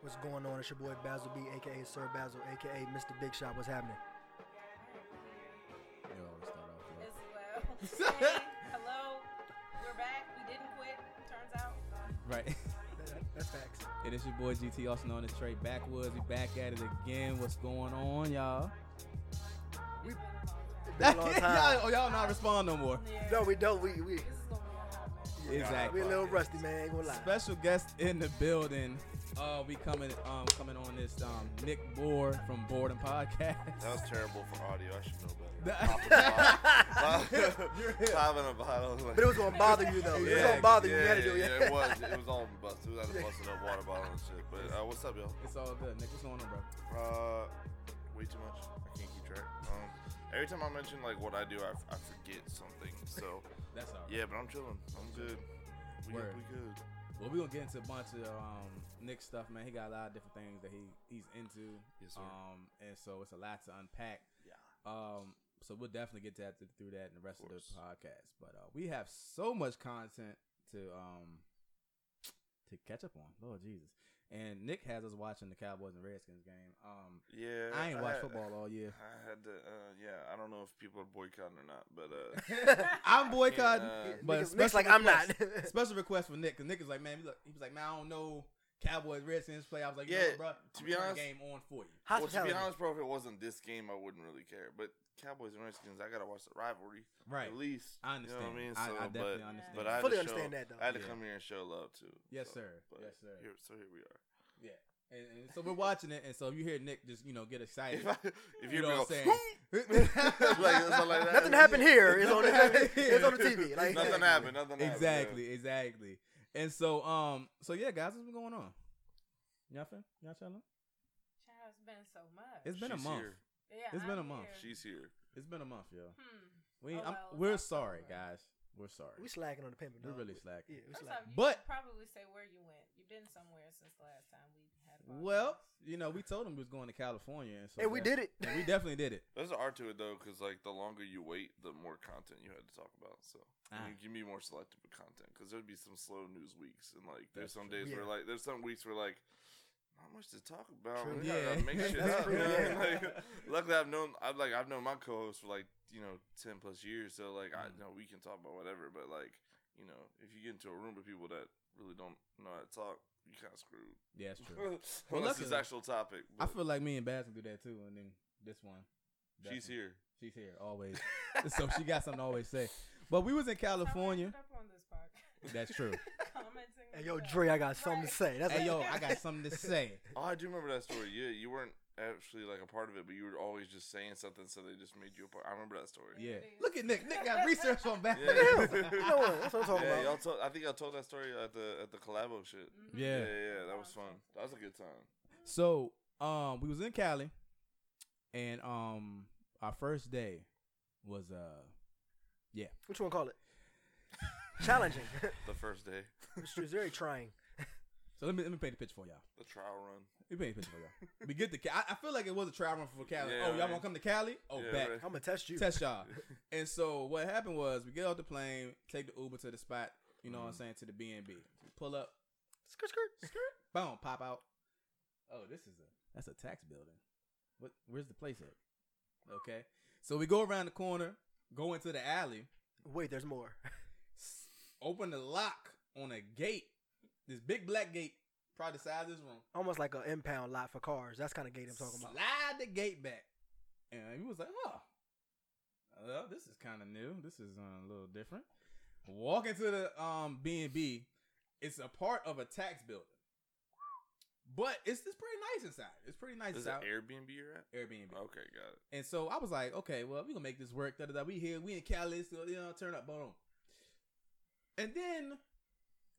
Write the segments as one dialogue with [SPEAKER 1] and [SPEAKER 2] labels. [SPEAKER 1] What's going on? It's your boy Basil B, aka Sir Basil, aka Mr. Big Shot. What's happening?
[SPEAKER 2] You always start off with-
[SPEAKER 3] as well. hey, hello, we're back. We didn't quit. Turns out. Um,
[SPEAKER 2] Right.
[SPEAKER 1] That- that- that's facts.
[SPEAKER 2] It is your boy GT, also known as Trey Backwoods. We back at it again. What's going on, y'all?
[SPEAKER 1] We it's been a long time.
[SPEAKER 2] y'all, y'all not respond no more.
[SPEAKER 3] yeah,
[SPEAKER 1] no, we don't. We we
[SPEAKER 3] this is gonna be a hot mess.
[SPEAKER 1] yeah,
[SPEAKER 2] Exactly.
[SPEAKER 1] We a little rusty, man. Ain't gonna lie.
[SPEAKER 2] Special guest in the building. Uh, we coming um coming on this um Nick Bohr from Boredom Podcast.
[SPEAKER 4] That was terrible for audio. I should know better.
[SPEAKER 2] Nah.
[SPEAKER 4] Popping a bottle.
[SPEAKER 2] You're hip.
[SPEAKER 4] Popping a bottle. Like,
[SPEAKER 1] but it was gonna bother you though. it was gonna bother you. You had to do it.
[SPEAKER 4] yeah, yeah, it was. It was all busted. It was out of busted up water bottle and shit. But uh, what's up, y'all?
[SPEAKER 2] It's all good. Nick, what's going on, bro?
[SPEAKER 4] Uh, way too much. I can't keep track. Um, every time I mention like what I do, I, I forget something. So
[SPEAKER 2] That's all right.
[SPEAKER 4] yeah, but I'm chilling. I'm good. We
[SPEAKER 2] Word.
[SPEAKER 4] good. We good.
[SPEAKER 2] Well, we're gonna get into a bunch of um, Nick stuff, man. He got a lot of different things that he he's into.
[SPEAKER 4] Yes, sir.
[SPEAKER 2] Um, and so it's a lot to unpack.
[SPEAKER 4] Yeah.
[SPEAKER 2] Um, so we'll definitely get that th- through that in the rest of, the
[SPEAKER 4] course.
[SPEAKER 2] podcast. But uh, we have so much content to um to catch up on. Lord Jesus. And Nick has us watching the Cowboys and Redskins game. Um,
[SPEAKER 4] Yeah.
[SPEAKER 2] I ain't watched
[SPEAKER 4] had-
[SPEAKER 2] football all year.
[SPEAKER 4] I had to. Uh, yeah, I don't know if people are boycotting or not, but uh,
[SPEAKER 2] I'm boycotting.
[SPEAKER 4] Yeah,
[SPEAKER 2] but
[SPEAKER 1] Nick's-
[SPEAKER 2] special
[SPEAKER 1] Nick's like, "I'm not."
[SPEAKER 2] request- special request for Nick because Nick is like, man, he look- he was like, man, I don't know Cowboys Redskins play. I was like, yeah,
[SPEAKER 4] Yeah,
[SPEAKER 2] bro,
[SPEAKER 4] to
[SPEAKER 2] I'm turning
[SPEAKER 4] be
[SPEAKER 2] the
[SPEAKER 4] honest-
[SPEAKER 2] game on for you.
[SPEAKER 4] well, to
[SPEAKER 1] Hospitality.
[SPEAKER 4] be honest, bro, if it wasn't this game, I wouldn't really care. But Cowboys and Redskins, I gotta watch the rivalry.
[SPEAKER 2] Right.
[SPEAKER 4] At least
[SPEAKER 2] I understand.
[SPEAKER 4] You know what I
[SPEAKER 2] I-
[SPEAKER 4] mean? So,
[SPEAKER 2] I definitely
[SPEAKER 4] but,
[SPEAKER 2] understand.
[SPEAKER 4] But I had
[SPEAKER 1] Fully
[SPEAKER 4] to
[SPEAKER 1] understand
[SPEAKER 4] show-
[SPEAKER 1] that, though.
[SPEAKER 4] I had to
[SPEAKER 2] Yeah.
[SPEAKER 4] come here and show love too.
[SPEAKER 2] Yes,
[SPEAKER 4] So,
[SPEAKER 2] sir.
[SPEAKER 4] but
[SPEAKER 2] Yes, sir.
[SPEAKER 4] Here, so here we are.
[SPEAKER 2] Yeah. And, and so we're watching it, and so you hear Nick just you know get excited.
[SPEAKER 4] If, I, if
[SPEAKER 2] you
[SPEAKER 4] you
[SPEAKER 2] know
[SPEAKER 4] go,
[SPEAKER 2] what I'm saying?
[SPEAKER 4] something like that.
[SPEAKER 1] Nothing happened here. It's on the,
[SPEAKER 2] Nothing happened here.
[SPEAKER 1] it's on the TV. Like
[SPEAKER 4] nothing happened. Nothing happened.
[SPEAKER 2] Exactly, exactly. And so, um, so yeah, guys, what's been going on? Y'all fin? Y'all chilling?
[SPEAKER 3] Child, it's been so much.
[SPEAKER 2] It's been a
[SPEAKER 4] She's
[SPEAKER 2] month.
[SPEAKER 4] here.
[SPEAKER 3] yeah,
[SPEAKER 2] it's
[SPEAKER 3] I'm
[SPEAKER 2] been a month.
[SPEAKER 3] here.
[SPEAKER 4] She's here.
[SPEAKER 2] It's been a month, yo.
[SPEAKER 3] Hmm.
[SPEAKER 2] We,
[SPEAKER 3] Oh,
[SPEAKER 2] I'm,
[SPEAKER 3] well,
[SPEAKER 2] we're
[SPEAKER 3] that's
[SPEAKER 2] sorry,
[SPEAKER 3] over.
[SPEAKER 2] guys. We're sorry.
[SPEAKER 1] we slacking on the pimping.
[SPEAKER 2] We're
[SPEAKER 1] dog.
[SPEAKER 2] really slacking.
[SPEAKER 1] Yeah, we
[SPEAKER 3] First
[SPEAKER 1] slacking.
[SPEAKER 3] off, you
[SPEAKER 2] But-
[SPEAKER 3] should probably say where you went. You've been somewhere since the last time we had. a podcast.
[SPEAKER 2] Well, you know, we told him we was going to California, and so
[SPEAKER 1] And we did
[SPEAKER 2] def-
[SPEAKER 1] it.
[SPEAKER 2] and we definitely did it.
[SPEAKER 4] There's an art to it though, because like the longer you wait, the more content you had to talk about. So
[SPEAKER 2] Ah.
[SPEAKER 4] you can be more selective with content because there'd be some slow news weeks, and like there's
[SPEAKER 2] That's
[SPEAKER 4] some
[SPEAKER 2] true.
[SPEAKER 4] days where
[SPEAKER 1] Yeah.
[SPEAKER 4] like there's some weeks where like not much to talk about.
[SPEAKER 1] True.
[SPEAKER 4] We gotta
[SPEAKER 2] Yeah.
[SPEAKER 4] make shit
[SPEAKER 2] That's
[SPEAKER 4] up.
[SPEAKER 1] true,
[SPEAKER 4] you know?
[SPEAKER 1] yeah.
[SPEAKER 4] Like, luckily, I've known I've like I've known my co-host for like you know ten plus years, so like I
[SPEAKER 2] Mhm.
[SPEAKER 4] know we can talk about whatever. But like you know, if you get into a room with people that really don't know how to talk, you kind of screwed.
[SPEAKER 2] Yeah, it's true.
[SPEAKER 4] Unless it's
[SPEAKER 2] luckily-
[SPEAKER 4] actual topic.
[SPEAKER 2] I
[SPEAKER 4] but
[SPEAKER 2] feel like me and Bass can do that too, and then this one.
[SPEAKER 4] she's
[SPEAKER 2] definitely-
[SPEAKER 4] here.
[SPEAKER 2] She's here always. so she got something to always say. But we was in
[SPEAKER 3] That's how we
[SPEAKER 2] California.
[SPEAKER 3] ended up on this podcast.
[SPEAKER 2] That's true.
[SPEAKER 3] Commenting.
[SPEAKER 1] Hey, yo,
[SPEAKER 3] and stuff.
[SPEAKER 1] Dre, I got something to
[SPEAKER 3] Right.
[SPEAKER 1] say. That's
[SPEAKER 2] hey
[SPEAKER 1] like,
[SPEAKER 2] yo, I got something to say.
[SPEAKER 4] Oh, I do remember that story. Yeah, you weren't actually like a part of it, but you were always just saying something, so they just made you a part. I remember that story.
[SPEAKER 2] Yeah. Look at Nick. Nick got research on Bass.
[SPEAKER 4] Yeah.
[SPEAKER 1] You know what? That's what I'm talking
[SPEAKER 4] Yeah,
[SPEAKER 1] about.
[SPEAKER 4] y'all told. I think y'all told that story at the at the collabo shit.
[SPEAKER 3] Mhm.
[SPEAKER 2] Yeah.
[SPEAKER 4] Yeah, yeah, that was fun. That was a good time.
[SPEAKER 2] So, um, we was in Cali, and um, our first day was uh,
[SPEAKER 1] What you wanna call it? Challenging.
[SPEAKER 4] The first day,
[SPEAKER 1] it's very trying.
[SPEAKER 2] so let me let me paint the picture for y'all.
[SPEAKER 4] the trial run.
[SPEAKER 2] We paint the picture for y'all. we get the. I, I feel like it was a trial run for Cali.
[SPEAKER 4] Yeah,
[SPEAKER 2] oh, y'all
[SPEAKER 4] right.
[SPEAKER 2] wanna come to Cali? Oh,
[SPEAKER 4] Yeah,
[SPEAKER 2] back.
[SPEAKER 4] right.
[SPEAKER 1] I'm gonna test you.
[SPEAKER 2] Test y'all. and so what happened was we get off the plane, take the Uber to the spot. You know what I'm
[SPEAKER 4] Mhm.
[SPEAKER 2] saying to the B and B. Pull up,
[SPEAKER 1] Skirt, skirt.
[SPEAKER 2] boom, pop out. Oh, this is a that's a tax building. What? Where's the place at? Okay, so we go around the corner, go into the alley,
[SPEAKER 1] Wait, there's more.
[SPEAKER 2] s- open the lock on a gate, this big black gate, probably the size of this room.
[SPEAKER 1] Almost like an impound lot for cars. That's kind of gate I'm talking about.
[SPEAKER 2] Slide the gate back, and he was like, "Oh, well, this is kind of new. This is uh, a little different." Walk into the um B and B. It's a part of a tax building, but it's it's pretty nice inside. It's pretty nice
[SPEAKER 4] This is it
[SPEAKER 2] inside.
[SPEAKER 4] Airbnb you're at?
[SPEAKER 2] Airbnb.
[SPEAKER 4] Okay, got it.
[SPEAKER 2] And so I was like, okay, well, we gonna make this work. Da, da, da. We here, we in Cali, so you know, turn up, boom. And then,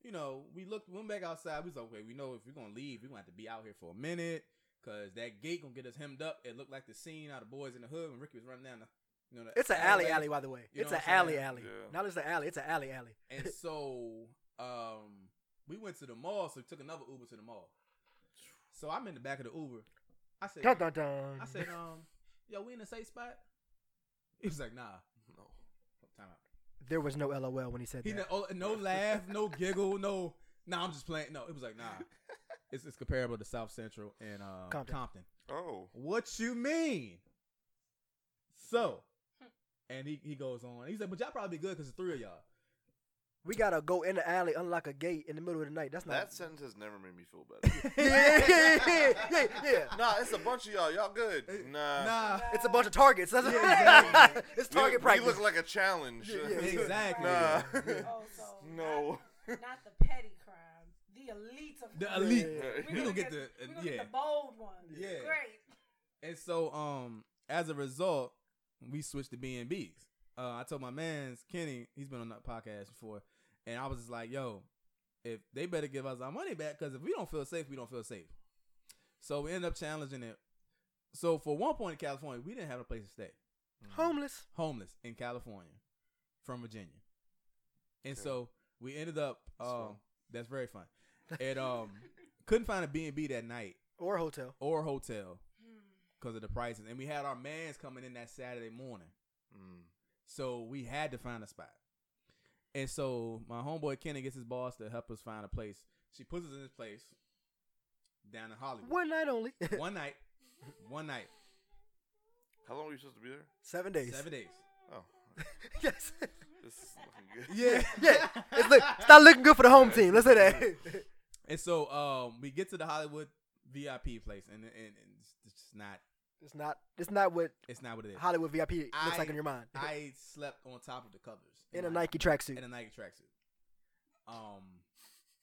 [SPEAKER 2] you know, we looked, went back outside. We was like, okay, we know if we're gonna leave, we're gonna have to be out here for a minute, cause that gate gonna get us hemmed up. It looked like the scene out of Boys in the Hood when Ricky was running down the, you know, the
[SPEAKER 1] It's an alley,
[SPEAKER 2] alleyway.
[SPEAKER 1] alley, by the way.
[SPEAKER 2] You know
[SPEAKER 1] it's
[SPEAKER 2] what
[SPEAKER 1] an
[SPEAKER 2] I'm saying?
[SPEAKER 1] alley, alley.
[SPEAKER 4] Yeah.
[SPEAKER 1] Not just an alley. It's an alley, alley.
[SPEAKER 2] And so, um, we went to the mall, so we took another Uber to the mall. So I'm in the back of the Uber. I said,
[SPEAKER 1] Dun, dun, dun.
[SPEAKER 2] I said, um, yo, we in a safe spot. He was like, nah.
[SPEAKER 4] No.
[SPEAKER 2] Time out.
[SPEAKER 1] there was no LOL when he said
[SPEAKER 2] He
[SPEAKER 1] that.
[SPEAKER 2] no, oh, no laugh, no giggle, no. Nah, I'm just playing. No, it was like nah. It's, it's comparable to South Central and uh,
[SPEAKER 1] Compton.
[SPEAKER 2] Compton.
[SPEAKER 4] Oh,
[SPEAKER 2] What you mean? So, and he, he goes on. He said, but y'all probably good because it's three of y'all.
[SPEAKER 1] We gotta go in the alley, unlock a gate in the middle of the night. That's not.
[SPEAKER 4] that sentence has never made me feel better.
[SPEAKER 1] yeah, yeah, yeah, yeah, yeah.
[SPEAKER 4] nah, it's a bunch of y'all. Y'all good. Nah.
[SPEAKER 2] Nah.
[SPEAKER 1] It's a bunch of targets. That's
[SPEAKER 2] Yeah, exactly.
[SPEAKER 1] it's
[SPEAKER 4] We-
[SPEAKER 1] target
[SPEAKER 4] we,
[SPEAKER 1] practice.
[SPEAKER 4] look like a challenge.
[SPEAKER 1] Yeah, yeah,
[SPEAKER 2] Exactly.
[SPEAKER 4] Nah.
[SPEAKER 3] Oh, so
[SPEAKER 4] no.
[SPEAKER 3] Not, not the petty crime, the elite of
[SPEAKER 2] The
[SPEAKER 3] crime.
[SPEAKER 2] elite.
[SPEAKER 3] We
[SPEAKER 2] We
[SPEAKER 3] gonna
[SPEAKER 2] gonna get
[SPEAKER 3] get,
[SPEAKER 2] the- uh,
[SPEAKER 3] we gonna
[SPEAKER 2] yeah.
[SPEAKER 3] get the bold ones.
[SPEAKER 2] Yeah.
[SPEAKER 3] Great.
[SPEAKER 2] And so, um, as a result, we switched to B and B's. Uh, I told my man's Kenny, he's been on that podcast before, and I was just like, "Yo, if they better give us our money back, because if we don't feel safe, we don't feel safe." So we end up challenging it. So for one point in California, we didn't have a place to stay,
[SPEAKER 1] homeless.
[SPEAKER 2] homeless in California, from Virginia, and
[SPEAKER 4] Okay.
[SPEAKER 2] so we ended up. Um,
[SPEAKER 4] That's fun.
[SPEAKER 2] That's very fun. And um, couldn't find a B and B that night
[SPEAKER 1] Or a hotel.
[SPEAKER 2] or hotel
[SPEAKER 3] Hmm.
[SPEAKER 2] because of the prices. And we had our mans coming in that Saturday morning.
[SPEAKER 4] Mm.
[SPEAKER 2] So we had to find a spot. And so my homeboy Kenny gets his boss to help us find a place. She puts us in this place down in Hollywood.
[SPEAKER 1] One night only.
[SPEAKER 2] One night. One night.
[SPEAKER 4] How long were you supposed to be there?
[SPEAKER 1] Seven days.
[SPEAKER 2] Seven days.
[SPEAKER 4] Oh,
[SPEAKER 1] yes.
[SPEAKER 4] this is looking good.
[SPEAKER 2] Yeah.
[SPEAKER 1] Yeah. It's look, start looking good for the home team. Let's say that.
[SPEAKER 2] And so um we get to the Hollywood VIP place and, and, and it's just not
[SPEAKER 1] it's not. It's not what
[SPEAKER 2] it's not what it is.
[SPEAKER 1] Hollywood VIP looks
[SPEAKER 2] I-
[SPEAKER 1] like in your mind.
[SPEAKER 2] I slept on top of the covers.
[SPEAKER 1] in a
[SPEAKER 2] my-
[SPEAKER 1] Nike tracksuit.
[SPEAKER 2] in a Nike tracksuit. Um,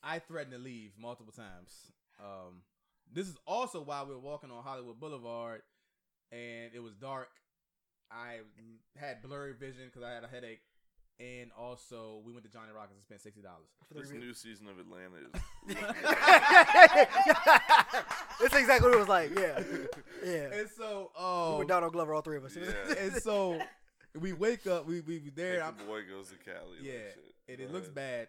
[SPEAKER 2] I threatened to leave multiple times. Um, this is also why we were walking on Hollywood Boulevard, and it was dark. I had blurry vision because I had a headache, and also we went to Johnny Rockets and spent sixty dollars.
[SPEAKER 1] For the
[SPEAKER 4] This
[SPEAKER 1] review.
[SPEAKER 4] new season of Atlanta is.
[SPEAKER 1] That's exactly what it was like. Yeah. Yeah.
[SPEAKER 2] And so,
[SPEAKER 1] We
[SPEAKER 2] um,
[SPEAKER 1] were Donald Glover, all three of us.
[SPEAKER 4] Yeah.
[SPEAKER 2] and so we wake up. We we, we there. I'm,
[SPEAKER 4] Like the boy goes to Cali.
[SPEAKER 2] yeah,
[SPEAKER 4] like shit.
[SPEAKER 2] and it
[SPEAKER 4] Go
[SPEAKER 2] looks
[SPEAKER 4] ahead.
[SPEAKER 2] bad.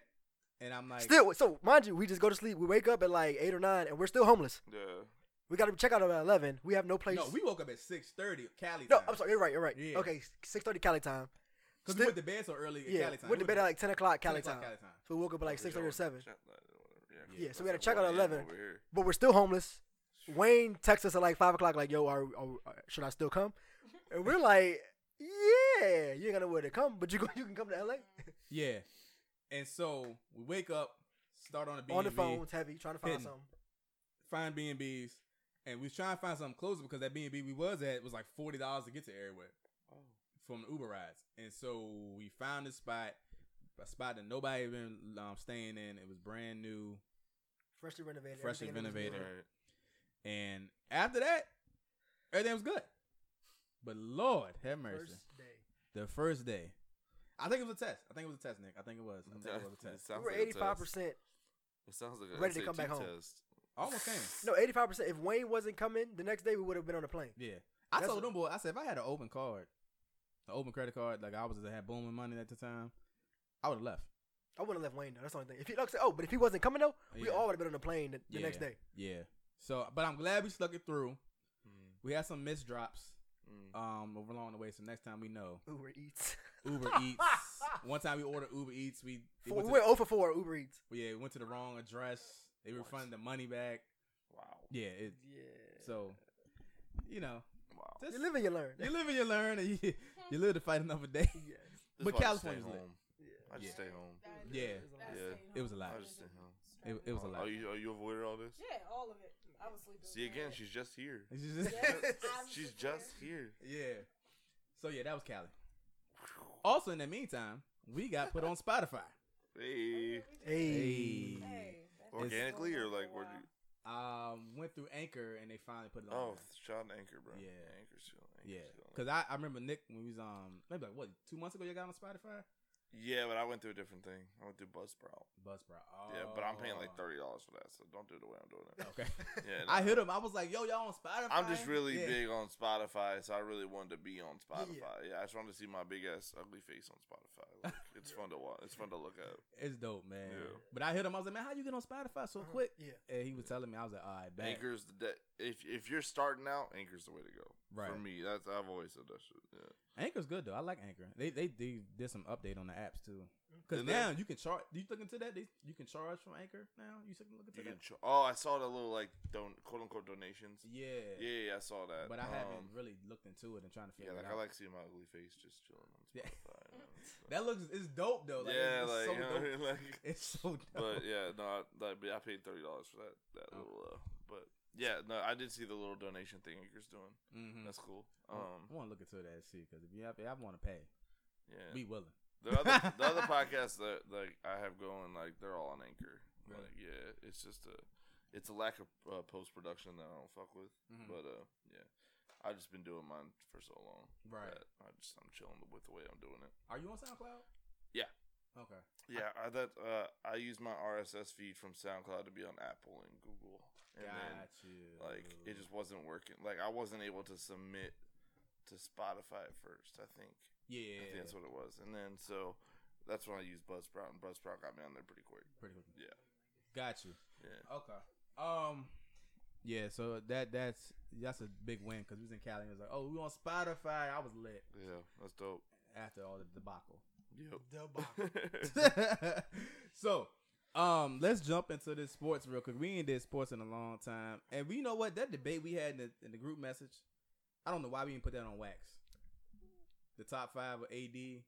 [SPEAKER 2] And I'm like,
[SPEAKER 1] Still, so mind you, we just go to sleep. We wake up at like eight or nine, and we're still homeless.
[SPEAKER 4] Yeah.
[SPEAKER 1] We got to check out at eleven. We have no place.
[SPEAKER 2] no, we woke up at six thirty Cali.
[SPEAKER 1] No,
[SPEAKER 2] time.
[SPEAKER 1] I'm sorry. You're right. You're right.
[SPEAKER 2] Yeah.
[SPEAKER 1] Okay, six thirty Cali time.
[SPEAKER 2] Because we
[SPEAKER 1] Still-
[SPEAKER 2] went to bed so early. at
[SPEAKER 1] yeah,
[SPEAKER 2] Cali time.
[SPEAKER 1] went to
[SPEAKER 2] We
[SPEAKER 1] bed at like ten o'clock Cali
[SPEAKER 2] 10 o'clock
[SPEAKER 1] time.
[SPEAKER 2] Cali time.
[SPEAKER 1] So we woke up at like six thirty or seven. Yeah, so we had to check out
[SPEAKER 4] out
[SPEAKER 1] at 11. But we're still homeless. Wayne texts us at like five o'clock, like, "Yo, are, are, should I still come?" And we're like, "Yeah, you ain't got nowhere to come, but you go, you can come to L.A."
[SPEAKER 2] Yeah. And so we wake up, start on a B&B,
[SPEAKER 1] On the phones, heavy, trying to find
[SPEAKER 2] Hidden.
[SPEAKER 1] something.
[SPEAKER 2] find B&Bs, and we was trying to find something closer because that B&B we was at was like $40 to get to everywhere
[SPEAKER 1] Oh.
[SPEAKER 2] from the Uber rides. And so we found this spot, a spot that nobody had been um, staying in. It was brand new.
[SPEAKER 1] Freshly renovated.
[SPEAKER 2] Freshly
[SPEAKER 1] everything in it was
[SPEAKER 2] renovated.
[SPEAKER 1] new.
[SPEAKER 2] And after that, everything was good. But Lord have mercy.
[SPEAKER 1] First day.
[SPEAKER 2] The first day. I think it was a test. I think it was a test, Nick. I think it was. I think it was a test.
[SPEAKER 1] We were eighty-five percent.
[SPEAKER 4] It sounds like a
[SPEAKER 1] ready to come back
[SPEAKER 4] SAT
[SPEAKER 1] home.
[SPEAKER 4] test.
[SPEAKER 2] I almost came.
[SPEAKER 1] No, eighty-five percent. If Wayne wasn't coming, the next day we would have been on the plane.
[SPEAKER 2] Yeah. I
[SPEAKER 1] That's
[SPEAKER 2] told
[SPEAKER 1] a-
[SPEAKER 2] them boy, I said if I had an open card, an open credit card, like I was just had booming money at the time, I would have left.
[SPEAKER 1] I would have left Wayne though. That's the only thing. If he like, I said, oh, but if he wasn't coming though, we
[SPEAKER 2] Yeah.
[SPEAKER 1] all would have been on the plane the, the
[SPEAKER 2] Yeah.
[SPEAKER 1] next day.
[SPEAKER 2] Yeah. So but I'm glad we stuck it through.
[SPEAKER 4] Mm,
[SPEAKER 2] We had some missed drops
[SPEAKER 4] mm.
[SPEAKER 2] um over along the way, so next time we know.
[SPEAKER 1] Uber Eats.
[SPEAKER 2] Uber Eats. One time we ordered Uber Eats, we it
[SPEAKER 1] Four,
[SPEAKER 2] went
[SPEAKER 1] we
[SPEAKER 2] to
[SPEAKER 1] went 0 for 4 at Uber Eats.
[SPEAKER 2] the, yeah, it went to the wrong address. They refunded the money back.
[SPEAKER 4] Wow.
[SPEAKER 2] Yeah, it
[SPEAKER 1] Yeah.
[SPEAKER 2] so you know.
[SPEAKER 4] Wow.
[SPEAKER 2] Just,
[SPEAKER 1] You live and you learn.
[SPEAKER 2] you live and you learn and you, you live to fight another day.
[SPEAKER 1] Yes.
[SPEAKER 4] This
[SPEAKER 2] But
[SPEAKER 4] is why I just stay
[SPEAKER 2] California's lit.
[SPEAKER 4] home. I
[SPEAKER 2] Yeah.
[SPEAKER 4] just stay home.
[SPEAKER 3] That-
[SPEAKER 2] Yeah.
[SPEAKER 3] that's
[SPEAKER 4] Yeah.
[SPEAKER 3] staying
[SPEAKER 2] It was a
[SPEAKER 3] home.
[SPEAKER 2] lot.
[SPEAKER 4] I just stay home.
[SPEAKER 2] It, it was a
[SPEAKER 4] Oh,
[SPEAKER 2] lot.
[SPEAKER 4] Are you, are you avoided all this?
[SPEAKER 3] Yeah, all of it. I was sleeping.
[SPEAKER 4] See, again,
[SPEAKER 3] she.
[SPEAKER 4] she's just here.
[SPEAKER 2] It's just-
[SPEAKER 3] Yes. I'm
[SPEAKER 4] She's
[SPEAKER 3] just
[SPEAKER 4] just here.
[SPEAKER 2] Yeah. So yeah, that was Cali. Also, in the meantime, we got put on Spotify.
[SPEAKER 4] Hey.
[SPEAKER 1] Oh, Hey.
[SPEAKER 3] Hey, that's
[SPEAKER 4] Organically
[SPEAKER 3] been
[SPEAKER 4] or
[SPEAKER 3] going on
[SPEAKER 4] like,
[SPEAKER 3] for a
[SPEAKER 4] where
[SPEAKER 3] while.
[SPEAKER 4] do you?
[SPEAKER 2] Um, went through Anchor and they finally put it on.
[SPEAKER 4] Oh, shot and anchor, bro.
[SPEAKER 2] Yeah.
[SPEAKER 4] Anchor's feeling.
[SPEAKER 2] yeah. Because I, I remember Nick when we was um maybe like what two months ago you got on Spotify.
[SPEAKER 4] Yeah, but I went through a different thing. I went through Buzzsprout.
[SPEAKER 2] Buzzsprout.
[SPEAKER 4] Yeah, but I'm paying like
[SPEAKER 2] Oh.
[SPEAKER 4] thirty dollars for that, so don't do it the way I'm doing it.
[SPEAKER 2] Okay.
[SPEAKER 4] Yeah,
[SPEAKER 2] I
[SPEAKER 4] no.
[SPEAKER 2] hit him. I was like, "Yo, y'all on Spotify?"
[SPEAKER 4] I'm just really
[SPEAKER 2] Yeah.
[SPEAKER 4] big on Spotify, so I really wanted to be on Spotify. Yeah, I just wanted to see my big ass ugly face on Spotify. Like, it It's fun to watch. It's fun to look at.
[SPEAKER 2] It's dope, man.
[SPEAKER 4] Yeah.
[SPEAKER 2] But I hit him. I was like, man, how you get on Spotify so
[SPEAKER 1] Uh-huh.
[SPEAKER 2] quick?
[SPEAKER 1] Yeah.
[SPEAKER 2] And he was telling me, I was like, all right, back.
[SPEAKER 4] Anchor's the de- if if you're starting out, Anchor's the way to go.
[SPEAKER 2] Right.
[SPEAKER 4] For me, that's I've always said that shit. Yeah.
[SPEAKER 2] Anchor's good though. I like Anchor. They they, they did some update on the apps too.
[SPEAKER 1] Mm-hmm.
[SPEAKER 2] Because
[SPEAKER 4] And
[SPEAKER 2] now
[SPEAKER 4] then-
[SPEAKER 2] you can charge. Do you look into that? They, you can charge from Anchor now. You can look into
[SPEAKER 4] You
[SPEAKER 2] that.
[SPEAKER 4] can cho- oh, I saw the little like don quote unquote donations.
[SPEAKER 2] yeah.
[SPEAKER 4] Yeah, yeah, I saw that.
[SPEAKER 2] But I haven't
[SPEAKER 4] Um,
[SPEAKER 2] really looked into it and trying to
[SPEAKER 4] Yeah,
[SPEAKER 2] figure
[SPEAKER 4] like
[SPEAKER 2] it
[SPEAKER 4] I
[SPEAKER 2] out.
[SPEAKER 4] like seeing my ugly face just chilling on
[SPEAKER 2] Yeah.
[SPEAKER 4] Spotify. you know, it's like-
[SPEAKER 2] that looks it's dope though. Like,
[SPEAKER 4] yeah,
[SPEAKER 2] it's,
[SPEAKER 4] like,
[SPEAKER 2] so
[SPEAKER 4] you know
[SPEAKER 2] dope.
[SPEAKER 4] what I mean? like
[SPEAKER 2] It's so dope.
[SPEAKER 4] but yeah, no, I, like, but I paid thirty dollars for that that
[SPEAKER 2] Oh.
[SPEAKER 4] little. Uh, but yeah, no, I did see the little donation thing Anchor's doing.
[SPEAKER 2] Mhm.
[SPEAKER 4] That's cool.
[SPEAKER 2] I
[SPEAKER 4] Um,
[SPEAKER 2] want to look into that see because if you have, I want to pay.
[SPEAKER 4] yeah,
[SPEAKER 2] We willing.
[SPEAKER 4] the other the other podcasts that like I have going, like they're all on Anchor.
[SPEAKER 2] Really?
[SPEAKER 4] Like, yeah, it's just a it's a lack of uh, post production that I don't fuck with.
[SPEAKER 2] Mhm.
[SPEAKER 4] But uh, yeah, I've just been doing mine for so long.
[SPEAKER 2] Right.
[SPEAKER 4] that I just I'm chilling with the way I'm doing it.
[SPEAKER 2] Are you on SoundCloud?
[SPEAKER 4] Yeah.
[SPEAKER 2] Okay.
[SPEAKER 4] Yeah, I, that uh, I use my RSS feed from SoundCloud to be on Apple and Google, and
[SPEAKER 2] Got you.
[SPEAKER 4] then like it
[SPEAKER 2] Mm.
[SPEAKER 4] just wasn't working. Like I wasn't able to submit to Spotify at first. I think
[SPEAKER 2] yeah.
[SPEAKER 4] I think that's what it was, and then so that's when I used Buzzsprout, and Buzzsprout got me on there pretty quick.
[SPEAKER 2] Pretty quick.
[SPEAKER 4] Yeah.
[SPEAKER 2] Got you.
[SPEAKER 4] Yeah,
[SPEAKER 2] Okay. Um. Yeah. So that that's that's a big win because we was in Cali. and It was like, oh, we on Spotify. I was lit
[SPEAKER 4] yeah, that's dope.
[SPEAKER 2] after all the debacle.
[SPEAKER 4] Yep.
[SPEAKER 1] Debacle.
[SPEAKER 2] so, um, let's jump into this sports real quick. We ain't did sports in a long time, and we you know what that debate we had in the, in the group message. I don't know why we didn't put that on wax. The top five of AD,
[SPEAKER 1] The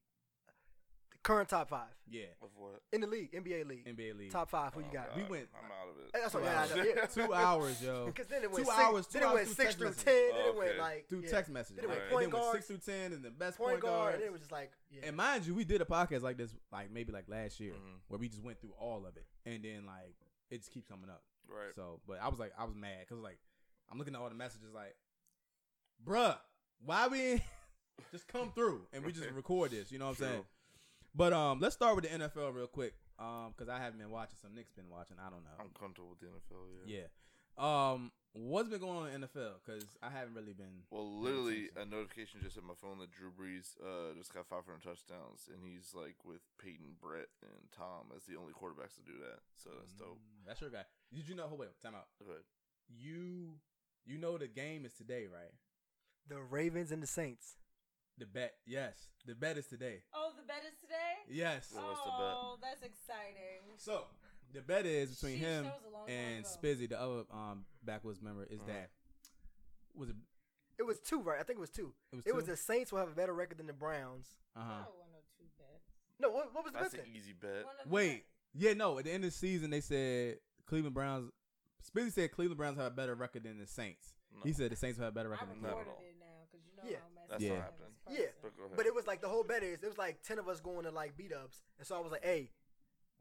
[SPEAKER 1] current top five
[SPEAKER 2] yeah,
[SPEAKER 4] of what?
[SPEAKER 1] in the league, NBA league,
[SPEAKER 2] NBA league.
[SPEAKER 1] top five. Who
[SPEAKER 4] Oh,
[SPEAKER 1] you got?
[SPEAKER 4] God,
[SPEAKER 2] We went-
[SPEAKER 4] I'm out of it.
[SPEAKER 1] That's what-
[SPEAKER 2] yeah, I know,
[SPEAKER 1] yeah.
[SPEAKER 2] Two hours, yo.
[SPEAKER 1] Because then it
[SPEAKER 2] Two
[SPEAKER 1] went six,
[SPEAKER 2] hours-
[SPEAKER 1] then
[SPEAKER 2] two
[SPEAKER 1] it went
[SPEAKER 2] hours
[SPEAKER 1] six
[SPEAKER 2] through text
[SPEAKER 1] through
[SPEAKER 2] message.
[SPEAKER 1] ten. Then it went
[SPEAKER 4] Okay.
[SPEAKER 1] like
[SPEAKER 2] Through
[SPEAKER 1] yeah,
[SPEAKER 2] text messages,
[SPEAKER 1] Then it
[SPEAKER 2] right?
[SPEAKER 1] went
[SPEAKER 2] And
[SPEAKER 1] point
[SPEAKER 2] then went
[SPEAKER 1] guard,
[SPEAKER 2] six through ten, and the best
[SPEAKER 1] point guard, and
[SPEAKER 2] guards.
[SPEAKER 1] it was just like yeah.
[SPEAKER 2] And mind you, we did a podcast like this, like maybe like last year,
[SPEAKER 4] Mhm.
[SPEAKER 2] where we just went through all of it, and then like it just keeps coming up.
[SPEAKER 4] Right.
[SPEAKER 2] So, but I was like, I was mad because like I'm looking at all the messages, like, bruh, why we just come through and we just
[SPEAKER 4] Right.
[SPEAKER 2] record this? You know what I'm saying?
[SPEAKER 4] True.
[SPEAKER 2] But um, let's start with the NFL real quick, um, because I haven't been watching. Some Nick's been watching. I don't know.
[SPEAKER 4] I'm comfortable with the NFL. Yeah.
[SPEAKER 2] yeah. Um, what's been going on in NFL? Because I haven't really been.
[SPEAKER 4] Well, literally,
[SPEAKER 2] attention.
[SPEAKER 4] a notification just hit my phone that Drew Brees uh, just got 500 touchdowns, and he's like with Peyton, Brett, and Tom as the only quarterbacks to do that. So that's dope.
[SPEAKER 2] Mm, That's your guy. Did you know? Hold wait, time out.
[SPEAKER 1] Mm.
[SPEAKER 4] But
[SPEAKER 2] You you know the game is today, right?
[SPEAKER 1] the Ravens and the Saints.
[SPEAKER 2] The bet, yes, the bet is today.
[SPEAKER 3] Oh, the bet is today.
[SPEAKER 2] Yes.
[SPEAKER 4] So what's the bet?
[SPEAKER 3] Oh, that's exciting.
[SPEAKER 2] So the bet is between
[SPEAKER 3] Sheesh,
[SPEAKER 2] him
[SPEAKER 3] that was a long time
[SPEAKER 2] and
[SPEAKER 3] ago.
[SPEAKER 2] Spizzy, the other um backwoods member, is
[SPEAKER 4] Mhm.
[SPEAKER 2] that was it?
[SPEAKER 1] It was two, right? I think it was two.
[SPEAKER 2] It was
[SPEAKER 1] It was
[SPEAKER 2] two?
[SPEAKER 1] the Saints will have a better record than the Browns.
[SPEAKER 2] Uh huh.
[SPEAKER 3] I don't want no two bets.
[SPEAKER 1] No, what, what was the
[SPEAKER 4] that's
[SPEAKER 1] best
[SPEAKER 4] an
[SPEAKER 1] thing?
[SPEAKER 4] easy bet.
[SPEAKER 3] One of the
[SPEAKER 2] Wait,
[SPEAKER 3] bet-
[SPEAKER 2] yeah, no. At the end of the season, they said Cleveland Browns. Spizzy said Cleveland Browns have a better record than the Saints.
[SPEAKER 4] No.
[SPEAKER 2] He said the Saints have a better
[SPEAKER 3] I
[SPEAKER 2] record. Than
[SPEAKER 4] Not at
[SPEAKER 3] recorded
[SPEAKER 4] all.
[SPEAKER 3] it now because you know
[SPEAKER 1] Yeah.
[SPEAKER 3] how messy
[SPEAKER 4] That's
[SPEAKER 2] Yeah.
[SPEAKER 4] not
[SPEAKER 3] I am
[SPEAKER 4] happening.
[SPEAKER 3] as a
[SPEAKER 1] Yeah.
[SPEAKER 3] person.
[SPEAKER 4] But go ahead.
[SPEAKER 1] But it was like the whole bet is it was like ten of us going to like beat ups, and so I was like, "Hey,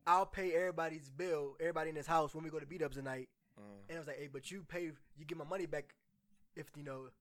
[SPEAKER 1] I'll pay everybody's bill, everybody in this house when we go to beat ups tonight."
[SPEAKER 4] Mm.
[SPEAKER 1] And I was like, "Hey, but you pay, you get my money back if you know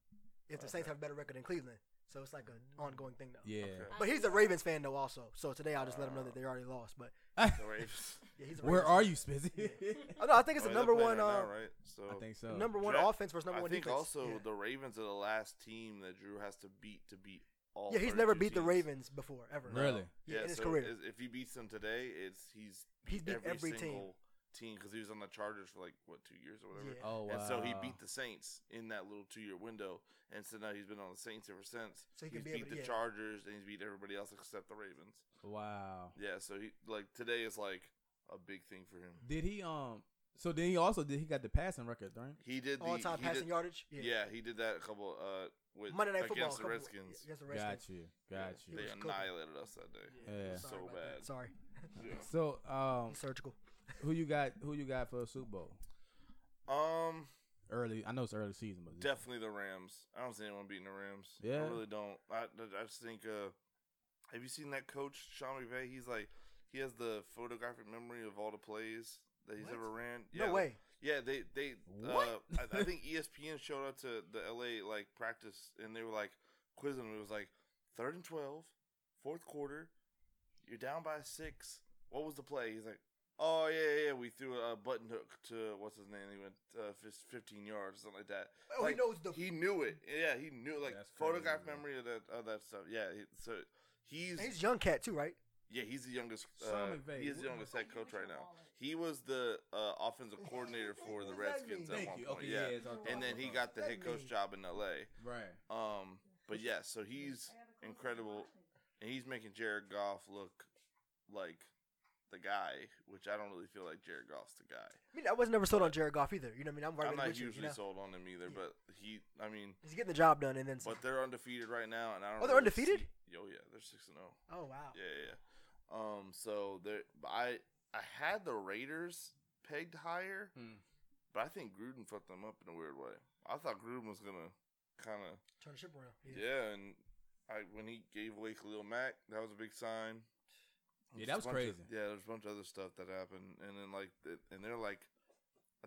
[SPEAKER 1] if the Saints
[SPEAKER 4] Okay. Mm.
[SPEAKER 1] have a better record than Cleveland." So it's like an ongoing thing though.
[SPEAKER 2] yeah.
[SPEAKER 4] Okay.
[SPEAKER 1] But he's a Ravens fan though, also. So today I'll just let him know that
[SPEAKER 4] Uh.
[SPEAKER 1] they already lost. But
[SPEAKER 4] The Ravens.
[SPEAKER 1] yeah, he's a
[SPEAKER 2] Where
[SPEAKER 1] Ravens
[SPEAKER 2] are
[SPEAKER 1] fan.
[SPEAKER 2] you, Spizzy?
[SPEAKER 1] Oh, no, I think it's
[SPEAKER 4] Oh,
[SPEAKER 1] the
[SPEAKER 4] they're
[SPEAKER 1] number one,
[SPEAKER 4] playing right
[SPEAKER 1] uh,
[SPEAKER 4] now, right? So
[SPEAKER 2] I think so.
[SPEAKER 1] number one
[SPEAKER 4] Dra-
[SPEAKER 1] offense versus number
[SPEAKER 4] I
[SPEAKER 1] one
[SPEAKER 4] think
[SPEAKER 1] defense.
[SPEAKER 4] also
[SPEAKER 1] yeah.
[SPEAKER 4] the Ravens are the last team that Drew has to beat to beat all.
[SPEAKER 1] yeah, he's never
[SPEAKER 4] 32
[SPEAKER 1] beat the
[SPEAKER 4] teams.
[SPEAKER 1] Ravens before ever.
[SPEAKER 2] No. Really?
[SPEAKER 1] Yeah, in his
[SPEAKER 4] so
[SPEAKER 1] career.
[SPEAKER 4] is- If he beats them today, it's he's
[SPEAKER 1] He's beat every team.
[SPEAKER 4] single team because he was on the Chargers for like what two years or whatever.
[SPEAKER 1] Yeah.
[SPEAKER 2] Oh,
[SPEAKER 4] And so he beat
[SPEAKER 2] wow.
[SPEAKER 4] the Saints in that little two year window, and so now he's been on the Saints ever since.
[SPEAKER 1] So he
[SPEAKER 4] he's
[SPEAKER 1] could be
[SPEAKER 4] beat
[SPEAKER 1] able to-
[SPEAKER 4] the
[SPEAKER 1] yeah.
[SPEAKER 4] Chargers and he's beat everybody else except the Ravens.
[SPEAKER 2] Wow.
[SPEAKER 4] Yeah, so he like today is like a big thing for him.
[SPEAKER 2] Did he um? So then he also did he got the passing record, right?
[SPEAKER 4] He did the
[SPEAKER 1] All time
[SPEAKER 4] he
[SPEAKER 1] passing
[SPEAKER 4] did,
[SPEAKER 1] yardage.
[SPEAKER 4] Yeah. he did that a couple uh with
[SPEAKER 1] Monday Night Football.
[SPEAKER 4] against the
[SPEAKER 1] couple-
[SPEAKER 4] Redskins.
[SPEAKER 1] Against the Redskins.
[SPEAKER 2] Got you. Got
[SPEAKER 1] He
[SPEAKER 2] you.
[SPEAKER 4] They
[SPEAKER 1] was cooking.
[SPEAKER 4] annihilated us that day.
[SPEAKER 2] Yeah.
[SPEAKER 1] Sorry
[SPEAKER 4] So
[SPEAKER 1] about that.
[SPEAKER 4] bad.
[SPEAKER 1] Sorry.
[SPEAKER 4] Yeah.
[SPEAKER 2] So um,
[SPEAKER 1] He's surgical.
[SPEAKER 2] who you got? Who you got for a Super Bowl?
[SPEAKER 4] Um,
[SPEAKER 2] Early. I know it's early season, but
[SPEAKER 4] definitely the Rams. I don't see anyone beating the Rams.
[SPEAKER 2] Yeah.
[SPEAKER 4] I really don't. I, I just think. Uh, have you seen that coach Sean McVay? He's like, he has the photographic memory of all the plays that he's
[SPEAKER 1] What?
[SPEAKER 4] ever ran.
[SPEAKER 1] no
[SPEAKER 4] like-
[SPEAKER 1] way.
[SPEAKER 4] Yeah, they they.
[SPEAKER 2] What?
[SPEAKER 4] Uh, I, I think ESPN showed up to the LA like practice, and they were like quizzing him. It was like third and 12, fourth quarter. You're down by six. What was the play? He's like, oh yeah yeah. We threw a button hook to what's his name. He went uh, fif- 15 yards, something like that.
[SPEAKER 1] Oh,
[SPEAKER 4] like,
[SPEAKER 1] he knows the.
[SPEAKER 4] He knew it. Yeah, he knew like
[SPEAKER 2] That's
[SPEAKER 4] photograph
[SPEAKER 2] crazy.
[SPEAKER 4] memory of that of that stuff. Yeah, he, so he's,
[SPEAKER 1] he's a young cat too, right?
[SPEAKER 4] Yeah, he's the youngest. Uh,
[SPEAKER 2] Sean McVay,
[SPEAKER 4] he is the
[SPEAKER 2] what-
[SPEAKER 4] youngest
[SPEAKER 3] what-
[SPEAKER 4] head coach right now.
[SPEAKER 3] Wallet.
[SPEAKER 4] He was the uh, offensive coordinator for the
[SPEAKER 1] What does that
[SPEAKER 4] Redskins
[SPEAKER 1] mean?
[SPEAKER 4] at
[SPEAKER 2] Thank
[SPEAKER 4] one
[SPEAKER 2] you.
[SPEAKER 4] point.
[SPEAKER 2] Okay,
[SPEAKER 4] yeah,
[SPEAKER 2] yeah, it's our-
[SPEAKER 4] and then he
[SPEAKER 2] our-
[SPEAKER 4] got the
[SPEAKER 1] That
[SPEAKER 4] head coach
[SPEAKER 1] mean-
[SPEAKER 4] job in L.A.
[SPEAKER 2] right.
[SPEAKER 4] Um, but yeah, so he's incredible, and he's making Jared Goff look like the guy, which I don't really feel like Jared Goff's the guy.
[SPEAKER 1] I mean, I was never sold on Jared Goff either. You know what I mean? I'm right
[SPEAKER 4] I'm
[SPEAKER 1] with
[SPEAKER 4] not
[SPEAKER 1] you. you
[SPEAKER 4] usually
[SPEAKER 1] know?
[SPEAKER 4] sold on him either,
[SPEAKER 1] Yeah.
[SPEAKER 4] but he, I mean,
[SPEAKER 1] He's getting the job done, and then some.
[SPEAKER 4] but they're undefeated right now, and I don't.
[SPEAKER 1] Oh, they're
[SPEAKER 4] really
[SPEAKER 1] undefeated?
[SPEAKER 4] See, oh yeah, they're six and zero.
[SPEAKER 1] oh wow.
[SPEAKER 4] Yeah, yeah, yeah. Um, so there, I I had the Raiders pegged higher,
[SPEAKER 2] Hmm.
[SPEAKER 4] but I think Gruden fucked them up in a weird way. I thought Gruden was gonna kind of
[SPEAKER 1] Turn the ship around.
[SPEAKER 4] yeah. and I when he gave away Khalil Mack, that was a big sign.
[SPEAKER 2] Yeah, that
[SPEAKER 4] There's
[SPEAKER 2] was
[SPEAKER 4] a bunch of-
[SPEAKER 2] crazy.
[SPEAKER 4] yeah, there's a bunch of other stuff that happened, and then like, th- and they're like,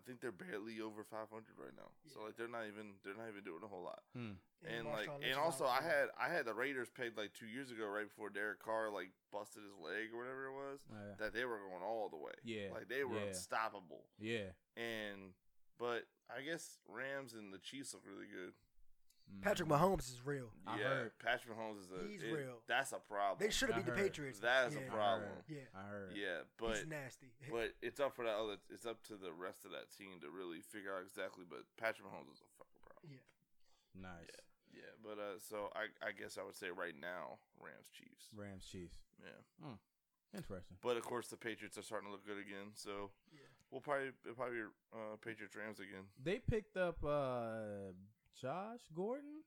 [SPEAKER 4] I think they're barely over 500 right now. So
[SPEAKER 1] Yeah.
[SPEAKER 4] like, they're not even they're not even doing a whole lot
[SPEAKER 2] Hmm.
[SPEAKER 4] and
[SPEAKER 1] Marshawn
[SPEAKER 4] like
[SPEAKER 1] Lynch is
[SPEAKER 4] and
[SPEAKER 1] out
[SPEAKER 4] also I
[SPEAKER 1] for-
[SPEAKER 4] had I had the Raiders paid like two years ago right before Derek Carr like busted his leg or whatever it was
[SPEAKER 2] Oh, yeah.
[SPEAKER 4] that they were going all the way
[SPEAKER 2] Yeah,
[SPEAKER 4] like they were
[SPEAKER 2] yeah.
[SPEAKER 4] unstoppable
[SPEAKER 2] Yeah.
[SPEAKER 4] and but I guess Rams and the Chiefs look really good
[SPEAKER 2] Hmm.
[SPEAKER 1] Patrick Mahomes is real.
[SPEAKER 2] I
[SPEAKER 4] yeah
[SPEAKER 2] heard.
[SPEAKER 4] Patrick Mahomes is a
[SPEAKER 1] He's
[SPEAKER 4] it-
[SPEAKER 1] real.
[SPEAKER 4] that's a problem
[SPEAKER 1] They should
[SPEAKER 2] I
[SPEAKER 1] have beat the
[SPEAKER 2] heard.
[SPEAKER 1] Patriots.
[SPEAKER 4] that is
[SPEAKER 1] yeah.
[SPEAKER 4] a problem
[SPEAKER 2] heard.
[SPEAKER 1] Yeah,
[SPEAKER 2] I heard.
[SPEAKER 4] yeah but
[SPEAKER 1] he's nasty.
[SPEAKER 4] but it's up for that other it's up to the rest of that team to really figure out exactly but Patrick Mahomes is a fucking problem.
[SPEAKER 1] yeah,
[SPEAKER 2] Nice.
[SPEAKER 4] Yeah, but uh, so I, I guess I would say right now Rams Chiefs.
[SPEAKER 2] Rams Chiefs.
[SPEAKER 4] Yeah,
[SPEAKER 2] Interesting.
[SPEAKER 4] but of course the Patriots are starting to look good again, so
[SPEAKER 1] yeah.
[SPEAKER 4] we'll probably it'll probably be, uh, Patriots Rams again.
[SPEAKER 2] They picked up uh Josh Gordon.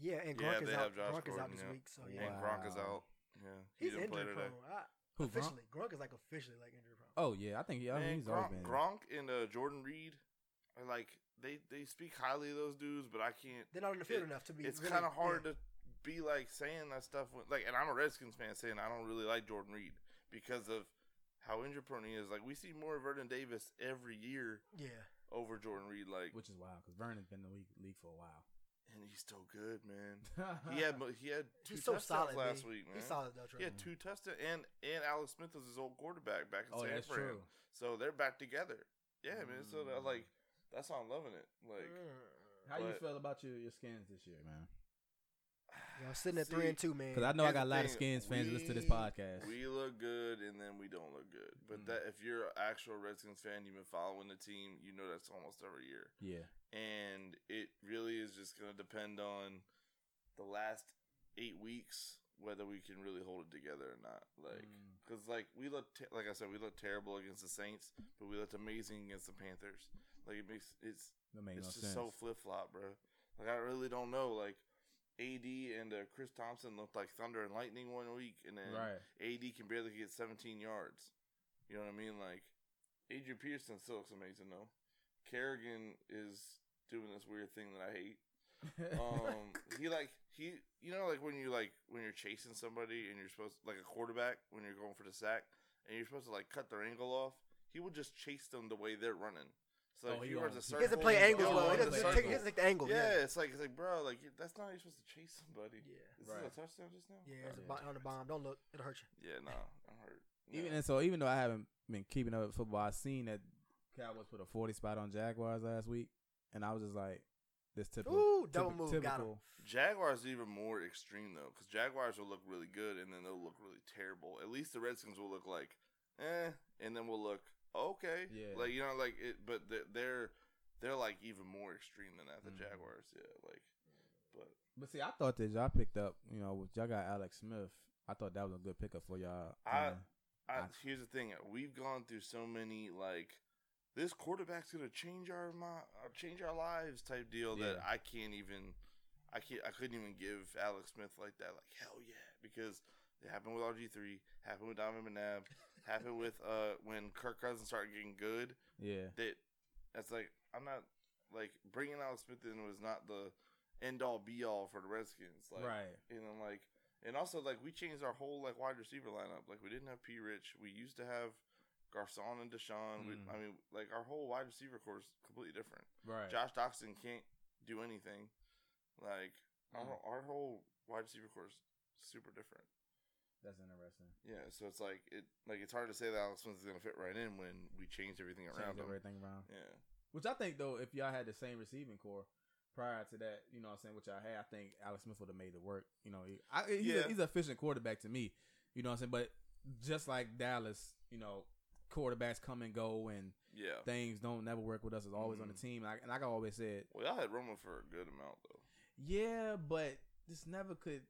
[SPEAKER 1] Yeah, and
[SPEAKER 4] Yeah,
[SPEAKER 1] Gronk is
[SPEAKER 4] they
[SPEAKER 1] out.
[SPEAKER 4] have Josh
[SPEAKER 1] Gronk is out
[SPEAKER 4] Gordon,
[SPEAKER 1] this
[SPEAKER 4] yeah.
[SPEAKER 1] week, so
[SPEAKER 2] And
[SPEAKER 1] yeah,
[SPEAKER 4] And Gronk is
[SPEAKER 2] Wow.
[SPEAKER 4] out. Yeah, he
[SPEAKER 1] he's
[SPEAKER 4] didn't play
[SPEAKER 1] injury
[SPEAKER 4] today.
[SPEAKER 1] prone. I,
[SPEAKER 2] Who, Gronk?
[SPEAKER 1] officially, Gronk is like officially like injury prone.
[SPEAKER 2] Oh yeah, I think yeah,
[SPEAKER 4] Man,
[SPEAKER 2] he's always
[SPEAKER 4] Gronk,
[SPEAKER 2] been.
[SPEAKER 4] Gronk and uh, Jordan Reed are like they they speak highly of those dudes, but I can't.
[SPEAKER 1] they're not on the field enough to be.
[SPEAKER 4] It's
[SPEAKER 1] really-
[SPEAKER 4] kind of hard
[SPEAKER 1] yeah.
[SPEAKER 4] to be like saying that stuff. When, like, and I'm a Redskins fan saying I don't really like Jordan Reed because of how injury prone he is. Like, we see more of Vernon Davis every year
[SPEAKER 1] Yeah,
[SPEAKER 4] over Jordan Reed. Like,
[SPEAKER 2] which is wild because Vernon's been in the league, league for a while.
[SPEAKER 4] and he's still good, man. He had mo- he had two
[SPEAKER 1] he's so
[SPEAKER 4] touchdowns
[SPEAKER 1] solid
[SPEAKER 4] last
[SPEAKER 1] B.
[SPEAKER 4] week, man.
[SPEAKER 1] He's solid though, Trey.
[SPEAKER 4] He had two touchdowns, and and Alex Smith was his old quarterback back in
[SPEAKER 2] oh,
[SPEAKER 4] San
[SPEAKER 2] that's true.
[SPEAKER 4] Fran. So they're back together. Yeah, man. So
[SPEAKER 2] Mm.
[SPEAKER 4] that, like that's why I'm loving it. Like
[SPEAKER 2] How you
[SPEAKER 4] But-
[SPEAKER 2] feel about your your skins this year, man?
[SPEAKER 1] yeah, I'm sitting at three
[SPEAKER 4] see,
[SPEAKER 1] and two, man.
[SPEAKER 2] Because I know I
[SPEAKER 4] here's
[SPEAKER 2] got a
[SPEAKER 4] the
[SPEAKER 2] lot of
[SPEAKER 4] thing,
[SPEAKER 2] skins fans that listen to this
[SPEAKER 4] we-
[SPEAKER 2] podcast.
[SPEAKER 4] We look good, and then we don't look good. But
[SPEAKER 2] Mm.
[SPEAKER 4] that if you're an actual Redskins fan, you've been following the team. You know that's almost every year.
[SPEAKER 2] yeah,
[SPEAKER 4] and it really is just going to depend on the last eight weeks whether we can really hold it together or not. Like,
[SPEAKER 2] Mm.
[SPEAKER 4] because like we looked, te- like I said, we looked terrible against the Saints, but we looked amazing against the Panthers. Like it makes it's
[SPEAKER 2] that makes
[SPEAKER 4] it's
[SPEAKER 2] no
[SPEAKER 4] just
[SPEAKER 2] sense.
[SPEAKER 4] so flip flop, bro. Like I really don't know. Like AD and uh, Chris Thompson looked like thunder and lightning one week, and then
[SPEAKER 2] right,
[SPEAKER 4] AD can barely get 17 yards. You know what I mean? Like, Adrian Peterson still looks amazing, though. Kerrigan is doing this weird thing that I hate. Um, he like he, you know, like when you like when you're chasing somebody and you're supposed like a quarterback when you're going for the sack and you're supposed to like cut their angle off. He will just chase them the way they're running. So like,
[SPEAKER 2] Oh,
[SPEAKER 4] if
[SPEAKER 2] he
[SPEAKER 4] you runs a
[SPEAKER 2] runs-
[SPEAKER 1] he
[SPEAKER 4] circle.
[SPEAKER 1] doesn't play angles
[SPEAKER 2] Oh,
[SPEAKER 1] well. He
[SPEAKER 2] the
[SPEAKER 1] doesn't take, he
[SPEAKER 2] circle.
[SPEAKER 1] doesn't take the angle.
[SPEAKER 4] yeah,
[SPEAKER 1] Yeah,
[SPEAKER 4] it's like it's like bro, like you- that's not how you're supposed to chase somebody.
[SPEAKER 1] yeah,
[SPEAKER 4] Is
[SPEAKER 2] Right.
[SPEAKER 4] this a touchdown just now?
[SPEAKER 1] yeah.
[SPEAKER 4] Oh,
[SPEAKER 1] It's a
[SPEAKER 2] Yeah.
[SPEAKER 1] bo- on a bomb. Don't look. It'll hurt you.
[SPEAKER 4] Yeah, nah, I'm hurt.
[SPEAKER 2] even
[SPEAKER 4] Nah.
[SPEAKER 2] and so even though I haven't been keeping up with football, I seen that Cowboys put a forty spot on Jaguars last week, and I was just like, this typical,
[SPEAKER 1] Ooh, double
[SPEAKER 2] typi-
[SPEAKER 1] move. Got him.
[SPEAKER 2] typical
[SPEAKER 4] Jaguars even more extreme though, because Jaguars will look really good and then they'll look really terrible. At least the Redskins will look like, eh, and then we'll look okay.
[SPEAKER 2] Yeah.
[SPEAKER 4] Like you know, like it, but they're they're, they're like even more extreme than that. The
[SPEAKER 2] Mhm.
[SPEAKER 4] Jaguars, yeah, like, but
[SPEAKER 2] But see, I thought that y'all picked up, you know, with y'all got Alex Smith. I thought that was a good pickup for y'all.
[SPEAKER 4] I-
[SPEAKER 2] uh,
[SPEAKER 4] I,
[SPEAKER 2] I-
[SPEAKER 4] here's the thing: we've gone through so many like, this quarterback's gonna change our my change our lives type deal that
[SPEAKER 2] Yeah.
[SPEAKER 4] I can't even, I can't, I couldn't even give Alex Smith like that. Like hell yeah, because it happened with RG three, happened with Donovan McNabb, happened with uh when Kirk Cousins started getting good.
[SPEAKER 2] yeah,
[SPEAKER 4] That that's like I'm not like bringing Alex Smith in was not the end all be all for the Redskins. Like
[SPEAKER 2] right.
[SPEAKER 4] and then like, and also like we changed our whole like wide receiver lineup. Like we didn't have P. Rich. We used to have Garcon and Deshaun. We,
[SPEAKER 2] Mm.
[SPEAKER 4] I mean, like our whole wide receiver core is completely different.
[SPEAKER 2] Right.
[SPEAKER 4] Josh Doxson can't do anything. Like our,
[SPEAKER 2] Mm.
[SPEAKER 4] our whole wide receiver core is super different.
[SPEAKER 2] That's interesting.
[SPEAKER 4] Yeah, so it's like it like it's hard to say that Alex Smith is gonna fit right in when we changed everything around
[SPEAKER 2] Changed
[SPEAKER 4] him.
[SPEAKER 2] everything around.
[SPEAKER 4] Yeah,
[SPEAKER 2] Which I think though, if y'all had the same receiving core prior to that, you know what I'm saying, which I had, I think Alex Smith would have made it work. You know, he, I, he's,
[SPEAKER 4] Yeah.
[SPEAKER 2] a, he's an efficient quarterback to me. You know what I'm saying? But just like Dallas, you know, quarterbacks come and go and
[SPEAKER 4] Yeah.
[SPEAKER 2] things don't never work with us. It's always on the
[SPEAKER 4] Mhm.
[SPEAKER 2] team. And I, and like I always said,
[SPEAKER 4] Well, y'all had Roman for a good amount though.
[SPEAKER 2] yeah, but this never could.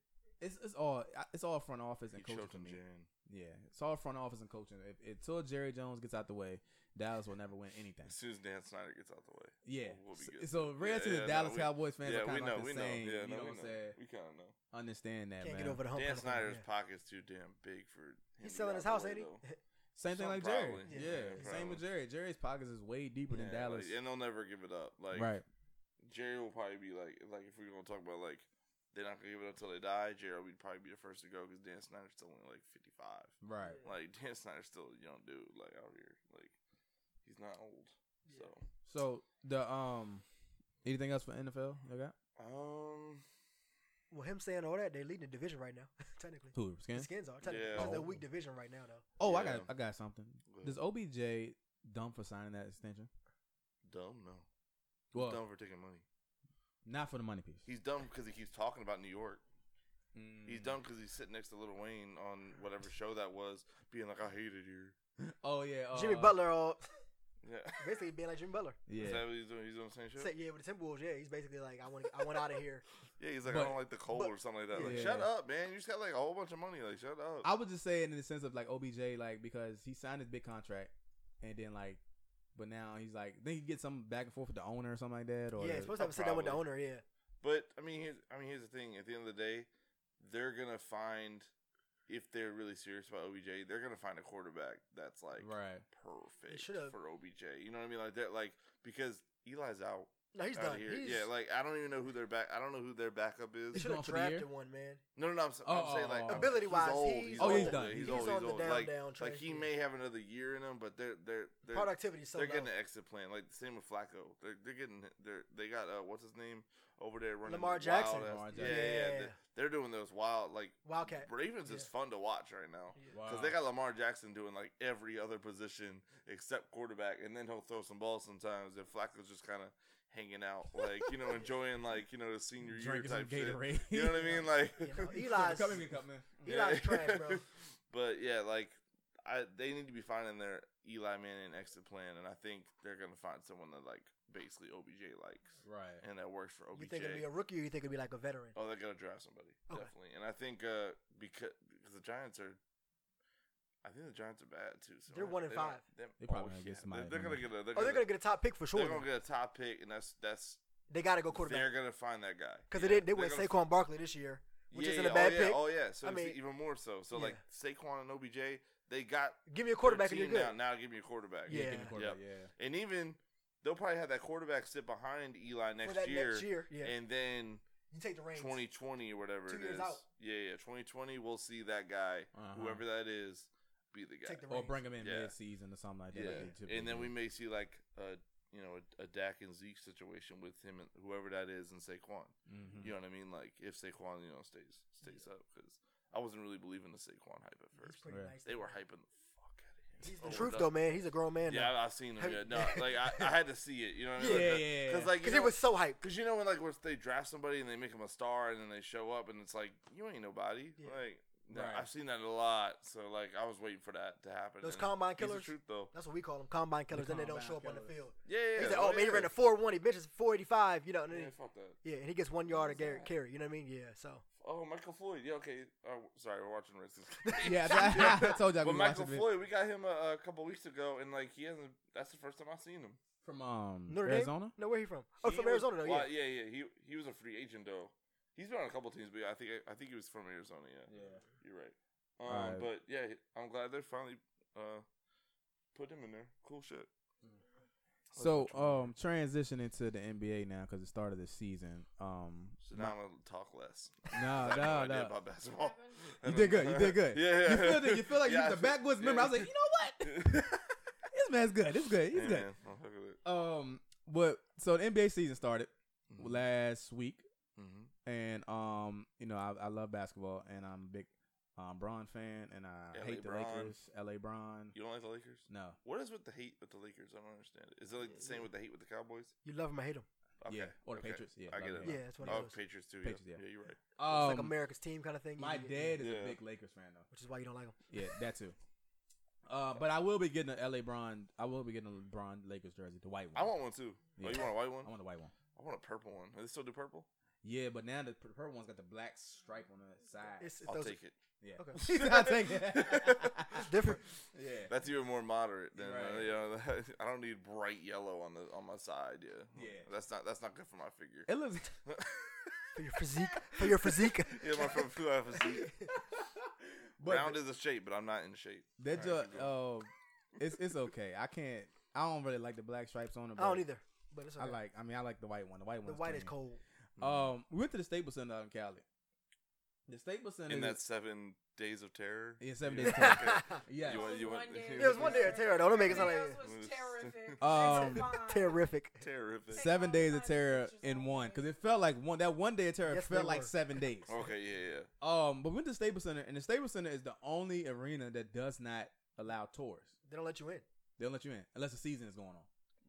[SPEAKER 2] It's, it's all it's all front office and
[SPEAKER 4] He
[SPEAKER 2] coaching.
[SPEAKER 4] choked
[SPEAKER 2] to
[SPEAKER 4] him,
[SPEAKER 2] me.
[SPEAKER 4] Jan.
[SPEAKER 2] Yeah, it's all front office and coaching. If, until Jerry Jones gets out the way, Dallas will never win anything.
[SPEAKER 4] As soon as Dan Snyder gets out the way.
[SPEAKER 2] Yeah.
[SPEAKER 4] We'll be
[SPEAKER 2] so-
[SPEAKER 4] good.
[SPEAKER 2] So, Reds and
[SPEAKER 4] Yeah, yeah,
[SPEAKER 2] the
[SPEAKER 4] no,
[SPEAKER 2] Dallas
[SPEAKER 4] we-
[SPEAKER 2] Cowboys fans
[SPEAKER 4] yeah,
[SPEAKER 2] are kind
[SPEAKER 4] we
[SPEAKER 2] of
[SPEAKER 4] know,
[SPEAKER 2] like
[SPEAKER 4] we
[SPEAKER 2] the
[SPEAKER 4] know.
[SPEAKER 2] same.
[SPEAKER 4] Yeah,
[SPEAKER 2] you
[SPEAKER 4] no,
[SPEAKER 2] know
[SPEAKER 4] we
[SPEAKER 2] what I'm
[SPEAKER 4] know.
[SPEAKER 2] saying?
[SPEAKER 4] We kind of know.
[SPEAKER 2] Understand that,
[SPEAKER 1] Can't
[SPEAKER 2] man.
[SPEAKER 1] get over the hump.
[SPEAKER 4] Dan
[SPEAKER 1] kinda like,
[SPEAKER 4] Snyder's
[SPEAKER 1] yeah.
[SPEAKER 4] pocket's too damn big for. Him
[SPEAKER 1] He's
[SPEAKER 4] to
[SPEAKER 1] selling
[SPEAKER 4] get
[SPEAKER 1] his
[SPEAKER 4] out
[SPEAKER 1] house,
[SPEAKER 4] the way,
[SPEAKER 1] ain't he?
[SPEAKER 4] though.
[SPEAKER 2] Same thing
[SPEAKER 4] Some
[SPEAKER 2] like
[SPEAKER 4] probably.
[SPEAKER 2] Jerry.
[SPEAKER 1] Yeah,
[SPEAKER 2] Yeah.
[SPEAKER 4] yeah,
[SPEAKER 2] same with
[SPEAKER 4] probably.
[SPEAKER 2] Jerry. Jerry's pockets is way deeper than
[SPEAKER 4] Yeah,
[SPEAKER 2] Dallas.
[SPEAKER 4] like, and they'll never give it up. Like
[SPEAKER 2] right.
[SPEAKER 4] Jerry will probably be like, like if we're gonna talk about like they're not gonna give it up till they die. Jerry will be, probably be the first to go because Dan Snyder's still only like fifty five.
[SPEAKER 2] Right.
[SPEAKER 4] Like Dan Snyder's still a young dude. Like out here, like he's not old. So
[SPEAKER 2] So the um anything else for NFL you got?
[SPEAKER 4] um,
[SPEAKER 1] Well, him saying all that, they're leading the division right now, technically.
[SPEAKER 2] Who?
[SPEAKER 1] The
[SPEAKER 2] Skins?
[SPEAKER 1] skins are. Technically.
[SPEAKER 4] Yeah.
[SPEAKER 1] This is a
[SPEAKER 2] Oh.
[SPEAKER 1] weak division right now, though.
[SPEAKER 2] Oh, I got
[SPEAKER 4] Yeah.
[SPEAKER 2] I got something.
[SPEAKER 4] Go ahead.
[SPEAKER 2] Does OBJ dumb for signing that extension?
[SPEAKER 4] dumb no.
[SPEAKER 2] Well,
[SPEAKER 4] He's dumb for taking money.
[SPEAKER 2] not for the money piece.
[SPEAKER 4] He's dumb because he keeps talking about New York. He's
[SPEAKER 2] Mm.
[SPEAKER 4] dumb because he's sitting next to Little Wayne on whatever show that was, being like, "I hate it here."
[SPEAKER 2] Oh yeah. Uh,
[SPEAKER 1] Jimmy Butler, uh,
[SPEAKER 4] Yeah.
[SPEAKER 1] basically being like Jimmy Butler.
[SPEAKER 2] Yeah.
[SPEAKER 4] Is that what he's doing? He's doing the same shit.
[SPEAKER 1] Say, yeah, with the Timberwolves, yeah, he's basically like, I want, I want out of here.
[SPEAKER 4] Yeah, he's like,
[SPEAKER 2] But-
[SPEAKER 4] I don't like the cold
[SPEAKER 1] but-
[SPEAKER 4] or something like that. Like,
[SPEAKER 2] Yeah.
[SPEAKER 4] shut up, man. You just got like a whole bunch of money. Like, shut up.
[SPEAKER 2] I would just say it in the sense of like OBJ, like because he signed his big contract, and then like, but now he's like, then he gets some back and forth with the owner or something like that, or
[SPEAKER 1] yeah, he's supposed to have a sit down with the owner. Yeah,
[SPEAKER 4] but I mean, here's, I mean, here's the thing. At the end of the day, they're gonna find if they're really serious about OBJ, they're gonna find a quarterback that's like
[SPEAKER 2] right.
[SPEAKER 4] perfect
[SPEAKER 1] should've-
[SPEAKER 4] for OBJ. You know what I mean? Like that, like because Eli's out.
[SPEAKER 1] no, he's
[SPEAKER 4] out
[SPEAKER 1] done.
[SPEAKER 4] Here.
[SPEAKER 1] He's,
[SPEAKER 4] Yeah, like I don't even know who their back. I don't know who their backup
[SPEAKER 1] they
[SPEAKER 4] is.
[SPEAKER 1] should
[SPEAKER 2] gone
[SPEAKER 1] have
[SPEAKER 2] for the year?
[SPEAKER 1] drafted one, man.
[SPEAKER 4] No, no, no. I'm, s- I'm
[SPEAKER 2] Oh,
[SPEAKER 4] saying
[SPEAKER 2] oh,
[SPEAKER 4] like
[SPEAKER 2] oh.
[SPEAKER 1] Ability-wise,
[SPEAKER 4] he's old,
[SPEAKER 1] he's-
[SPEAKER 4] he's
[SPEAKER 2] Oh,
[SPEAKER 4] old.
[SPEAKER 2] he's done.
[SPEAKER 4] He's,
[SPEAKER 2] He's
[SPEAKER 4] old.
[SPEAKER 1] on
[SPEAKER 4] He's
[SPEAKER 1] the
[SPEAKER 4] old.
[SPEAKER 1] down,
[SPEAKER 4] like,
[SPEAKER 1] down
[SPEAKER 4] like
[SPEAKER 1] track,
[SPEAKER 4] he
[SPEAKER 1] yeah.
[SPEAKER 4] may have another year in him, but they're they're they're
[SPEAKER 1] Productivity, so
[SPEAKER 4] they're
[SPEAKER 1] low.
[SPEAKER 4] getting an exit plan, like the same with Flacco. They're they're getting they're they got uh what's his name over there running
[SPEAKER 1] Lamar
[SPEAKER 4] wild
[SPEAKER 1] Jackson.
[SPEAKER 4] ass-
[SPEAKER 2] Lamar Jackson.
[SPEAKER 4] Yeah, yeah, yeah.
[SPEAKER 1] Yeah.
[SPEAKER 4] They're, they're doing those wild like
[SPEAKER 1] Wildcat.
[SPEAKER 4] Ravens is
[SPEAKER 1] Yeah.
[SPEAKER 4] fun to watch right now
[SPEAKER 1] Yeah.
[SPEAKER 2] Wow.
[SPEAKER 4] because they got Lamar Jackson doing like every other position except quarterback, and then he'll throw some balls sometimes, and Flacco's just kind of hanging out, like you know, enjoying like you know the senior year
[SPEAKER 2] Drinking some
[SPEAKER 4] type shit.
[SPEAKER 2] Gatorade.
[SPEAKER 4] You know what I mean? Like
[SPEAKER 1] You know, Eli's,
[SPEAKER 2] Come here, cup man.
[SPEAKER 1] Eli's trash, bro.
[SPEAKER 4] but yeah, like I, they need to be finding their Eli Manning exit plan, and I think they're gonna find someone that like basically OBJ likes
[SPEAKER 2] Right.
[SPEAKER 4] and that works for
[SPEAKER 1] You think it'll be
[SPEAKER 4] OBJ.
[SPEAKER 1] a rookie, or you think it'll be like a veteran?
[SPEAKER 4] oh, they're gonna draft somebody
[SPEAKER 1] Okay.
[SPEAKER 4] definitely, and I think uh because because the Giants are. I think the Giants are bad too. So
[SPEAKER 1] They're
[SPEAKER 4] I-
[SPEAKER 1] one and
[SPEAKER 4] they don't-
[SPEAKER 1] five.
[SPEAKER 4] They,
[SPEAKER 2] They probably gonna
[SPEAKER 4] oh, yeah.
[SPEAKER 2] get somebody,
[SPEAKER 4] They're, they're gonna
[SPEAKER 2] don't
[SPEAKER 4] get a. They're
[SPEAKER 1] Oh, they're
[SPEAKER 4] gonna,
[SPEAKER 1] gonna get a top pick for sure.
[SPEAKER 4] they're gonna
[SPEAKER 1] though.
[SPEAKER 4] get a top pick, and that's that's
[SPEAKER 1] They gotta go
[SPEAKER 4] they're
[SPEAKER 1] quarterback
[SPEAKER 4] gonna find that guy
[SPEAKER 1] because
[SPEAKER 4] Yeah,
[SPEAKER 1] they did. They
[SPEAKER 4] they're
[SPEAKER 1] went
[SPEAKER 4] gonna
[SPEAKER 1] Saquon Barkley this year, which
[SPEAKER 4] yeah,
[SPEAKER 1] isn't
[SPEAKER 4] yeah,
[SPEAKER 1] a bad
[SPEAKER 4] oh,
[SPEAKER 1] pick.
[SPEAKER 4] Yeah, oh yeah, so
[SPEAKER 1] I
[SPEAKER 4] it's
[SPEAKER 1] mean-
[SPEAKER 4] even more so. So like Saquon and OBJ, they got
[SPEAKER 1] Give me a quarterback
[SPEAKER 4] their
[SPEAKER 1] and you're
[SPEAKER 4] team
[SPEAKER 1] good.
[SPEAKER 4] now. Now give me a quarterback.
[SPEAKER 1] Yeah.
[SPEAKER 2] Give me quarterback,
[SPEAKER 4] And even they'll probably have that quarterback sit behind Eli
[SPEAKER 1] for
[SPEAKER 4] next
[SPEAKER 1] that
[SPEAKER 4] year,
[SPEAKER 1] next year, yeah,
[SPEAKER 4] and then
[SPEAKER 1] you take the reins.
[SPEAKER 4] 2020 or whatever
[SPEAKER 1] Two
[SPEAKER 4] it
[SPEAKER 1] years
[SPEAKER 4] is.
[SPEAKER 1] out.
[SPEAKER 4] Yeah, yeah, 2020. We'll see that guy,
[SPEAKER 2] Uh-huh.
[SPEAKER 4] whoever that is, be the guy.
[SPEAKER 1] Take the
[SPEAKER 2] Or
[SPEAKER 1] reins.
[SPEAKER 2] bring him in
[SPEAKER 4] Yeah.
[SPEAKER 2] mid-season or something like that. like they
[SPEAKER 4] yeah,
[SPEAKER 2] typically
[SPEAKER 4] and then
[SPEAKER 2] do.
[SPEAKER 4] we may see like a you know a, a Dak and Zeke situation with him and whoever that is and Saquon.
[SPEAKER 2] Mhm.
[SPEAKER 1] Mm.
[SPEAKER 4] You know what I mean? Like if Saquon, you know, stays stays up because I wasn't really believing the Saquon hype at
[SPEAKER 1] He's
[SPEAKER 4] first.
[SPEAKER 1] pretty
[SPEAKER 2] Yeah.
[SPEAKER 1] nice.
[SPEAKER 4] They
[SPEAKER 1] though.
[SPEAKER 4] were hyping the fuck out of him.
[SPEAKER 1] He's the
[SPEAKER 4] Over
[SPEAKER 1] truth
[SPEAKER 4] the-
[SPEAKER 1] though, man. He's a grown man.
[SPEAKER 4] Yeah,
[SPEAKER 1] now.
[SPEAKER 4] I, I've seen him.
[SPEAKER 1] Have-
[SPEAKER 4] Yeah, no, like I, I had to see it. You know what I mean?
[SPEAKER 2] Yeah,
[SPEAKER 4] Like,
[SPEAKER 2] yeah, yeah.
[SPEAKER 4] Cause like you
[SPEAKER 1] because
[SPEAKER 4] know,
[SPEAKER 1] he was so hyped.
[SPEAKER 4] cause you know when like once they draft somebody and they make him a star and then they show up and it's like you ain't nobody.
[SPEAKER 1] Yeah.
[SPEAKER 4] Like no,
[SPEAKER 2] Right.
[SPEAKER 4] I've seen that a lot. So like I was waiting for that to happen.
[SPEAKER 1] Those
[SPEAKER 4] and
[SPEAKER 1] combine
[SPEAKER 4] he's the
[SPEAKER 1] killers.
[SPEAKER 4] truth though.
[SPEAKER 1] That's what we call them, combine killers. then they don't
[SPEAKER 2] combine
[SPEAKER 1] show up on the
[SPEAKER 2] killers.
[SPEAKER 1] field.
[SPEAKER 4] Yeah, yeah.
[SPEAKER 1] He's
[SPEAKER 4] yeah.
[SPEAKER 1] like, oh man, he
[SPEAKER 4] yeah.
[SPEAKER 1] ran a four one. He bitches four eighty five. You know, and then
[SPEAKER 4] Yeah,
[SPEAKER 1] he-
[SPEAKER 4] fuck that.
[SPEAKER 1] yeah, and he gets one yard a
[SPEAKER 4] was
[SPEAKER 1] Garrett
[SPEAKER 4] that?
[SPEAKER 1] carry. You know what I mean? Yeah. So
[SPEAKER 4] Oh, Michael Floyd. Yeah, okay. Oh, sorry, we're watching Redskins.
[SPEAKER 2] Yeah, I- I told y'all
[SPEAKER 4] But
[SPEAKER 2] we
[SPEAKER 4] Michael
[SPEAKER 2] watched it.
[SPEAKER 4] Floyd, we got him a, a couple weeks ago, and like he hasn't. That's the first time I've seen him.
[SPEAKER 2] from um
[SPEAKER 1] Notre Dame?
[SPEAKER 2] Arizona.
[SPEAKER 1] no, where he from? Oh,
[SPEAKER 4] He
[SPEAKER 1] from
[SPEAKER 4] was-
[SPEAKER 1] Arizona though. Yeah.
[SPEAKER 4] well, yeah, yeah. He he was a free agent though. He's been on a couple teams, but I think I think he was from Arizona. Yeah, you're right. Um,
[SPEAKER 2] Alright.
[SPEAKER 4] But yeah, I'm glad they're finally uh put him in there. Cool shit.
[SPEAKER 2] So
[SPEAKER 4] Let's watch
[SPEAKER 2] um transitioning to the NBA now because it started this season. Um,
[SPEAKER 4] So now I'm gonna talk less.
[SPEAKER 2] no,
[SPEAKER 4] That's how I
[SPEAKER 2] no,
[SPEAKER 4] did
[SPEAKER 2] no.
[SPEAKER 4] about basketball.
[SPEAKER 2] You did good. You did good.
[SPEAKER 4] yeah, yeah.
[SPEAKER 2] You feel that? You feel like
[SPEAKER 4] Yeah,
[SPEAKER 2] you
[SPEAKER 4] I
[SPEAKER 2] the backwoods
[SPEAKER 4] yeah.
[SPEAKER 2] member. I was like, you know what? This man's good. It's good. He's
[SPEAKER 4] Yeah,
[SPEAKER 2] good.
[SPEAKER 4] man, I'm fucking with it.
[SPEAKER 2] Um, but so the NBA season started
[SPEAKER 4] Mhm.
[SPEAKER 2] last week,
[SPEAKER 4] Mhm.
[SPEAKER 2] and um, you know, I, I love basketball, and I'm a big um Bron fan, and I
[SPEAKER 4] LA
[SPEAKER 2] hate the
[SPEAKER 4] Bron.
[SPEAKER 2] Lakers. LA Bron.
[SPEAKER 4] You don't like the Lakers?
[SPEAKER 2] No,
[SPEAKER 4] What is with the hate with the Lakers? I don't understand it. Is it like the same with the hate with the Cowboys?
[SPEAKER 1] You love him, I hate him.
[SPEAKER 4] Okay.
[SPEAKER 2] Yeah, or the
[SPEAKER 4] okay.
[SPEAKER 2] Patriots. Yeah,
[SPEAKER 4] I
[SPEAKER 2] like
[SPEAKER 4] get it.
[SPEAKER 2] that.
[SPEAKER 1] Yeah, it's one
[SPEAKER 4] Oh,
[SPEAKER 1] of those. It's
[SPEAKER 4] Patriots too.
[SPEAKER 2] Patriots,
[SPEAKER 4] yeah.
[SPEAKER 2] yeah.
[SPEAKER 4] yeah, you're right.
[SPEAKER 1] like
[SPEAKER 2] Um,
[SPEAKER 1] America's team kind of thing. You
[SPEAKER 2] my
[SPEAKER 1] get-
[SPEAKER 2] dad is
[SPEAKER 4] Yeah.
[SPEAKER 2] a big Lakers fan though.
[SPEAKER 1] which is why you don't like them.
[SPEAKER 2] Yeah, that too. Uh, but I will be getting a LA Bron. I will be getting a LeBron Lakers jersey, the white one.
[SPEAKER 4] I want one too. Oh,
[SPEAKER 2] Yeah.
[SPEAKER 4] you want a white one?
[SPEAKER 2] I want the white one.
[SPEAKER 4] I want a purple one. Do they still do purple?
[SPEAKER 2] Yeah, but now the pur- purple one's got the black stripe on the side.
[SPEAKER 1] It's, it's
[SPEAKER 4] I'll
[SPEAKER 1] those,
[SPEAKER 4] take it.
[SPEAKER 2] yeah,
[SPEAKER 1] okay.
[SPEAKER 2] I take it.
[SPEAKER 1] It's different.
[SPEAKER 2] yeah,
[SPEAKER 4] That's even more moderate than uh,
[SPEAKER 2] Right.
[SPEAKER 4] you know. I don't need bright yellow on the on my side. Yeah,
[SPEAKER 2] Yeah.
[SPEAKER 4] That's not that's not good for my figure.
[SPEAKER 2] it looks.
[SPEAKER 1] for your physique. For your physique.
[SPEAKER 4] yeah, my friend who have a seat.
[SPEAKER 2] but
[SPEAKER 4] Round is a shape, but I'm not in shape.
[SPEAKER 2] that
[SPEAKER 4] All right,
[SPEAKER 2] just
[SPEAKER 4] keep going.
[SPEAKER 2] uh, it's it's okay. I can't. I don't really like the black stripes on it.
[SPEAKER 1] I don't
[SPEAKER 2] but
[SPEAKER 1] either, but it's okay.
[SPEAKER 2] I like. I mean, I like the white one. The white one.
[SPEAKER 1] the white is cold.
[SPEAKER 2] Um, we went to the Staples Center out in Cali. The Staples Center.
[SPEAKER 4] in
[SPEAKER 2] is-
[SPEAKER 4] that seven days of terror.
[SPEAKER 2] Yeah, seven
[SPEAKER 4] you
[SPEAKER 2] days of
[SPEAKER 4] know,
[SPEAKER 1] terror.
[SPEAKER 2] yeah.
[SPEAKER 4] You want- you want-
[SPEAKER 1] It was one day of terror. Though. Don't make it sound
[SPEAKER 3] Everything
[SPEAKER 1] like
[SPEAKER 3] else was terrific.
[SPEAKER 2] Um,
[SPEAKER 3] That's fine.
[SPEAKER 1] terrific.
[SPEAKER 4] terrific.
[SPEAKER 3] Take
[SPEAKER 2] seven
[SPEAKER 3] all
[SPEAKER 2] days
[SPEAKER 3] kinds
[SPEAKER 2] of
[SPEAKER 3] of
[SPEAKER 2] terror
[SPEAKER 3] pictures
[SPEAKER 2] in
[SPEAKER 3] all
[SPEAKER 2] one
[SPEAKER 3] day.
[SPEAKER 2] because it felt like one that one day of terror
[SPEAKER 1] Yes,
[SPEAKER 2] felt
[SPEAKER 1] they
[SPEAKER 2] like
[SPEAKER 1] were.
[SPEAKER 2] seven days.
[SPEAKER 4] Okay, yeah, yeah.
[SPEAKER 2] Um, but we went to Staples Center, and the Staples Center is the only arena that does not allow tours.
[SPEAKER 1] They don't let you in.
[SPEAKER 2] They don't let you in unless the season is going on.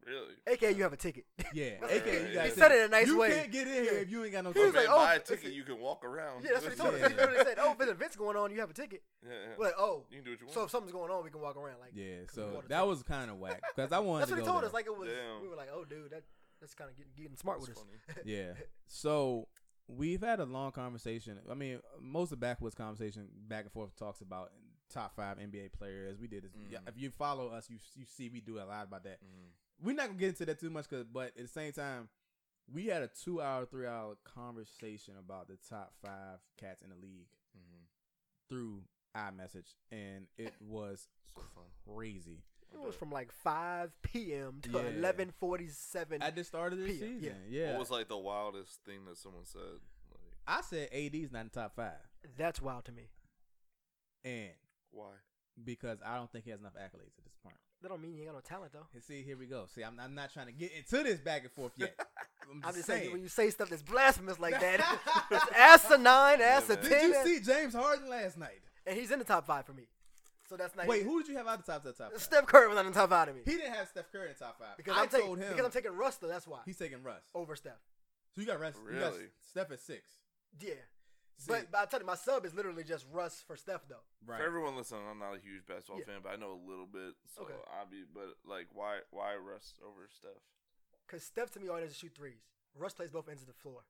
[SPEAKER 4] Really?
[SPEAKER 1] AKA, you have a ticket.
[SPEAKER 2] Yeah,
[SPEAKER 1] That's
[SPEAKER 2] AK,
[SPEAKER 4] right.
[SPEAKER 2] you got
[SPEAKER 4] He
[SPEAKER 1] said it in a nice
[SPEAKER 2] you
[SPEAKER 1] way.
[SPEAKER 2] can't get in here
[SPEAKER 1] Yeah.
[SPEAKER 2] if you ain't got no.
[SPEAKER 1] He
[SPEAKER 4] Oh,
[SPEAKER 1] was
[SPEAKER 2] ticket.
[SPEAKER 4] man,
[SPEAKER 1] like, oh,
[SPEAKER 4] buy a
[SPEAKER 1] this
[SPEAKER 4] ticket,
[SPEAKER 1] is-
[SPEAKER 4] you can walk around.
[SPEAKER 1] yeah, that's what he told us. He
[SPEAKER 2] Yeah.
[SPEAKER 1] literally said, "Oh, if there's an event's going on, you have a ticket."
[SPEAKER 4] Yeah, yeah.
[SPEAKER 1] We're like, "Oh,
[SPEAKER 4] you can do what you want.
[SPEAKER 1] so if something's going on, we can walk around." Like,
[SPEAKER 2] yeah,
[SPEAKER 1] Cause we
[SPEAKER 2] so
[SPEAKER 1] bought a
[SPEAKER 2] that
[SPEAKER 1] ticket.
[SPEAKER 2] was kind of whack because I wanted.
[SPEAKER 1] that's
[SPEAKER 2] to
[SPEAKER 1] what he
[SPEAKER 2] go
[SPEAKER 1] told
[SPEAKER 2] there.
[SPEAKER 1] us. Like, it was.
[SPEAKER 4] Damn.
[SPEAKER 1] We were like, "Oh, dude, that that's kind of getting, getting smart
[SPEAKER 4] That's
[SPEAKER 1] with us."
[SPEAKER 4] funny.
[SPEAKER 2] Yeah. So we've had a long conversation. I mean, most of backwoods conversation, back and forth talks about top five NBA players. We did this. Yeah,
[SPEAKER 4] Mhm.
[SPEAKER 2] If you follow us, you you see we do a lot about that.
[SPEAKER 4] Mm.
[SPEAKER 2] We're not gonna get into that too much, cause but at the same time, we had a two hour, three hour conversation about the top five cats in the league
[SPEAKER 1] Mm-hmm.
[SPEAKER 4] Mhm.
[SPEAKER 2] through iMessage, and it was
[SPEAKER 4] So fun.
[SPEAKER 2] crazy.
[SPEAKER 4] I
[SPEAKER 1] It was
[SPEAKER 4] bet.
[SPEAKER 1] from like 5 p.m. to
[SPEAKER 2] Yeah.
[SPEAKER 1] 11:47.
[SPEAKER 2] At the start of this
[SPEAKER 1] Yeah,
[SPEAKER 2] season, yeah,
[SPEAKER 1] yeah.
[SPEAKER 4] What was like the wildest thing that someone said? Like,
[SPEAKER 2] I said AD's not in the top five,
[SPEAKER 1] That's wild to me.
[SPEAKER 2] and
[SPEAKER 4] why?
[SPEAKER 2] because I don't think he has enough accolades at this point.
[SPEAKER 1] That don't mean you ain't got no talent though.
[SPEAKER 2] And see, here we go. See, I'm, I'm not trying to get into this back and forth yet. I'm just,
[SPEAKER 1] I'm just
[SPEAKER 2] saying.
[SPEAKER 1] saying when you say stuff that's blasphemous like that, that's asinine,
[SPEAKER 4] Yeah,
[SPEAKER 1] ass a
[SPEAKER 4] man.
[SPEAKER 2] did
[SPEAKER 1] ten,
[SPEAKER 2] you see James Harden last night?
[SPEAKER 1] and he's in the top five for me. So that's not
[SPEAKER 2] Wait, who did you have out of the top? Of the top? Five?
[SPEAKER 1] Steph Curry was on the top five to me
[SPEAKER 2] He didn't have Steph Curry in the top five.
[SPEAKER 1] because
[SPEAKER 2] I
[SPEAKER 1] I'm taking
[SPEAKER 2] told him
[SPEAKER 1] because I'm taking Russ though. That's why
[SPEAKER 2] he's taking Russ.
[SPEAKER 1] over Steph.
[SPEAKER 2] So you got rest. You got
[SPEAKER 4] Really?
[SPEAKER 2] Steph at six.
[SPEAKER 1] Yeah,
[SPEAKER 2] See,
[SPEAKER 1] but, but I tell you, my sub is literally just Russ for Steph though.
[SPEAKER 2] right.
[SPEAKER 4] For everyone listening, I'm not a huge basketball
[SPEAKER 1] Yeah.
[SPEAKER 4] fan, but I know a little bit. So
[SPEAKER 1] Okay.
[SPEAKER 4] I'll be, but like, why, why rest over Steph?
[SPEAKER 1] Because Steph to me always does shoot threes. Russ plays both ends of the floor.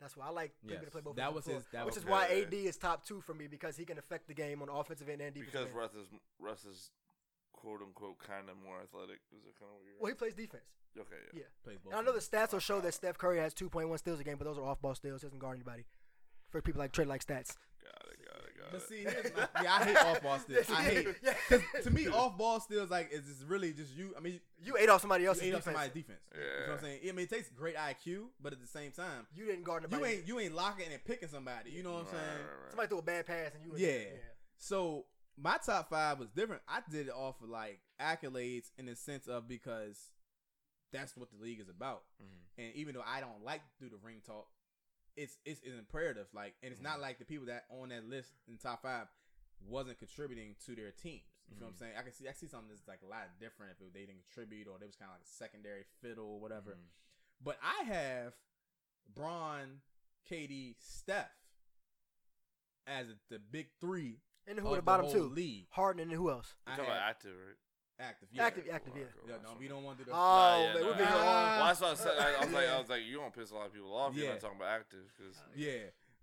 [SPEAKER 1] That's why I like people
[SPEAKER 2] Yes.
[SPEAKER 1] to play both
[SPEAKER 2] That
[SPEAKER 1] ends of
[SPEAKER 2] was
[SPEAKER 1] the floor,
[SPEAKER 2] his- that
[SPEAKER 1] which
[SPEAKER 2] was-
[SPEAKER 1] is why
[SPEAKER 4] Okay.
[SPEAKER 1] AD is top two for me because he can affect the game on offensive end and defensive.
[SPEAKER 4] Because
[SPEAKER 1] end.
[SPEAKER 4] Russ is Russ is quote unquote kind of more athletic. Is it kind of weird?
[SPEAKER 1] well, he plays defense.
[SPEAKER 4] okay, yeah.
[SPEAKER 1] Yeah.
[SPEAKER 2] Plays both
[SPEAKER 1] And I know the
[SPEAKER 2] ends.
[SPEAKER 1] stats will show that Steph Curry has 2.1 steals a game, but those are off-ball steals. He doesn't guard anybody. For people like trade like stats.
[SPEAKER 4] Got it, got it, got
[SPEAKER 2] But
[SPEAKER 4] it.
[SPEAKER 2] see, here's my, yeah, I hate off ball steals. I hate it. 'Cause to me, off ball steals like is just really just you. I mean,
[SPEAKER 1] You ate off somebody
[SPEAKER 2] you
[SPEAKER 1] else's
[SPEAKER 2] ate up
[SPEAKER 1] defense.
[SPEAKER 2] somebody's defense. You know what
[SPEAKER 4] Yeah.
[SPEAKER 2] I'm saying? I mean, it takes great IQ, but at the same time,
[SPEAKER 1] You didn't guard
[SPEAKER 2] you
[SPEAKER 1] nobody.
[SPEAKER 2] ain't you ain't locking and picking somebody. You know what I'm
[SPEAKER 4] Right,
[SPEAKER 2] saying?
[SPEAKER 4] right, right.
[SPEAKER 1] somebody threw a bad pass and you.
[SPEAKER 2] Yeah.
[SPEAKER 1] yeah.
[SPEAKER 2] So my top five was different. I did it off of like accolades in the sense of because that's what the league is about.
[SPEAKER 4] Mhm.
[SPEAKER 2] And even though I don't like to do the ring talk, it's it's, it's imperative. Like, and it's
[SPEAKER 4] Mm-hmm.
[SPEAKER 2] not like the people that on that list in top five wasn't contributing to their teams. You know what I'm
[SPEAKER 4] Mm-hmm.
[SPEAKER 2] saying? I can see I see something that's like a lot different if they didn't contribute or they was kind of like a secondary fiddle or whatever.
[SPEAKER 4] Mhm.
[SPEAKER 2] But I have Braun, Katie, Steph as the big three
[SPEAKER 1] And who
[SPEAKER 2] of
[SPEAKER 1] were the bottom
[SPEAKER 2] whole
[SPEAKER 1] two?
[SPEAKER 2] league.
[SPEAKER 1] Harden and who else?
[SPEAKER 4] You're
[SPEAKER 2] I
[SPEAKER 4] talking about
[SPEAKER 2] had
[SPEAKER 4] active, right?
[SPEAKER 2] active. Yeah.
[SPEAKER 1] yeah. Active, active, yeah.
[SPEAKER 2] Yeah, no, we don't want to do that.
[SPEAKER 1] Oh, man,
[SPEAKER 4] no,
[SPEAKER 1] we'll be
[SPEAKER 4] no.
[SPEAKER 1] here all-
[SPEAKER 4] Well, that's what I said. I, I was like,
[SPEAKER 2] Yeah.
[SPEAKER 4] I was like, you gonna piss a lot of people off. You're
[SPEAKER 2] Yeah.
[SPEAKER 4] not talking about active because
[SPEAKER 2] yeah,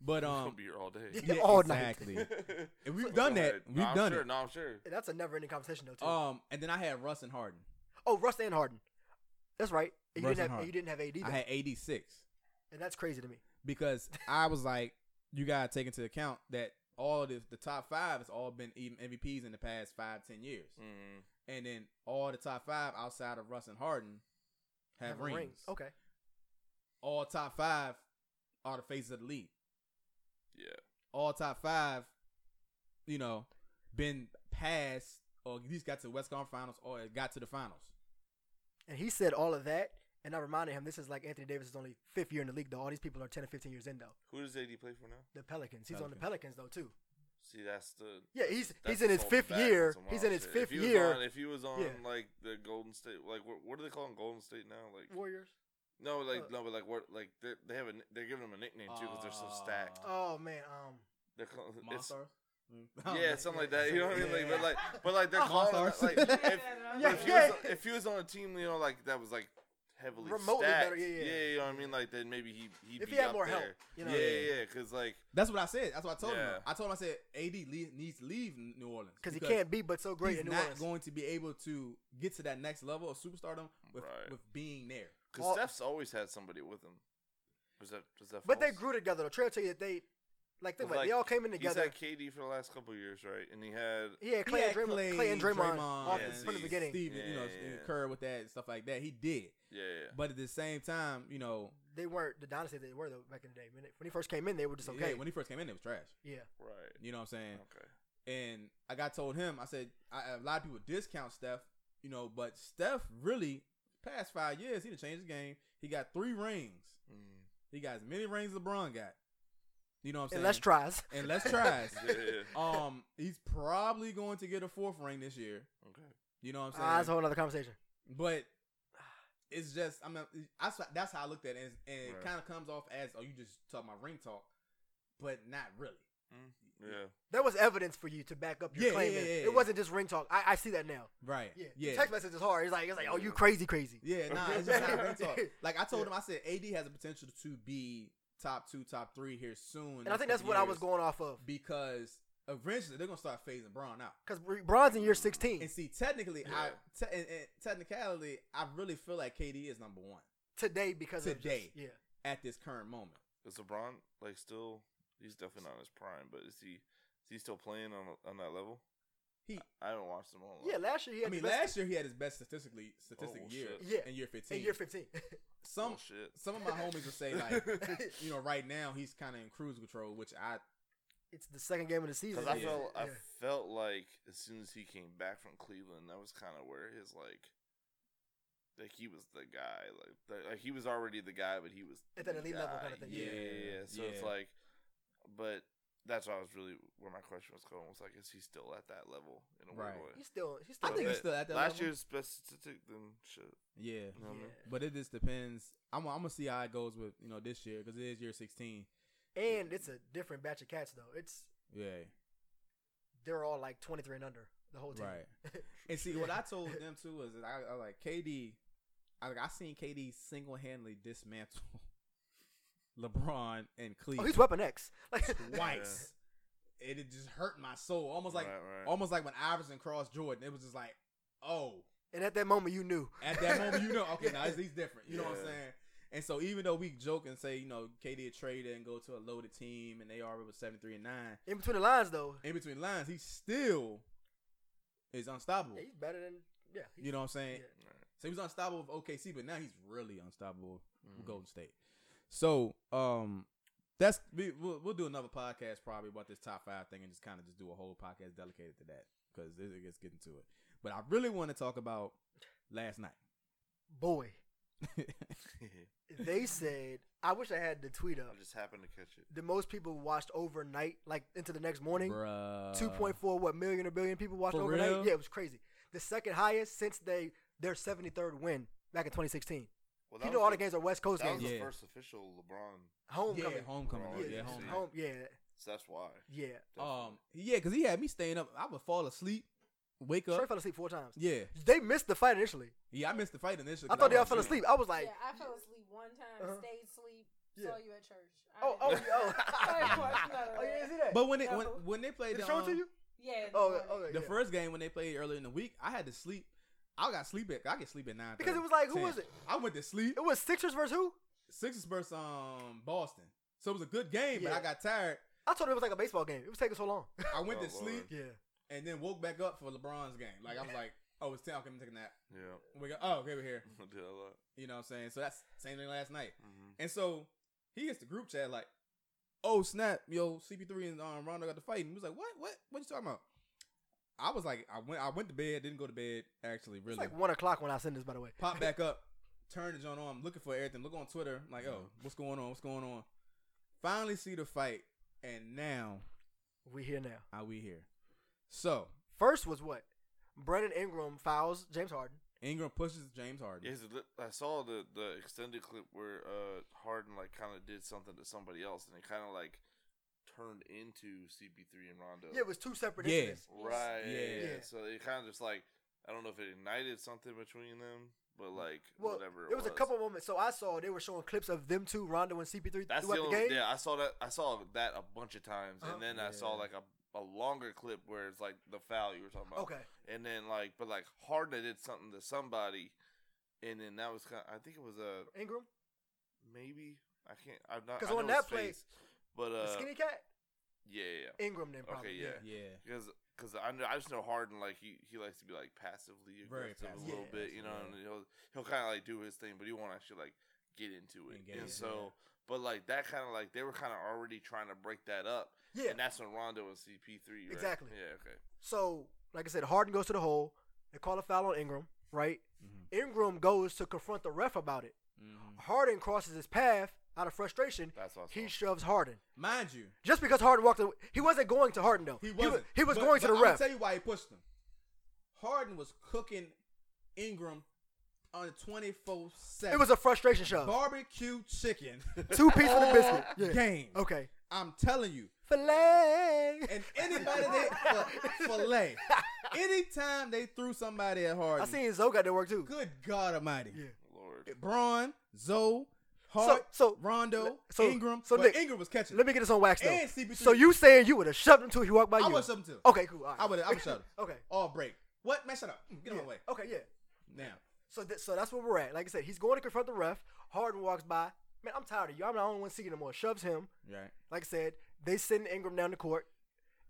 [SPEAKER 2] but
[SPEAKER 4] gonna
[SPEAKER 2] um,
[SPEAKER 4] be here all day.
[SPEAKER 1] Yeah,
[SPEAKER 2] yeah,
[SPEAKER 1] all night.
[SPEAKER 2] exactly. and we've done that. We've
[SPEAKER 4] No, I'm
[SPEAKER 2] done
[SPEAKER 4] sure,
[SPEAKER 2] it.
[SPEAKER 4] No, I'm sure.
[SPEAKER 1] That's a never-ending conversation though. Too.
[SPEAKER 2] Um, and then I had Russ and Harden.
[SPEAKER 1] oh, Russ and Harden. That's right. And you
[SPEAKER 2] Russ
[SPEAKER 1] didn't have
[SPEAKER 2] and
[SPEAKER 1] and you didn't have AD,
[SPEAKER 2] I
[SPEAKER 1] though.
[SPEAKER 2] had eighty six
[SPEAKER 1] and that's crazy to me.
[SPEAKER 2] because I was like, you gotta take into account that all the the top five has all been even MVPs in the past five ten years,
[SPEAKER 4] Mm.
[SPEAKER 2] and then all the top five outside of Russ and Harden have,
[SPEAKER 1] Have a
[SPEAKER 2] rings.
[SPEAKER 1] ring. Okay.
[SPEAKER 2] All top five are the faces of the league.
[SPEAKER 4] Yeah.
[SPEAKER 2] all top five, you know, been past or at least got to West Conference Finals or got to the finals.
[SPEAKER 1] And he said all of that, and I reminded him this is like Anthony Davis is only fifth year in the league though. All these people are ten or fifteen years in though.
[SPEAKER 4] Who does AD play for now?
[SPEAKER 1] The Pelicans. He's on the Pelicans though too.
[SPEAKER 4] See, that's the
[SPEAKER 1] Yeah, he's he's
[SPEAKER 4] that's
[SPEAKER 1] in
[SPEAKER 4] the
[SPEAKER 1] his
[SPEAKER 4] whole
[SPEAKER 1] fifth
[SPEAKER 4] back on
[SPEAKER 1] year.
[SPEAKER 4] some
[SPEAKER 1] He's
[SPEAKER 4] wild
[SPEAKER 1] in his
[SPEAKER 4] shit.
[SPEAKER 1] fifth
[SPEAKER 4] if he was
[SPEAKER 1] year.
[SPEAKER 4] On, if he was on
[SPEAKER 1] Yeah.
[SPEAKER 4] like the Golden State, like what, what do they call him? Golden State now? Like
[SPEAKER 1] Warriors.
[SPEAKER 4] No, like
[SPEAKER 1] uh,
[SPEAKER 4] no, but like what? Like they they have a ni- they're giving them a nickname too because they're so stacked.
[SPEAKER 2] Uh,
[SPEAKER 1] Oh man, um,
[SPEAKER 4] They're call- it's,
[SPEAKER 2] Monstars.
[SPEAKER 1] Oh
[SPEAKER 4] yeah, something like that. You know what I mean? Like, but like, but like they're
[SPEAKER 2] Oh,
[SPEAKER 4] calling
[SPEAKER 2] Monstars.
[SPEAKER 4] like if,
[SPEAKER 1] Yeah,
[SPEAKER 4] if, he
[SPEAKER 1] yeah.
[SPEAKER 4] was, if he was on a team, you know, like that was like heavily
[SPEAKER 1] Remotely
[SPEAKER 4] stacked.
[SPEAKER 1] better, yeah, yeah.
[SPEAKER 4] you know what I mean. Like then maybe he he'd
[SPEAKER 1] If
[SPEAKER 4] be
[SPEAKER 1] he had
[SPEAKER 4] up
[SPEAKER 1] more
[SPEAKER 4] there.
[SPEAKER 1] help, you know.
[SPEAKER 4] yeah, yeah, yeah, because like
[SPEAKER 2] That's what I said. That's what I told
[SPEAKER 4] Yeah.
[SPEAKER 2] him. I told him I said AD le- needs to leave New Orleans
[SPEAKER 1] because he can't be but so great
[SPEAKER 2] he's
[SPEAKER 1] in New
[SPEAKER 2] not
[SPEAKER 1] Orleans.
[SPEAKER 2] going to be able to get to that next level of superstardom with
[SPEAKER 4] Right.
[SPEAKER 2] with being there.
[SPEAKER 4] because
[SPEAKER 1] All-
[SPEAKER 4] Steph's always had somebody with him. Was that was that?
[SPEAKER 1] but they
[SPEAKER 4] false?
[SPEAKER 1] grew together. The trail tell you that they, like, think
[SPEAKER 4] It's
[SPEAKER 1] about it,
[SPEAKER 4] like,
[SPEAKER 1] they all came in
[SPEAKER 4] He's
[SPEAKER 1] together.
[SPEAKER 4] had KD for the last couple of years, right? And he had
[SPEAKER 1] he had Clay,
[SPEAKER 2] He
[SPEAKER 1] and,
[SPEAKER 2] had
[SPEAKER 1] Draymond, Clay, and Draymond, off
[SPEAKER 4] yeah,
[SPEAKER 1] from the
[SPEAKER 4] see,
[SPEAKER 1] beginning.
[SPEAKER 2] Steven, you know,
[SPEAKER 4] Yeah,
[SPEAKER 2] Stephen
[SPEAKER 4] yeah.
[SPEAKER 2] Kerr with that and stuff like that. He did,
[SPEAKER 4] yeah, yeah.
[SPEAKER 2] but at the same time, you know,
[SPEAKER 1] They weren't the dynasty that they were though back in the day. When, they, when he first came in, they were just
[SPEAKER 2] yeah,
[SPEAKER 1] okay. Yeah,
[SPEAKER 2] when he first came in, it was trash.
[SPEAKER 4] right.
[SPEAKER 2] You know what I'm saying?
[SPEAKER 4] Okay.
[SPEAKER 2] And I got told him, I said, I, a lot of people discount Steph, you know, but Steph really past five years, he done changed the game. He got three rings.
[SPEAKER 4] Mm.
[SPEAKER 2] He got as many rings as LeBron got. You know what I'm saying?
[SPEAKER 1] and less tries.
[SPEAKER 2] And less tries.
[SPEAKER 4] Yeah, yeah.
[SPEAKER 2] um, he's probably going to get a fourth ring this year.
[SPEAKER 4] Okay.
[SPEAKER 2] You know what I'm saying?
[SPEAKER 1] Ah, that's a whole other conversation.
[SPEAKER 2] But it's just I'm not, that's that's how I looked at it, and, and it
[SPEAKER 4] Right.
[SPEAKER 2] kind of comes off as oh you just talk my ring talk, but not really.
[SPEAKER 4] Yeah.
[SPEAKER 1] There was evidence for you to back up your
[SPEAKER 2] Yeah,
[SPEAKER 1] claim.
[SPEAKER 2] yeah,
[SPEAKER 1] and
[SPEAKER 2] yeah, yeah.
[SPEAKER 1] It wasn't just ring talk. I, I see that now.
[SPEAKER 2] Right.
[SPEAKER 1] Yeah.
[SPEAKER 2] Yeah.
[SPEAKER 1] Text message is hard. It's like it's like, oh, you crazy, crazy.
[SPEAKER 2] Yeah, nah, it's just not ring talk. Like I told
[SPEAKER 1] Yeah.
[SPEAKER 2] him, I said AD has the potential to be top two, top three here soon.
[SPEAKER 1] And I think that's what I was going off of.
[SPEAKER 2] because eventually they're gonna start phasing Braun out.
[SPEAKER 1] Because Bron's in year 16.
[SPEAKER 2] And see, technically, I
[SPEAKER 4] Yeah.
[SPEAKER 2] te- and, and technicality, I really feel like KD is number one
[SPEAKER 1] Today because of just-
[SPEAKER 2] Today.
[SPEAKER 1] yeah.
[SPEAKER 2] at this current moment.
[SPEAKER 4] Is LeBron like still? He's definitely not in his prime, but is he? Is he still playing on on that level?
[SPEAKER 2] He,
[SPEAKER 4] I haven't watched him all.
[SPEAKER 1] Yeah, last year he
[SPEAKER 2] I
[SPEAKER 1] had
[SPEAKER 2] mean,
[SPEAKER 1] the best
[SPEAKER 2] last year he had his best statistically statistic
[SPEAKER 4] Oh,
[SPEAKER 2] year,
[SPEAKER 4] shit.
[SPEAKER 1] Yeah.
[SPEAKER 2] in year fifteen.
[SPEAKER 1] in year 15.
[SPEAKER 2] some
[SPEAKER 4] Bullshit.
[SPEAKER 2] some of my homies would say like, you know, right now he's kind of in cruise control, which I
[SPEAKER 1] it's the second game of the season.
[SPEAKER 4] Because I
[SPEAKER 2] Yeah.
[SPEAKER 4] felt I
[SPEAKER 1] Yeah.
[SPEAKER 4] felt like as soon as he came back from Cleveland, that was kind of where his like, like he was the guy, like the, like he was already the guy, but he was
[SPEAKER 1] At that
[SPEAKER 4] the
[SPEAKER 1] elite level
[SPEAKER 4] guy.
[SPEAKER 1] kinda thing,
[SPEAKER 4] Yeah,
[SPEAKER 2] yeah.
[SPEAKER 4] yeah. yeah. So it's
[SPEAKER 2] Yeah.
[SPEAKER 4] like, but that's why I was really where my question was going was like, is he still at that level in a
[SPEAKER 2] Right.
[SPEAKER 4] weird way?
[SPEAKER 1] He's still he's
[SPEAKER 2] I
[SPEAKER 1] still
[SPEAKER 2] think
[SPEAKER 1] there.
[SPEAKER 2] he's still at that
[SPEAKER 4] last
[SPEAKER 2] level.
[SPEAKER 4] year's best statistic. Then shit.
[SPEAKER 2] yeah.
[SPEAKER 4] You know what I mean?
[SPEAKER 1] Yeah.
[SPEAKER 2] But it just depends. I'm, I'm gonna see how it goes with you know this year because it is year 16.
[SPEAKER 1] And it's a different batch of cats though. It's
[SPEAKER 2] Yeah,
[SPEAKER 1] they're all like 23 and under the whole team.
[SPEAKER 2] right. And see, what I told them too was that I, I like KD. I like I seen KD single handedly dismantle LeBron and
[SPEAKER 1] oh,
[SPEAKER 2] Cleveland
[SPEAKER 1] he's Weapon X. Like
[SPEAKER 2] twice. And it just hurt my soul, almost like
[SPEAKER 4] Right, right.
[SPEAKER 2] almost like when Iverson crossed Jordan. It was just like, oh,
[SPEAKER 1] And at that moment you knew.
[SPEAKER 2] at that moment, you know, okay, now he's, he's different. You know what I'm
[SPEAKER 4] Yeah.
[SPEAKER 2] saying? And so even though we joke and say, you know, KD a trader and go to a loaded team and they are with 73 and 9,
[SPEAKER 1] In between the lines though,
[SPEAKER 2] in between lines, he still is unstoppable.
[SPEAKER 1] yeah, he's better than yeah.
[SPEAKER 2] You know what I'm saying?
[SPEAKER 1] Yeah.
[SPEAKER 4] Right.
[SPEAKER 2] So he was unstoppable with OKC, but now he's really unstoppable with
[SPEAKER 4] Mhm.
[SPEAKER 2] Golden State. So, um, that's we, we'll, we'll do another podcast probably about this top five thing and just kind of just do a whole podcast dedicated to that because it gets getting to it. But I really want to talk about last night.
[SPEAKER 1] Boy, they said I wish I had the tweet
[SPEAKER 4] I
[SPEAKER 1] up.
[SPEAKER 4] just happened to catch it.
[SPEAKER 1] The most people watched overnight, like into the next morning.
[SPEAKER 2] Bruh.
[SPEAKER 1] Two point four what million or billion people watched
[SPEAKER 2] Uh, For
[SPEAKER 1] overnight.
[SPEAKER 2] real?
[SPEAKER 1] Yeah, it was crazy. The second highest since they their seventy third win back in twenty sixteen.
[SPEAKER 4] Well,
[SPEAKER 1] you
[SPEAKER 4] that
[SPEAKER 1] know
[SPEAKER 4] was
[SPEAKER 1] all the games are West Coast
[SPEAKER 4] That was
[SPEAKER 1] games.
[SPEAKER 2] Yeah.
[SPEAKER 4] the first official LeBron,
[SPEAKER 1] Homecoming.
[SPEAKER 2] Yeah, homecoming.
[SPEAKER 4] Oh,
[SPEAKER 2] Yeah,
[SPEAKER 1] yeah,
[SPEAKER 4] yeah,
[SPEAKER 2] homecoming.
[SPEAKER 1] home, yeah,
[SPEAKER 4] so that's why.
[SPEAKER 1] yeah.
[SPEAKER 2] Um, yeah, because he had me staying up. I would fall asleep, wake
[SPEAKER 1] Trey
[SPEAKER 2] up.
[SPEAKER 1] fell asleep four times.
[SPEAKER 2] Yeah,
[SPEAKER 1] They missed the fight initially.
[SPEAKER 2] yeah. I missed the fight initially.
[SPEAKER 1] I
[SPEAKER 2] 'cause
[SPEAKER 1] thought they all
[SPEAKER 2] was
[SPEAKER 1] fell asleep. I was like,
[SPEAKER 3] yeah, I fell asleep one time,
[SPEAKER 1] Uh-huh.
[SPEAKER 3] stayed asleep,
[SPEAKER 1] Yeah.
[SPEAKER 3] saw you at church. I
[SPEAKER 1] oh, oh, oh,
[SPEAKER 3] didn't-
[SPEAKER 1] oh,
[SPEAKER 3] I didn't watch none of
[SPEAKER 1] oh, yeah,
[SPEAKER 3] that.
[SPEAKER 1] is he that?
[SPEAKER 2] But when it when,
[SPEAKER 3] No.
[SPEAKER 2] when they played
[SPEAKER 1] Did
[SPEAKER 2] the,
[SPEAKER 1] it show it to
[SPEAKER 2] um,
[SPEAKER 1] you?
[SPEAKER 3] Yeah.
[SPEAKER 1] Oh,
[SPEAKER 3] the morning.
[SPEAKER 1] okay.
[SPEAKER 2] the
[SPEAKER 1] yeah.
[SPEAKER 2] first game when they played earlier in the week, I had to sleep. I got sleep at I get sleep at nine
[SPEAKER 1] Because it was like, who was it?
[SPEAKER 2] I went to sleep.
[SPEAKER 1] It was Sixers versus who?
[SPEAKER 2] Sixers versus um Boston, so it was a good game, but
[SPEAKER 1] Yeah.
[SPEAKER 2] I got tired.
[SPEAKER 1] I told him it was like a baseball game. It was taking so long.
[SPEAKER 2] I went
[SPEAKER 4] Oh,
[SPEAKER 2] to sleep
[SPEAKER 4] Lord.
[SPEAKER 1] Yeah.
[SPEAKER 2] and then woke back up for LeBron's game. Like I was like, oh, it's ten. I'm gonna take a nap.
[SPEAKER 4] Yeah,
[SPEAKER 2] We go. Oh, okay, we're here.
[SPEAKER 4] I did a lot.
[SPEAKER 2] You know what I'm saying? So that's same thing last night.
[SPEAKER 1] Mm-hmm.
[SPEAKER 4] hmm
[SPEAKER 2] And so he gets the group chat like, "Oh snap, yo, CP3 and um, Rondo got the fight." And he was like, "What? What? What you talking about?" I was like, I went, I went to bed, didn't go to bed. Actually,
[SPEAKER 1] It's
[SPEAKER 2] really
[SPEAKER 1] like one o'clock when I send this, by the way.
[SPEAKER 2] pop back up, turn the joint on. I'm looking for everything. Look on Twitter. I'm like, oh, what's going on? What's going on? Finally see the fight, and now
[SPEAKER 1] We here now.
[SPEAKER 2] are we here? So
[SPEAKER 1] First was what? Brandon Ingram fouls James Harden.
[SPEAKER 2] Ingram pushes James Harden.
[SPEAKER 4] Yes, it look- I saw the the extended clip where uh Harden like kind of did something to somebody else, and it kind of like turned into CP3 and Rondo.
[SPEAKER 1] Yeah, it was two separate
[SPEAKER 2] Yeah.
[SPEAKER 1] incidents.
[SPEAKER 4] right.
[SPEAKER 2] Yeah.
[SPEAKER 1] Yeah.
[SPEAKER 4] So it kind of just like I don't know if it ignited something between them, but like
[SPEAKER 1] Mm. Well,
[SPEAKER 4] whatever. It
[SPEAKER 1] there was, a couple moments. So I saw they were showing clips of them two, Rondo and CP3,
[SPEAKER 4] That's the
[SPEAKER 1] throughout the,
[SPEAKER 4] only
[SPEAKER 1] game.
[SPEAKER 4] yeah. I saw that. I saw that a bunch of times,
[SPEAKER 1] Uh-huh.
[SPEAKER 4] and then I saw
[SPEAKER 2] Yeah.
[SPEAKER 4] like a a longer clip where it's like the foul you were talking about.
[SPEAKER 1] Okay.
[SPEAKER 4] And then like, but like Harden did something to somebody, and then that was kind. Of, I think it was a.
[SPEAKER 1] Ingram,
[SPEAKER 4] maybe I can't. I'm not
[SPEAKER 1] 'Cause
[SPEAKER 4] I
[SPEAKER 1] on
[SPEAKER 4] know
[SPEAKER 1] that
[SPEAKER 4] his
[SPEAKER 1] play-
[SPEAKER 4] face, but
[SPEAKER 1] the
[SPEAKER 4] uh,
[SPEAKER 1] skinny cat,
[SPEAKER 4] yeah, yeah,
[SPEAKER 1] Ingram. Then probably.
[SPEAKER 4] yeah.
[SPEAKER 2] Yeah.
[SPEAKER 4] because because I know I just know Harden like he he likes to be like passively
[SPEAKER 2] Very
[SPEAKER 4] aggressive
[SPEAKER 2] passive,
[SPEAKER 4] a little
[SPEAKER 1] yeah.
[SPEAKER 4] bit, you know,
[SPEAKER 2] Yeah.
[SPEAKER 4] and he'll he'll kind of like do his thing, but he won't actually like get into it,
[SPEAKER 2] Engage,
[SPEAKER 4] and
[SPEAKER 2] yeah.
[SPEAKER 4] so. But like that kind of like they were kind of already trying to break that up,
[SPEAKER 1] Yeah.
[SPEAKER 4] and that's when Rondo and CP3 right?
[SPEAKER 1] Exactly.
[SPEAKER 4] Yeah, okay.
[SPEAKER 1] So, like I said, Harden goes to the hole. They call a foul on Ingram, right?
[SPEAKER 2] Mhm.
[SPEAKER 1] Ingram goes to confront the ref about it.
[SPEAKER 2] Mhm.
[SPEAKER 1] Harden crosses his path out of frustration.
[SPEAKER 4] That's what I
[SPEAKER 1] He
[SPEAKER 4] saw.
[SPEAKER 1] shoves Harden.
[SPEAKER 2] Mind you,
[SPEAKER 1] Just because Harden walked away, he wasn't going to Harden though.
[SPEAKER 2] he
[SPEAKER 1] wa-
[SPEAKER 2] wasn't.
[SPEAKER 1] He was
[SPEAKER 2] But-
[SPEAKER 1] going to
[SPEAKER 2] but
[SPEAKER 1] the
[SPEAKER 2] I'll
[SPEAKER 1] ref.
[SPEAKER 2] tell you why he pushed him. Harden was cooking Ingram on twenty four seven.
[SPEAKER 1] It was a frustration shove.
[SPEAKER 2] barbecue chicken
[SPEAKER 1] Two piece for the
[SPEAKER 2] all
[SPEAKER 1] biscuit. Yeah.
[SPEAKER 2] game.
[SPEAKER 1] Okay.
[SPEAKER 2] I'm telling you.
[SPEAKER 1] Filet.
[SPEAKER 2] And anybody that fillet, anytime they threw somebody at Harden,
[SPEAKER 1] I seen Zoe got to work too.
[SPEAKER 2] good God Almighty,
[SPEAKER 1] Yeah.
[SPEAKER 4] Lord.
[SPEAKER 2] Braun, Zoe, Hart,
[SPEAKER 1] so-
[SPEAKER 2] Rondo,
[SPEAKER 1] so-
[SPEAKER 2] Ingram.
[SPEAKER 1] so
[SPEAKER 2] but
[SPEAKER 1] Nick,
[SPEAKER 2] Ingram was catching.
[SPEAKER 1] Let me get this on wax though.
[SPEAKER 2] And CP3.
[SPEAKER 1] So you saying you would have shoved him till he walked by
[SPEAKER 2] I
[SPEAKER 1] you?
[SPEAKER 2] would something too.
[SPEAKER 1] Okay, cool. all right.
[SPEAKER 2] I would. I would shut him.
[SPEAKER 1] Okay.
[SPEAKER 2] All break. What? Man, shut up. Get
[SPEAKER 1] yeah.
[SPEAKER 2] on my way.
[SPEAKER 1] Okay, yeah.
[SPEAKER 2] Now.
[SPEAKER 1] So th- so that's where we're at. Like I said, he's going to confront the ref. Harden walks by. Man, I'm tired of you. I'm the only one seeing no more. Shoves him.
[SPEAKER 2] Right.
[SPEAKER 1] Like I said, they send Ingram down the court.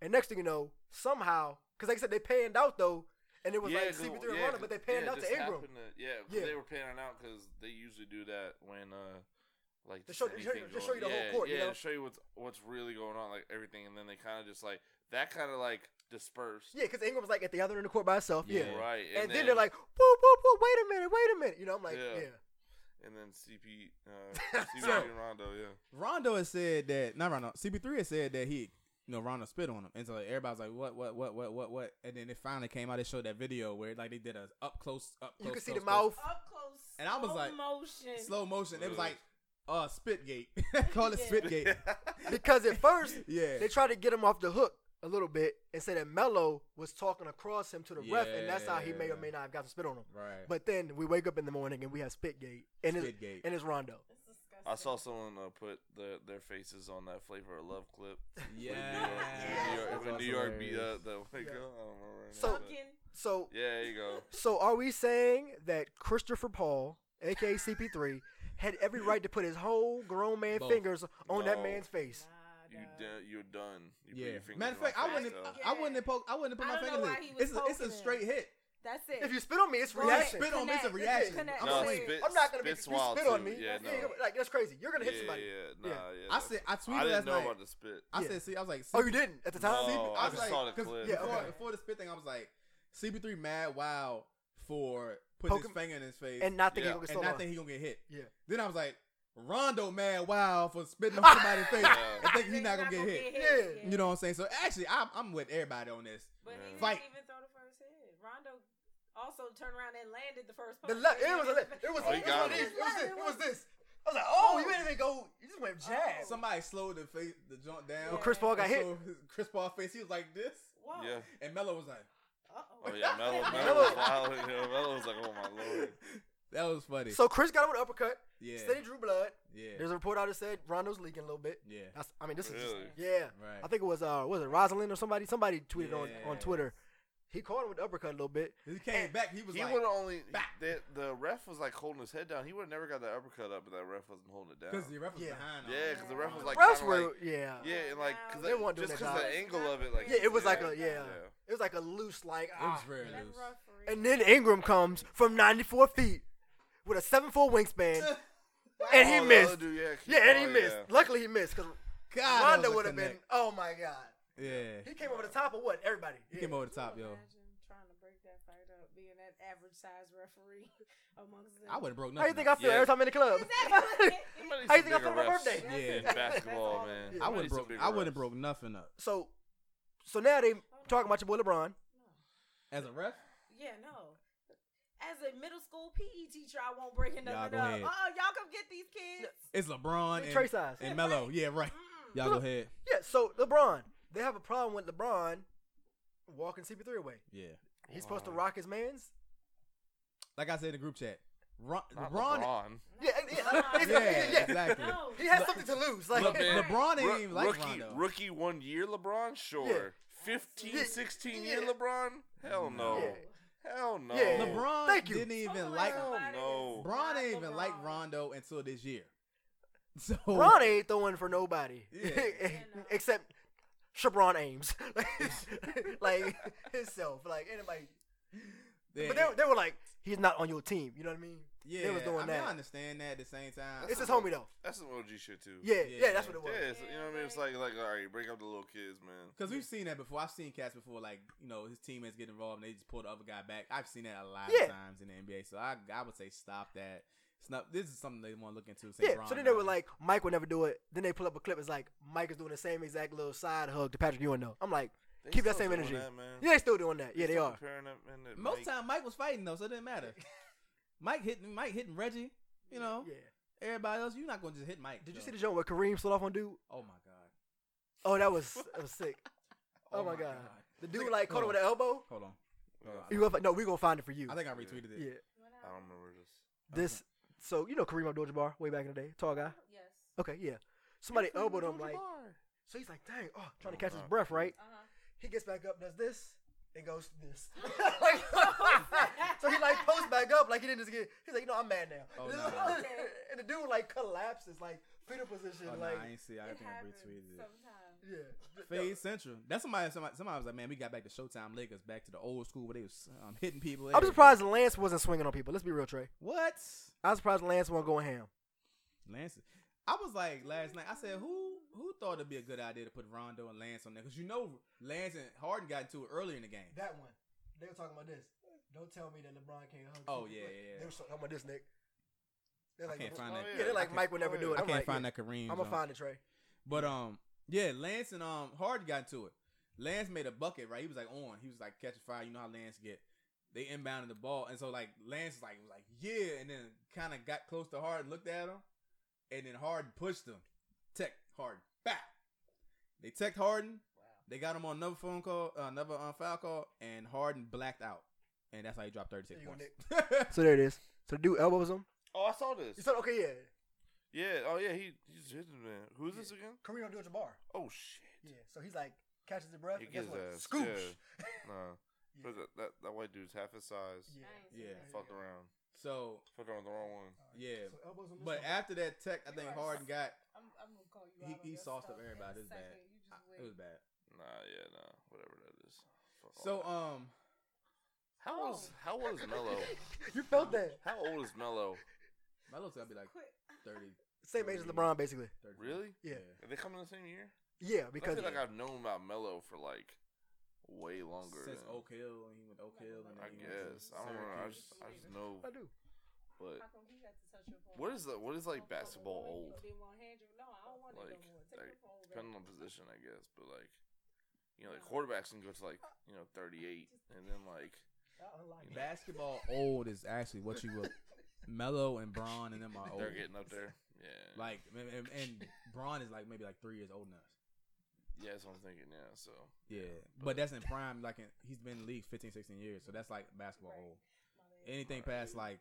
[SPEAKER 1] And next thing you know, somehow, because like I said, they panned out though, and it was like
[SPEAKER 4] 'cause-
[SPEAKER 1] CP3 and
[SPEAKER 4] yeah,
[SPEAKER 1] Rondo, but they
[SPEAKER 4] 'cause-
[SPEAKER 1] panned
[SPEAKER 4] yeah,
[SPEAKER 1] out
[SPEAKER 4] this
[SPEAKER 1] to Ingram.
[SPEAKER 4] happened to- yeah, 'cause
[SPEAKER 1] Yeah.
[SPEAKER 4] they were panning out because they usually do that when uh, like
[SPEAKER 1] They
[SPEAKER 4] just
[SPEAKER 1] show- they show-
[SPEAKER 4] anything's
[SPEAKER 1] they show
[SPEAKER 4] going-
[SPEAKER 1] you the whole
[SPEAKER 4] yeah,
[SPEAKER 1] court, you
[SPEAKER 4] Yeah,
[SPEAKER 1] know?
[SPEAKER 4] to show you what's what's really going on, like everything, and then they kind of just like that kind of like dispersed.
[SPEAKER 1] Yeah, because Ingram was like at the other end of the court by herself. Yeah.
[SPEAKER 2] Yeah.
[SPEAKER 4] Right,
[SPEAKER 1] And, then, they're like, whoop, whoop, whoop, wait a minute, wait a minute. You know, I'm like,
[SPEAKER 4] Yeah.
[SPEAKER 1] yeah.
[SPEAKER 4] and then CP, uh, CP and Rondo, yeah,
[SPEAKER 2] Rondo has said that not Rondo. CP3 has said that he, you know, Rondo spit on him, and so everybody's like, what, what, what, what, what, what, and then it finally came out. They showed that video where like they did a up close, up
[SPEAKER 1] You
[SPEAKER 2] close,
[SPEAKER 1] can see
[SPEAKER 2] close,
[SPEAKER 1] the
[SPEAKER 2] close,
[SPEAKER 1] mouth.
[SPEAKER 3] Up close.
[SPEAKER 2] And I was
[SPEAKER 3] slow
[SPEAKER 2] like,
[SPEAKER 3] motion.
[SPEAKER 2] slow motion. It was
[SPEAKER 4] Ugh.
[SPEAKER 2] like, uh, Spitgate. Call it
[SPEAKER 3] Yeah.
[SPEAKER 2] Spitgate.
[SPEAKER 1] Because at first,
[SPEAKER 2] Yeah.
[SPEAKER 1] they tried to get him off the hook a little bit and said that Melo was talking across him to the ref, and that's how he may or may
[SPEAKER 2] Yeah.
[SPEAKER 1] not have got some spit on him.
[SPEAKER 2] Right.
[SPEAKER 1] But then we wake up in the morning and we have Spitgate, and it's,
[SPEAKER 2] Spitgate.
[SPEAKER 1] and it's Rondo.
[SPEAKER 3] It's disgusting.
[SPEAKER 4] I saw someone uh, put their their faces on that Flavor of Love clip.
[SPEAKER 2] yeah.
[SPEAKER 4] When New York, when New York beat uh, the white
[SPEAKER 1] Yeah.
[SPEAKER 4] girl, I don't remember. her
[SPEAKER 1] So-
[SPEAKER 4] name, but-
[SPEAKER 3] Duncan.
[SPEAKER 1] So,
[SPEAKER 4] yeah, there you go.
[SPEAKER 1] so are we saying that Christopher Paul, aka CP3, had every right to put his whole grown man
[SPEAKER 2] Both.
[SPEAKER 1] fingers on that
[SPEAKER 4] No.
[SPEAKER 1] man's face?
[SPEAKER 3] Nah,
[SPEAKER 4] You
[SPEAKER 3] dog.
[SPEAKER 4] done, you're done. You put
[SPEAKER 2] Yeah.
[SPEAKER 4] your fingers
[SPEAKER 2] Matter of
[SPEAKER 4] in my
[SPEAKER 2] fact, I
[SPEAKER 4] face,
[SPEAKER 2] wouldn't.
[SPEAKER 4] though.
[SPEAKER 3] though.
[SPEAKER 2] I wouldn't have poke. I wouldn't have
[SPEAKER 3] I
[SPEAKER 2] put my
[SPEAKER 3] don't
[SPEAKER 2] finger
[SPEAKER 3] know
[SPEAKER 2] in
[SPEAKER 3] why
[SPEAKER 2] it.
[SPEAKER 3] he was
[SPEAKER 2] It's a, it's a
[SPEAKER 3] poking
[SPEAKER 2] straight hit.
[SPEAKER 3] That's it.
[SPEAKER 1] If you spit on me, it's
[SPEAKER 3] Right.
[SPEAKER 1] reaction.
[SPEAKER 2] Spit on me, it's a
[SPEAKER 3] Connect.
[SPEAKER 2] reaction.
[SPEAKER 3] Connect.
[SPEAKER 2] I'm
[SPEAKER 4] No,
[SPEAKER 2] saying-
[SPEAKER 4] spit-
[SPEAKER 1] I'm not gonna be you
[SPEAKER 4] spit's wild,
[SPEAKER 1] spit on
[SPEAKER 4] too.
[SPEAKER 1] me.
[SPEAKER 4] Yeah, no.
[SPEAKER 1] you're- like that's crazy. You're gonna hit
[SPEAKER 4] yeah,
[SPEAKER 1] somebody.
[SPEAKER 4] yeah, nah,
[SPEAKER 1] Yeah.
[SPEAKER 4] yeah.
[SPEAKER 2] I
[SPEAKER 4] that's-
[SPEAKER 2] said. I tweeted
[SPEAKER 4] I didn't
[SPEAKER 2] last
[SPEAKER 4] know
[SPEAKER 2] night.
[SPEAKER 4] about the spit.
[SPEAKER 2] I
[SPEAKER 1] Yeah.
[SPEAKER 2] said. See, I was like.
[SPEAKER 1] Oh, you didn't at the time.
[SPEAKER 4] No.
[SPEAKER 2] CP3
[SPEAKER 4] Oh,
[SPEAKER 2] I
[SPEAKER 4] I
[SPEAKER 2] was
[SPEAKER 4] just
[SPEAKER 2] like,
[SPEAKER 4] saw the
[SPEAKER 2] 'cause
[SPEAKER 4] clip.
[SPEAKER 1] Yeah,
[SPEAKER 2] before,
[SPEAKER 1] okay.
[SPEAKER 2] before the spit thing, I was like, CP3 mad wow for putting
[SPEAKER 1] Poke him-
[SPEAKER 2] his finger in his face
[SPEAKER 1] And not thinking
[SPEAKER 4] Yeah.
[SPEAKER 1] he was
[SPEAKER 2] and
[SPEAKER 1] still
[SPEAKER 2] not
[SPEAKER 1] on.
[SPEAKER 2] think he gonna get hit.
[SPEAKER 1] Yeah.
[SPEAKER 2] Then I was like, Rondo mad wow for spitting on somebody's face
[SPEAKER 4] Yeah.
[SPEAKER 2] and thinking he's not gonna get hit.
[SPEAKER 1] Yeah.
[SPEAKER 2] You know what I'm saying? So actually, I'm, I'm with everybody on this.
[SPEAKER 3] But he didn't
[SPEAKER 2] Fight.
[SPEAKER 3] even throw the first hit. Rondo also turned around and landed the first
[SPEAKER 1] The
[SPEAKER 3] punch.
[SPEAKER 1] le- it was a le- it was
[SPEAKER 4] Oh, he
[SPEAKER 1] it was
[SPEAKER 4] got
[SPEAKER 1] one of
[SPEAKER 4] him.
[SPEAKER 1] these. It was this. It was
[SPEAKER 3] this.
[SPEAKER 1] this. I was like, oh, you didn't even go. You just went jab.
[SPEAKER 3] Oh.
[SPEAKER 2] Somebody slowed the face, the joint down.
[SPEAKER 1] When Chris Paul got
[SPEAKER 2] And
[SPEAKER 1] hit.
[SPEAKER 2] so his- Chris Paul face, he was like this,
[SPEAKER 3] Wow.
[SPEAKER 4] Uh, Yeah.
[SPEAKER 2] and Melo was like,
[SPEAKER 3] Uh-oh.
[SPEAKER 4] Oh yeah, Melo, Melo,
[SPEAKER 1] Melo-
[SPEAKER 4] was wild. yeah, Melo was like, oh my lord.
[SPEAKER 2] that was funny.
[SPEAKER 1] So Chris got him with an uppercut.
[SPEAKER 2] yeah,
[SPEAKER 1] Steady drew blood.
[SPEAKER 2] yeah,
[SPEAKER 1] There's a report out that said Rondo's leaking a little bit.
[SPEAKER 2] yeah,
[SPEAKER 1] That's, I mean, this is
[SPEAKER 4] Really?
[SPEAKER 1] just, yeah.
[SPEAKER 2] right.
[SPEAKER 1] I think it was uh, was it Rosalind or somebody? Somebody tweeted on on
[SPEAKER 2] Yeah.
[SPEAKER 1] Twitter. He caught him with the uppercut a little bit.
[SPEAKER 2] he came back. He was
[SPEAKER 4] He
[SPEAKER 2] like,
[SPEAKER 4] would have only
[SPEAKER 2] back.
[SPEAKER 4] the, the ref was like holding his head down. He would have never got that uppercut up if that ref wasn't holding it down.
[SPEAKER 2] because the ref was
[SPEAKER 1] Yeah.
[SPEAKER 2] behind.
[SPEAKER 4] Yeah,
[SPEAKER 2] him.
[SPEAKER 4] because the ref was like,
[SPEAKER 1] Refs
[SPEAKER 4] kinda
[SPEAKER 1] were,
[SPEAKER 4] like-
[SPEAKER 1] yeah.
[SPEAKER 4] yeah, and like
[SPEAKER 3] Nah,
[SPEAKER 4] cause
[SPEAKER 3] they
[SPEAKER 4] that-
[SPEAKER 1] weren't doing
[SPEAKER 4] just
[SPEAKER 1] their
[SPEAKER 4] because the
[SPEAKER 1] job.
[SPEAKER 4] angle of it, like
[SPEAKER 1] Yeah, it was like
[SPEAKER 3] Yeah.
[SPEAKER 1] a yeah.
[SPEAKER 4] yeah.
[SPEAKER 1] It was like a loose like
[SPEAKER 2] it was
[SPEAKER 1] ah.
[SPEAKER 2] very
[SPEAKER 3] That
[SPEAKER 2] loose.
[SPEAKER 3] referee.
[SPEAKER 1] And then Ingram comes from 94 feet with a seven foot wingspan, and he
[SPEAKER 4] Oh, the
[SPEAKER 1] missed.
[SPEAKER 4] other dude, yeah,
[SPEAKER 1] Yeah, and he
[SPEAKER 4] oh,
[SPEAKER 1] missed.
[SPEAKER 4] yeah.
[SPEAKER 1] Luckily, he missed because
[SPEAKER 2] God, that was
[SPEAKER 1] Rondo
[SPEAKER 2] a
[SPEAKER 1] would have been.
[SPEAKER 2] connect.
[SPEAKER 1] Oh my God,
[SPEAKER 2] Yeah,
[SPEAKER 1] he came over the top of what? Everybody.
[SPEAKER 2] he
[SPEAKER 1] Yeah.
[SPEAKER 2] came over the
[SPEAKER 3] Could you
[SPEAKER 2] top, yo.
[SPEAKER 3] imagine Trying to break that fight up, being that average size referee amongst them.
[SPEAKER 2] I would have broke nothing.
[SPEAKER 1] How you think I feel
[SPEAKER 4] Yeah.
[SPEAKER 1] every time I'm in the club?
[SPEAKER 3] Exactly.
[SPEAKER 4] Somebody
[SPEAKER 1] How you
[SPEAKER 4] some
[SPEAKER 1] think I
[SPEAKER 4] bigger
[SPEAKER 1] felt on my
[SPEAKER 4] refs
[SPEAKER 1] birthday?
[SPEAKER 2] Yeah.
[SPEAKER 4] In basketball,
[SPEAKER 3] all.
[SPEAKER 4] man.
[SPEAKER 1] Yeah.
[SPEAKER 2] I
[SPEAKER 1] I
[SPEAKER 2] would have
[SPEAKER 4] Somebody some
[SPEAKER 2] broke.
[SPEAKER 4] bigger
[SPEAKER 2] I would have
[SPEAKER 4] refs.
[SPEAKER 2] broke nothing up
[SPEAKER 1] so, so now they talking about your boy LeBron.
[SPEAKER 2] as a ref.
[SPEAKER 3] Yeah, no. As a middle school PE teacher, I won't bring nothing
[SPEAKER 2] Y'all go
[SPEAKER 3] up.
[SPEAKER 2] ahead.
[SPEAKER 3] Oh, y'all come get these kids.
[SPEAKER 2] It's LeBron
[SPEAKER 1] They
[SPEAKER 2] and,
[SPEAKER 1] Trey size.
[SPEAKER 2] and Melo. Yeah, right.
[SPEAKER 3] Mm.
[SPEAKER 2] Y'all go ahead.
[SPEAKER 1] Yeah, so LeBron, they have a problem with LeBron walking CP3 away.
[SPEAKER 2] Yeah.
[SPEAKER 1] He's supposed to
[SPEAKER 4] Wow.
[SPEAKER 1] rock his man's.
[SPEAKER 2] like I said in the group chat, Ron,
[SPEAKER 4] Not
[SPEAKER 2] LeBron,
[SPEAKER 4] LeBron.
[SPEAKER 1] Yeah, yeah, yeah, yeah,
[SPEAKER 2] yeah,
[SPEAKER 1] yeah.
[SPEAKER 2] exactly.
[SPEAKER 3] No.
[SPEAKER 1] He has something to lose. Like,
[SPEAKER 2] Le-
[SPEAKER 4] Look, man.
[SPEAKER 2] LeBron ain't
[SPEAKER 4] Ro-
[SPEAKER 2] even like
[SPEAKER 4] rookie,
[SPEAKER 2] Rondo.
[SPEAKER 4] rookie one year LeBron? Sure. Fifteen,
[SPEAKER 1] Yeah.
[SPEAKER 4] sixteen 15, 16
[SPEAKER 1] Yeah.
[SPEAKER 4] year LeBron? Hell no. Hell no.
[SPEAKER 1] Yeah.
[SPEAKER 2] LeBron
[SPEAKER 1] Thank you.
[SPEAKER 2] didn't even
[SPEAKER 3] Hopefully
[SPEAKER 2] like
[SPEAKER 4] Hell
[SPEAKER 3] somebody
[SPEAKER 4] no.
[SPEAKER 3] that's
[SPEAKER 2] LeBron
[SPEAKER 3] not
[SPEAKER 2] didn't even like
[SPEAKER 3] LeBron.
[SPEAKER 2] Rondo until this year. So
[SPEAKER 1] Bron ain't throwing for nobody.
[SPEAKER 2] Yeah.
[SPEAKER 1] Except Shabron Ames. like, himself. Like, anybody.
[SPEAKER 2] yeah,
[SPEAKER 1] But they, they were like, he's not on your team. You know what I mean?
[SPEAKER 2] yeah,
[SPEAKER 1] they was doing
[SPEAKER 2] I mean,
[SPEAKER 1] that.
[SPEAKER 2] I understand that at the same time.
[SPEAKER 1] It's his homie, though.
[SPEAKER 4] That's some OG shit, too.
[SPEAKER 1] Yeah,
[SPEAKER 2] Yeah.
[SPEAKER 1] yeah, that's what it
[SPEAKER 4] Yeah,
[SPEAKER 1] was.
[SPEAKER 4] it's- you know what I mean? It's like, like, all right, break up the little kids, man.
[SPEAKER 2] Because we've seen that before. I've seen cats before, like you know, his teammates get involved and they just pull the other guy back. I've seen that a lot
[SPEAKER 1] Yeah.
[SPEAKER 2] of times in the NBA. So I, I would say stop that. It's not. This is something they want to look into. say
[SPEAKER 1] Yeah, so
[SPEAKER 2] Bron
[SPEAKER 1] then they were
[SPEAKER 2] Rondo.
[SPEAKER 1] like, Mike would never do it. Then they pull up a clip. It's like, Mike is doing the same exact little side hug to Patrick Ewing, though. I'm like,
[SPEAKER 4] They
[SPEAKER 1] Keep that
[SPEAKER 4] still
[SPEAKER 1] same
[SPEAKER 4] doing
[SPEAKER 1] energy.
[SPEAKER 4] that, man.
[SPEAKER 1] yeah, they still doing that. Yeah, they
[SPEAKER 4] still
[SPEAKER 1] are.
[SPEAKER 4] comparing that man to
[SPEAKER 2] most
[SPEAKER 4] Mike.
[SPEAKER 2] time Mike was fighting though, so it didn't matter. Mike hitting Mike hitting Reggie. You know,
[SPEAKER 1] Yeah.
[SPEAKER 2] everybody else. You're not going to just hit Mike.
[SPEAKER 1] Did you
[SPEAKER 2] though.
[SPEAKER 1] see the joint where Kareem slid off on dude?
[SPEAKER 2] Oh my god.
[SPEAKER 1] Oh, that was, that was sick. Oh, my, god. The dude like caught him
[SPEAKER 2] Hold
[SPEAKER 1] with the elbow.
[SPEAKER 2] Hold on.
[SPEAKER 4] Oh,
[SPEAKER 1] You gonna, fi- no, we gonna find it for you.
[SPEAKER 2] I think I retweeted it.
[SPEAKER 1] yeah.
[SPEAKER 4] I don't remember this.
[SPEAKER 1] This so you know Kareem Abdul-Jabbar way back in the day, tall guy.
[SPEAKER 3] Yes.
[SPEAKER 1] Okay, yeah. Somebody elbowed him like so he's like, dang, oh, trying to catch his breath, right?
[SPEAKER 3] Uh-huh.
[SPEAKER 1] He gets back up, does this, and goes to this. Like, so he like posts back up like he didn't just get. He's like, you know, I'm mad now.
[SPEAKER 2] Oh, nah.
[SPEAKER 1] and the dude like collapses like fetal position,
[SPEAKER 2] Oh, nah,
[SPEAKER 1] like
[SPEAKER 2] I ain't see. I
[SPEAKER 3] It
[SPEAKER 2] think I
[SPEAKER 3] happens
[SPEAKER 2] retweeted it.
[SPEAKER 3] sometimes.
[SPEAKER 1] yeah.
[SPEAKER 2] Fade Central. That's somebody, somebody. Somebody was like, "Man, we got back to Showtime Lakers, back to the old school where they was um, hitting people."
[SPEAKER 1] I'm
[SPEAKER 2] everything."
[SPEAKER 1] surprised Lance wasn't swinging on people. Let's be real, Trey.
[SPEAKER 2] What?
[SPEAKER 1] I'm surprised Lance wasn't going ham.
[SPEAKER 2] Lance. I was like last night. I said, "Who who thought it'd be a good idea to put Rondo and Lance on there? Because you know Lance and Harden got into it earlier in the game.
[SPEAKER 1] That one. They were talking about this. Don't tell me that LeBron can't hug.
[SPEAKER 2] Oh,
[SPEAKER 1] people.
[SPEAKER 2] yeah, yeah, yeah.
[SPEAKER 1] They were talking about this, Nick. They're
[SPEAKER 2] I can't find that.
[SPEAKER 1] Yeah, they're like
[SPEAKER 4] Oh, I
[SPEAKER 1] Mike
[SPEAKER 4] can-
[SPEAKER 1] would never
[SPEAKER 4] oh,
[SPEAKER 1] do
[SPEAKER 4] yeah.
[SPEAKER 1] it.
[SPEAKER 2] I
[SPEAKER 1] I'm
[SPEAKER 2] can't
[SPEAKER 1] like,
[SPEAKER 2] find that Kareem.
[SPEAKER 1] I'm gonna find it, Trey.
[SPEAKER 2] But um, yeah, Lance and um Harden got into it. Lance made a bucket, right? He was like on. He was like catching fire. You know how Lance get. They inbounded the ball, and so like Lance like was like yeah, and then kind of got close to Harden, looked at him, and then Harden pushed him. Tech Harden, back. They teched Harden. They got him on another phone call, uh, another uh, foul call, and Harden blacked out, and that's how he dropped thirty six
[SPEAKER 1] There you
[SPEAKER 2] points.
[SPEAKER 1] So there it is. So the dude elbows him.
[SPEAKER 4] Oh, I saw
[SPEAKER 1] You
[SPEAKER 4] this.
[SPEAKER 1] said, okay, yeah.
[SPEAKER 4] Yeah. Oh, yeah. He he's hitting man. Who's this again?
[SPEAKER 1] Kareem Abdul Jabbar.
[SPEAKER 4] Oh shit.
[SPEAKER 1] Yeah. So he's like catches his breath.
[SPEAKER 4] He
[SPEAKER 1] and guess
[SPEAKER 4] gets
[SPEAKER 1] what?
[SPEAKER 4] ass.
[SPEAKER 1] Scooch.
[SPEAKER 4] Yeah. Nah. But that, that that white dude's half his size.
[SPEAKER 1] Yeah.
[SPEAKER 3] I ain't
[SPEAKER 2] Yeah.
[SPEAKER 3] seen that.
[SPEAKER 4] Fucked around.
[SPEAKER 2] so
[SPEAKER 4] Fucked around the wrong one.
[SPEAKER 2] yeah,
[SPEAKER 1] So elbows him.
[SPEAKER 2] but after that tech, I think Harden got
[SPEAKER 3] I'm, I'm gonna call you
[SPEAKER 2] He-
[SPEAKER 3] out on
[SPEAKER 2] he
[SPEAKER 3] your
[SPEAKER 2] sauced up
[SPEAKER 3] stuff
[SPEAKER 2] everybody.
[SPEAKER 3] in a
[SPEAKER 2] It's bad.
[SPEAKER 3] second. You just
[SPEAKER 2] I-
[SPEAKER 3] wait.
[SPEAKER 2] it was bad.
[SPEAKER 4] Nah. Yeah. Nah. Whatever that is. Fuck all
[SPEAKER 2] So
[SPEAKER 4] that.
[SPEAKER 2] um,
[SPEAKER 4] how old is how old is Melo?
[SPEAKER 1] you felt that.
[SPEAKER 4] how old is Melo?
[SPEAKER 2] my little I'd be like
[SPEAKER 3] Quick.
[SPEAKER 2] 30,
[SPEAKER 1] Same age as LeBron, basically.
[SPEAKER 2] 30.
[SPEAKER 4] Really?
[SPEAKER 1] Yeah.
[SPEAKER 4] Are they coming the same year?
[SPEAKER 1] Yeah,
[SPEAKER 4] I
[SPEAKER 1] because
[SPEAKER 4] feel like I've known about Mello for like way longer.
[SPEAKER 2] Since
[SPEAKER 4] than-
[SPEAKER 2] Oak Hill, and he went to Oak Hill, and then
[SPEAKER 4] I
[SPEAKER 2] he went
[SPEAKER 4] guess
[SPEAKER 2] to
[SPEAKER 4] I don't know. I
[SPEAKER 2] Syracuse.
[SPEAKER 4] just I just know.
[SPEAKER 1] I do.
[SPEAKER 4] But
[SPEAKER 3] How come he got to touch your phone?
[SPEAKER 4] what is the what is like basketball
[SPEAKER 3] Woman, you
[SPEAKER 4] old?
[SPEAKER 3] didn't want hand you- No, I don't want it
[SPEAKER 4] Like,
[SPEAKER 3] no more. Take
[SPEAKER 4] like
[SPEAKER 3] your phone back.
[SPEAKER 4] depending on position, I guess. But like, you know, like quarterbacks can go to like you know thirty eight, and then like
[SPEAKER 3] Uh,
[SPEAKER 2] Basketball old is actually what you would. Mello and Braun and them are old.
[SPEAKER 4] they're getting up there. Yeah,
[SPEAKER 2] Oh. Like and, and, and Braun is like maybe like three years older than us.
[SPEAKER 4] yeah, that's what I'm thinking. Yeah, so
[SPEAKER 2] Yeah, but that's in prime. Like in, he's been in the league 15, 16 years, so that's like basketball old. Anything past like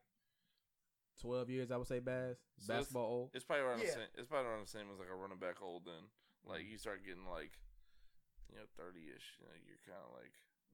[SPEAKER 2] twelve years, I would say bad.
[SPEAKER 4] So it's-
[SPEAKER 2] Basketball old.
[SPEAKER 4] it's probably around the
[SPEAKER 1] Yeah.
[SPEAKER 4] same. It's probably around the same as like a running back old. Then
[SPEAKER 2] Mm-hmm.
[SPEAKER 4] like you start getting like you know thirty ish. You know, you're kind of like.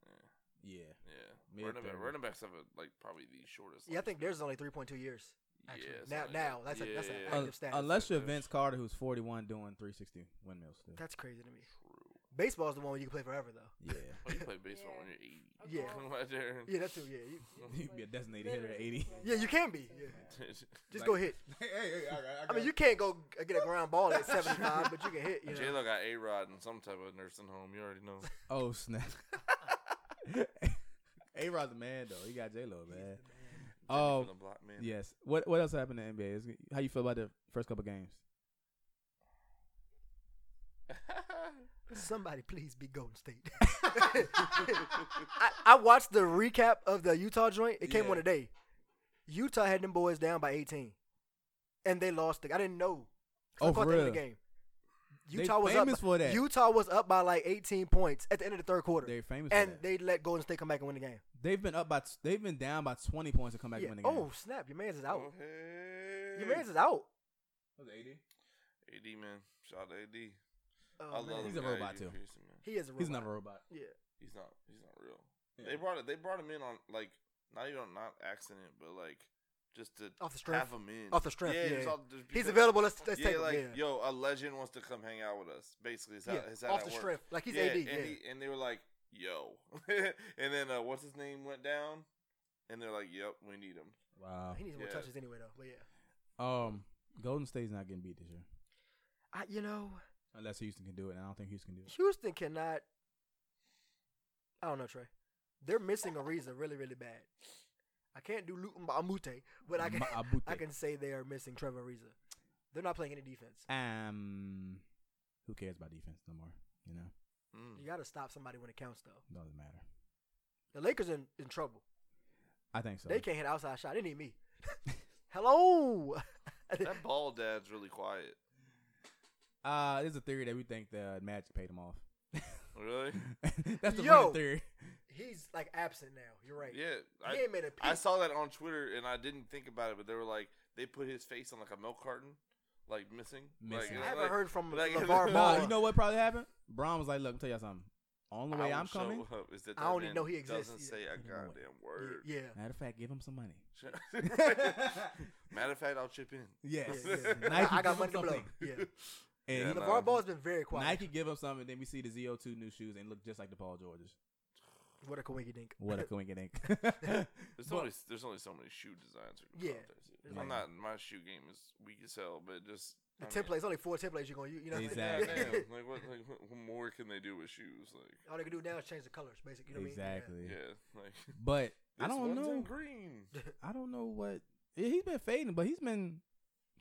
[SPEAKER 4] eh.
[SPEAKER 2] Yeah,
[SPEAKER 4] Yeah,
[SPEAKER 2] Mid
[SPEAKER 4] running, back,
[SPEAKER 2] thirties.
[SPEAKER 4] running backs have a, like probably the shortest.
[SPEAKER 1] Yeah, I think
[SPEAKER 4] lifespan.
[SPEAKER 1] theirs is only 3.2 years. actually.
[SPEAKER 4] Yeah, it's
[SPEAKER 1] now,
[SPEAKER 4] not-
[SPEAKER 1] now that's a, that's an
[SPEAKER 4] yeah.
[SPEAKER 1] active
[SPEAKER 2] Un-
[SPEAKER 1] status.
[SPEAKER 2] unless you're
[SPEAKER 4] That's-
[SPEAKER 2] Vince Carter, who's forty one, doing three sixty windmills. Still.
[SPEAKER 1] that's crazy to me.
[SPEAKER 4] True.
[SPEAKER 1] Baseball's the one where you can play forever, though.
[SPEAKER 2] Yeah,
[SPEAKER 4] Oh, you play baseball when
[SPEAKER 3] Yeah.
[SPEAKER 4] you're 80.
[SPEAKER 1] Yeah.
[SPEAKER 4] Come out there and-
[SPEAKER 1] Yeah, that too. Yeah, you,
[SPEAKER 2] you'd be a designated hitter at eighty.
[SPEAKER 1] yeah, you can be. Yeah. Just go hit.
[SPEAKER 2] hey, hey, all right,
[SPEAKER 1] I mean, you can't go g- get a ground ball at 75, but you can hit. You know?
[SPEAKER 4] J-Lo got A-Rod in some type of nursing home. You already know.
[SPEAKER 2] Oh snap! A Rod's a man though. He got J Lo man.
[SPEAKER 4] Oh,
[SPEAKER 2] Oh
[SPEAKER 4] the block, man.
[SPEAKER 2] yes. What what else happened in the NBA? Is- How you feel about the first couple games?
[SPEAKER 1] Somebody please be Golden State. I, I watched the recap of the Utah joint. It came
[SPEAKER 2] Yeah.
[SPEAKER 1] on today. Utah had them boys down by 18, and they lost. The, I didn't know. 'Cause
[SPEAKER 2] Oh,
[SPEAKER 1] I caught
[SPEAKER 2] for
[SPEAKER 1] the end of
[SPEAKER 2] real?
[SPEAKER 1] the game.
[SPEAKER 2] They
[SPEAKER 1] Utah was
[SPEAKER 2] famous
[SPEAKER 1] up.
[SPEAKER 2] for that.
[SPEAKER 1] Utah was up by like 18 points at the end of the third quarter,
[SPEAKER 2] They're famous.
[SPEAKER 1] and
[SPEAKER 2] for that.
[SPEAKER 1] they let Golden State come back and win the game.
[SPEAKER 2] They, have been up by. T- they've been down by twenty points to come back
[SPEAKER 1] Yeah.
[SPEAKER 2] and win the game.
[SPEAKER 1] Oh snap! Your man's is out.
[SPEAKER 4] Oh, hey.
[SPEAKER 1] Your man's is out.
[SPEAKER 2] Was it 80?
[SPEAKER 4] AD man, shout out to AD.
[SPEAKER 1] Oh,
[SPEAKER 4] I love
[SPEAKER 1] man.
[SPEAKER 4] him.
[SPEAKER 2] He's a
[SPEAKER 4] Yeah,
[SPEAKER 2] robot,
[SPEAKER 4] you
[SPEAKER 2] too.
[SPEAKER 4] Houston, man.
[SPEAKER 1] He is a robot.
[SPEAKER 2] He's not a robot.
[SPEAKER 1] Yeah.
[SPEAKER 4] He's not. He's not real.
[SPEAKER 2] Yeah.
[SPEAKER 4] They brought it. They brought him in on like not even on- not accident, but like just to
[SPEAKER 1] Off the strength.
[SPEAKER 4] have him in
[SPEAKER 1] Off the strength, yeah.
[SPEAKER 4] just off- just
[SPEAKER 1] He's
[SPEAKER 4] because-
[SPEAKER 1] available. Let's, let's
[SPEAKER 4] yeah,
[SPEAKER 1] take him.
[SPEAKER 4] like
[SPEAKER 1] yeah.
[SPEAKER 4] yo, a legend wants to come hang out with us. Basically, is how,
[SPEAKER 1] Yeah,
[SPEAKER 4] is how
[SPEAKER 1] off the
[SPEAKER 4] that works.
[SPEAKER 1] strength, like he's
[SPEAKER 4] yeah,
[SPEAKER 1] AD,
[SPEAKER 4] And,
[SPEAKER 1] yeah.
[SPEAKER 4] he- and they were like, yo, and then uh, what's his name went down, and they're like, yep, we need him.
[SPEAKER 2] Wow.
[SPEAKER 1] He needs more
[SPEAKER 4] Yeah.
[SPEAKER 1] touches anyway, though. But yeah,
[SPEAKER 2] Um, Golden State's not getting beat this year Uh,
[SPEAKER 1] I, you know,
[SPEAKER 2] unless Houston can do it, and I don't think Houston can do it.
[SPEAKER 1] Houston cannot. I don't know, Trey. They're missing Ariza really, really bad. I can't do Luton Amute, but I can.
[SPEAKER 2] Ma- Abute.
[SPEAKER 1] I can say they are missing Trevor Ariza. They're not playing any defense.
[SPEAKER 2] Um, who cares about defense no more? You know,
[SPEAKER 4] Mm.
[SPEAKER 1] You got to stop somebody when it counts, though.
[SPEAKER 2] doesn't matter.
[SPEAKER 1] The Lakers in, in trouble.
[SPEAKER 2] I think so.
[SPEAKER 1] They can't hit an outside shot. They need me. Hello.
[SPEAKER 4] That ball dad's really quiet.
[SPEAKER 2] Uh, there's a theory that we think the Magic paid them off.
[SPEAKER 4] Really?
[SPEAKER 2] That's the
[SPEAKER 1] Yo.
[SPEAKER 2] running theory.
[SPEAKER 1] He's like absent now. You're right.
[SPEAKER 4] Yeah.
[SPEAKER 1] He
[SPEAKER 4] I,
[SPEAKER 1] ain't made a
[SPEAKER 4] I
[SPEAKER 1] peep.
[SPEAKER 4] saw that on Twitter and I didn't think about it, but they were like they put his face on like a milk carton, like missing.
[SPEAKER 2] Missing.
[SPEAKER 4] Like,
[SPEAKER 1] I haven't
[SPEAKER 4] like-
[SPEAKER 1] heard from
[SPEAKER 4] like-
[SPEAKER 1] LeVar
[SPEAKER 2] Nah,
[SPEAKER 1] Ball.
[SPEAKER 2] you know what probably happened? Braun was like, "Look, I'm tell y'all something. On the way
[SPEAKER 4] I
[SPEAKER 2] I'm
[SPEAKER 4] will show
[SPEAKER 2] coming.
[SPEAKER 4] up is that
[SPEAKER 1] I
[SPEAKER 4] that
[SPEAKER 1] don't even
[SPEAKER 4] man
[SPEAKER 1] know he exists
[SPEAKER 4] Doesn't
[SPEAKER 1] either.
[SPEAKER 4] say a
[SPEAKER 2] don't know what-
[SPEAKER 4] goddamn word.
[SPEAKER 1] Yeah.
[SPEAKER 2] Matter of fact, give him some money.
[SPEAKER 4] Matter of fact, I'll chip in.
[SPEAKER 2] yes.
[SPEAKER 1] yeah, yeah.
[SPEAKER 2] Nike
[SPEAKER 1] I
[SPEAKER 2] give
[SPEAKER 1] got
[SPEAKER 2] him
[SPEAKER 1] money to blow.
[SPEAKER 2] something.
[SPEAKER 1] Yeah.
[SPEAKER 2] And
[SPEAKER 4] Yeah,
[SPEAKER 2] he-
[SPEAKER 4] no.
[SPEAKER 1] LeVar Ball's been very quiet.
[SPEAKER 2] Nike give him something. Then we see the ZO2 new shoes and look just like the Paul Georges.
[SPEAKER 1] What a coinky dink.
[SPEAKER 2] What a coincidence.
[SPEAKER 4] There's
[SPEAKER 2] But-
[SPEAKER 4] only there's only so many shoe designs. Are
[SPEAKER 1] Yeah.
[SPEAKER 4] yeah, out there, too.
[SPEAKER 2] Yeah.
[SPEAKER 4] I'm not my shoe game is weak as hell, but just
[SPEAKER 1] The
[SPEAKER 4] I mean,
[SPEAKER 1] templates, only four templates you're going to use. You know
[SPEAKER 2] Exactly.
[SPEAKER 1] what I'm saying?
[SPEAKER 4] goddamn, like what like what what more can they do with shoes? Like
[SPEAKER 1] All they can do now is change the colors, basically. You know
[SPEAKER 2] exactly.
[SPEAKER 4] yeah, like
[SPEAKER 2] But I
[SPEAKER 4] this
[SPEAKER 2] don't
[SPEAKER 4] one's in
[SPEAKER 2] know.
[SPEAKER 4] green.
[SPEAKER 2] I don't know what yeah, he's been fading, but he's been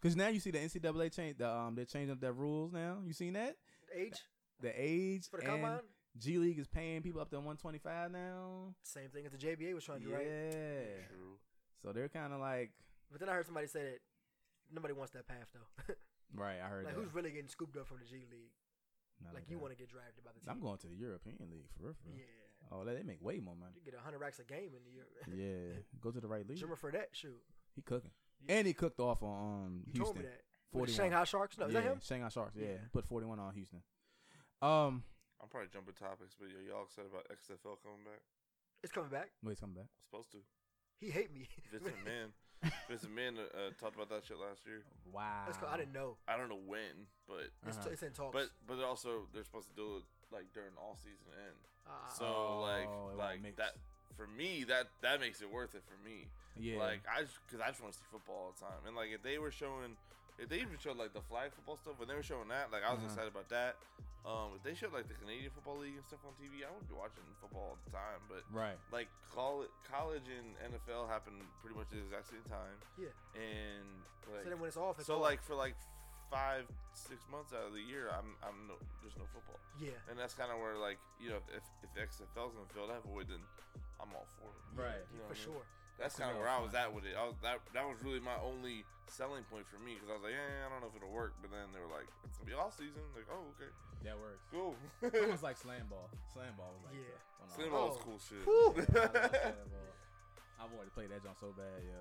[SPEAKER 2] because now you see the NCAA change the um they're changing up their rules now. You seen that
[SPEAKER 1] What I'm saying? Age
[SPEAKER 2] the age
[SPEAKER 1] for the
[SPEAKER 2] and
[SPEAKER 1] combine?
[SPEAKER 2] G League is paying people up to 125 now.
[SPEAKER 1] Same thing as the JBA was trying to do,
[SPEAKER 2] yeah,
[SPEAKER 1] right?
[SPEAKER 4] True.
[SPEAKER 2] so they're kind of like
[SPEAKER 1] But then I heard somebody say that nobody wants that path, though.
[SPEAKER 2] right. I heard
[SPEAKER 1] like,
[SPEAKER 2] that.
[SPEAKER 1] who's really getting scooped up from the G League?
[SPEAKER 2] Not
[SPEAKER 1] Like, you want to get drafted by the
[SPEAKER 2] I'm
[SPEAKER 1] team.
[SPEAKER 2] going to the European League for real. For real.
[SPEAKER 1] Yeah.
[SPEAKER 2] Oh, they they make way more money.
[SPEAKER 1] You get 100 racks a game in the year.
[SPEAKER 2] Yeah, go to the right league.
[SPEAKER 1] Jimmer Fredette, shoot.
[SPEAKER 2] He cooking,
[SPEAKER 1] Yeah.
[SPEAKER 2] and he cooked off on um,
[SPEAKER 1] You told me
[SPEAKER 2] Houston.
[SPEAKER 1] that. With the
[SPEAKER 2] 41.
[SPEAKER 1] Shanghai Sharks? No, is
[SPEAKER 2] yeah,
[SPEAKER 1] that him?
[SPEAKER 2] Shanghai Sharks. Yeah,
[SPEAKER 1] Yeah.
[SPEAKER 2] put 41 on Houston. Um,
[SPEAKER 4] I'm probably jumping topics, but yo, y'all excited about XFL coming back?
[SPEAKER 1] It's coming back.
[SPEAKER 2] wait, he's coming back.
[SPEAKER 4] I'm supposed to.
[SPEAKER 1] He hate me.
[SPEAKER 4] Vincent Man, Vincent Man uh, uh, talked about that shit last year.
[SPEAKER 2] Wow.
[SPEAKER 1] That's co- I didn't know.
[SPEAKER 4] I don't know when, but
[SPEAKER 1] It's,
[SPEAKER 2] Uh-huh.
[SPEAKER 1] it's in talks.
[SPEAKER 4] but but also they're supposed to do it like during all season end.
[SPEAKER 1] Ah.
[SPEAKER 4] So
[SPEAKER 2] Oh, it
[SPEAKER 4] like
[SPEAKER 2] won't
[SPEAKER 4] like
[SPEAKER 2] mix.
[SPEAKER 4] that for me that that makes it worth it for me.
[SPEAKER 2] Yeah.
[SPEAKER 4] Like I because I just want to see football all the time. And like if they were showing, if they even showed like the flag football stuff when they were showing that, like I was
[SPEAKER 2] Uh-huh.
[SPEAKER 4] excited about that. Um, if they showed like the Canadian Football League and stuff on TV, I would be watching football all the time. But
[SPEAKER 2] right.
[SPEAKER 4] like college, college and NFL happen pretty much at the exact same time.
[SPEAKER 1] Yeah.
[SPEAKER 4] And like,
[SPEAKER 1] so then when it's off, it's off.
[SPEAKER 4] so like for like five six months out of the year, I'm I'm no, there's no football.
[SPEAKER 1] yeah.
[SPEAKER 4] And that's kind of where, like, you know, if, if XFL's gonna fill that void, then I'm all for it.
[SPEAKER 2] Right.
[SPEAKER 4] You
[SPEAKER 1] for
[SPEAKER 4] know what I mean?
[SPEAKER 1] sure.
[SPEAKER 4] That's
[SPEAKER 2] That's
[SPEAKER 4] kind of
[SPEAKER 2] what
[SPEAKER 4] where
[SPEAKER 2] I
[SPEAKER 4] I
[SPEAKER 2] was
[SPEAKER 4] was at with it. I was, that that was really my only selling point for me because I was like, yeah, I don't know if it'll work. But then they were like, it's gonna be all season. Like, oh, okay,
[SPEAKER 2] That works.
[SPEAKER 4] cool.
[SPEAKER 2] Almost like slam ball. Slam ball was like
[SPEAKER 1] Yeah.
[SPEAKER 2] uh, on
[SPEAKER 4] Slim
[SPEAKER 2] our-
[SPEAKER 4] Ball's
[SPEAKER 1] Oh.
[SPEAKER 4] cool shit.
[SPEAKER 1] Whew.
[SPEAKER 2] Yeah, I love slam ball. I wanted to play that joint so bad, yeah.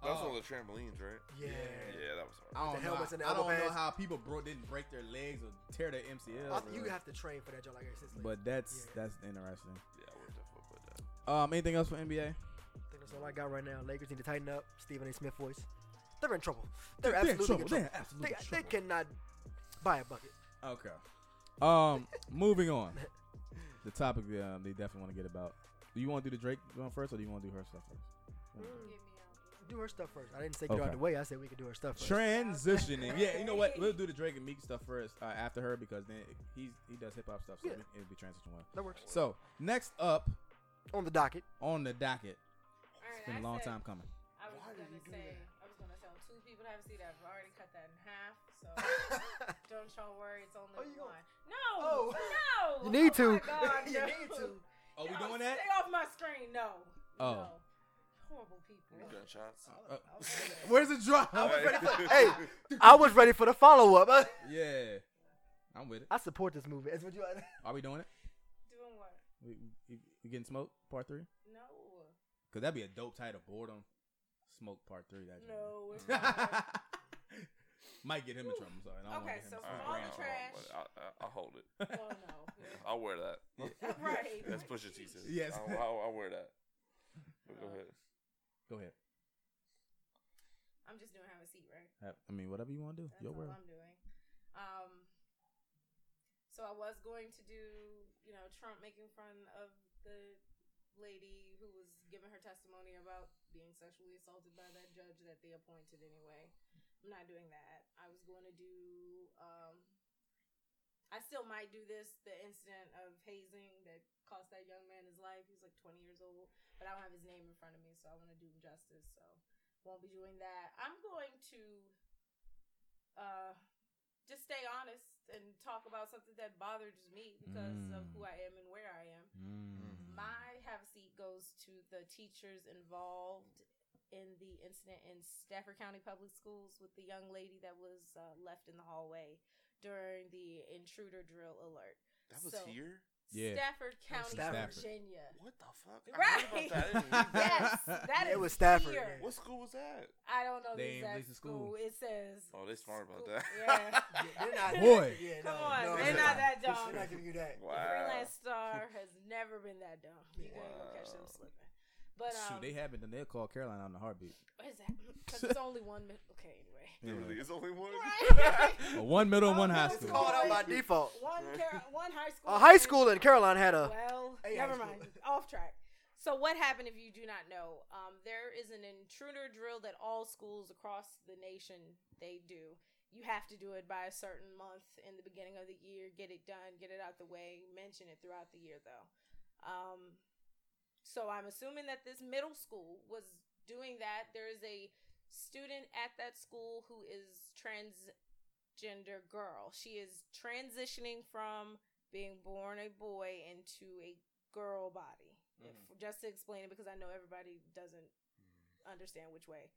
[SPEAKER 4] That's
[SPEAKER 2] Oh,
[SPEAKER 4] one of the trampolines, right?
[SPEAKER 1] Yeah.
[SPEAKER 2] Yeah.
[SPEAKER 4] Yeah, that was
[SPEAKER 2] I
[SPEAKER 4] hard.
[SPEAKER 1] the
[SPEAKER 2] don't, know,
[SPEAKER 1] helmets and the
[SPEAKER 2] I don't
[SPEAKER 1] elbow
[SPEAKER 2] know
[SPEAKER 1] pads.
[SPEAKER 2] how people bro- didn't break their legs or tear their MCL.
[SPEAKER 1] I,
[SPEAKER 2] bro.
[SPEAKER 1] you have to train for that job like I said.
[SPEAKER 2] but that's
[SPEAKER 1] Yeah.
[SPEAKER 2] that's interesting.
[SPEAKER 4] Yeah, I would definitely put that. uh,
[SPEAKER 2] Um, anything else for
[SPEAKER 1] I
[SPEAKER 2] NBA?
[SPEAKER 1] think that's all I got right now. Lakers need to tighten up. Stephen A. Smith voice. They're in trouble. They're, absolutely in trouble.
[SPEAKER 2] They're absolutely
[SPEAKER 1] They,
[SPEAKER 2] in
[SPEAKER 1] they
[SPEAKER 2] trouble.
[SPEAKER 1] cannot buy a bucket.
[SPEAKER 2] Okay. Um, moving on. The topic that um, they definitely want to get about. Do you want to do the Drake one first, or do you want to do her stuff first?
[SPEAKER 1] Do her stuff first. I didn't say get her out
[SPEAKER 2] Okay.
[SPEAKER 1] of the way. I said we could do her stuff first.
[SPEAKER 2] Transitioning. Yeah, you know what? We'll do the Drake and Meek stuff first uh, after her because then he's he does hip hop stuff, so
[SPEAKER 1] Yeah.
[SPEAKER 2] we- it'll be transition one.
[SPEAKER 1] That works.
[SPEAKER 2] So next up
[SPEAKER 1] On the docket.
[SPEAKER 2] on the docket,
[SPEAKER 3] Alright,
[SPEAKER 2] it's been a
[SPEAKER 3] I
[SPEAKER 2] long
[SPEAKER 3] said-
[SPEAKER 2] time coming.
[SPEAKER 3] I was
[SPEAKER 4] Why did
[SPEAKER 3] gonna
[SPEAKER 4] you do
[SPEAKER 3] say
[SPEAKER 4] that?
[SPEAKER 3] I was gonna tell two people that haven't seen that. I've already cut that in half, so don't English on words only
[SPEAKER 1] Oh, you gonna-
[SPEAKER 3] one. No,
[SPEAKER 1] Oh.
[SPEAKER 3] no.
[SPEAKER 1] You need
[SPEAKER 3] Oh
[SPEAKER 1] to.
[SPEAKER 3] my God,
[SPEAKER 1] you
[SPEAKER 3] no.
[SPEAKER 1] need to.
[SPEAKER 2] Are Oh, we
[SPEAKER 3] Y'all
[SPEAKER 2] doing that?
[SPEAKER 3] Stay off my screen. No.
[SPEAKER 2] Oh.
[SPEAKER 3] No. Horrible people.
[SPEAKER 4] Gunshots.
[SPEAKER 2] Uh,
[SPEAKER 3] Okay.
[SPEAKER 2] where's the drop?
[SPEAKER 1] Hey, I was ready for the follow up.
[SPEAKER 2] yeah, I'm with it.
[SPEAKER 1] I support this movie. That's what you.
[SPEAKER 2] Are we doing it?
[SPEAKER 3] Doing what?
[SPEAKER 2] We, we, we getting smoked part three?
[SPEAKER 3] No.
[SPEAKER 2] Cause that'd be a dope title. Boredom, smoke part three. That
[SPEAKER 3] No. It's not.
[SPEAKER 2] joint. might get him in trouble. I'm sorry. I don't
[SPEAKER 3] Okay,
[SPEAKER 2] wanna get
[SPEAKER 3] so
[SPEAKER 2] him in
[SPEAKER 3] from
[SPEAKER 2] trouble.
[SPEAKER 3] all the trash-
[SPEAKER 4] I'll, I'll, I'll hold it.
[SPEAKER 3] well, no.
[SPEAKER 4] I'll wear that.
[SPEAKER 3] Right.
[SPEAKER 4] That's Pusha T. says.
[SPEAKER 2] Yes.
[SPEAKER 4] I'll, I'll, I'll wear that. But go ahead.
[SPEAKER 2] Go ahead.
[SPEAKER 3] I'm just doing have a seat, right?
[SPEAKER 2] Have- I mean, whatever you want to do,
[SPEAKER 3] That's
[SPEAKER 2] your
[SPEAKER 3] all
[SPEAKER 2] world.
[SPEAKER 3] I'm doing. Um, so I was going to do, you know, Trump making fun of the lady who was giving her testimony about being sexually assaulted by that judge that they appointed anyway. I'm not doing that. I was going to do. Um, I still might do this. The incident of hazing that cost that young man his life. He's like 20 years old, but I don't have his name in front of me, so I want to do him justice. So won't be doing that. I'm going to uh, just stay honest and talk about something that bothers me because of
[SPEAKER 2] Mm.
[SPEAKER 3] who I am and where I am.
[SPEAKER 2] Mm.
[SPEAKER 3] My have a seat goes to the teachers involved in the incident in Stafford County Public Schools with the young lady that was uh, left in the hallway during the intruder drill alert.
[SPEAKER 4] That was
[SPEAKER 3] So-
[SPEAKER 4] here?
[SPEAKER 2] Yeah.
[SPEAKER 3] Stafford
[SPEAKER 2] That
[SPEAKER 3] County,
[SPEAKER 2] was
[SPEAKER 1] Oh, Stafford.
[SPEAKER 3] Virginia.
[SPEAKER 4] What the fuck?
[SPEAKER 3] Right.
[SPEAKER 4] I heard about that. I didn't read that.
[SPEAKER 3] yes, that is
[SPEAKER 1] It was Stafford,
[SPEAKER 3] here.
[SPEAKER 1] man.
[SPEAKER 4] What school was that?
[SPEAKER 3] I don't know
[SPEAKER 2] They
[SPEAKER 3] the
[SPEAKER 2] ain't
[SPEAKER 3] exact
[SPEAKER 2] release the
[SPEAKER 3] school.
[SPEAKER 2] school.
[SPEAKER 3] It says.
[SPEAKER 4] Oh, they smart about
[SPEAKER 3] school-
[SPEAKER 4] that.
[SPEAKER 3] Yeah.
[SPEAKER 1] They're not.
[SPEAKER 2] Boy.
[SPEAKER 1] Yeah,
[SPEAKER 3] Come
[SPEAKER 1] no,
[SPEAKER 3] on,
[SPEAKER 1] no,
[SPEAKER 3] they're
[SPEAKER 1] no.
[SPEAKER 3] not that
[SPEAKER 1] They're
[SPEAKER 3] dumb.
[SPEAKER 1] not giving you that.
[SPEAKER 4] Wow.
[SPEAKER 3] The Freelance star has never been that dumb. You gotta go catch them
[SPEAKER 4] Wow.
[SPEAKER 3] slipping. But um,
[SPEAKER 2] Shoot, they haven't done. They'll call Carolina on the heartbeat.
[SPEAKER 3] what is that? 'Cause it's only one. mi- Okay, anyway.
[SPEAKER 4] Literally, it's only one.
[SPEAKER 3] Right.
[SPEAKER 2] Well, one middle and one high
[SPEAKER 3] It's
[SPEAKER 1] It's
[SPEAKER 2] school.
[SPEAKER 1] called out by default.
[SPEAKER 3] one, car- one high school.
[SPEAKER 1] A high
[SPEAKER 3] and-
[SPEAKER 1] school in Carolina had a.
[SPEAKER 3] Well,
[SPEAKER 1] Hey,
[SPEAKER 3] never
[SPEAKER 1] high school.
[SPEAKER 3] mind. Off track. So what happened? If you do not know, um, there is an intruder drill that all schools across the nation they do. You have to do it by a certain month in the beginning of the year. Get it done. Get it out the way. Mention it throughout the year, though. Um, so I'm assuming that this middle school was doing that. There is a student at that school who is transgender girl. She is transitioning from being born a boy into a girl body. If, just to explain it, because I know everybody doesn't understand which way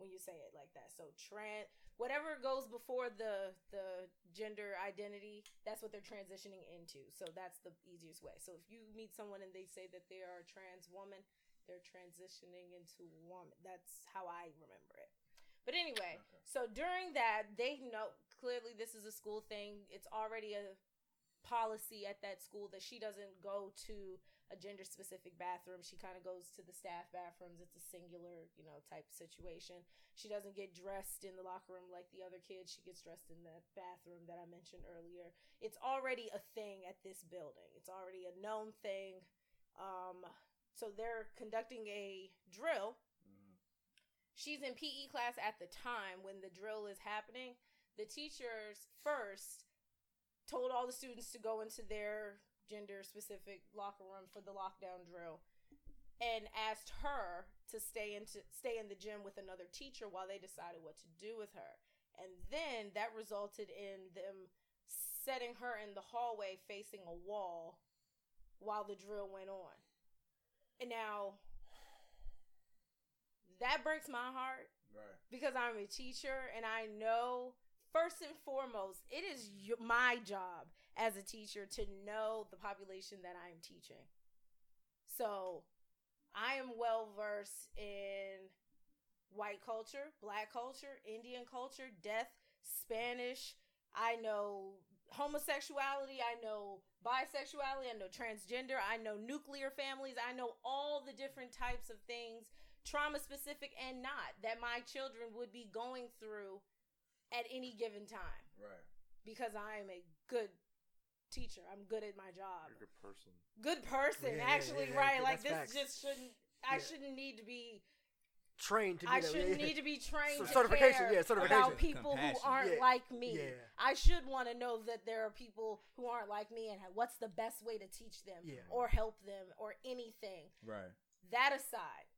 [SPEAKER 3] when you say it like that. So trans, whatever goes before the the gender identity, that's what they're transitioning into. So that's the easiest way. So if you meet someone and they say that they are a trans woman, they're transitioning into woman. That's how I remember it. But anyway, so during that, they know clearly this is a school thing. It's already a policy at that school that she doesn't go to a gender specific bathroom. She kind of goes to the staff bathrooms. It's a singular, you know, type situation. She doesn't get dressed in the locker room like the other kids. She gets dressed in the bathroom that I mentioned earlier. It's already a thing at this building. It's already a known thing. Um, so they're conducting a drill. She's in PE class at the time when the drill is happening. The teachers first told all the students to go into their gender specific locker room for the lockdown drill and asked her to stay into stay in the gym with another teacher while they decided what to do with her. And then that resulted in them setting her in the hallway facing a wall while the drill went on. And now that breaks my heart because I'm a teacher and I know first and foremost it is y- my job as a teacher to know the population that I'm teaching. So I am well versed in white culture, black culture, Indian culture, death, Spanish. I know homosexuality, I know bisexuality, I know transgender, I know nuclear families, I know all the different types of things trauma specific and not that my children would be going through at any given time
[SPEAKER 2] Right.
[SPEAKER 3] because I am a good teacher. I'm good at my job.
[SPEAKER 4] You're a good person.
[SPEAKER 3] Good person,
[SPEAKER 1] Yeah, yeah,
[SPEAKER 3] actually,
[SPEAKER 1] yeah, yeah,
[SPEAKER 3] right?
[SPEAKER 1] yeah,
[SPEAKER 3] like this
[SPEAKER 1] that's facts.
[SPEAKER 3] just shouldn't. I
[SPEAKER 1] Yeah.
[SPEAKER 3] shouldn't need to be.
[SPEAKER 1] Trained to be
[SPEAKER 3] I
[SPEAKER 1] that.
[SPEAKER 3] shouldn't
[SPEAKER 1] yeah.
[SPEAKER 3] need to be trained.
[SPEAKER 1] So
[SPEAKER 3] to
[SPEAKER 1] certification,
[SPEAKER 3] care
[SPEAKER 1] yeah,
[SPEAKER 3] About
[SPEAKER 1] certification.
[SPEAKER 3] people
[SPEAKER 2] Compassion.
[SPEAKER 3] who aren't
[SPEAKER 1] Yeah,
[SPEAKER 3] like me.
[SPEAKER 1] yeah.
[SPEAKER 3] I should want to know that there are people who aren't like me, and what's the best way to teach them
[SPEAKER 1] Yeah.
[SPEAKER 3] or help them or anything.
[SPEAKER 2] Right.
[SPEAKER 3] That aside,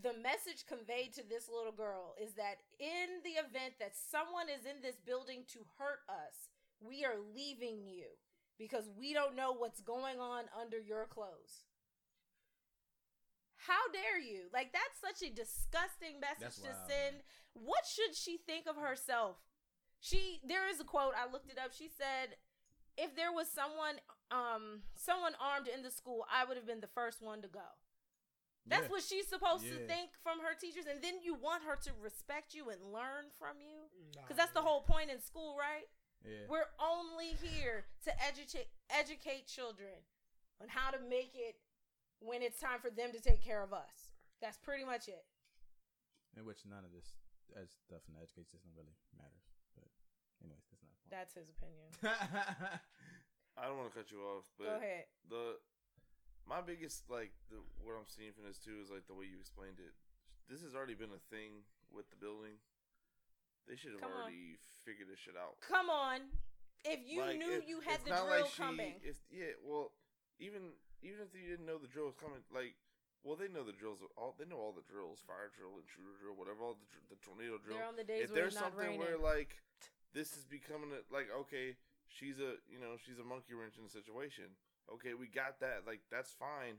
[SPEAKER 3] the message conveyed to this little girl is that in the event that someone is in this building to hurt us, we are leaving you because we don't know what's going on under your clothes. How dare you? Like that's such a disgusting message
[SPEAKER 2] That's
[SPEAKER 3] to
[SPEAKER 2] wild,
[SPEAKER 3] send.
[SPEAKER 2] man.
[SPEAKER 3] What should she think of herself? She there is a quote I looked it up. She said, "If there was someone um someone armed in the school, I would have been the first one to go." That's
[SPEAKER 2] Yeah.
[SPEAKER 3] what she's supposed to
[SPEAKER 2] Yeah.
[SPEAKER 3] think from her teachers, and then you want her to respect you and learn from you,
[SPEAKER 1] Nah,
[SPEAKER 3] because that's the
[SPEAKER 1] man.
[SPEAKER 3] whole point in school, right?
[SPEAKER 2] Yeah.
[SPEAKER 3] We're only here to educate educate children on how to make it when it's time for them to take care of us. That's pretty much it.
[SPEAKER 2] In which none of this ed- stuff in the education system really matters. But anyways, that's not the point.
[SPEAKER 3] That's his opinion.
[SPEAKER 4] I don't want to cut you off, but
[SPEAKER 3] Go ahead.
[SPEAKER 4] the my biggest like the, what I'm seeing from this too is like the way you explained it. This has already been a thing with the building. They should have
[SPEAKER 3] Come on.
[SPEAKER 4] already figured this shit out.
[SPEAKER 3] Come on. If you
[SPEAKER 4] Like,
[SPEAKER 3] knew
[SPEAKER 4] it-
[SPEAKER 3] you had
[SPEAKER 4] it's
[SPEAKER 3] the
[SPEAKER 4] not
[SPEAKER 3] drill
[SPEAKER 4] like she-
[SPEAKER 3] coming,
[SPEAKER 4] It's, yeah, well, even even if you didn't know the drill was coming, like, well, they know the drills. are All they know all the drills: fire drill, intruder drill, whatever. All the dr- the tornado drill.
[SPEAKER 3] they're on the days
[SPEAKER 4] if
[SPEAKER 3] where
[SPEAKER 4] there's
[SPEAKER 3] it's not
[SPEAKER 4] something
[SPEAKER 3] raining.
[SPEAKER 4] where like this is becoming a, like okay, she's a you know she's a monkey wrench in the situation. Okay, we got that. Like that's fine,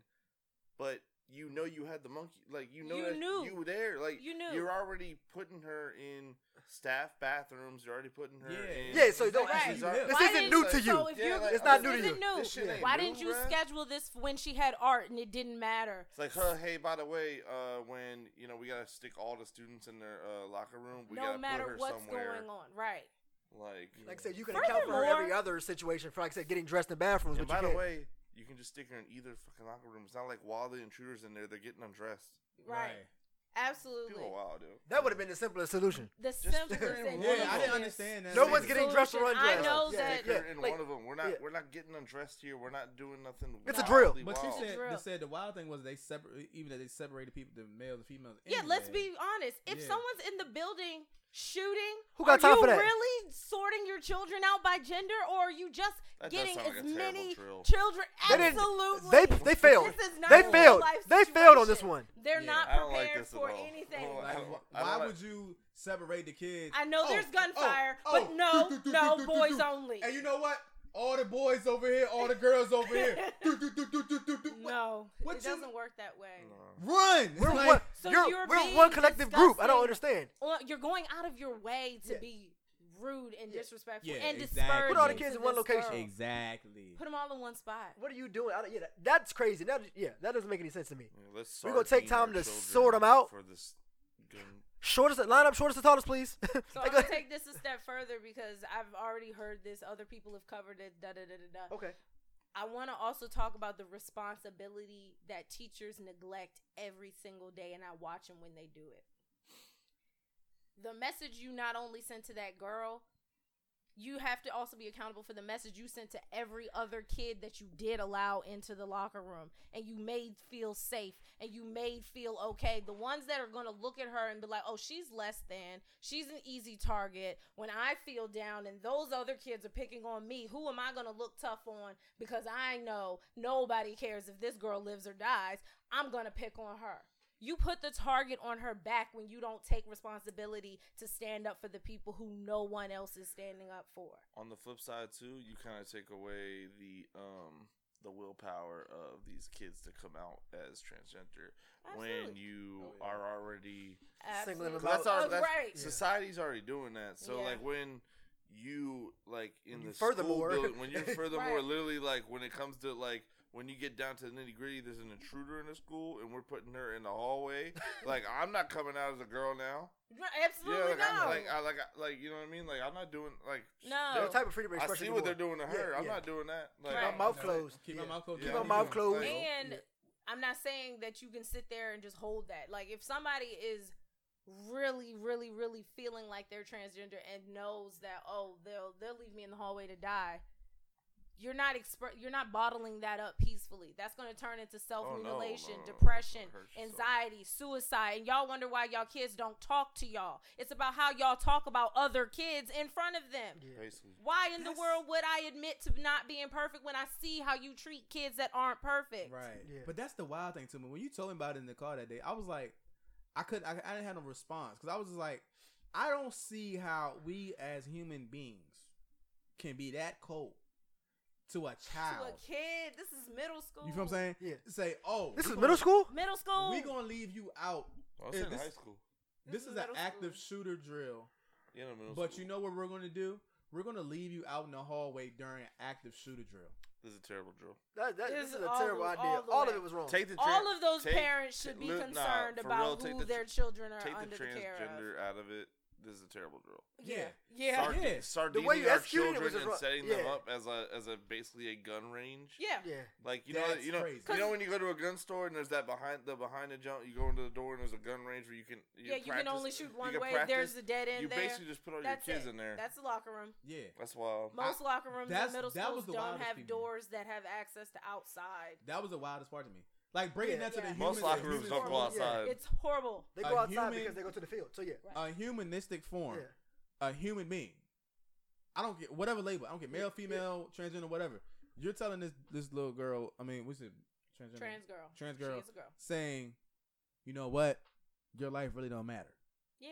[SPEAKER 4] but you know you had the monkey. Like you know
[SPEAKER 3] You
[SPEAKER 4] that
[SPEAKER 3] knew.
[SPEAKER 4] you were there. Like
[SPEAKER 3] You knew.
[SPEAKER 4] You're already putting her in staff bathrooms. You're already putting her.
[SPEAKER 2] Yeah.
[SPEAKER 4] in...
[SPEAKER 1] Yeah, so
[SPEAKER 2] It's
[SPEAKER 1] don't.
[SPEAKER 2] not
[SPEAKER 1] ask
[SPEAKER 3] like
[SPEAKER 1] you.
[SPEAKER 2] you
[SPEAKER 1] This
[SPEAKER 3] Why
[SPEAKER 1] isn't
[SPEAKER 3] didn't-
[SPEAKER 1] new to
[SPEAKER 3] So
[SPEAKER 1] you.
[SPEAKER 3] if
[SPEAKER 4] Yeah,
[SPEAKER 3] you're,
[SPEAKER 4] like,
[SPEAKER 1] It's not
[SPEAKER 3] this
[SPEAKER 1] new to
[SPEAKER 3] isn't
[SPEAKER 1] you.
[SPEAKER 3] new.
[SPEAKER 4] This shit ain't
[SPEAKER 3] Why
[SPEAKER 4] new,
[SPEAKER 3] didn't you
[SPEAKER 4] bruh.
[SPEAKER 3] schedule this when she had art and it didn't matter?
[SPEAKER 4] It's like, huh, hey, by the way, uh, when you know we gotta stick all the students in their uh, locker room, we
[SPEAKER 3] no
[SPEAKER 4] gotta put
[SPEAKER 3] matter
[SPEAKER 4] her
[SPEAKER 3] what's
[SPEAKER 4] somewhere.
[SPEAKER 3] going on, right?
[SPEAKER 4] Like,
[SPEAKER 2] Yeah.
[SPEAKER 1] Like I said, you can account for
[SPEAKER 3] Furthermore-
[SPEAKER 1] every other situation. For like I said, getting dressed in bathrooms,
[SPEAKER 4] and
[SPEAKER 1] but
[SPEAKER 4] by
[SPEAKER 1] you
[SPEAKER 4] the
[SPEAKER 1] can't.
[SPEAKER 4] way, you can just stick her in either fucking locker room. It's not like while the intruders in there, they're getting undressed.
[SPEAKER 3] Right. Absolutely.
[SPEAKER 4] People are wild, dude.
[SPEAKER 1] that would have been the simplest solution.
[SPEAKER 3] The
[SPEAKER 4] Just
[SPEAKER 3] simplest
[SPEAKER 4] stick her in
[SPEAKER 3] and
[SPEAKER 4] one
[SPEAKER 2] Yeah, I
[SPEAKER 4] of
[SPEAKER 2] didn't
[SPEAKER 4] them.
[SPEAKER 2] understand that.
[SPEAKER 1] No
[SPEAKER 2] either.
[SPEAKER 1] one's getting dressed or
[SPEAKER 3] Solution. I
[SPEAKER 1] undressed.
[SPEAKER 3] know
[SPEAKER 1] yeah,
[SPEAKER 3] that-
[SPEAKER 1] Yeah,
[SPEAKER 4] Stick her in
[SPEAKER 1] like,
[SPEAKER 4] one of them. We're not,
[SPEAKER 1] yeah.
[SPEAKER 4] we're not getting undressed here. We're not doing nothing.
[SPEAKER 1] It's a
[SPEAKER 4] wildly
[SPEAKER 1] drill.
[SPEAKER 2] But you
[SPEAKER 4] wild.
[SPEAKER 2] said
[SPEAKER 3] Drill.
[SPEAKER 2] they said the wild thing was they separate even that they separated people the males and females.
[SPEAKER 3] Yeah, let's
[SPEAKER 2] anyway.
[SPEAKER 3] be honest. If
[SPEAKER 2] Yeah.
[SPEAKER 3] someone's in the building shooting,
[SPEAKER 1] Who got
[SPEAKER 3] are
[SPEAKER 1] time
[SPEAKER 3] you
[SPEAKER 1] for that?
[SPEAKER 3] really sorting your children out by gender, or are you just
[SPEAKER 4] That does
[SPEAKER 3] getting
[SPEAKER 4] sound
[SPEAKER 3] as
[SPEAKER 4] like a terrible
[SPEAKER 3] many
[SPEAKER 4] drill.
[SPEAKER 3] children?
[SPEAKER 1] They didn't-
[SPEAKER 3] Absolutely,
[SPEAKER 1] They they failed.
[SPEAKER 3] This is not
[SPEAKER 1] They
[SPEAKER 3] a
[SPEAKER 1] failed.
[SPEAKER 3] real-life
[SPEAKER 1] They failed on this
[SPEAKER 3] situation.
[SPEAKER 1] one.
[SPEAKER 3] They're
[SPEAKER 2] Yeah.
[SPEAKER 3] not
[SPEAKER 4] I don't like
[SPEAKER 3] prepared
[SPEAKER 4] this at
[SPEAKER 3] for
[SPEAKER 4] all.
[SPEAKER 3] anything.
[SPEAKER 4] Oh, I
[SPEAKER 2] Like,
[SPEAKER 4] don't-
[SPEAKER 2] wh-
[SPEAKER 4] I don't
[SPEAKER 2] why
[SPEAKER 4] like-
[SPEAKER 2] would you separate the kids?
[SPEAKER 3] I know there's
[SPEAKER 2] oh,
[SPEAKER 3] gunfire,
[SPEAKER 2] oh,
[SPEAKER 3] but
[SPEAKER 2] oh,
[SPEAKER 3] no,
[SPEAKER 2] do, do, do,
[SPEAKER 3] no,
[SPEAKER 2] do, do,
[SPEAKER 3] boys
[SPEAKER 2] do.
[SPEAKER 3] only.
[SPEAKER 2] And you know what? All the boys over here, all the girls over here. do, do, do, do, do, do, do. What-
[SPEAKER 3] no,
[SPEAKER 2] what
[SPEAKER 3] it
[SPEAKER 2] you-
[SPEAKER 3] doesn't work that way.
[SPEAKER 4] No.
[SPEAKER 2] Run! It's
[SPEAKER 1] We're
[SPEAKER 2] like,
[SPEAKER 1] one.
[SPEAKER 3] So
[SPEAKER 1] you're,
[SPEAKER 3] you're
[SPEAKER 1] we're
[SPEAKER 3] being
[SPEAKER 1] one collective group. I don't
[SPEAKER 3] disgusting.
[SPEAKER 1] understand.
[SPEAKER 3] Well, You're going out of your way to
[SPEAKER 1] Yeah.
[SPEAKER 3] be rude and
[SPEAKER 1] Yeah.
[SPEAKER 3] disrespectful
[SPEAKER 2] Yeah,
[SPEAKER 3] and
[SPEAKER 2] exactly.
[SPEAKER 3] disparaging.
[SPEAKER 2] Put all the
[SPEAKER 1] kids
[SPEAKER 3] to
[SPEAKER 1] in one
[SPEAKER 3] this
[SPEAKER 1] location.
[SPEAKER 3] girl.
[SPEAKER 2] Exactly.
[SPEAKER 3] Put them all in one spot.
[SPEAKER 1] What are you doing? I don't, yeah, that, that's crazy. That, yeah, that doesn't make any sense to me.
[SPEAKER 4] Yeah, let's
[SPEAKER 1] We gonna take
[SPEAKER 4] sardine our
[SPEAKER 1] time to
[SPEAKER 4] children
[SPEAKER 1] sort 'em out.
[SPEAKER 4] for this. gun-
[SPEAKER 1] Shortest line up, shortest to tallest, please.
[SPEAKER 3] So
[SPEAKER 1] Like,
[SPEAKER 3] I'm gonna take this a step further because I've already heard this. Other people have covered it. Da da da da da.
[SPEAKER 1] okay.
[SPEAKER 3] I want to also talk about the responsibility that teachers neglect every single day, and I watch them when they do it. The message you not only sent to that girl, you have to also be accountable for the message you sent to every other kid that you did allow into the locker room and you made feel safe and you made feel okay. The ones that are going to look at her and be like, oh, she's less than, she's an easy target. When I feel down and those other kids are picking on me, who am I going to look tough on? Because I know nobody cares if this girl lives or dies. I'm going to pick on her. You put the target on her back when you don't take responsibility to stand up for the people who no one else is standing up for.
[SPEAKER 4] On the flip side too, you kind of take away the um the willpower of these kids to come out as transgender when
[SPEAKER 3] Absolutely.
[SPEAKER 4] you
[SPEAKER 2] Oh, yeah.
[SPEAKER 4] are already
[SPEAKER 1] Singling
[SPEAKER 3] Absolutely.
[SPEAKER 1] them
[SPEAKER 4] That's, our,
[SPEAKER 3] Oh,
[SPEAKER 4] that's
[SPEAKER 3] right.
[SPEAKER 1] Yeah.
[SPEAKER 4] society's already doing that. So
[SPEAKER 3] Yeah.
[SPEAKER 4] like when you like in
[SPEAKER 1] You
[SPEAKER 4] the
[SPEAKER 1] furthermore-
[SPEAKER 4] school building, when you're furthermore
[SPEAKER 3] Right.
[SPEAKER 4] literally like when it comes to like when you get down to the nitty gritty, there's an intruder in the school and we're putting her in the hallway. like I'm not coming out as a girl now.
[SPEAKER 3] Right, Absolutely
[SPEAKER 4] yeah, like,
[SPEAKER 3] no.
[SPEAKER 4] I'm, like I like I, like you know what I mean. Like I'm not doing like
[SPEAKER 3] No.
[SPEAKER 1] There's a type of freedom of
[SPEAKER 4] I
[SPEAKER 1] expression.
[SPEAKER 4] see
[SPEAKER 1] you
[SPEAKER 4] what they're
[SPEAKER 1] want.
[SPEAKER 4] doing to
[SPEAKER 1] Yeah,
[SPEAKER 4] her. I'm
[SPEAKER 1] yeah.
[SPEAKER 4] not doing that. Like
[SPEAKER 3] Right.
[SPEAKER 1] My mouth closed.
[SPEAKER 2] Keep
[SPEAKER 1] Yeah.
[SPEAKER 2] my mouth closed.
[SPEAKER 1] Keep
[SPEAKER 4] Yeah.
[SPEAKER 1] my
[SPEAKER 4] you
[SPEAKER 1] mouth
[SPEAKER 4] know,
[SPEAKER 1] closed.
[SPEAKER 4] like-
[SPEAKER 3] And
[SPEAKER 1] Yeah.
[SPEAKER 3] I'm not saying that you can sit there and just hold that. Like if somebody is really, really, really feeling like they're transgender and knows that oh they'll they'll leave me in the hallway to die. You're not exp- you're not bottling that up peacefully. That's going to turn into self mutilation,
[SPEAKER 4] Oh, no, no, no.
[SPEAKER 3] depression,
[SPEAKER 4] Hurt yourself.
[SPEAKER 3] anxiety, suicide, and y'all wonder why y'all kids don't talk to y'all. It's about how y'all talk about other kids in front of them.
[SPEAKER 1] Yeah.
[SPEAKER 4] Basically.
[SPEAKER 3] Why in
[SPEAKER 2] That's-
[SPEAKER 3] the world would I admit to not being perfect when I see how you treat kids that aren't perfect?
[SPEAKER 2] Right.
[SPEAKER 1] Yeah.
[SPEAKER 2] But that's the wild thing to me. When you told me about it in the car that day, I was like, I could I, I didn't have no response because I was just like, I don't see how we as human beings can be that cold to a child.
[SPEAKER 3] To a kid, this is middle school.
[SPEAKER 2] you feel what I'm saying?
[SPEAKER 1] Yeah.
[SPEAKER 2] Say, oh,
[SPEAKER 1] This
[SPEAKER 2] we
[SPEAKER 1] is
[SPEAKER 2] gonna-
[SPEAKER 1] middle school.
[SPEAKER 3] Middle school.
[SPEAKER 2] We gonna leave you out.
[SPEAKER 4] I was
[SPEAKER 2] Yeah,
[SPEAKER 4] in
[SPEAKER 2] this-
[SPEAKER 4] high school.
[SPEAKER 2] This, is, an
[SPEAKER 3] middle
[SPEAKER 2] active
[SPEAKER 3] school.
[SPEAKER 2] shooter drill.
[SPEAKER 4] Yeah, no, middle
[SPEAKER 2] But
[SPEAKER 4] school.
[SPEAKER 2] you know what we're gonna do? We're gonna leave you out in the hallway during an active shooter drill.
[SPEAKER 4] this is a terrible drill.
[SPEAKER 1] That, that,
[SPEAKER 3] This
[SPEAKER 1] this is a
[SPEAKER 3] is all
[SPEAKER 1] terrible
[SPEAKER 3] the-
[SPEAKER 1] idea.
[SPEAKER 3] all the
[SPEAKER 1] All of
[SPEAKER 3] way.
[SPEAKER 1] it was wrong.
[SPEAKER 4] Take the
[SPEAKER 3] All
[SPEAKER 4] tran-
[SPEAKER 3] of those
[SPEAKER 4] take-
[SPEAKER 3] parents should be
[SPEAKER 4] look, nah,
[SPEAKER 3] concerned
[SPEAKER 4] for real,
[SPEAKER 3] about
[SPEAKER 4] take
[SPEAKER 3] who
[SPEAKER 4] the tr-
[SPEAKER 3] their children are
[SPEAKER 4] take
[SPEAKER 3] under
[SPEAKER 4] the
[SPEAKER 3] the, care of.
[SPEAKER 4] transgender out of it. This is a terrible drill.
[SPEAKER 3] Yeah,
[SPEAKER 2] Yeah.
[SPEAKER 3] yeah,
[SPEAKER 4] Sard-
[SPEAKER 2] Yeah.
[SPEAKER 1] The way
[SPEAKER 4] Sardining
[SPEAKER 1] you executed it
[SPEAKER 4] our
[SPEAKER 1] was
[SPEAKER 4] children
[SPEAKER 1] just
[SPEAKER 4] and
[SPEAKER 1] wrong.
[SPEAKER 4] setting them
[SPEAKER 1] Yeah.
[SPEAKER 4] up as a as a basically a gun range.
[SPEAKER 3] yeah.
[SPEAKER 1] yeah,
[SPEAKER 4] Like you know
[SPEAKER 2] That's
[SPEAKER 4] you know
[SPEAKER 2] crazy.
[SPEAKER 4] you know when you go to a gun store and there's that behind the behind the jump you go into the door and there's a gun range where you can
[SPEAKER 3] Yeah, you can
[SPEAKER 4] practice-
[SPEAKER 3] only shoot one
[SPEAKER 4] can
[SPEAKER 3] way.
[SPEAKER 4] practice.
[SPEAKER 3] There's a dead end
[SPEAKER 4] you
[SPEAKER 3] there.
[SPEAKER 4] basically just put all
[SPEAKER 3] That's
[SPEAKER 4] your kids
[SPEAKER 3] it.
[SPEAKER 4] in there.
[SPEAKER 3] That's the locker room.
[SPEAKER 2] Yeah.
[SPEAKER 4] That's wild.
[SPEAKER 3] Most locker rooms
[SPEAKER 2] that's-
[SPEAKER 3] in middle
[SPEAKER 2] that was
[SPEAKER 3] schools
[SPEAKER 2] the
[SPEAKER 3] don't
[SPEAKER 2] wildest
[SPEAKER 3] have
[SPEAKER 2] thing to me.
[SPEAKER 3] doors that have access to outside.
[SPEAKER 2] That was the wildest part to me. Like breaking
[SPEAKER 1] Yeah.
[SPEAKER 2] that to the
[SPEAKER 3] Yeah.
[SPEAKER 2] human,
[SPEAKER 4] Most locker rooms
[SPEAKER 2] human-
[SPEAKER 4] don't go
[SPEAKER 1] Yeah.
[SPEAKER 4] outside.
[SPEAKER 3] It's horrible.
[SPEAKER 1] they
[SPEAKER 2] A
[SPEAKER 1] go outside
[SPEAKER 2] human-
[SPEAKER 1] because they go to the field. So yeah,
[SPEAKER 2] a humanistic form.
[SPEAKER 1] yeah.
[SPEAKER 2] a human being. I don't get whatever label. I don't get male, female, transgender, whatever. You're telling this this little girl. I mean, what's it? Transgender.
[SPEAKER 3] Trans girl.
[SPEAKER 2] Trans girl.
[SPEAKER 3] She is a girl.
[SPEAKER 2] Saying, you know what? Your life really don't matter.
[SPEAKER 3] Yeah.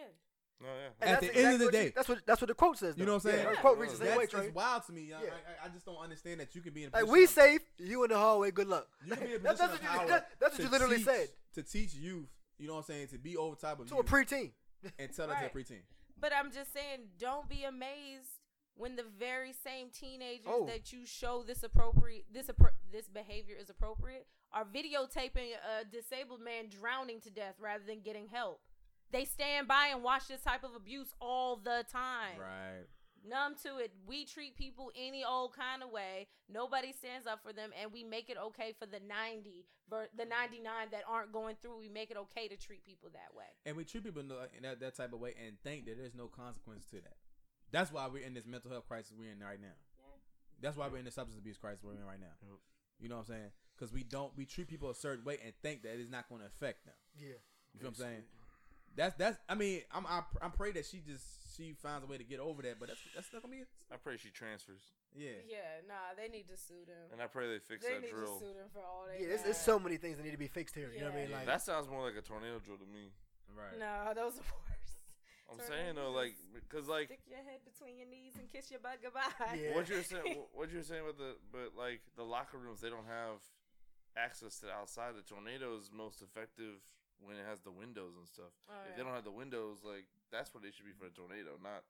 [SPEAKER 4] No, Oh, yeah.
[SPEAKER 1] And
[SPEAKER 2] At
[SPEAKER 1] that's
[SPEAKER 2] the end of the
[SPEAKER 1] what you-
[SPEAKER 2] day.
[SPEAKER 1] that's what that's what the quote says.
[SPEAKER 2] You
[SPEAKER 1] though.
[SPEAKER 2] know what I'm
[SPEAKER 1] Yeah,
[SPEAKER 2] saying?
[SPEAKER 1] her
[SPEAKER 3] Yeah.
[SPEAKER 1] quote reads the same
[SPEAKER 2] That's
[SPEAKER 1] way,
[SPEAKER 2] it's
[SPEAKER 1] Trey.
[SPEAKER 2] wild to me. I,
[SPEAKER 1] Yeah.
[SPEAKER 2] I, I just don't understand that you can be in. A
[SPEAKER 1] Like
[SPEAKER 2] position
[SPEAKER 1] we
[SPEAKER 2] of-
[SPEAKER 1] safe, you in the hallway. Good luck.
[SPEAKER 2] You can be in a
[SPEAKER 1] That's-
[SPEAKER 2] position
[SPEAKER 1] that's
[SPEAKER 2] of
[SPEAKER 1] what you-
[SPEAKER 2] power
[SPEAKER 1] that- that's what
[SPEAKER 2] to
[SPEAKER 1] you literally
[SPEAKER 2] teach-
[SPEAKER 1] said.
[SPEAKER 2] to teach youth. You know what I'm saying? To be over top of
[SPEAKER 1] To
[SPEAKER 2] you
[SPEAKER 1] a preteen.
[SPEAKER 2] and tell it
[SPEAKER 3] Right.
[SPEAKER 2] to a preteen.
[SPEAKER 3] But I'm just saying, don't be amazed when the very same teenagers
[SPEAKER 1] Oh.
[SPEAKER 3] that you show this appropriate this appro- this behavior is appropriate are videotaping a disabled man drowning to death rather than getting help. They stand by and watch this type of abuse all the time.
[SPEAKER 2] Right.
[SPEAKER 3] Numb to it. We treat people any old kind of way. Nobody stands up for them, and we make it okay for the ninety, ver- the ninety nine that aren't going through. We make it okay to treat people that way.
[SPEAKER 2] and we treat people in tha- in that, that type of way and think that there's no consequence to that. That's why we're in this mental health crisis we're in right now. That's why we're in the substance abuse crisis we're in right now.
[SPEAKER 4] Yep.
[SPEAKER 2] You know what I'm saying? Because we don't we treat people a certain way and think that it's not going to affect them.
[SPEAKER 1] Yeah.
[SPEAKER 2] You feel what I'm saying? That's that's. I mean, I'm I, pr- I pray that she just she finds a way to get over that, but that's that's not gonna be.
[SPEAKER 4] I pray she transfers,
[SPEAKER 2] Yeah.
[SPEAKER 3] Yeah, nah, they need to sue them.
[SPEAKER 4] and I pray they fix
[SPEAKER 3] They
[SPEAKER 4] that
[SPEAKER 3] need
[SPEAKER 4] drill.
[SPEAKER 3] to sue them for all they
[SPEAKER 1] Yeah, it's, it's
[SPEAKER 3] got.
[SPEAKER 1] so many things that need to be fixed here. You know what I mean?
[SPEAKER 3] Yeah.
[SPEAKER 1] Like,
[SPEAKER 4] that sounds more like a tornado drill to me.
[SPEAKER 2] Right.
[SPEAKER 3] No, those are worse.
[SPEAKER 4] I'm
[SPEAKER 3] Tornado
[SPEAKER 4] saying though,
[SPEAKER 3] drills.
[SPEAKER 4] like, because like
[SPEAKER 3] Stick your head between your knees and kiss your butt goodbye.
[SPEAKER 1] Yeah.
[SPEAKER 4] what you're saying, what you're saying with the, but like the locker rooms, they don't have access to outside. The tornado is most effective when it has the windows and stuff.
[SPEAKER 3] Oh,
[SPEAKER 4] if
[SPEAKER 3] yeah.
[SPEAKER 4] they don't have the windows, like that's where they should be for a tornado, not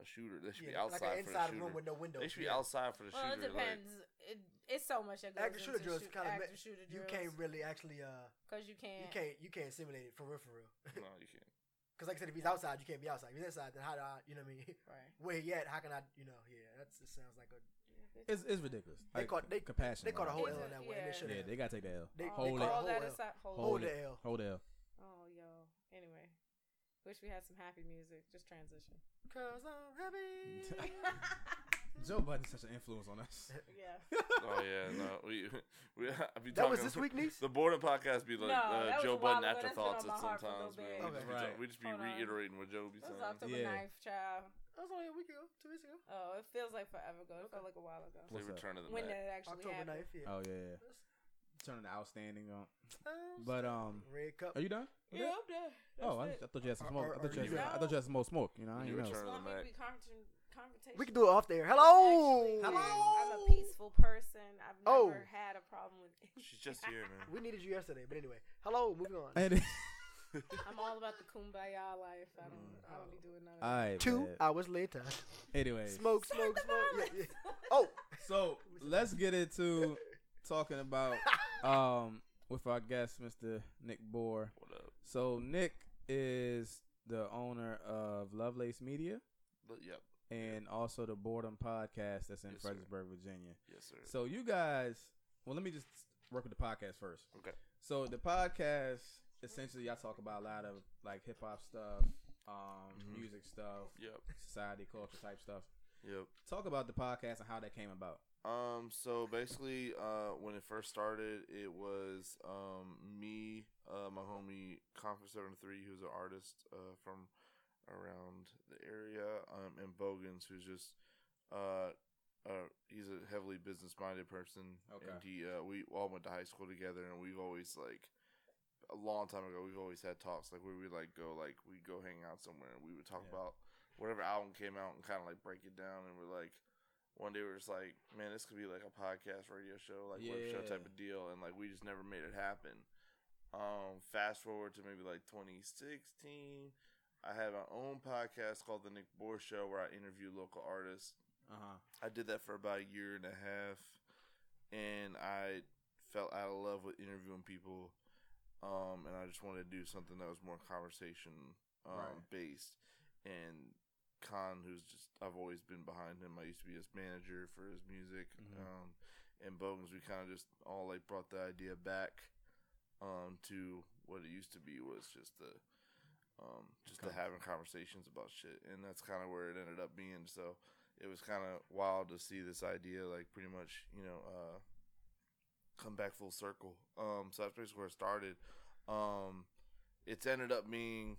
[SPEAKER 4] a shooter. They should be
[SPEAKER 1] yeah, like an
[SPEAKER 4] outside for
[SPEAKER 1] inside
[SPEAKER 4] the shooter.
[SPEAKER 1] room with no window.
[SPEAKER 4] they should be
[SPEAKER 1] yeah.
[SPEAKER 4] outside for the
[SPEAKER 3] Well, it
[SPEAKER 4] shooter. like-
[SPEAKER 3] depends. it, it's so much that goes
[SPEAKER 1] Active shooter
[SPEAKER 3] into
[SPEAKER 1] drills
[SPEAKER 3] shoot-
[SPEAKER 1] kind of.
[SPEAKER 3] active shooter
[SPEAKER 1] You
[SPEAKER 3] drills.
[SPEAKER 1] can't really actually. Uh,
[SPEAKER 3] because you can't.
[SPEAKER 1] you can't. You can't simulate it for real, for real.
[SPEAKER 4] no, you can't.
[SPEAKER 1] Because like I said, if he's outside, you can't be outside. If he's inside, then how do I? You know what I mean?
[SPEAKER 3] Right.
[SPEAKER 1] Where he at? How can I? You know? Yeah, that's. It sounds like a.
[SPEAKER 2] It's it's ridiculous.
[SPEAKER 1] They
[SPEAKER 2] Like,
[SPEAKER 1] caught- they-
[SPEAKER 2] compassion.
[SPEAKER 1] They caught a whole
[SPEAKER 2] right?
[SPEAKER 3] It's
[SPEAKER 1] L
[SPEAKER 3] a-
[SPEAKER 1] on that one. and
[SPEAKER 3] yeah.
[SPEAKER 1] They should
[SPEAKER 2] Yeah,
[SPEAKER 1] have.
[SPEAKER 2] they gotta take that L.
[SPEAKER 1] They- they
[SPEAKER 3] all
[SPEAKER 1] call
[SPEAKER 2] hold it.
[SPEAKER 3] all
[SPEAKER 1] it
[SPEAKER 3] that
[SPEAKER 1] whole
[SPEAKER 3] aside, hold,
[SPEAKER 1] Hold
[SPEAKER 2] it.
[SPEAKER 1] the L.
[SPEAKER 2] Hold L.
[SPEAKER 3] Oh, yo. Anyway, wish we had some happy music. Just transition.
[SPEAKER 1] Cause I'm happy.
[SPEAKER 2] Joe Budden's such an influence on us.
[SPEAKER 3] yeah.
[SPEAKER 4] Oh yeah, no, we we I be
[SPEAKER 1] That was
[SPEAKER 4] talking-
[SPEAKER 1] this week, niece?
[SPEAKER 4] The boredom podcast be like
[SPEAKER 3] No, that
[SPEAKER 4] uh,
[SPEAKER 3] was a
[SPEAKER 4] Joe
[SPEAKER 3] while ago. That's
[SPEAKER 4] Budden
[SPEAKER 3] been on
[SPEAKER 4] afterthoughts
[SPEAKER 3] my
[SPEAKER 4] at
[SPEAKER 3] heart for a
[SPEAKER 4] sometimes,
[SPEAKER 3] little
[SPEAKER 4] man.
[SPEAKER 1] bit.
[SPEAKER 4] We just be
[SPEAKER 2] Okay.
[SPEAKER 4] talk- we just be
[SPEAKER 3] Hold on.
[SPEAKER 4] reiterating what Joe be
[SPEAKER 3] That was
[SPEAKER 4] saying.
[SPEAKER 3] October
[SPEAKER 2] Yeah.
[SPEAKER 3] 9th, child.
[SPEAKER 1] That was only a week ago, two weeks ago.
[SPEAKER 3] Oh, it feels like forever ago. It felt like a while ago.
[SPEAKER 4] The
[SPEAKER 2] What's up?
[SPEAKER 4] return of the
[SPEAKER 3] When did
[SPEAKER 4] Mac.
[SPEAKER 3] it actually
[SPEAKER 1] October
[SPEAKER 3] happen?
[SPEAKER 1] 9th, yeah.
[SPEAKER 2] Oh yeah. yeah. Turning the outstanding on.
[SPEAKER 1] Um,
[SPEAKER 2] But um,
[SPEAKER 1] Red Cup.
[SPEAKER 2] are you done? We're
[SPEAKER 3] Yeah,
[SPEAKER 2] done?
[SPEAKER 3] I'm done.
[SPEAKER 2] Oh, I, I
[SPEAKER 3] That's it.
[SPEAKER 2] thought you had some
[SPEAKER 1] Are- are-
[SPEAKER 2] smoke. I thought you
[SPEAKER 4] are
[SPEAKER 2] had, some- I
[SPEAKER 4] you
[SPEAKER 3] done?
[SPEAKER 2] thought you had some more smoke. You know, I
[SPEAKER 4] You
[SPEAKER 2] didn't know.
[SPEAKER 4] were
[SPEAKER 3] Just
[SPEAKER 4] turning-
[SPEAKER 3] want me to
[SPEAKER 4] Mac.
[SPEAKER 3] be conver- conversational.
[SPEAKER 1] we can do it off there. Hello.
[SPEAKER 3] Actually, I'm a peaceful person. I've
[SPEAKER 1] Oh.
[SPEAKER 3] never had a problem with anything.
[SPEAKER 4] She's just here, man.
[SPEAKER 1] We needed you yesterday, but anyway. Hello. Moving on.
[SPEAKER 2] And
[SPEAKER 3] I'm all about the kumbaya life. I don't. I don't be
[SPEAKER 2] Mm.
[SPEAKER 3] doing none of that.
[SPEAKER 2] all right,
[SPEAKER 1] Two
[SPEAKER 2] man.
[SPEAKER 1] hours later.
[SPEAKER 2] Anyway,
[SPEAKER 1] Smoke,
[SPEAKER 3] Start
[SPEAKER 1] smoke,
[SPEAKER 3] the
[SPEAKER 1] smoke. Yeah, yeah.
[SPEAKER 3] violence.
[SPEAKER 1] Oh,
[SPEAKER 2] so let's get into talking about um with our guest, Mr. Nick Bohr.
[SPEAKER 4] What up?
[SPEAKER 2] So Nick is the owner of Lovelace Media
[SPEAKER 4] But, yep.
[SPEAKER 2] and also the Boredom Podcast that's in
[SPEAKER 4] Yes, sir.
[SPEAKER 2] Fredericksburg, Virginia.
[SPEAKER 4] Yes, sir.
[SPEAKER 2] So you guys, well, let me just work with the podcast first.
[SPEAKER 4] Okay.
[SPEAKER 2] So the podcast essentially, I talk about a lot of like hip hop stuff, um,
[SPEAKER 4] Mhm.
[SPEAKER 2] music stuff,
[SPEAKER 4] Yep.
[SPEAKER 2] society, culture type stuff.
[SPEAKER 4] Yep.
[SPEAKER 2] Talk about the podcast and how that came about.
[SPEAKER 4] Um, so basically, uh, when it first started, it was um, me, uh, my homie Confer Seven oh Three, who's an artist uh, from around the area, um, and Bogans, who's just uh, uh, he's a heavily business minded person.
[SPEAKER 2] Okay.
[SPEAKER 4] And he, uh, we all went to high school together, and we've always like a long time ago, we've always had talks like where we like go like we go hang out somewhere and we would talk
[SPEAKER 2] Yeah.
[SPEAKER 4] about whatever album came out and kind of like break it down and we're like one day we we're just like man this could be like a podcast radio show like web show type
[SPEAKER 2] Yeah.
[SPEAKER 4] of deal and like we just never made it happen. Um, fast forward to maybe like 2016, I had my own podcast called the Nick Bohr Show where I interview local artists
[SPEAKER 2] Uh huh.
[SPEAKER 4] I did that for about a year and a half, and I fell out of love with interviewing people, um, and I just wanted to do something that was more conversation um,
[SPEAKER 2] Right.
[SPEAKER 4] based. And Khan, who's just I've always been behind him. I used to be his manager for his music,
[SPEAKER 2] Mhm.
[SPEAKER 4] um, and Bones. We kind of just all like brought the idea back um, to what it used to be was just the um, just the
[SPEAKER 2] Okay.
[SPEAKER 4] having conversations about shit, and that's kind of where it ended up being. So it was kind of wild to see this idea, like pretty much, you know, uh, come back full circle. Um, so that's basically where it started. Um, it's ended up being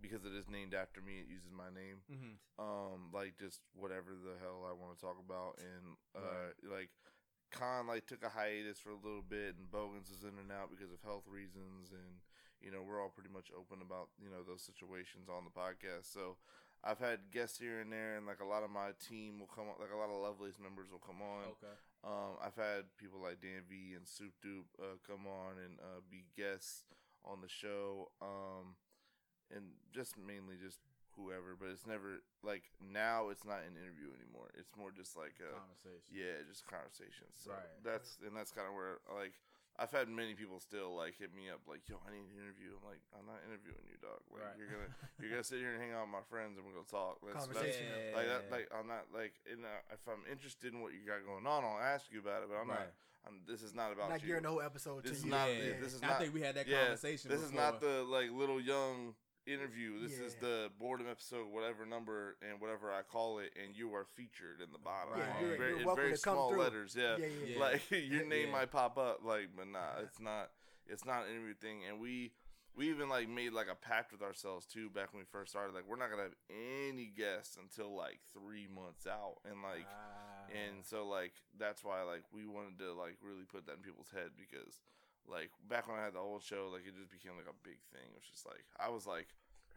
[SPEAKER 4] because it is named after me. It uses my name
[SPEAKER 2] Mm-hmm.
[SPEAKER 4] um like just whatever the hell I want to talk about and uh like Khan like took a hiatus for a little bit and Bogans was in and out because of health reasons and you know we're all pretty much open about you know those situations on the podcast so I've had guests here and there and like a lot of my team will come on like a lot of Lovelace members will come on
[SPEAKER 2] Okay.
[SPEAKER 4] um, I've had people like Dan V and Soup Doop uh, come on and uh, be guests on the show, um, and just mainly just whoever. But it's never like now it's not an interview anymore. It's more just like a
[SPEAKER 2] Conversation.
[SPEAKER 4] uh, yeah, just conversations. So
[SPEAKER 2] Right.
[SPEAKER 4] that's and that's kind of where like I've had many people still like hit me up like yo I need an interview. I'm like I'm not interviewing you, dog. Like
[SPEAKER 2] Right.
[SPEAKER 4] you're gonna you're gonna sit here and hang out with my friends and we're gonna talk. That's, that's
[SPEAKER 1] Conversation.
[SPEAKER 2] Eh.
[SPEAKER 4] like that, like I'm not like in a, if I'm interested in what you got going on, I'll ask you about it. But I'm
[SPEAKER 2] right.
[SPEAKER 4] not. I'm, this is not about
[SPEAKER 1] Like you're
[SPEAKER 4] you.
[SPEAKER 1] in the whole episode.
[SPEAKER 4] This
[SPEAKER 1] to
[SPEAKER 4] is
[SPEAKER 1] you.
[SPEAKER 4] not-
[SPEAKER 2] yeah.
[SPEAKER 4] this is
[SPEAKER 2] I
[SPEAKER 4] not-
[SPEAKER 2] think we had that
[SPEAKER 4] yeah,
[SPEAKER 2] conversation.
[SPEAKER 4] this is not
[SPEAKER 2] before.
[SPEAKER 4] the like little young interview. This is
[SPEAKER 1] Yeah.
[SPEAKER 4] the boredom episode, whatever number and whatever I call it, and you are featured in the bottom.
[SPEAKER 2] Yeah,
[SPEAKER 4] It's
[SPEAKER 2] you're-
[SPEAKER 4] very,
[SPEAKER 1] you're
[SPEAKER 4] it's
[SPEAKER 1] welcome
[SPEAKER 4] very
[SPEAKER 1] to come
[SPEAKER 4] small
[SPEAKER 1] through.
[SPEAKER 4] letters. Yeah,
[SPEAKER 1] yeah, yeah.
[SPEAKER 2] Yeah.
[SPEAKER 4] like your name
[SPEAKER 2] Yeah.
[SPEAKER 4] might pop up, like but nah, it's not. It's not an interview thing, and we. We even like made like a pact with ourselves too back when we first started. Like we're not gonna have any guests until like three months out, and like
[SPEAKER 2] Ah.
[SPEAKER 4] and so like that's why like we wanted to like really put that in people's head because like back when I had the old show, like it just became like a big thing. It was just like I was like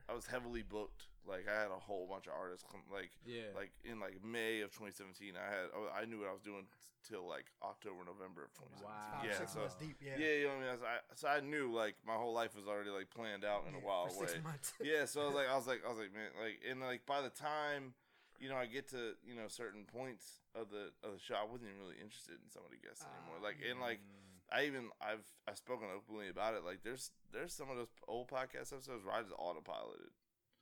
[SPEAKER 4] I was heavily booked. Like I had a whole bunch of artists come, like
[SPEAKER 2] yeah,
[SPEAKER 4] like in like May of 2017. I had oh, I knew what I was doing till like October November of 2017.
[SPEAKER 2] Wow.
[SPEAKER 1] Five,
[SPEAKER 4] Yeah,
[SPEAKER 1] six
[SPEAKER 4] so
[SPEAKER 1] months deep. Yeah.
[SPEAKER 4] yeah. you know what I mean. I was- I, so I knew like my whole life was already like planned out in a
[SPEAKER 1] Yeah,
[SPEAKER 4] wild
[SPEAKER 1] for
[SPEAKER 4] way
[SPEAKER 1] Six months.
[SPEAKER 4] yeah so i was like i was like i was like man like and like by the time you know i get to you know certain points of the of the show i wasn't even really interested in somebody guests
[SPEAKER 1] Ah,
[SPEAKER 4] anymore like and like
[SPEAKER 2] Mm.
[SPEAKER 4] i even i've i've spoken openly about it like there's there's some of those old podcast episodes where i just autopiloted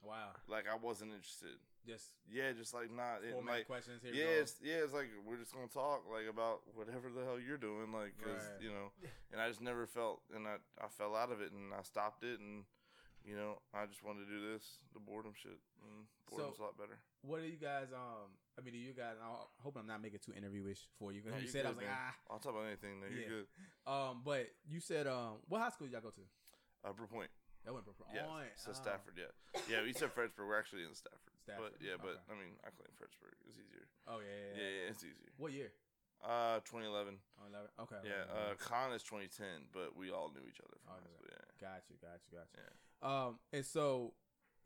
[SPEAKER 2] wow,
[SPEAKER 4] like i wasn't interested
[SPEAKER 2] just
[SPEAKER 4] yeah just like not it,
[SPEAKER 2] format
[SPEAKER 4] like
[SPEAKER 2] questions here.
[SPEAKER 4] yeah, it's, yeah, it's like we're just gonna talk like about whatever the hell you're doing, like 'cause,
[SPEAKER 2] Right.
[SPEAKER 4] you know.
[SPEAKER 1] Yeah.
[SPEAKER 4] And I just never felt, and I I fell out of it, and I stopped it, and you know, I just wanted to do this, the boredom shit. And
[SPEAKER 2] So-
[SPEAKER 4] boredom's a lot better.
[SPEAKER 2] What are you guys? Um, I mean, do you guys? I hope I'm not making too interviewish for you. 'cause
[SPEAKER 4] No,
[SPEAKER 2] you
[SPEAKER 4] you're
[SPEAKER 2] said I
[SPEAKER 4] good,
[SPEAKER 2] was like,
[SPEAKER 4] man.
[SPEAKER 2] ah.
[SPEAKER 4] I'll talk about anything. No, you're
[SPEAKER 2] Yeah.
[SPEAKER 4] good.
[SPEAKER 2] Um, but you said, um, what high school did y'all go to?
[SPEAKER 4] Upper Point,
[SPEAKER 2] That went for
[SPEAKER 4] yeah.
[SPEAKER 2] on.
[SPEAKER 4] So
[SPEAKER 2] ah.
[SPEAKER 4] Stafford, yeah, yeah. We said Fredericksburg. We're actually in Stafford,
[SPEAKER 2] Stafford,
[SPEAKER 4] but yeah, but
[SPEAKER 2] okay.
[SPEAKER 4] I mean, I claim Fredericksburg. It's easier.
[SPEAKER 2] Oh yeah,
[SPEAKER 4] Yeah,
[SPEAKER 2] yeah. yeah.
[SPEAKER 4] yeah, it's easier.
[SPEAKER 2] What year?
[SPEAKER 4] Uh, 2011.
[SPEAKER 2] Oh, 11. Okay.
[SPEAKER 4] Yeah,
[SPEAKER 2] 11.
[SPEAKER 4] uh, Con is 2010, but we all knew each other
[SPEAKER 2] All
[SPEAKER 4] from high
[SPEAKER 2] knew
[SPEAKER 4] school. Yeah,
[SPEAKER 2] got you, got you, got you.
[SPEAKER 4] yeah.
[SPEAKER 2] Um, and so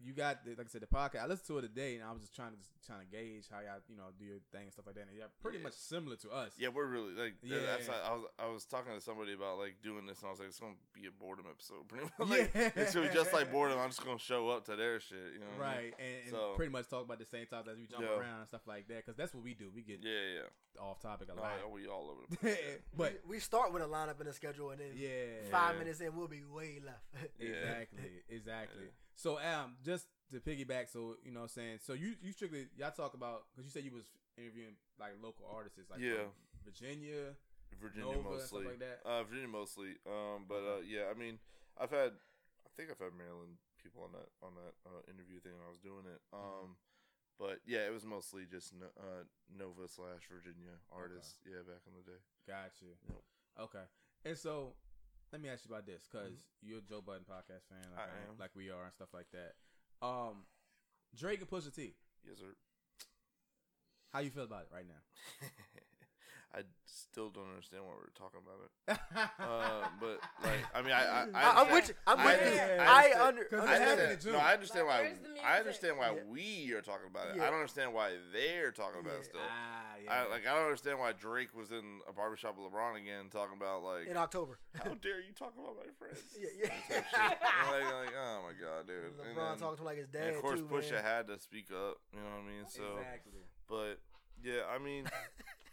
[SPEAKER 2] you got the, like I said the podcast. I listened to it today, and I was just trying to just trying to gauge how y'all you know do your thing and stuff like that. And yeah, pretty
[SPEAKER 4] Yeah.
[SPEAKER 2] much similar to us.
[SPEAKER 4] Yeah, we're really like yeah.
[SPEAKER 2] Yeah.
[SPEAKER 4] That's I was I was talking to somebody about like doing this, and I was like, it's gonna be a boredom episode. Pretty much, like,
[SPEAKER 2] Yeah.
[SPEAKER 4] it's gonna be just like boredom. I'm just gonna show up to their shit. You know, what I mean?
[SPEAKER 2] Mm-hmm. Right, and, and
[SPEAKER 4] So-
[SPEAKER 2] pretty much talk about the same topics as we jump
[SPEAKER 4] Yeah.
[SPEAKER 2] around and stuff like that, because that's what we do. We get
[SPEAKER 4] Yeah, yeah.
[SPEAKER 2] off topic a
[SPEAKER 4] No,
[SPEAKER 2] lot,
[SPEAKER 4] we all over the place. yeah.
[SPEAKER 2] but
[SPEAKER 1] we, we start with a lineup and a schedule, and then
[SPEAKER 2] yeah,
[SPEAKER 1] five
[SPEAKER 4] Yeah.
[SPEAKER 1] minutes in, we'll be way left.
[SPEAKER 4] Yeah.
[SPEAKER 2] exactly, exactly.
[SPEAKER 4] Yeah.
[SPEAKER 2] So um, just to piggyback, so you know, what I'm saying, so you you strictly y'all talk about because you said you was interviewing like local artists, like from
[SPEAKER 4] Yeah.
[SPEAKER 2] Virginia,
[SPEAKER 4] Virginia
[SPEAKER 2] Nova and
[SPEAKER 4] mostly.
[SPEAKER 2] stuff like that. Uh-huh.
[SPEAKER 4] Uh, Virginia mostly. Um, but uh,
[SPEAKER 2] Okay.
[SPEAKER 4] yeah, I mean, I've had, I think I've had Maryland people on that on that uh, interview thing when I was doing it.
[SPEAKER 2] Mm-hmm.
[SPEAKER 4] Um, but yeah, it was mostly just no, uh Nova slash Virginia artists. Yeah, back in the day.
[SPEAKER 2] Got you.
[SPEAKER 4] Yep.
[SPEAKER 2] Okay. And so, let me ask you about this because you're a Joe Budden podcast fan, like,
[SPEAKER 4] Mm-hmm. I am.
[SPEAKER 2] like we are, and stuff like that. Um, Drake and Pusha T.
[SPEAKER 4] Yes, sir.
[SPEAKER 2] How you feel about it right now?
[SPEAKER 4] I still don't understand why we're talking about it. Uh, but like, I mean, I, I,
[SPEAKER 1] I,
[SPEAKER 4] I
[SPEAKER 1] am with you. I'm with
[SPEAKER 4] I-
[SPEAKER 1] you.
[SPEAKER 4] I
[SPEAKER 1] I,
[SPEAKER 4] understand.
[SPEAKER 1] under.
[SPEAKER 2] 'Cause it
[SPEAKER 4] I
[SPEAKER 1] understand.
[SPEAKER 2] happened in
[SPEAKER 4] understand.
[SPEAKER 2] June.
[SPEAKER 4] No, I understand
[SPEAKER 3] Like,
[SPEAKER 4] why.
[SPEAKER 3] where's the
[SPEAKER 4] I
[SPEAKER 3] music?
[SPEAKER 4] understand why
[SPEAKER 1] Yeah.
[SPEAKER 4] we are talking about it.
[SPEAKER 1] Yeah.
[SPEAKER 4] I don't understand why they're talking about
[SPEAKER 1] Yeah.
[SPEAKER 4] it still.
[SPEAKER 2] ah,
[SPEAKER 4] I,
[SPEAKER 2] yeah.
[SPEAKER 4] like I don't understand why Drake was in a barbershop with LeBron again talking about like
[SPEAKER 1] in October.
[SPEAKER 4] how dare you talk about my friends?
[SPEAKER 1] Yeah, yeah.
[SPEAKER 4] That type of shit. I'm like, like, oh my god, dude. And
[SPEAKER 1] LeBron
[SPEAKER 4] then-
[SPEAKER 1] talking to him like his dad
[SPEAKER 4] and of course,
[SPEAKER 1] too,
[SPEAKER 4] Pusha
[SPEAKER 1] man.
[SPEAKER 4] had to speak up. You know what I mean? So,
[SPEAKER 2] exactly.
[SPEAKER 4] but yeah, I mean,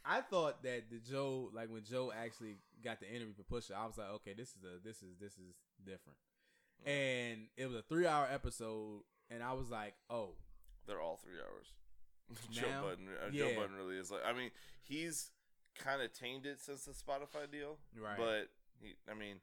[SPEAKER 2] I thought that the Joe, like when Joe actually got the interview for Pusha, I was like, okay, this is a this is this is different.
[SPEAKER 4] Yeah.
[SPEAKER 2] And it was a three hour episode, and I was like, oh,
[SPEAKER 4] they're all three hours. Joe
[SPEAKER 2] Now?
[SPEAKER 4] Budden, uh, Joe
[SPEAKER 2] Yeah.
[SPEAKER 4] Budden really is like. I mean, he's kind of tamed it since the Spotify deal,
[SPEAKER 2] Right.
[SPEAKER 4] But he, I mean,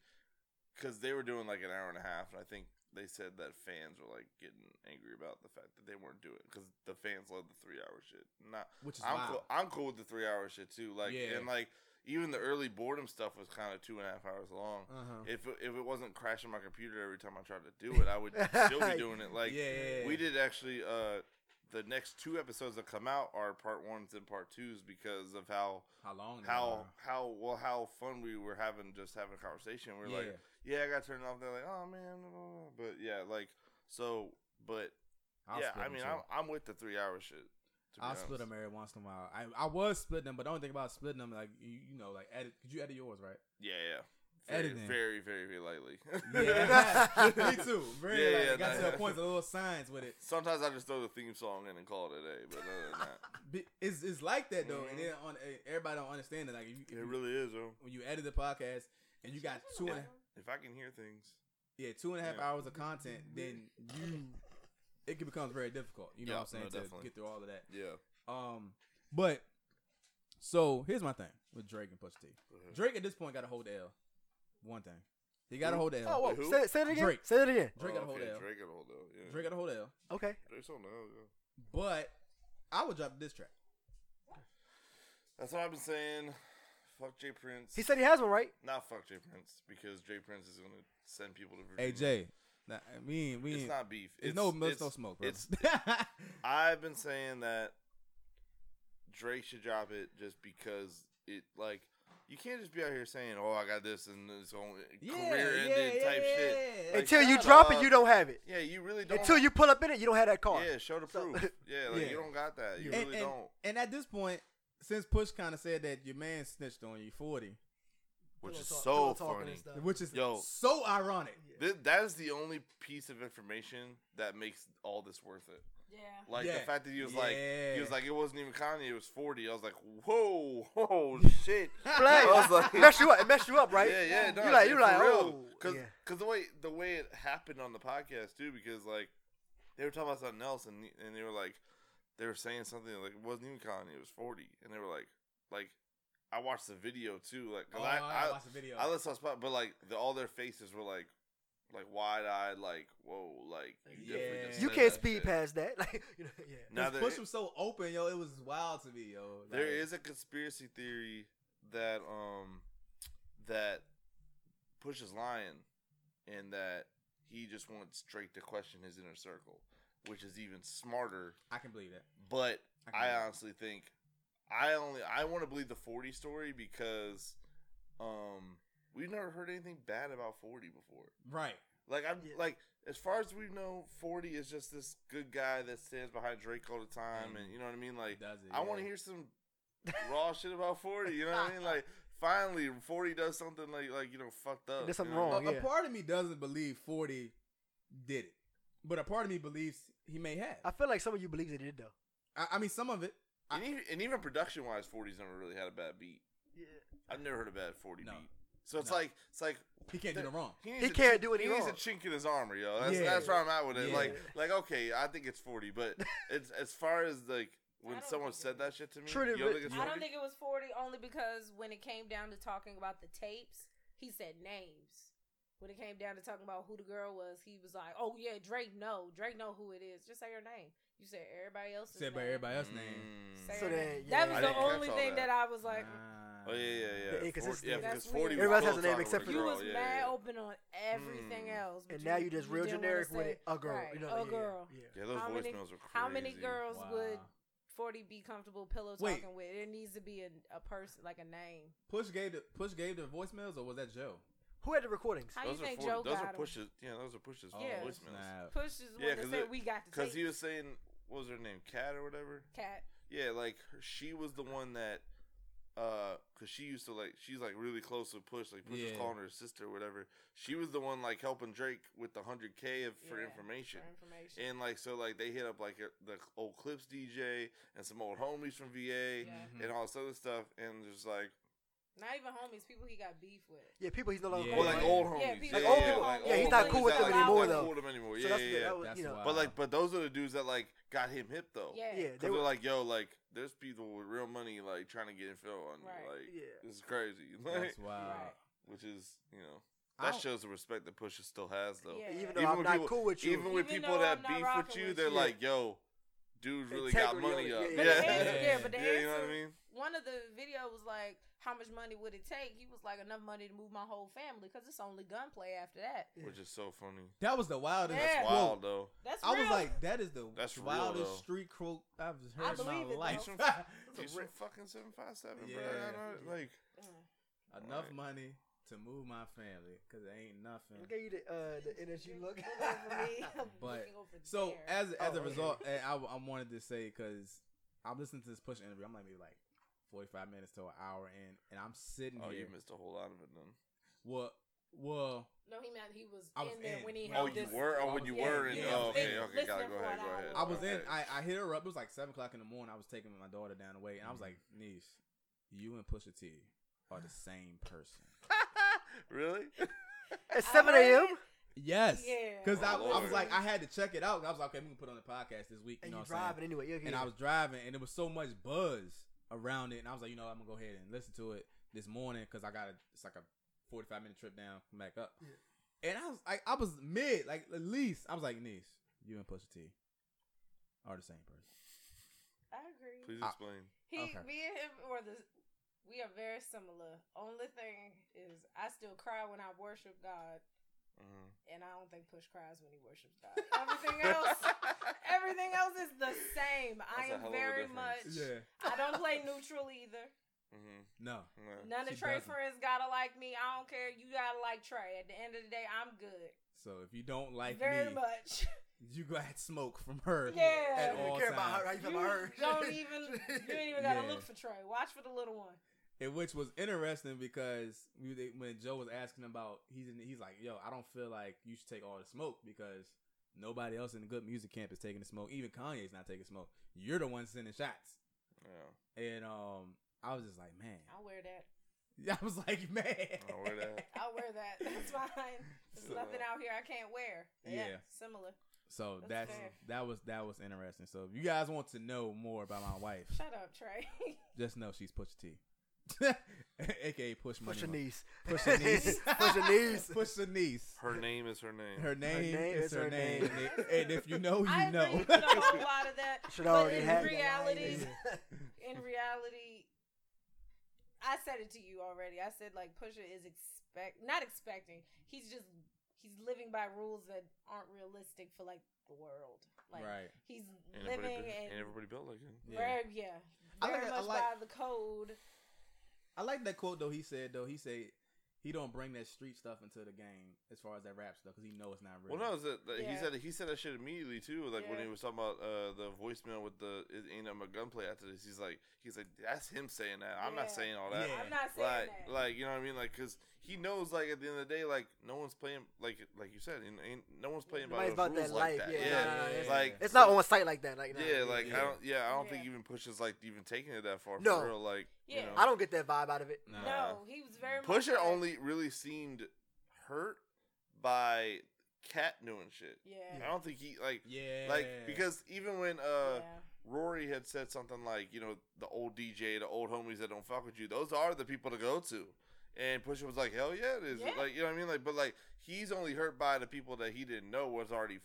[SPEAKER 4] because they were doing like an hour and a half, and I think they said that fans were like getting angry about the fact that they weren't doing it because the fans love the three hour shit. Not
[SPEAKER 2] which is
[SPEAKER 4] I'm
[SPEAKER 2] wild.
[SPEAKER 4] cool. I'm cool with the three hour shit too. Like
[SPEAKER 2] Yeah.
[SPEAKER 4] and like even the early boredom stuff was kind of two and a half hours long.
[SPEAKER 2] Uh-huh.
[SPEAKER 4] If it- if it wasn't crashing my computer every time I tried to do it, I would still be doing it. Like
[SPEAKER 2] yeah, yeah, yeah.
[SPEAKER 4] we did actually. uh The next two episodes that come out are part ones and part twos because of how
[SPEAKER 2] How long? they
[SPEAKER 4] how
[SPEAKER 2] were.
[SPEAKER 4] how well how fun we were having just having a conversation. We are like, yeah, I got turned off. They're like, oh man, blah, blah, blah." but yeah, like so, but
[SPEAKER 2] I'll
[SPEAKER 4] yeah,
[SPEAKER 2] split
[SPEAKER 4] I
[SPEAKER 2] them,
[SPEAKER 4] mean,
[SPEAKER 2] too.
[SPEAKER 4] I'm, I'm with the three hour shit. to be
[SPEAKER 2] I'll split
[SPEAKER 4] honest.
[SPEAKER 2] them every once in a while. I, I was splitting them, but the only thing about splitting them, like you, you know, like edit. Could you edit yours, right?
[SPEAKER 4] Yeah, yeah. Very,
[SPEAKER 2] Editing.
[SPEAKER 4] very, very, very lightly.
[SPEAKER 2] Yeah, me too. Very
[SPEAKER 4] Yeah,
[SPEAKER 2] like,
[SPEAKER 4] yeah,
[SPEAKER 2] it got to
[SPEAKER 4] nah.
[SPEAKER 2] the point, the little signs with it.
[SPEAKER 4] Sometimes I just throw the theme song in and call it a day, but other than that,
[SPEAKER 2] Be- It's, it's like that though, and
[SPEAKER 4] Mhm.
[SPEAKER 2] then on eh, everybody don't understand it. Like you,
[SPEAKER 4] it really is, bro.
[SPEAKER 2] when you edit the podcast and you got two and a,
[SPEAKER 4] If I can hear things,
[SPEAKER 2] yeah two and a half
[SPEAKER 4] Yeah.
[SPEAKER 2] hours of content, then you it can becomes very difficult. You know
[SPEAKER 4] Yeah,
[SPEAKER 2] what I'm saying
[SPEAKER 4] no,
[SPEAKER 2] to
[SPEAKER 4] definitely.
[SPEAKER 2] get through all of that.
[SPEAKER 4] yeah.
[SPEAKER 2] Um, but so here's my thing with Drake and Pusha T. Drake at this point got a hold the L. One thing, he got a
[SPEAKER 4] Who?
[SPEAKER 2] hold the L.
[SPEAKER 1] Oh, whoa.
[SPEAKER 4] Who?
[SPEAKER 1] Say, say it again.
[SPEAKER 2] Drake.
[SPEAKER 1] Say it again.
[SPEAKER 2] Drake got a
[SPEAKER 4] Oh,
[SPEAKER 2] hold
[SPEAKER 4] okay,
[SPEAKER 2] L.
[SPEAKER 4] Drake got a hold L. Yeah.
[SPEAKER 2] Drake got a hold L.
[SPEAKER 1] Okay.
[SPEAKER 4] Drake's on the L. Yeah.
[SPEAKER 2] But I would drop this track.
[SPEAKER 4] That's what I've been saying. Fuck Jay Prince.
[SPEAKER 1] He said he has one, right?
[SPEAKER 4] not fuck Jay Prince because Jay Prince is gonna send people to
[SPEAKER 2] Hey
[SPEAKER 4] Virginia.
[SPEAKER 2] Jay, nah, I mean we
[SPEAKER 4] it's
[SPEAKER 2] ain't-
[SPEAKER 4] not beef.
[SPEAKER 2] it's
[SPEAKER 4] It's
[SPEAKER 2] no it's,
[SPEAKER 4] it's-
[SPEAKER 2] no smoke, bro.
[SPEAKER 4] It's I've been saying that Drake should drop it just because it like you can't just be out here saying, "Oh, I got this," and it's only career ended type shit. Like,
[SPEAKER 1] Until you
[SPEAKER 4] shut
[SPEAKER 1] drop
[SPEAKER 4] up.
[SPEAKER 1] it, you don't have it.
[SPEAKER 4] Yeah, you really don't.
[SPEAKER 1] Until you pull up in it, you don't have that car.
[SPEAKER 4] yeah, show the
[SPEAKER 1] So-
[SPEAKER 4] proof. Yeah, like
[SPEAKER 2] Yeah.
[SPEAKER 4] you don't got that. You
[SPEAKER 2] and,
[SPEAKER 4] really
[SPEAKER 2] and-
[SPEAKER 4] don't.
[SPEAKER 2] and at this point, since Push kind of said that your man snitched on you, forty,
[SPEAKER 4] Which
[SPEAKER 1] Pillow
[SPEAKER 4] is
[SPEAKER 1] talk-
[SPEAKER 4] so
[SPEAKER 1] pillow talking
[SPEAKER 4] funny.
[SPEAKER 1] and stuff.
[SPEAKER 2] which is
[SPEAKER 4] Yo.
[SPEAKER 2] so ironic.
[SPEAKER 4] Th- that is the only piece of information that makes all this worth it.
[SPEAKER 3] Yeah.
[SPEAKER 4] Like the
[SPEAKER 2] Yeah.
[SPEAKER 4] fact that he was like,
[SPEAKER 2] Yeah.
[SPEAKER 4] he was like, it wasn't even Kanye, it was forty. I was like, whoa, oh shit.
[SPEAKER 1] Play.
[SPEAKER 4] I was like-
[SPEAKER 1] mess you up. It messed you up, right?
[SPEAKER 4] Yeah, yeah. No,
[SPEAKER 1] you like,
[SPEAKER 4] for
[SPEAKER 1] you like,
[SPEAKER 4] real.
[SPEAKER 1] oh,
[SPEAKER 4] cause,
[SPEAKER 1] yeah.
[SPEAKER 4] 'cause the way the way it happened on the podcast too, because like they were talking about something else, and and they were like, they were saying something like it wasn't even Kanye, it was forty, and they were like, like I watched the video too, like 'cause
[SPEAKER 2] Oh,
[SPEAKER 4] I,
[SPEAKER 2] I,
[SPEAKER 4] I,
[SPEAKER 2] watched the video.
[SPEAKER 4] I listened to spot, but like the, all their faces were like, like wide eyed, like whoa, like you, definitely
[SPEAKER 2] Yeah.
[SPEAKER 4] just
[SPEAKER 1] You
[SPEAKER 4] said
[SPEAKER 1] can't
[SPEAKER 4] that
[SPEAKER 1] speed
[SPEAKER 4] shit.
[SPEAKER 1] past that. Like, you know, yeah.
[SPEAKER 4] Now
[SPEAKER 2] This
[SPEAKER 4] there-
[SPEAKER 2] Push was so open, yo. It was wild to me, yo. Like,
[SPEAKER 4] There is a conspiracy theory that um that pushes lying and that he just went straight to question his inner circle, which is even smarter.
[SPEAKER 2] I can believe that.
[SPEAKER 4] But
[SPEAKER 2] can
[SPEAKER 4] I um,
[SPEAKER 2] believe that.
[SPEAKER 4] honestly think I only I want to believe the forty story because um we've never heard anything bad about forty before.
[SPEAKER 2] Right.
[SPEAKER 4] Like I'm
[SPEAKER 1] Yeah.
[SPEAKER 4] like as far as we know, forty is just this good guy that stands behind Drake all the time, and you know what I mean. Like
[SPEAKER 2] does Mm. it,
[SPEAKER 4] I want to
[SPEAKER 2] yeah.
[SPEAKER 4] hear some raw shit about forty. You know what I mean? Like finally, forty does something like like you know fucked up.
[SPEAKER 1] There's
[SPEAKER 4] you
[SPEAKER 1] something
[SPEAKER 4] know what I
[SPEAKER 1] wrong.
[SPEAKER 4] mean?
[SPEAKER 2] Well,
[SPEAKER 1] yeah.
[SPEAKER 2] A part of me doesn't believe Forty did it, but a part of me believes he may have.
[SPEAKER 1] I feel like some of you believe they did though.
[SPEAKER 2] I, I mean, some of it. I-
[SPEAKER 4] And even, and even production wise, 40's never really had a bad beat.
[SPEAKER 1] Yeah.
[SPEAKER 4] I've never heard a bad forty
[SPEAKER 2] No.
[SPEAKER 4] beat. So it's
[SPEAKER 2] No.
[SPEAKER 4] like it's like
[SPEAKER 2] He can't do
[SPEAKER 4] There-
[SPEAKER 2] no wrong.
[SPEAKER 4] he,
[SPEAKER 1] He
[SPEAKER 4] needs a
[SPEAKER 1] can't
[SPEAKER 4] chink-
[SPEAKER 1] do any
[SPEAKER 4] He needs a
[SPEAKER 1] wrong.
[SPEAKER 4] chink in his armor, yo. That's,
[SPEAKER 2] Yeah.
[SPEAKER 4] that's where I'm at with it.
[SPEAKER 2] Yeah.
[SPEAKER 4] Like like okay, I think it's forty, but it's as far as like when
[SPEAKER 3] I don't
[SPEAKER 4] someone
[SPEAKER 3] think it
[SPEAKER 4] said that shit to me,
[SPEAKER 1] Trudy
[SPEAKER 4] you don't think
[SPEAKER 1] Ri-
[SPEAKER 4] it's
[SPEAKER 3] I
[SPEAKER 4] 40?
[SPEAKER 3] don't think it was 40 only because when it came down to talking about the tapes, he said names. When it came down to talking about who the girl was, he was like, "Oh yeah, Drake know. Drake know who it is. Just say her name." You said everybody else's
[SPEAKER 2] Said by
[SPEAKER 3] name.
[SPEAKER 2] everybody else's name.
[SPEAKER 4] Mm.
[SPEAKER 3] Say
[SPEAKER 1] So
[SPEAKER 3] her name.
[SPEAKER 1] that- yeah.
[SPEAKER 3] That
[SPEAKER 1] I
[SPEAKER 3] was
[SPEAKER 4] didn't
[SPEAKER 3] the
[SPEAKER 4] catch
[SPEAKER 3] only
[SPEAKER 4] all
[SPEAKER 3] thing
[SPEAKER 4] that.
[SPEAKER 3] that. I was like,
[SPEAKER 2] Nah.
[SPEAKER 4] Oh yeah, yeah, yeah.
[SPEAKER 1] The
[SPEAKER 4] Fort-
[SPEAKER 1] inconsistency.
[SPEAKER 4] yeah,
[SPEAKER 3] That's
[SPEAKER 4] because
[SPEAKER 1] weird.
[SPEAKER 4] forty. was
[SPEAKER 1] Everybody has a
[SPEAKER 4] still
[SPEAKER 1] name
[SPEAKER 4] talking
[SPEAKER 1] except
[SPEAKER 4] with
[SPEAKER 1] for
[SPEAKER 4] a
[SPEAKER 3] "You
[SPEAKER 4] girl,
[SPEAKER 3] was
[SPEAKER 4] yeah,
[SPEAKER 3] mad
[SPEAKER 4] yeah.
[SPEAKER 3] open on everything
[SPEAKER 4] Mm.
[SPEAKER 3] else." but
[SPEAKER 1] Hmm. And now you just real
[SPEAKER 3] didn't wanna
[SPEAKER 1] generic with
[SPEAKER 3] say-
[SPEAKER 1] it. A girl.
[SPEAKER 3] right,
[SPEAKER 1] you know,
[SPEAKER 3] a
[SPEAKER 1] yeah,
[SPEAKER 3] girl.
[SPEAKER 1] Yeah.
[SPEAKER 4] Yeah, those
[SPEAKER 3] How many-
[SPEAKER 4] voicemails were crazy.
[SPEAKER 3] How many girls would forty be comfortable pillow
[SPEAKER 2] Wait.
[SPEAKER 3] talking with. It needs to be a, a person like a name.
[SPEAKER 2] Push gave the push gave the voicemails, or was that Joe?
[SPEAKER 1] Who had the recordings?
[SPEAKER 3] How do you think
[SPEAKER 4] forty-
[SPEAKER 3] Joe
[SPEAKER 4] those
[SPEAKER 3] got
[SPEAKER 4] are
[SPEAKER 3] him?
[SPEAKER 4] pushes. Yeah, those are pushes
[SPEAKER 3] Yeah.
[SPEAKER 4] voicemails.
[SPEAKER 2] snap.
[SPEAKER 3] Push is
[SPEAKER 4] Yeah,
[SPEAKER 3] what they
[SPEAKER 4] 'cause
[SPEAKER 3] said
[SPEAKER 4] it-
[SPEAKER 3] we got to
[SPEAKER 4] Because
[SPEAKER 3] take.
[SPEAKER 4] he was saying, what was her name, Cat or whatever?
[SPEAKER 3] Cat.
[SPEAKER 4] Yeah, like her- she was the one that, uh, cause she used to like she's like really close to Push, like Push was
[SPEAKER 2] Yeah.
[SPEAKER 4] calling her sister or whatever. She was the one like helping Drake with the hundred k of for
[SPEAKER 3] Yeah,
[SPEAKER 4] information.
[SPEAKER 3] For information.
[SPEAKER 4] And like so, like they hit up like a, the old Clips DJ and some old homies from VA
[SPEAKER 3] Yeah.
[SPEAKER 2] Mhm.
[SPEAKER 4] and all this other stuff, and just like
[SPEAKER 3] Not even homies, people he got beef with.
[SPEAKER 1] Yeah, people he's no longer
[SPEAKER 2] Yeah.
[SPEAKER 4] well,
[SPEAKER 1] cool
[SPEAKER 4] like
[SPEAKER 1] with.
[SPEAKER 4] old
[SPEAKER 3] Yeah,
[SPEAKER 4] homies,
[SPEAKER 3] people-
[SPEAKER 1] Like, old people- yeah, he's
[SPEAKER 4] old
[SPEAKER 1] not
[SPEAKER 4] homies.
[SPEAKER 1] cool with
[SPEAKER 4] He's
[SPEAKER 1] them
[SPEAKER 4] not, like,
[SPEAKER 1] anymore,
[SPEAKER 4] not
[SPEAKER 1] though.
[SPEAKER 4] cool with them anymore.
[SPEAKER 1] So
[SPEAKER 4] yeah,
[SPEAKER 1] that's
[SPEAKER 4] yeah,
[SPEAKER 1] the-
[SPEAKER 4] yeah.
[SPEAKER 1] that was,
[SPEAKER 2] That's
[SPEAKER 1] you know,
[SPEAKER 2] why.
[SPEAKER 4] But like, but those are the dudes that like got him hip though.
[SPEAKER 3] Yeah.
[SPEAKER 1] yeah,
[SPEAKER 4] Cause
[SPEAKER 1] they
[SPEAKER 4] they
[SPEAKER 1] were
[SPEAKER 4] are like, yo, like there's people with real money like trying to get info
[SPEAKER 3] Right.
[SPEAKER 4] on you, like
[SPEAKER 1] Yeah.
[SPEAKER 4] it's crazy, like,
[SPEAKER 2] That's wild.
[SPEAKER 3] Right.
[SPEAKER 4] which is you know
[SPEAKER 2] I
[SPEAKER 4] that
[SPEAKER 2] don't-
[SPEAKER 4] shows the respect that Pusha still has though.
[SPEAKER 3] Yeah.
[SPEAKER 1] even though
[SPEAKER 4] Even
[SPEAKER 1] I'm
[SPEAKER 4] when
[SPEAKER 1] not
[SPEAKER 4] people-
[SPEAKER 1] cool with you,
[SPEAKER 4] Even with
[SPEAKER 3] Even
[SPEAKER 4] people
[SPEAKER 3] though I'm
[SPEAKER 4] that
[SPEAKER 3] not
[SPEAKER 4] beef
[SPEAKER 3] rocking
[SPEAKER 4] with you,
[SPEAKER 3] with
[SPEAKER 4] they're
[SPEAKER 3] you.
[SPEAKER 4] like, yo, dude really got
[SPEAKER 1] Integrity
[SPEAKER 4] money
[SPEAKER 1] on
[SPEAKER 4] up,
[SPEAKER 1] it,
[SPEAKER 4] yeah,
[SPEAKER 1] yeah,
[SPEAKER 3] But the
[SPEAKER 2] yeah,
[SPEAKER 3] answer, yeah, but the
[SPEAKER 4] yeah, you know what I
[SPEAKER 3] answer-
[SPEAKER 4] mean.
[SPEAKER 3] One of the video was like, "How much money would it take?" He was like, "Enough money to move my whole family," because it's only gunplay after that.
[SPEAKER 1] Yeah.
[SPEAKER 4] Which is so funny.
[SPEAKER 2] That was the wildest.
[SPEAKER 3] That's Yeah.
[SPEAKER 2] quote.
[SPEAKER 4] Wild though.
[SPEAKER 3] That's
[SPEAKER 2] I
[SPEAKER 3] real.
[SPEAKER 2] was like, that is the
[SPEAKER 4] That's real,
[SPEAKER 2] wildest
[SPEAKER 4] though.
[SPEAKER 2] street quote I've
[SPEAKER 3] I
[SPEAKER 2] heard in my
[SPEAKER 3] believe it,
[SPEAKER 2] life.
[SPEAKER 4] though. He's from fucking seven five seven, bro.
[SPEAKER 2] Yeah.
[SPEAKER 4] I don't- Like,
[SPEAKER 3] Mm.
[SPEAKER 2] Enough
[SPEAKER 4] Right.
[SPEAKER 2] money to move my family because it ain't nothing.
[SPEAKER 1] I gave you the uh, the NSU look.
[SPEAKER 3] over me. I'm
[SPEAKER 2] But-
[SPEAKER 3] looking over
[SPEAKER 2] So
[SPEAKER 3] there.
[SPEAKER 2] as as
[SPEAKER 1] Oh, okay.
[SPEAKER 2] a result, and I, I wanted to say because I'm listening to this push interview. I'm like maybe like 45 minutes to an hour in, and I'm sitting
[SPEAKER 4] oh, you
[SPEAKER 2] here.
[SPEAKER 4] missed a whole lot of it then.
[SPEAKER 2] Well, well,
[SPEAKER 3] no, he meant he was,
[SPEAKER 2] I was
[SPEAKER 3] in there
[SPEAKER 2] in.
[SPEAKER 3] when he
[SPEAKER 2] When
[SPEAKER 4] Oh,
[SPEAKER 3] held
[SPEAKER 2] I'm
[SPEAKER 4] you
[SPEAKER 3] this.
[SPEAKER 4] were.
[SPEAKER 2] I
[SPEAKER 4] Oh, when
[SPEAKER 2] was
[SPEAKER 4] you
[SPEAKER 2] in.
[SPEAKER 4] were. in-
[SPEAKER 2] Yeah, I
[SPEAKER 4] oh,
[SPEAKER 2] was
[SPEAKER 4] okay,
[SPEAKER 2] in.
[SPEAKER 4] okay, gotta
[SPEAKER 3] Listening
[SPEAKER 4] go
[SPEAKER 3] for
[SPEAKER 4] ahead,
[SPEAKER 3] an
[SPEAKER 4] go
[SPEAKER 3] hour.
[SPEAKER 4] ahead.
[SPEAKER 2] I was
[SPEAKER 4] Okay.
[SPEAKER 2] in. I, I hit her up. It was like seven o'clock in the morning. I was taking my daughter down the way, and I was
[SPEAKER 4] Mm-hmm.
[SPEAKER 2] like, "Niece, you and Pusha T are the same person."
[SPEAKER 4] really?
[SPEAKER 1] At 7 a.m.
[SPEAKER 2] Yes.
[SPEAKER 3] Yeah.
[SPEAKER 2] Because I,
[SPEAKER 4] Oh,
[SPEAKER 2] I was
[SPEAKER 4] Lord.
[SPEAKER 2] like, I had to check it out. I was like, okay, we can put it on the podcast this week. You
[SPEAKER 1] and
[SPEAKER 2] know
[SPEAKER 1] you
[SPEAKER 2] what I'm saying?
[SPEAKER 1] driving anyway. Yeah,
[SPEAKER 2] And
[SPEAKER 1] yeah.
[SPEAKER 2] I was driving, and there was so much buzz around it. And I was like, you know, I'm going to go ahead and listen to it this morning because I got a, it's like a 45 minute trip down, come back up. And I was like, I was mid, like at least, I was like, niece, you and Pusha T are the same person.
[SPEAKER 3] I agree.
[SPEAKER 4] Please
[SPEAKER 2] I-
[SPEAKER 4] explain.
[SPEAKER 3] He,
[SPEAKER 2] Okay.
[SPEAKER 3] me and him, or the, we are very similar. Only thing is, I still cry when I worship God,
[SPEAKER 4] Mhm.
[SPEAKER 3] and I don't think Push cries when he worships God. Everything else, everything else is the same.
[SPEAKER 4] That's
[SPEAKER 3] I am
[SPEAKER 4] a hell of a
[SPEAKER 3] very much.
[SPEAKER 4] difference.
[SPEAKER 3] I don't play neutral either.
[SPEAKER 4] Mhm.
[SPEAKER 2] No.
[SPEAKER 4] Yeah.
[SPEAKER 3] None of
[SPEAKER 2] She
[SPEAKER 3] Trey
[SPEAKER 2] doesn't.
[SPEAKER 3] friends gotta like me. I don't care. You gotta like Trey. At the end of the day, I'm good.
[SPEAKER 2] So if you don't like
[SPEAKER 3] very
[SPEAKER 2] me,
[SPEAKER 3] much.
[SPEAKER 2] you got smoke from her
[SPEAKER 3] Yeah.
[SPEAKER 2] at
[SPEAKER 1] You don't
[SPEAKER 2] all
[SPEAKER 1] care about
[SPEAKER 2] times.
[SPEAKER 1] her. How you feel
[SPEAKER 3] You
[SPEAKER 1] about her?
[SPEAKER 3] don't even. You ain't even gotta
[SPEAKER 2] Yeah.
[SPEAKER 3] look for Trey. Watch for the little one.
[SPEAKER 2] And which was interesting because we, they, when Joe was asking about, he's in, he's like, "Yo, I don't feel like you should take all the smoke because nobody else in the good music camp is taking the smoke. Even Kanye's not taking smoke. You're the one sending shots."
[SPEAKER 4] Yeah.
[SPEAKER 2] And um, I was just like, "Man,"
[SPEAKER 3] I'll wear that.
[SPEAKER 2] I was like, "Man,"
[SPEAKER 4] I
[SPEAKER 1] Oh,
[SPEAKER 4] wear that.
[SPEAKER 3] I'll wear that. That's fine. There's
[SPEAKER 4] So-
[SPEAKER 3] nothing out here I can't wear. Yeah.
[SPEAKER 2] Yeah.
[SPEAKER 3] Similar.
[SPEAKER 2] So
[SPEAKER 3] That's
[SPEAKER 2] that's,
[SPEAKER 3] fair.
[SPEAKER 2] that was that was interesting. So if you guys want to know more about my wife,
[SPEAKER 3] Shut up, Trey.
[SPEAKER 2] just know she's Pusha T, aka Push Money,
[SPEAKER 1] Push your
[SPEAKER 2] Mo-
[SPEAKER 1] knees.
[SPEAKER 2] Push your knees,
[SPEAKER 1] Push your knees.
[SPEAKER 2] Push your knees.
[SPEAKER 4] Her name is her name.
[SPEAKER 2] Her name,
[SPEAKER 1] name
[SPEAKER 2] is, her name, and- and if you know, you
[SPEAKER 3] I agree
[SPEAKER 2] know.
[SPEAKER 3] with a whole lot of that.
[SPEAKER 1] Should
[SPEAKER 3] But
[SPEAKER 1] already
[SPEAKER 3] in
[SPEAKER 1] have
[SPEAKER 3] reality,
[SPEAKER 1] Yeah.
[SPEAKER 3] in reality, I said it to you already. I said like Pusha is expect not expecting. He's just he's living by rules that aren't realistic for like the world. Like
[SPEAKER 2] right.
[SPEAKER 3] he's
[SPEAKER 4] And everybody,
[SPEAKER 3] living
[SPEAKER 4] bu- and
[SPEAKER 3] and
[SPEAKER 4] everybody built like him.
[SPEAKER 2] Yeah.
[SPEAKER 3] very yeah.
[SPEAKER 2] I
[SPEAKER 3] Very
[SPEAKER 2] like- I
[SPEAKER 3] much
[SPEAKER 2] like-
[SPEAKER 3] by the code.
[SPEAKER 2] I like that quote though. He said though. He said he don't bring that street stuff into the game as far as that rap stuff because he know it's not real.
[SPEAKER 4] Well, no, it's that, that he
[SPEAKER 3] Yeah.
[SPEAKER 4] said he said that shit immediately too. Like when
[SPEAKER 3] Yeah.
[SPEAKER 4] he was talking about uh, the voicemail with the it ain't I'm a gunplay after this. He's like he's like that's him saying that. I'm
[SPEAKER 3] Yeah.
[SPEAKER 4] not saying all that.
[SPEAKER 2] Yeah.
[SPEAKER 3] I'm not saying
[SPEAKER 4] Like
[SPEAKER 3] that.
[SPEAKER 4] like you know what I mean? Like because he knows like at the end of the day like no one's playing like like you said ain't, ain't no one's playing by
[SPEAKER 1] Nobody's
[SPEAKER 4] those
[SPEAKER 1] about that
[SPEAKER 4] rules like
[SPEAKER 1] life,
[SPEAKER 4] that.
[SPEAKER 1] yeah.
[SPEAKER 4] Yeah,
[SPEAKER 1] Nah,
[SPEAKER 2] it's-
[SPEAKER 4] like
[SPEAKER 1] It's not on site like that. Like, nah.
[SPEAKER 4] Yeah, like
[SPEAKER 2] Yeah.
[SPEAKER 4] I don't. Yeah, I don't think
[SPEAKER 3] Yeah.
[SPEAKER 4] even pushes like even taking it that far. For
[SPEAKER 1] No.
[SPEAKER 4] real, like you
[SPEAKER 3] Yeah.
[SPEAKER 4] know.
[SPEAKER 1] I don't get that vibe out of it.
[SPEAKER 2] Nah.
[SPEAKER 3] no, he was very much
[SPEAKER 4] Pusher
[SPEAKER 3] like-
[SPEAKER 4] only really seemed hurt by Cat doing shit.
[SPEAKER 3] Yeah.
[SPEAKER 4] I don't think he like
[SPEAKER 2] Yeah.
[SPEAKER 4] like because even when
[SPEAKER 3] yeah.
[SPEAKER 4] uh Rory had said something like you know the old DJ, the old homies that don't fuck with you, those are the people to go to. And Pusher was like, hell yeah, it is.
[SPEAKER 3] Yeah.
[SPEAKER 4] Like you know what I mean? Like, but like he's only hurt by the people that he didn't know was already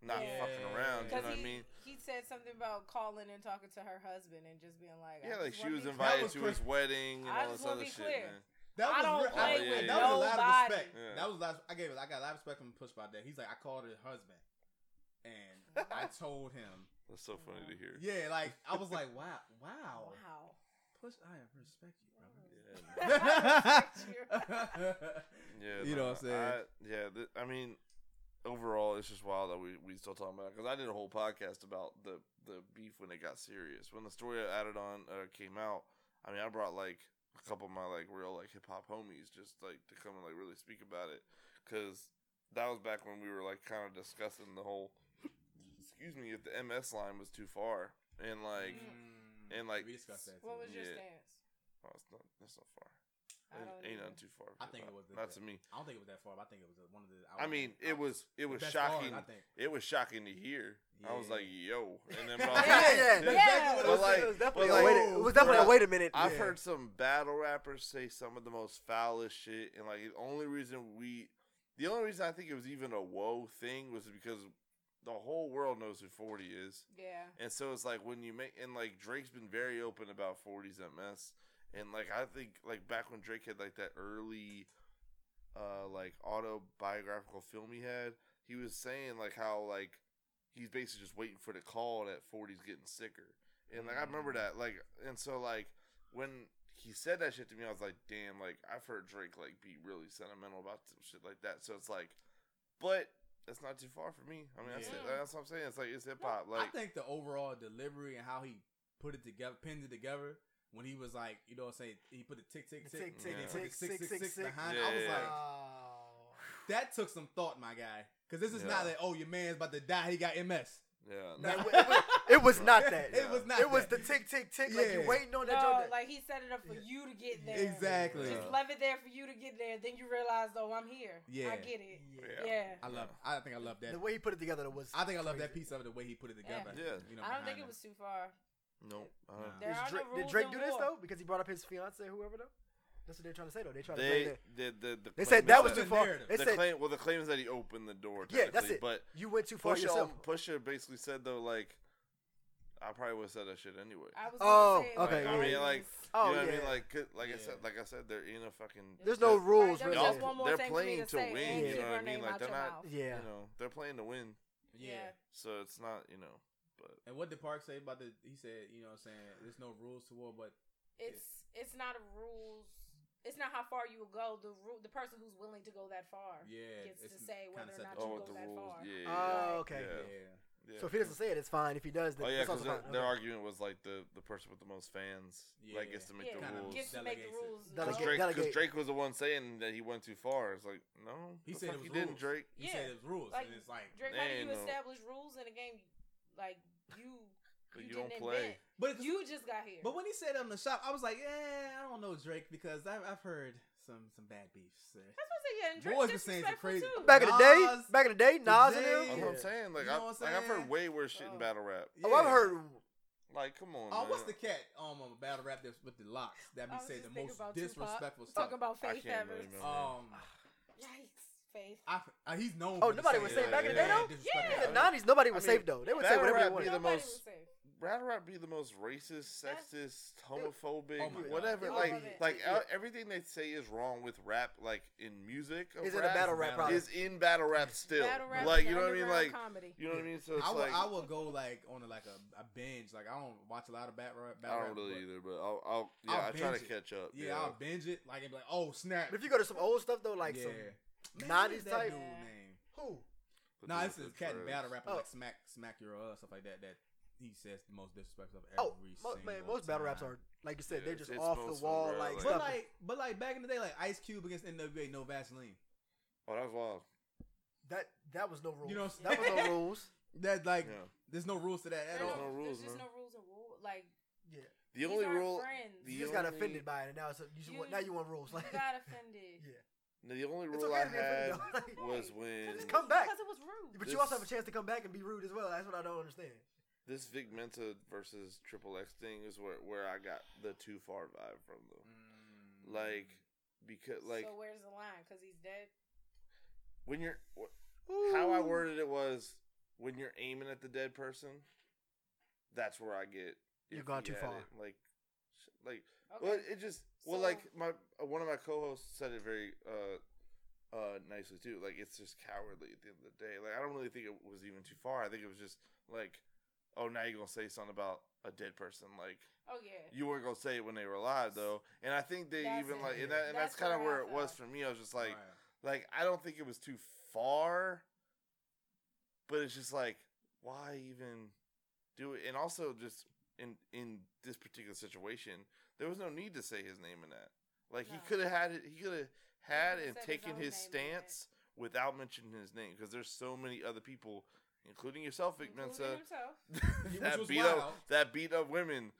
[SPEAKER 4] not
[SPEAKER 3] Yeah.
[SPEAKER 4] fucking around. You know
[SPEAKER 3] Because
[SPEAKER 4] what
[SPEAKER 3] he,
[SPEAKER 4] I mean?
[SPEAKER 3] he said something about calling and talking to her husband and just being like,
[SPEAKER 4] Yeah,
[SPEAKER 3] I
[SPEAKER 4] like
[SPEAKER 3] just
[SPEAKER 4] she
[SPEAKER 3] wanna
[SPEAKER 4] was
[SPEAKER 3] be-
[SPEAKER 4] invited
[SPEAKER 2] was
[SPEAKER 4] to
[SPEAKER 2] cra-
[SPEAKER 4] his wedding and
[SPEAKER 3] I
[SPEAKER 4] all
[SPEAKER 3] just
[SPEAKER 4] this
[SPEAKER 3] wanna be
[SPEAKER 4] other shit,
[SPEAKER 3] clear.
[SPEAKER 4] man.
[SPEAKER 2] that
[SPEAKER 3] I don't
[SPEAKER 2] real-
[SPEAKER 3] play
[SPEAKER 2] and
[SPEAKER 4] with
[SPEAKER 2] that was a lot
[SPEAKER 3] nobody.
[SPEAKER 2] of respect.
[SPEAKER 4] Yeah.
[SPEAKER 2] That was a lot. I gave. I got a lot of respect from Push about that. He's like, I called her husband, and I told him
[SPEAKER 4] That's so funny to hear.
[SPEAKER 2] Yeah, like I was like, wow, wow.
[SPEAKER 3] Wow.
[SPEAKER 2] Plus, I respect you, brother.
[SPEAKER 4] Yeah.
[SPEAKER 3] I respect
[SPEAKER 4] Yeah,
[SPEAKER 2] You know
[SPEAKER 4] nah,
[SPEAKER 2] what I'm saying?
[SPEAKER 4] I, yeah, th- I mean, overall, it's just wild that we we still talking about because I did a whole podcast about the the beef when it got serious when the story I added on uh, came out. I mean, I brought like a couple of my like real like hip hop homies just like to come and like really speak about it because that was back when we were like kind of discussing the whole excuse me if the MS line was too far and like
[SPEAKER 2] Mm.
[SPEAKER 4] and, like-
[SPEAKER 2] we discussed that.
[SPEAKER 3] What
[SPEAKER 2] too.
[SPEAKER 3] was your
[SPEAKER 4] Yeah.
[SPEAKER 3] stance?
[SPEAKER 4] oh, it's not that's not far
[SPEAKER 3] Mm. I don't
[SPEAKER 4] Ain't- ain't
[SPEAKER 3] either.
[SPEAKER 4] nothing too far
[SPEAKER 2] I think it was the-
[SPEAKER 4] not to me
[SPEAKER 2] I don't think it was that far, but I think it was one of the.
[SPEAKER 4] I mean it was it was
[SPEAKER 2] best bars,
[SPEAKER 4] shocking
[SPEAKER 2] I think.
[SPEAKER 4] it was shocking to hear. I was
[SPEAKER 2] Yeah.
[SPEAKER 4] like, yo. And then
[SPEAKER 1] Yeah,
[SPEAKER 4] but
[SPEAKER 1] yeah, yeah.
[SPEAKER 4] Yeah.
[SPEAKER 2] Exactly
[SPEAKER 1] it
[SPEAKER 2] what I
[SPEAKER 4] But like-
[SPEAKER 1] was
[SPEAKER 2] said.
[SPEAKER 1] definitely, a,
[SPEAKER 4] but like-
[SPEAKER 1] wait, it was definitely a wait a minute.
[SPEAKER 4] I've
[SPEAKER 1] Yeah.
[SPEAKER 4] heard some battle rappers say some of the most foulest shit. And like, the only reason we, the only reason I think it was even a whoa thing was because the whole world knows who 40 is.
[SPEAKER 3] Yeah.
[SPEAKER 4] And so it's like when you make, and like Drake's been very open about 40's MS. And like, I think like back when Drake had like that early, uh, like autobiographical film he had, he was saying like how like he's basically just waiting for the call that 40's getting sicker. And like I remember
[SPEAKER 3] Mm.
[SPEAKER 4] that like and so like when he said that shit to me I was like damn like I've heard Drake like be really sentimental about some shit like that. So it's like but that's not too far for me. I mean that's,
[SPEAKER 3] Yeah.
[SPEAKER 4] that's what I'm saying. It's like it's hip hop like
[SPEAKER 2] I think the overall delivery and how he put it together, pinned it together when he was like, you know, what I'm saying he put the tick, tick, tick,
[SPEAKER 1] Tick,
[SPEAKER 2] tick,
[SPEAKER 4] tick,
[SPEAKER 2] tick,
[SPEAKER 1] tick,
[SPEAKER 2] tick,
[SPEAKER 1] tick,
[SPEAKER 2] tick, tick
[SPEAKER 1] tick.
[SPEAKER 2] behind. I
[SPEAKER 4] Yeah,
[SPEAKER 2] was
[SPEAKER 4] yeah,
[SPEAKER 2] like,
[SPEAKER 1] Wow.
[SPEAKER 3] oh.
[SPEAKER 2] that took some thought, my guy, because this is
[SPEAKER 4] Yeah.
[SPEAKER 2] not that. Oh, your man's about to die. He got MS.
[SPEAKER 4] yeah.
[SPEAKER 1] Nah,
[SPEAKER 2] No.
[SPEAKER 1] it wa- It was not that.
[SPEAKER 2] it was not.
[SPEAKER 1] It was
[SPEAKER 2] that.
[SPEAKER 1] the tick, tick, tick. Like you
[SPEAKER 2] Yeah.
[SPEAKER 1] waiting on that.
[SPEAKER 3] No,
[SPEAKER 1] joint that-
[SPEAKER 3] like he set it up for you to get there.
[SPEAKER 2] exactly.
[SPEAKER 4] Yeah.
[SPEAKER 3] Just left it there for you to get there. Then you realize, oh, I'm here. I
[SPEAKER 2] Yeah.
[SPEAKER 3] get it.
[SPEAKER 4] Yeah.
[SPEAKER 3] Yeah.
[SPEAKER 2] I love. I think I love that.
[SPEAKER 1] The way he put it together was.
[SPEAKER 2] I think I love that
[SPEAKER 1] crazy.
[SPEAKER 2] piece of it, the way he put it together.
[SPEAKER 4] Yeah.
[SPEAKER 2] You know,
[SPEAKER 3] I
[SPEAKER 2] behind
[SPEAKER 3] don't think
[SPEAKER 2] that.
[SPEAKER 3] it was too far.
[SPEAKER 4] Nope. I
[SPEAKER 2] Nah.
[SPEAKER 4] don't-
[SPEAKER 3] There
[SPEAKER 1] Is
[SPEAKER 3] are
[SPEAKER 1] Drake,
[SPEAKER 3] no rules
[SPEAKER 1] did Drake
[SPEAKER 3] in
[SPEAKER 1] do this
[SPEAKER 3] war.
[SPEAKER 1] though? Because he brought up his fiance, whoever though. That's what they're trying to say though. They trying to
[SPEAKER 4] They,
[SPEAKER 1] say that.
[SPEAKER 4] the,
[SPEAKER 1] They
[SPEAKER 4] the, the claim is
[SPEAKER 1] said that was
[SPEAKER 2] That's
[SPEAKER 1] too
[SPEAKER 2] the
[SPEAKER 1] far.
[SPEAKER 2] narrative.
[SPEAKER 1] They
[SPEAKER 4] the
[SPEAKER 1] said
[SPEAKER 4] claim. Well, the claim is that he opened the door.
[SPEAKER 1] Yeah, that's
[SPEAKER 4] technically,
[SPEAKER 1] it.
[SPEAKER 4] But
[SPEAKER 1] you went too far
[SPEAKER 4] Pusha,
[SPEAKER 1] yourself.
[SPEAKER 4] al- Pusha basically said though, like, I probably would have said that shit anyway.
[SPEAKER 3] I was.
[SPEAKER 1] Oh,
[SPEAKER 3] gonna say,
[SPEAKER 1] okay,
[SPEAKER 3] like,
[SPEAKER 1] yeah.
[SPEAKER 4] I mean, like,
[SPEAKER 1] Oh,
[SPEAKER 4] you know what I mean?
[SPEAKER 1] yeah.
[SPEAKER 4] Like, could- like I
[SPEAKER 2] Yeah.
[SPEAKER 4] said, like I said, they're in a fucking.
[SPEAKER 1] There's no
[SPEAKER 4] they're-
[SPEAKER 1] rules
[SPEAKER 3] Alright,
[SPEAKER 1] really.
[SPEAKER 3] that was just
[SPEAKER 4] Y'all-
[SPEAKER 3] one more
[SPEAKER 4] they're
[SPEAKER 3] thing for me
[SPEAKER 4] playing
[SPEAKER 3] to,
[SPEAKER 4] to
[SPEAKER 3] say,
[SPEAKER 4] win,
[SPEAKER 3] and
[SPEAKER 1] you
[SPEAKER 3] keep
[SPEAKER 1] know
[SPEAKER 3] her
[SPEAKER 4] what I mean?
[SPEAKER 3] name
[SPEAKER 4] Like,
[SPEAKER 3] out
[SPEAKER 4] they're
[SPEAKER 3] your
[SPEAKER 4] not-
[SPEAKER 3] mouth.
[SPEAKER 1] Yeah.
[SPEAKER 4] You know, they're playing to win,
[SPEAKER 2] Yeah.
[SPEAKER 3] Yeah.
[SPEAKER 4] so it's not, you know, but
[SPEAKER 2] And what did Park say about the? He said, you know, what I'm saying there's no rules to war, but
[SPEAKER 3] It's it's not a rules. It's not how far you will go. The ru- the person who's willing to go that far
[SPEAKER 2] yeah,
[SPEAKER 3] gets to
[SPEAKER 2] it's
[SPEAKER 3] say
[SPEAKER 2] kinda
[SPEAKER 3] whether or
[SPEAKER 2] set
[SPEAKER 3] not
[SPEAKER 2] the-
[SPEAKER 3] you
[SPEAKER 4] oh,
[SPEAKER 3] go
[SPEAKER 4] with the
[SPEAKER 3] that
[SPEAKER 4] rules,
[SPEAKER 3] far.
[SPEAKER 4] yeah.
[SPEAKER 1] Oh, okay.
[SPEAKER 4] Yeah. yeah.
[SPEAKER 1] So if he doesn't say it, it's fine. If he does, then
[SPEAKER 4] Oh yeah,
[SPEAKER 1] it's
[SPEAKER 4] because
[SPEAKER 1] also
[SPEAKER 4] their,
[SPEAKER 1] fine.
[SPEAKER 4] their
[SPEAKER 1] Okay.
[SPEAKER 4] argument was like the, the person with the most fans like
[SPEAKER 2] Yeah.
[SPEAKER 4] gets to make
[SPEAKER 3] Yeah,
[SPEAKER 4] the
[SPEAKER 2] Kinda
[SPEAKER 4] rules.
[SPEAKER 3] gets to make the
[SPEAKER 2] Delegates it.
[SPEAKER 3] rules.
[SPEAKER 1] Delegate-
[SPEAKER 4] Because
[SPEAKER 3] go.
[SPEAKER 4] Drake, 'cause
[SPEAKER 1] delegate.
[SPEAKER 4] Drake was the one saying that he went too far. It's like no,
[SPEAKER 2] He
[SPEAKER 4] the
[SPEAKER 2] said
[SPEAKER 4] fuck
[SPEAKER 2] it was
[SPEAKER 4] he didn't,
[SPEAKER 2] rules.
[SPEAKER 4] Drake.
[SPEAKER 2] He
[SPEAKER 3] Yeah.
[SPEAKER 2] said it was rules,
[SPEAKER 3] Like,
[SPEAKER 2] and it's like,
[SPEAKER 3] Drake,
[SPEAKER 4] They
[SPEAKER 3] how do
[SPEAKER 4] ain't
[SPEAKER 3] you
[SPEAKER 4] no-
[SPEAKER 3] establish rules in a game? Like you,
[SPEAKER 4] But
[SPEAKER 3] you,
[SPEAKER 4] you
[SPEAKER 3] didn't
[SPEAKER 4] don't play.
[SPEAKER 3] invent.
[SPEAKER 2] but it's,
[SPEAKER 3] You just got here.
[SPEAKER 2] But when he said on the shop, I was like, yeah, I don't know Drake because I've, I've heard some some bad beefs. uh,
[SPEAKER 3] That's what I said. Yeah, and Drake
[SPEAKER 2] Boys been saying some
[SPEAKER 3] disrespectful
[SPEAKER 2] crazy-
[SPEAKER 3] too.
[SPEAKER 1] Back in the day,
[SPEAKER 2] Nas,
[SPEAKER 1] back in the day, Nas and
[SPEAKER 2] Jay.
[SPEAKER 1] them.
[SPEAKER 4] That's what I'm
[SPEAKER 2] Yeah.
[SPEAKER 4] saying. Like,
[SPEAKER 2] You know
[SPEAKER 4] I,
[SPEAKER 2] what I'm
[SPEAKER 4] like I've heard
[SPEAKER 2] saying?
[SPEAKER 4] way worse shit
[SPEAKER 3] Oh.
[SPEAKER 4] in battle rap.
[SPEAKER 1] Oh, I've
[SPEAKER 2] Yeah.
[SPEAKER 1] heard.
[SPEAKER 4] Like, come on.
[SPEAKER 2] Oh,
[SPEAKER 4] man.
[SPEAKER 2] what's the cat um, on battle rap that's with the locks that be
[SPEAKER 3] I was
[SPEAKER 2] saying
[SPEAKER 3] just
[SPEAKER 2] the
[SPEAKER 3] thinking
[SPEAKER 2] most
[SPEAKER 3] about Tupac.
[SPEAKER 2] disrespectful stuff?
[SPEAKER 3] Talking about
[SPEAKER 4] I
[SPEAKER 3] Faith
[SPEAKER 4] can't really
[SPEAKER 3] Evans.
[SPEAKER 4] remember.
[SPEAKER 2] um,
[SPEAKER 3] Yikes, Faith.
[SPEAKER 2] I, I, he's known.
[SPEAKER 1] Oh,
[SPEAKER 2] for
[SPEAKER 1] nobody
[SPEAKER 2] just
[SPEAKER 1] was
[SPEAKER 4] saying back in the
[SPEAKER 2] bad
[SPEAKER 1] day, though?
[SPEAKER 2] disrespectful
[SPEAKER 1] In
[SPEAKER 3] Yeah.
[SPEAKER 1] the
[SPEAKER 2] stuff.
[SPEAKER 1] nineties, nobody was
[SPEAKER 4] I mean,
[SPEAKER 1] safe though. They would say
[SPEAKER 4] battle
[SPEAKER 1] whatever they
[SPEAKER 4] rap
[SPEAKER 1] wanted.
[SPEAKER 4] be the
[SPEAKER 3] Nobody
[SPEAKER 4] most-
[SPEAKER 3] was safe.
[SPEAKER 4] battle rap be the most racist, sexist, homophobic,
[SPEAKER 2] Oh my God.
[SPEAKER 4] whatever.
[SPEAKER 3] All
[SPEAKER 4] like,
[SPEAKER 3] of it.
[SPEAKER 4] like
[SPEAKER 1] Yeah.
[SPEAKER 4] e- everything they say is wrong with rap. Like in music, of
[SPEAKER 1] Is it a
[SPEAKER 4] rap,
[SPEAKER 1] battle rap
[SPEAKER 2] battle.
[SPEAKER 1] problem?
[SPEAKER 4] Is in battle rap still?
[SPEAKER 3] Battle rap
[SPEAKER 4] like,
[SPEAKER 3] is
[SPEAKER 4] you know what I mean?
[SPEAKER 3] underground
[SPEAKER 4] Like,
[SPEAKER 3] comedy.
[SPEAKER 4] you know what I mean? So it's
[SPEAKER 2] I will,
[SPEAKER 4] like
[SPEAKER 2] I will go like on a, like a, a binge. Like I don't watch a lot of battle rap. Battle
[SPEAKER 4] I don't
[SPEAKER 2] rap,
[SPEAKER 4] really
[SPEAKER 2] but-
[SPEAKER 4] either, but I'll, I'll yeah,
[SPEAKER 2] I'll
[SPEAKER 4] i try to
[SPEAKER 2] binge it.
[SPEAKER 4] catch up.
[SPEAKER 2] Yeah, I'll binge it. Like and be like, oh snap!
[SPEAKER 1] But if you go to some old stuff though, like
[SPEAKER 2] yeah.
[SPEAKER 1] some
[SPEAKER 2] Man, what
[SPEAKER 1] 90s
[SPEAKER 2] is that
[SPEAKER 1] type-
[SPEAKER 2] dude
[SPEAKER 3] Yeah.
[SPEAKER 2] name.
[SPEAKER 1] who?
[SPEAKER 4] But
[SPEAKER 2] No,
[SPEAKER 4] those
[SPEAKER 2] nah, this
[SPEAKER 4] are
[SPEAKER 2] is cat and
[SPEAKER 4] trash.
[SPEAKER 2] battle rapper
[SPEAKER 1] Oh.
[SPEAKER 2] like smack smack your uh stuff like that that he says the most disrespectful of
[SPEAKER 1] Oh,
[SPEAKER 2] every
[SPEAKER 1] mo-
[SPEAKER 2] single
[SPEAKER 1] man, most battle raps
[SPEAKER 2] time.
[SPEAKER 1] are like you said,
[SPEAKER 4] Yeah,
[SPEAKER 1] they're
[SPEAKER 4] it's-
[SPEAKER 1] just
[SPEAKER 4] it's
[SPEAKER 1] off
[SPEAKER 4] most
[SPEAKER 1] the
[SPEAKER 4] of them,
[SPEAKER 1] wall,
[SPEAKER 4] bro,
[SPEAKER 1] like
[SPEAKER 4] like-
[SPEAKER 2] But
[SPEAKER 1] stuff.
[SPEAKER 2] like but like back in the day like Ice Cube against NWA no Vaseline.
[SPEAKER 4] Oh, that was wild.
[SPEAKER 1] that that was no rules.
[SPEAKER 2] You know what I'm
[SPEAKER 1] that was no
[SPEAKER 2] saying?
[SPEAKER 1] rules.
[SPEAKER 2] That like
[SPEAKER 4] Yeah.
[SPEAKER 2] there's no rules to that at
[SPEAKER 3] There
[SPEAKER 4] There's
[SPEAKER 3] are
[SPEAKER 2] all.
[SPEAKER 4] no
[SPEAKER 3] There's
[SPEAKER 4] rules,
[SPEAKER 3] just
[SPEAKER 4] man.
[SPEAKER 3] no rules and rule. Like
[SPEAKER 1] Yeah,
[SPEAKER 4] The only rule,
[SPEAKER 3] Friends.
[SPEAKER 4] the
[SPEAKER 1] you
[SPEAKER 3] you
[SPEAKER 1] just got
[SPEAKER 4] only-
[SPEAKER 1] offended by it, and now it's a, you just want,
[SPEAKER 3] You-
[SPEAKER 1] now you want rules. Like,
[SPEAKER 3] got offended.
[SPEAKER 1] yeah,
[SPEAKER 4] the only
[SPEAKER 1] it's
[SPEAKER 4] rule
[SPEAKER 1] okay
[SPEAKER 4] I
[SPEAKER 1] to be offended.
[SPEAKER 4] had
[SPEAKER 1] though. Like,
[SPEAKER 4] was
[SPEAKER 3] Because
[SPEAKER 4] when
[SPEAKER 3] it
[SPEAKER 1] Come
[SPEAKER 3] was-
[SPEAKER 1] back.
[SPEAKER 3] Because it was rude.
[SPEAKER 1] but you also
[SPEAKER 4] this-
[SPEAKER 1] have a chance to come back and be rude as well. That's what I don't understand.
[SPEAKER 4] this Vic Mensa versus Triple X thing is where where I got the too far vibe from though.
[SPEAKER 2] Mm.
[SPEAKER 4] Like because like
[SPEAKER 3] so where's the line? Because he's dead.
[SPEAKER 4] when you're wh- how I worded it was when you're aiming at the dead person, that's where I get
[SPEAKER 1] You've
[SPEAKER 4] iffy
[SPEAKER 1] gone too
[SPEAKER 4] at
[SPEAKER 1] far.
[SPEAKER 4] it. Like sh- like
[SPEAKER 3] Okay.
[SPEAKER 4] Well, it just well,
[SPEAKER 3] So-
[SPEAKER 4] like my uh, one of my co-hosts said it very uh, uh, nicely too. Like it's just cowardly at the end of the day. Like I don't really think it was even too far. I think it was just like oh, now you're gonna say something about a dead person. Like
[SPEAKER 3] Oh yeah.
[SPEAKER 4] you weren't gonna say it when they were alive though. And I think they
[SPEAKER 3] That's
[SPEAKER 4] even
[SPEAKER 3] it.
[SPEAKER 4] like and, that, and
[SPEAKER 3] That's
[SPEAKER 4] that's, kind of
[SPEAKER 3] where I
[SPEAKER 4] where it was
[SPEAKER 3] fell.
[SPEAKER 4] for me. I was just like,
[SPEAKER 2] Right.
[SPEAKER 4] like I don't think it was too far, but it's just like why even do it? And also just in in this particular situation, there was no need to say his name in that. Like he
[SPEAKER 3] No.
[SPEAKER 4] could have had it. He could have had
[SPEAKER 3] could've
[SPEAKER 4] and
[SPEAKER 3] said his
[SPEAKER 4] taken
[SPEAKER 3] own
[SPEAKER 4] his
[SPEAKER 3] name in it.
[SPEAKER 4] stance without mentioning his name because there's so many other people, including yourself, Vic
[SPEAKER 3] Including
[SPEAKER 4] Mensa,
[SPEAKER 3] himself.
[SPEAKER 2] Which
[SPEAKER 4] that
[SPEAKER 2] was
[SPEAKER 4] beat
[SPEAKER 2] wild.
[SPEAKER 4] up that beat up women.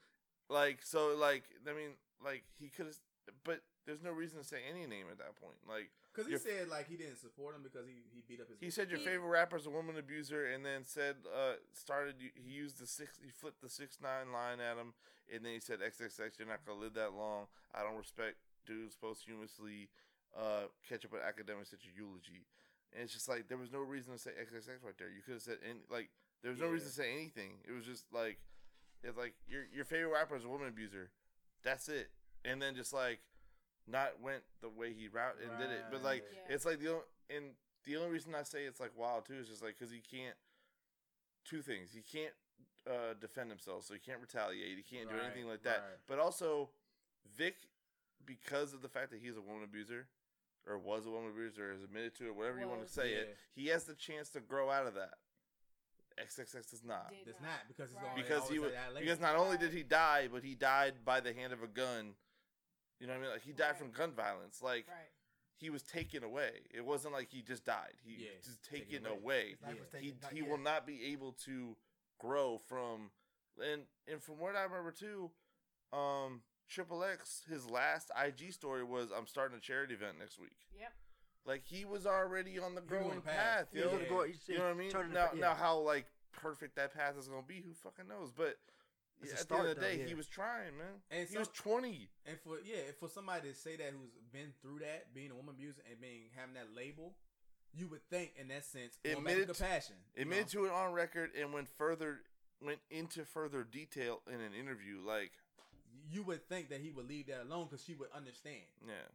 [SPEAKER 4] Like so, like I mean, like he could have, but there's no reason to say any name at that point. Like
[SPEAKER 2] Because he
[SPEAKER 4] Your-
[SPEAKER 2] said like he didn't support him because he, he beat up his.
[SPEAKER 4] he said your
[SPEAKER 3] He-
[SPEAKER 4] favorite rapper's a woman abuser, and then said uh started he used the six he flipped the six nine line at him, and then he said XXX you're not gonna live that long. I don't respect dudes posthumously uh catch up with academics at your eulogy, and it's just like there was no reason to say XXX right there. You could have said any like there was no reason to say anything. It was just like it's like your your favorite rapper is a woman abuser. That's it, and then just like not went the way he route and did it, but like.
[SPEAKER 2] Right.
[SPEAKER 3] Yeah.
[SPEAKER 4] It's like the only, and the only reason I say it's like wild too is just like because he can't two things. He can't uh, defend himself, so he can't retaliate. He can't do
[SPEAKER 2] Right,
[SPEAKER 4] anything like that.
[SPEAKER 2] right.
[SPEAKER 4] But also, Vic, because of the fact that he's a woman abuser, or was a woman abuser, or is admitted to it, whatever you want to
[SPEAKER 3] Was.
[SPEAKER 4] say it, he has the chance to grow out of that. XXX does not.
[SPEAKER 3] Did
[SPEAKER 2] It's not because he's
[SPEAKER 3] Right.
[SPEAKER 2] already
[SPEAKER 4] Because
[SPEAKER 2] always
[SPEAKER 4] he Oh, was,
[SPEAKER 2] had that label.
[SPEAKER 4] because not only did
[SPEAKER 3] Right.
[SPEAKER 4] he die, but he died by the hand of a gun. You know what I mean? Like he died
[SPEAKER 3] Right.
[SPEAKER 4] from gun violence. Like
[SPEAKER 3] Right.
[SPEAKER 4] he was taken away. It wasn't like he just died. He
[SPEAKER 2] Yeah,
[SPEAKER 4] was
[SPEAKER 2] taken
[SPEAKER 4] taken
[SPEAKER 2] away.
[SPEAKER 4] away.
[SPEAKER 1] His life
[SPEAKER 2] Yeah.
[SPEAKER 1] was
[SPEAKER 4] He
[SPEAKER 1] taken, like,
[SPEAKER 4] he
[SPEAKER 1] yeah.
[SPEAKER 4] will not be able to grow from and and from what I remember too, um Triple X his last IG story was I'm starting a charity event next week.
[SPEAKER 3] Yep.
[SPEAKER 4] Like he was already on the
[SPEAKER 2] He was on
[SPEAKER 4] growing
[SPEAKER 2] the path.
[SPEAKER 4] path.
[SPEAKER 1] He
[SPEAKER 4] yo.
[SPEAKER 1] was
[SPEAKER 2] Yeah.
[SPEAKER 1] on the go- he- he
[SPEAKER 4] You know what I mean?
[SPEAKER 1] turned it-
[SPEAKER 4] Now
[SPEAKER 1] yeah.
[SPEAKER 4] now how like perfect that path is gonna be, who fucking knows? But
[SPEAKER 1] It's a
[SPEAKER 4] at
[SPEAKER 1] start,
[SPEAKER 4] the end of the
[SPEAKER 1] though,
[SPEAKER 4] day,
[SPEAKER 1] yeah.
[SPEAKER 4] he was trying, man.
[SPEAKER 2] And
[SPEAKER 4] he
[SPEAKER 2] so-
[SPEAKER 4] was twenty.
[SPEAKER 2] and for yeah, for somebody to say that who's been through that, being a woman abuser and being having that label, you would think in that sense, going back to
[SPEAKER 4] Admitted to-
[SPEAKER 2] compassion, you know?
[SPEAKER 4] admitted to it on record and went further went into further detail in an interview like
[SPEAKER 2] you would think that he would leave that alone because she would understand.
[SPEAKER 4] yeah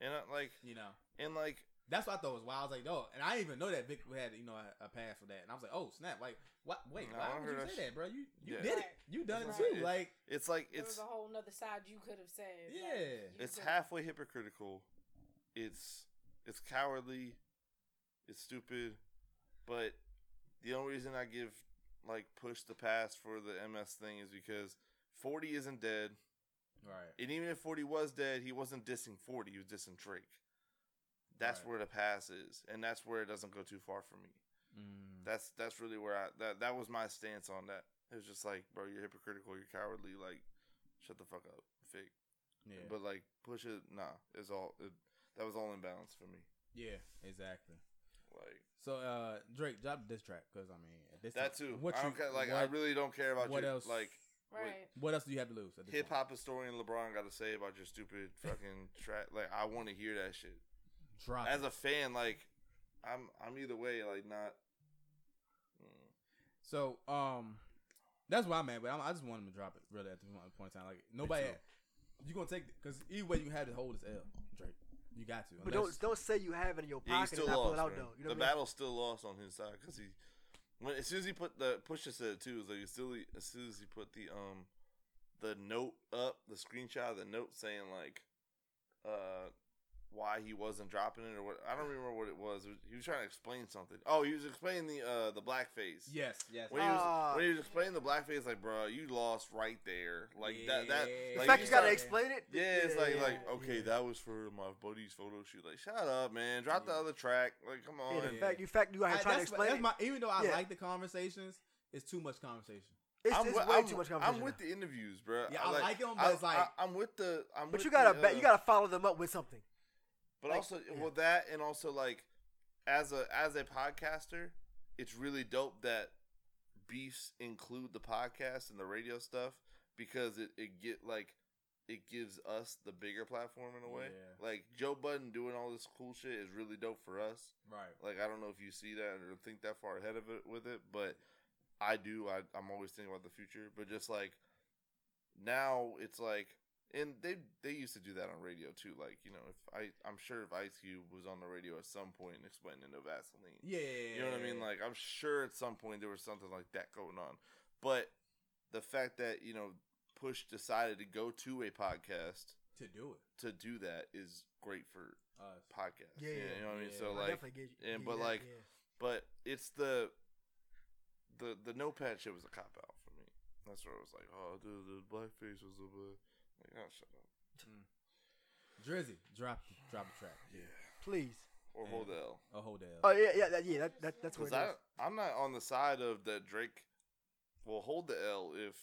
[SPEAKER 4] and I, like
[SPEAKER 2] You know,
[SPEAKER 4] and like
[SPEAKER 2] that's what I thought was wild. I was like, oh, and I didn't even know that Vic had you know a, a pass for that, and I was like, oh snap, like what? Wait,
[SPEAKER 4] No, I
[SPEAKER 2] why would you
[SPEAKER 4] heard
[SPEAKER 2] say
[SPEAKER 4] that
[SPEAKER 2] that, bro? You you
[SPEAKER 4] Yeah.
[SPEAKER 2] did it,
[SPEAKER 3] Right.
[SPEAKER 2] you done
[SPEAKER 4] That's
[SPEAKER 2] it
[SPEAKER 4] right.
[SPEAKER 2] too. Like
[SPEAKER 4] it's like
[SPEAKER 3] There was
[SPEAKER 4] it's
[SPEAKER 3] a whole nother side you could have said.
[SPEAKER 2] Yeah.
[SPEAKER 3] Like, you
[SPEAKER 4] it's
[SPEAKER 3] could-
[SPEAKER 4] halfway hypocritical it's it's cowardly it's stupid but the only reason i give like push the pass for the ms thing is because 40 isn't dead
[SPEAKER 2] right,
[SPEAKER 4] and even if 40 was dead he wasn't dissing 40 he was dissing drake that's
[SPEAKER 2] Right.
[SPEAKER 4] where the pass is and that's where it doesn't go too far for me
[SPEAKER 2] Mm,
[SPEAKER 4] That's that's really where I that that was my stance on that. It was just like, bro, you're hypocritical, you're cowardly, like, shut the fuck up, fake.
[SPEAKER 2] yeah,
[SPEAKER 4] But like, push it, nah, it's all it, that was all in balance for me.
[SPEAKER 2] yeah, exactly.
[SPEAKER 4] Like
[SPEAKER 2] So uh Drake, drop this track because I mean at this
[SPEAKER 4] that
[SPEAKER 2] time-
[SPEAKER 4] too. I don't care, like I
[SPEAKER 2] what-
[SPEAKER 4] really don't care about
[SPEAKER 2] what
[SPEAKER 4] your
[SPEAKER 2] else?
[SPEAKER 4] like
[SPEAKER 3] Right.
[SPEAKER 2] What else do you have to lose? at this
[SPEAKER 4] hip
[SPEAKER 2] point?
[SPEAKER 4] hop historian LeBron got to say about your stupid fucking track. Like I want to hear that shit.
[SPEAKER 2] Drop
[SPEAKER 4] As
[SPEAKER 2] it.
[SPEAKER 4] a fan, like I'm I'm either way, like not. Mm.
[SPEAKER 2] so um, that's why I'm at. But I'm, I just want him to drop it really at the point- point in time. Like nobody,
[SPEAKER 4] too.
[SPEAKER 2] you gonna take because either way you have to hold this L, Drake. You got to.
[SPEAKER 1] But
[SPEAKER 2] unless-
[SPEAKER 1] don't, don't say you have it in your
[SPEAKER 4] Yeah, he
[SPEAKER 1] pocket
[SPEAKER 4] still
[SPEAKER 1] and not pull
[SPEAKER 4] lost.
[SPEAKER 1] it out
[SPEAKER 4] man.
[SPEAKER 1] though. You know
[SPEAKER 4] the
[SPEAKER 1] what I mean?
[SPEAKER 4] battle's still lost on his side because he, when as soon as he put the Pusha said it too, it was like as soon as soon as he put the um, the note up, the screenshot of the note saying like, uh, why he wasn't dropping it or what. I don't remember what it was. It was- he was trying to explain something. Oh, he was explaining the uh the blackface.
[SPEAKER 2] yes, yes.
[SPEAKER 4] When he, was,
[SPEAKER 1] Ah.
[SPEAKER 4] when he was explaining the blackface, like, bro, you lost right there. Like that, that.
[SPEAKER 2] Yeah.
[SPEAKER 1] The
[SPEAKER 4] Like,
[SPEAKER 1] fact
[SPEAKER 2] you
[SPEAKER 1] you gotta
[SPEAKER 2] start-
[SPEAKER 1] explain it.
[SPEAKER 4] yeah, it's like
[SPEAKER 1] yeah,
[SPEAKER 4] like
[SPEAKER 1] yeah.
[SPEAKER 4] okay, that was for my buddy's photo shoot. Like, shut up, man. Drop the
[SPEAKER 2] Yeah.
[SPEAKER 4] other track. Like, come on.
[SPEAKER 1] Yeah, the
[SPEAKER 2] yeah.
[SPEAKER 1] fact you fact you
[SPEAKER 2] I-
[SPEAKER 1] are trying to
[SPEAKER 2] that's what-
[SPEAKER 1] explain
[SPEAKER 2] that's
[SPEAKER 1] it.
[SPEAKER 2] my, even though I
[SPEAKER 1] Yeah.
[SPEAKER 2] like the conversations, it's too much conversation.
[SPEAKER 1] It's
[SPEAKER 4] I'm,
[SPEAKER 1] it's
[SPEAKER 4] wi-
[SPEAKER 1] way
[SPEAKER 4] I'm-
[SPEAKER 1] too much
[SPEAKER 4] I'm
[SPEAKER 1] conversation.
[SPEAKER 4] with the interviews, bro.
[SPEAKER 2] Yeah, I like 'em, but it's like-
[SPEAKER 4] I, am with the. I'm
[SPEAKER 1] But
[SPEAKER 4] with
[SPEAKER 1] you gotta
[SPEAKER 4] the,
[SPEAKER 1] ba-
[SPEAKER 4] uh,
[SPEAKER 1] you gotta follow them up with something.
[SPEAKER 4] But
[SPEAKER 1] like,
[SPEAKER 4] also,
[SPEAKER 1] yeah.
[SPEAKER 4] well, that and also like, as a as a podcaster, it's really dope that beefs include the podcast and the radio stuff because it it get like it gives us the bigger platform in a way.
[SPEAKER 2] Yeah.
[SPEAKER 4] Like Joe Budden doing all this cool shit is really dope for us.
[SPEAKER 2] Right.
[SPEAKER 4] Like I don't know if you see that or think that far ahead of it with it, but I do. I, I'm always thinking about the future, but just like now, it's like, and they they used to do that on radio too. Like you know, if I I'm sure if Ice Cube was on the radio at some point explaining no Vaseline,
[SPEAKER 2] Yeah.
[SPEAKER 4] you know what I mean? Like I'm sure at some point there was something like that going on, But the fact that, you know, Push decided to go to a podcast
[SPEAKER 2] to do it.
[SPEAKER 4] to do that is great for
[SPEAKER 2] Uh,
[SPEAKER 4] podcasts.
[SPEAKER 1] Yeah, yeah,
[SPEAKER 4] You know what I mean?
[SPEAKER 2] yeah.
[SPEAKER 4] So
[SPEAKER 1] I
[SPEAKER 4] like
[SPEAKER 1] definitely get you.
[SPEAKER 4] and-
[SPEAKER 1] get
[SPEAKER 4] but
[SPEAKER 1] that,
[SPEAKER 4] like-
[SPEAKER 1] yeah.
[SPEAKER 4] but it's the the the notepad shit was a cop out for me. That's where I was like, oh, dude, the blackface was a blah. Like, oh, shut up.
[SPEAKER 2] Drizzy, drop drop the track.
[SPEAKER 4] Yeah.
[SPEAKER 1] please.
[SPEAKER 4] Or
[SPEAKER 2] Yeah.
[SPEAKER 4] hold the L.
[SPEAKER 2] A whole damn.
[SPEAKER 1] Oh yeah, yeah, that, yeah. That, that that's what
[SPEAKER 4] Because
[SPEAKER 1] it is.
[SPEAKER 4] I'm not on the side of that Drake will hold the L if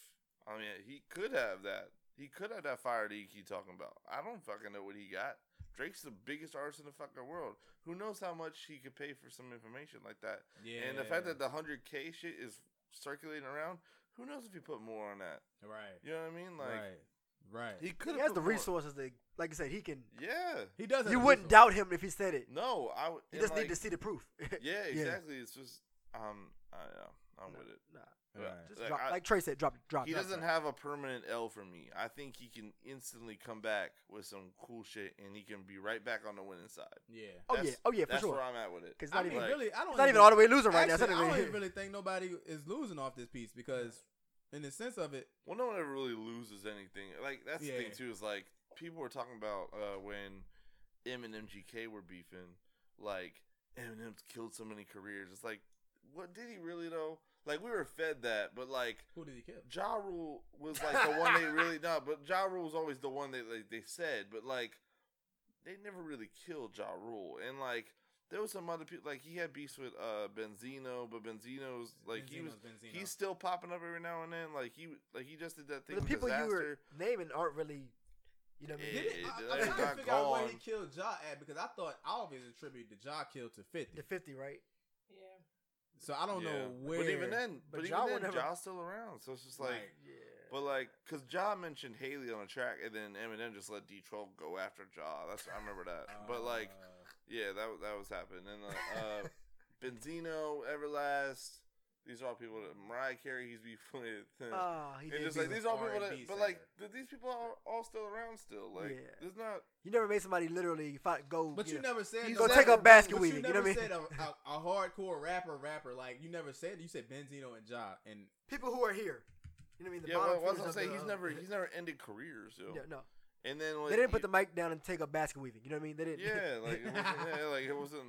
[SPEAKER 4] I mean he could have that. He could have that fire that you keep talking about. I don't fucking know what he got. Drake's the biggest artist in the fucking world. Who knows how much he could pay for some information like that?
[SPEAKER 2] yeah.
[SPEAKER 4] And the fact that the hundred K shit is circulating around, who knows if he put more on that?
[SPEAKER 2] right,
[SPEAKER 4] You know what I mean? Like
[SPEAKER 2] right, right.
[SPEAKER 4] he could.
[SPEAKER 1] He has the resources to, like I said, he can.
[SPEAKER 4] Yeah.
[SPEAKER 2] He doesn't.
[SPEAKER 1] You wouldn't doubt him if he said it.
[SPEAKER 4] No, I. w-
[SPEAKER 1] You
[SPEAKER 4] and,
[SPEAKER 1] just need
[SPEAKER 4] like,
[SPEAKER 1] to see the proof.
[SPEAKER 4] Yeah, exactly. It's just um, I, uh, I'm
[SPEAKER 1] Nah,
[SPEAKER 4] with it.
[SPEAKER 1] nah.
[SPEAKER 2] Right.
[SPEAKER 1] Just
[SPEAKER 4] Like,
[SPEAKER 1] drop,
[SPEAKER 4] I-
[SPEAKER 1] like Trey said, drop, drop.
[SPEAKER 4] He
[SPEAKER 1] drop,
[SPEAKER 4] doesn't have a permanent L for me. I think he can instantly come back with some cool shit, and he can be right back on the winning side.
[SPEAKER 2] Yeah.
[SPEAKER 1] Oh yeah,
[SPEAKER 4] That's-
[SPEAKER 1] oh yeah, for
[SPEAKER 4] That's
[SPEAKER 1] sure.
[SPEAKER 4] where I'm at with it.
[SPEAKER 1] 'Cause
[SPEAKER 2] I
[SPEAKER 1] not
[SPEAKER 2] mean,
[SPEAKER 1] even,
[SPEAKER 4] like-
[SPEAKER 2] really, I don't.
[SPEAKER 1] he's not even all the way losing right
[SPEAKER 2] actually,
[SPEAKER 1] now.
[SPEAKER 2] I
[SPEAKER 1] It's
[SPEAKER 2] don't
[SPEAKER 1] not
[SPEAKER 2] even
[SPEAKER 1] even-
[SPEAKER 2] really think nobody is losing off this piece because, in the sense of it,
[SPEAKER 4] Well, no one ever really loses anything. Like that's the thing
[SPEAKER 2] Yeah.
[SPEAKER 4] too. Is like people were talking about uh, when M and MGK were beefing. Like Eminem's killed so many careers. It's like, what did he really though? Like we were fed that, but like
[SPEAKER 2] who did he kill?
[SPEAKER 4] Ja Rule was like the one they really no, but Ja Rule was always the one that like they said, but like they never really killed Ja Rule. And like there was some other people like he had beefs with uh Benzino, but Benzino's like he was
[SPEAKER 2] Benzino.
[SPEAKER 4] he's still popping up every now and then. Like he like he just did that thing.
[SPEAKER 1] the
[SPEAKER 4] with
[SPEAKER 1] people
[SPEAKER 4] disaster.
[SPEAKER 1] you were naming aren't really, you know, what I mean?
[SPEAKER 2] Did it,
[SPEAKER 4] Yeah,
[SPEAKER 2] I,
[SPEAKER 4] that
[SPEAKER 2] I'm
[SPEAKER 4] is
[SPEAKER 2] trying to
[SPEAKER 4] not
[SPEAKER 2] figure out where he
[SPEAKER 4] gone.
[SPEAKER 2] killed Ja at because I thought I always attribute the Ja kill to Fifty.
[SPEAKER 1] the fifty, right?
[SPEAKER 3] Yeah.
[SPEAKER 2] So I don't
[SPEAKER 4] Yeah.
[SPEAKER 2] know where.
[SPEAKER 4] But even then,
[SPEAKER 1] But
[SPEAKER 4] but,
[SPEAKER 1] Ja
[SPEAKER 4] even then,
[SPEAKER 1] would never-
[SPEAKER 4] Ja's still around. So it's just like,
[SPEAKER 2] Right.
[SPEAKER 1] Yeah.
[SPEAKER 4] but like, cause Ja mentioned Haley on a track, and then Eminem just let D12 go after Ja. That's I remember that. but like,
[SPEAKER 2] Uh,
[SPEAKER 4] Yeah, that wa- that was happening. And uh, uh, Benzino, Everlast, these are all people that Mariah Carey he's beef with. And,
[SPEAKER 1] Ah, he
[SPEAKER 4] and
[SPEAKER 1] did.
[SPEAKER 4] just
[SPEAKER 1] do
[SPEAKER 4] like
[SPEAKER 1] it.
[SPEAKER 4] these are all people
[SPEAKER 2] R&B
[SPEAKER 4] that, but like
[SPEAKER 2] singer.
[SPEAKER 4] th- these people are all still around still. Like
[SPEAKER 1] Yeah.
[SPEAKER 4] there's not.
[SPEAKER 1] you never made somebody literally fi- go.
[SPEAKER 2] But you
[SPEAKER 1] know,
[SPEAKER 2] never said
[SPEAKER 1] He's
[SPEAKER 2] no-
[SPEAKER 1] gonna take up basket
[SPEAKER 2] but
[SPEAKER 1] weaving, you know
[SPEAKER 2] never
[SPEAKER 1] what I mean?
[SPEAKER 2] said a, a, a hardcore rapper, rapper like you never said. You said Benzino and Ja, and
[SPEAKER 1] people who are here. You know what I mean? The
[SPEAKER 4] yeah, well,
[SPEAKER 1] bottom
[SPEAKER 4] what
[SPEAKER 1] feeders
[SPEAKER 4] I'm
[SPEAKER 1] of
[SPEAKER 4] saying,
[SPEAKER 1] the-
[SPEAKER 4] he's never he's never ended careers. Yo.
[SPEAKER 1] Yeah, no,
[SPEAKER 4] And then like,
[SPEAKER 1] they didn't put
[SPEAKER 4] you-
[SPEAKER 1] the mic down and take up basket weaving. You know what I mean? They didn't.
[SPEAKER 4] Yeah, like it wasn't, yeah, like it wasn't.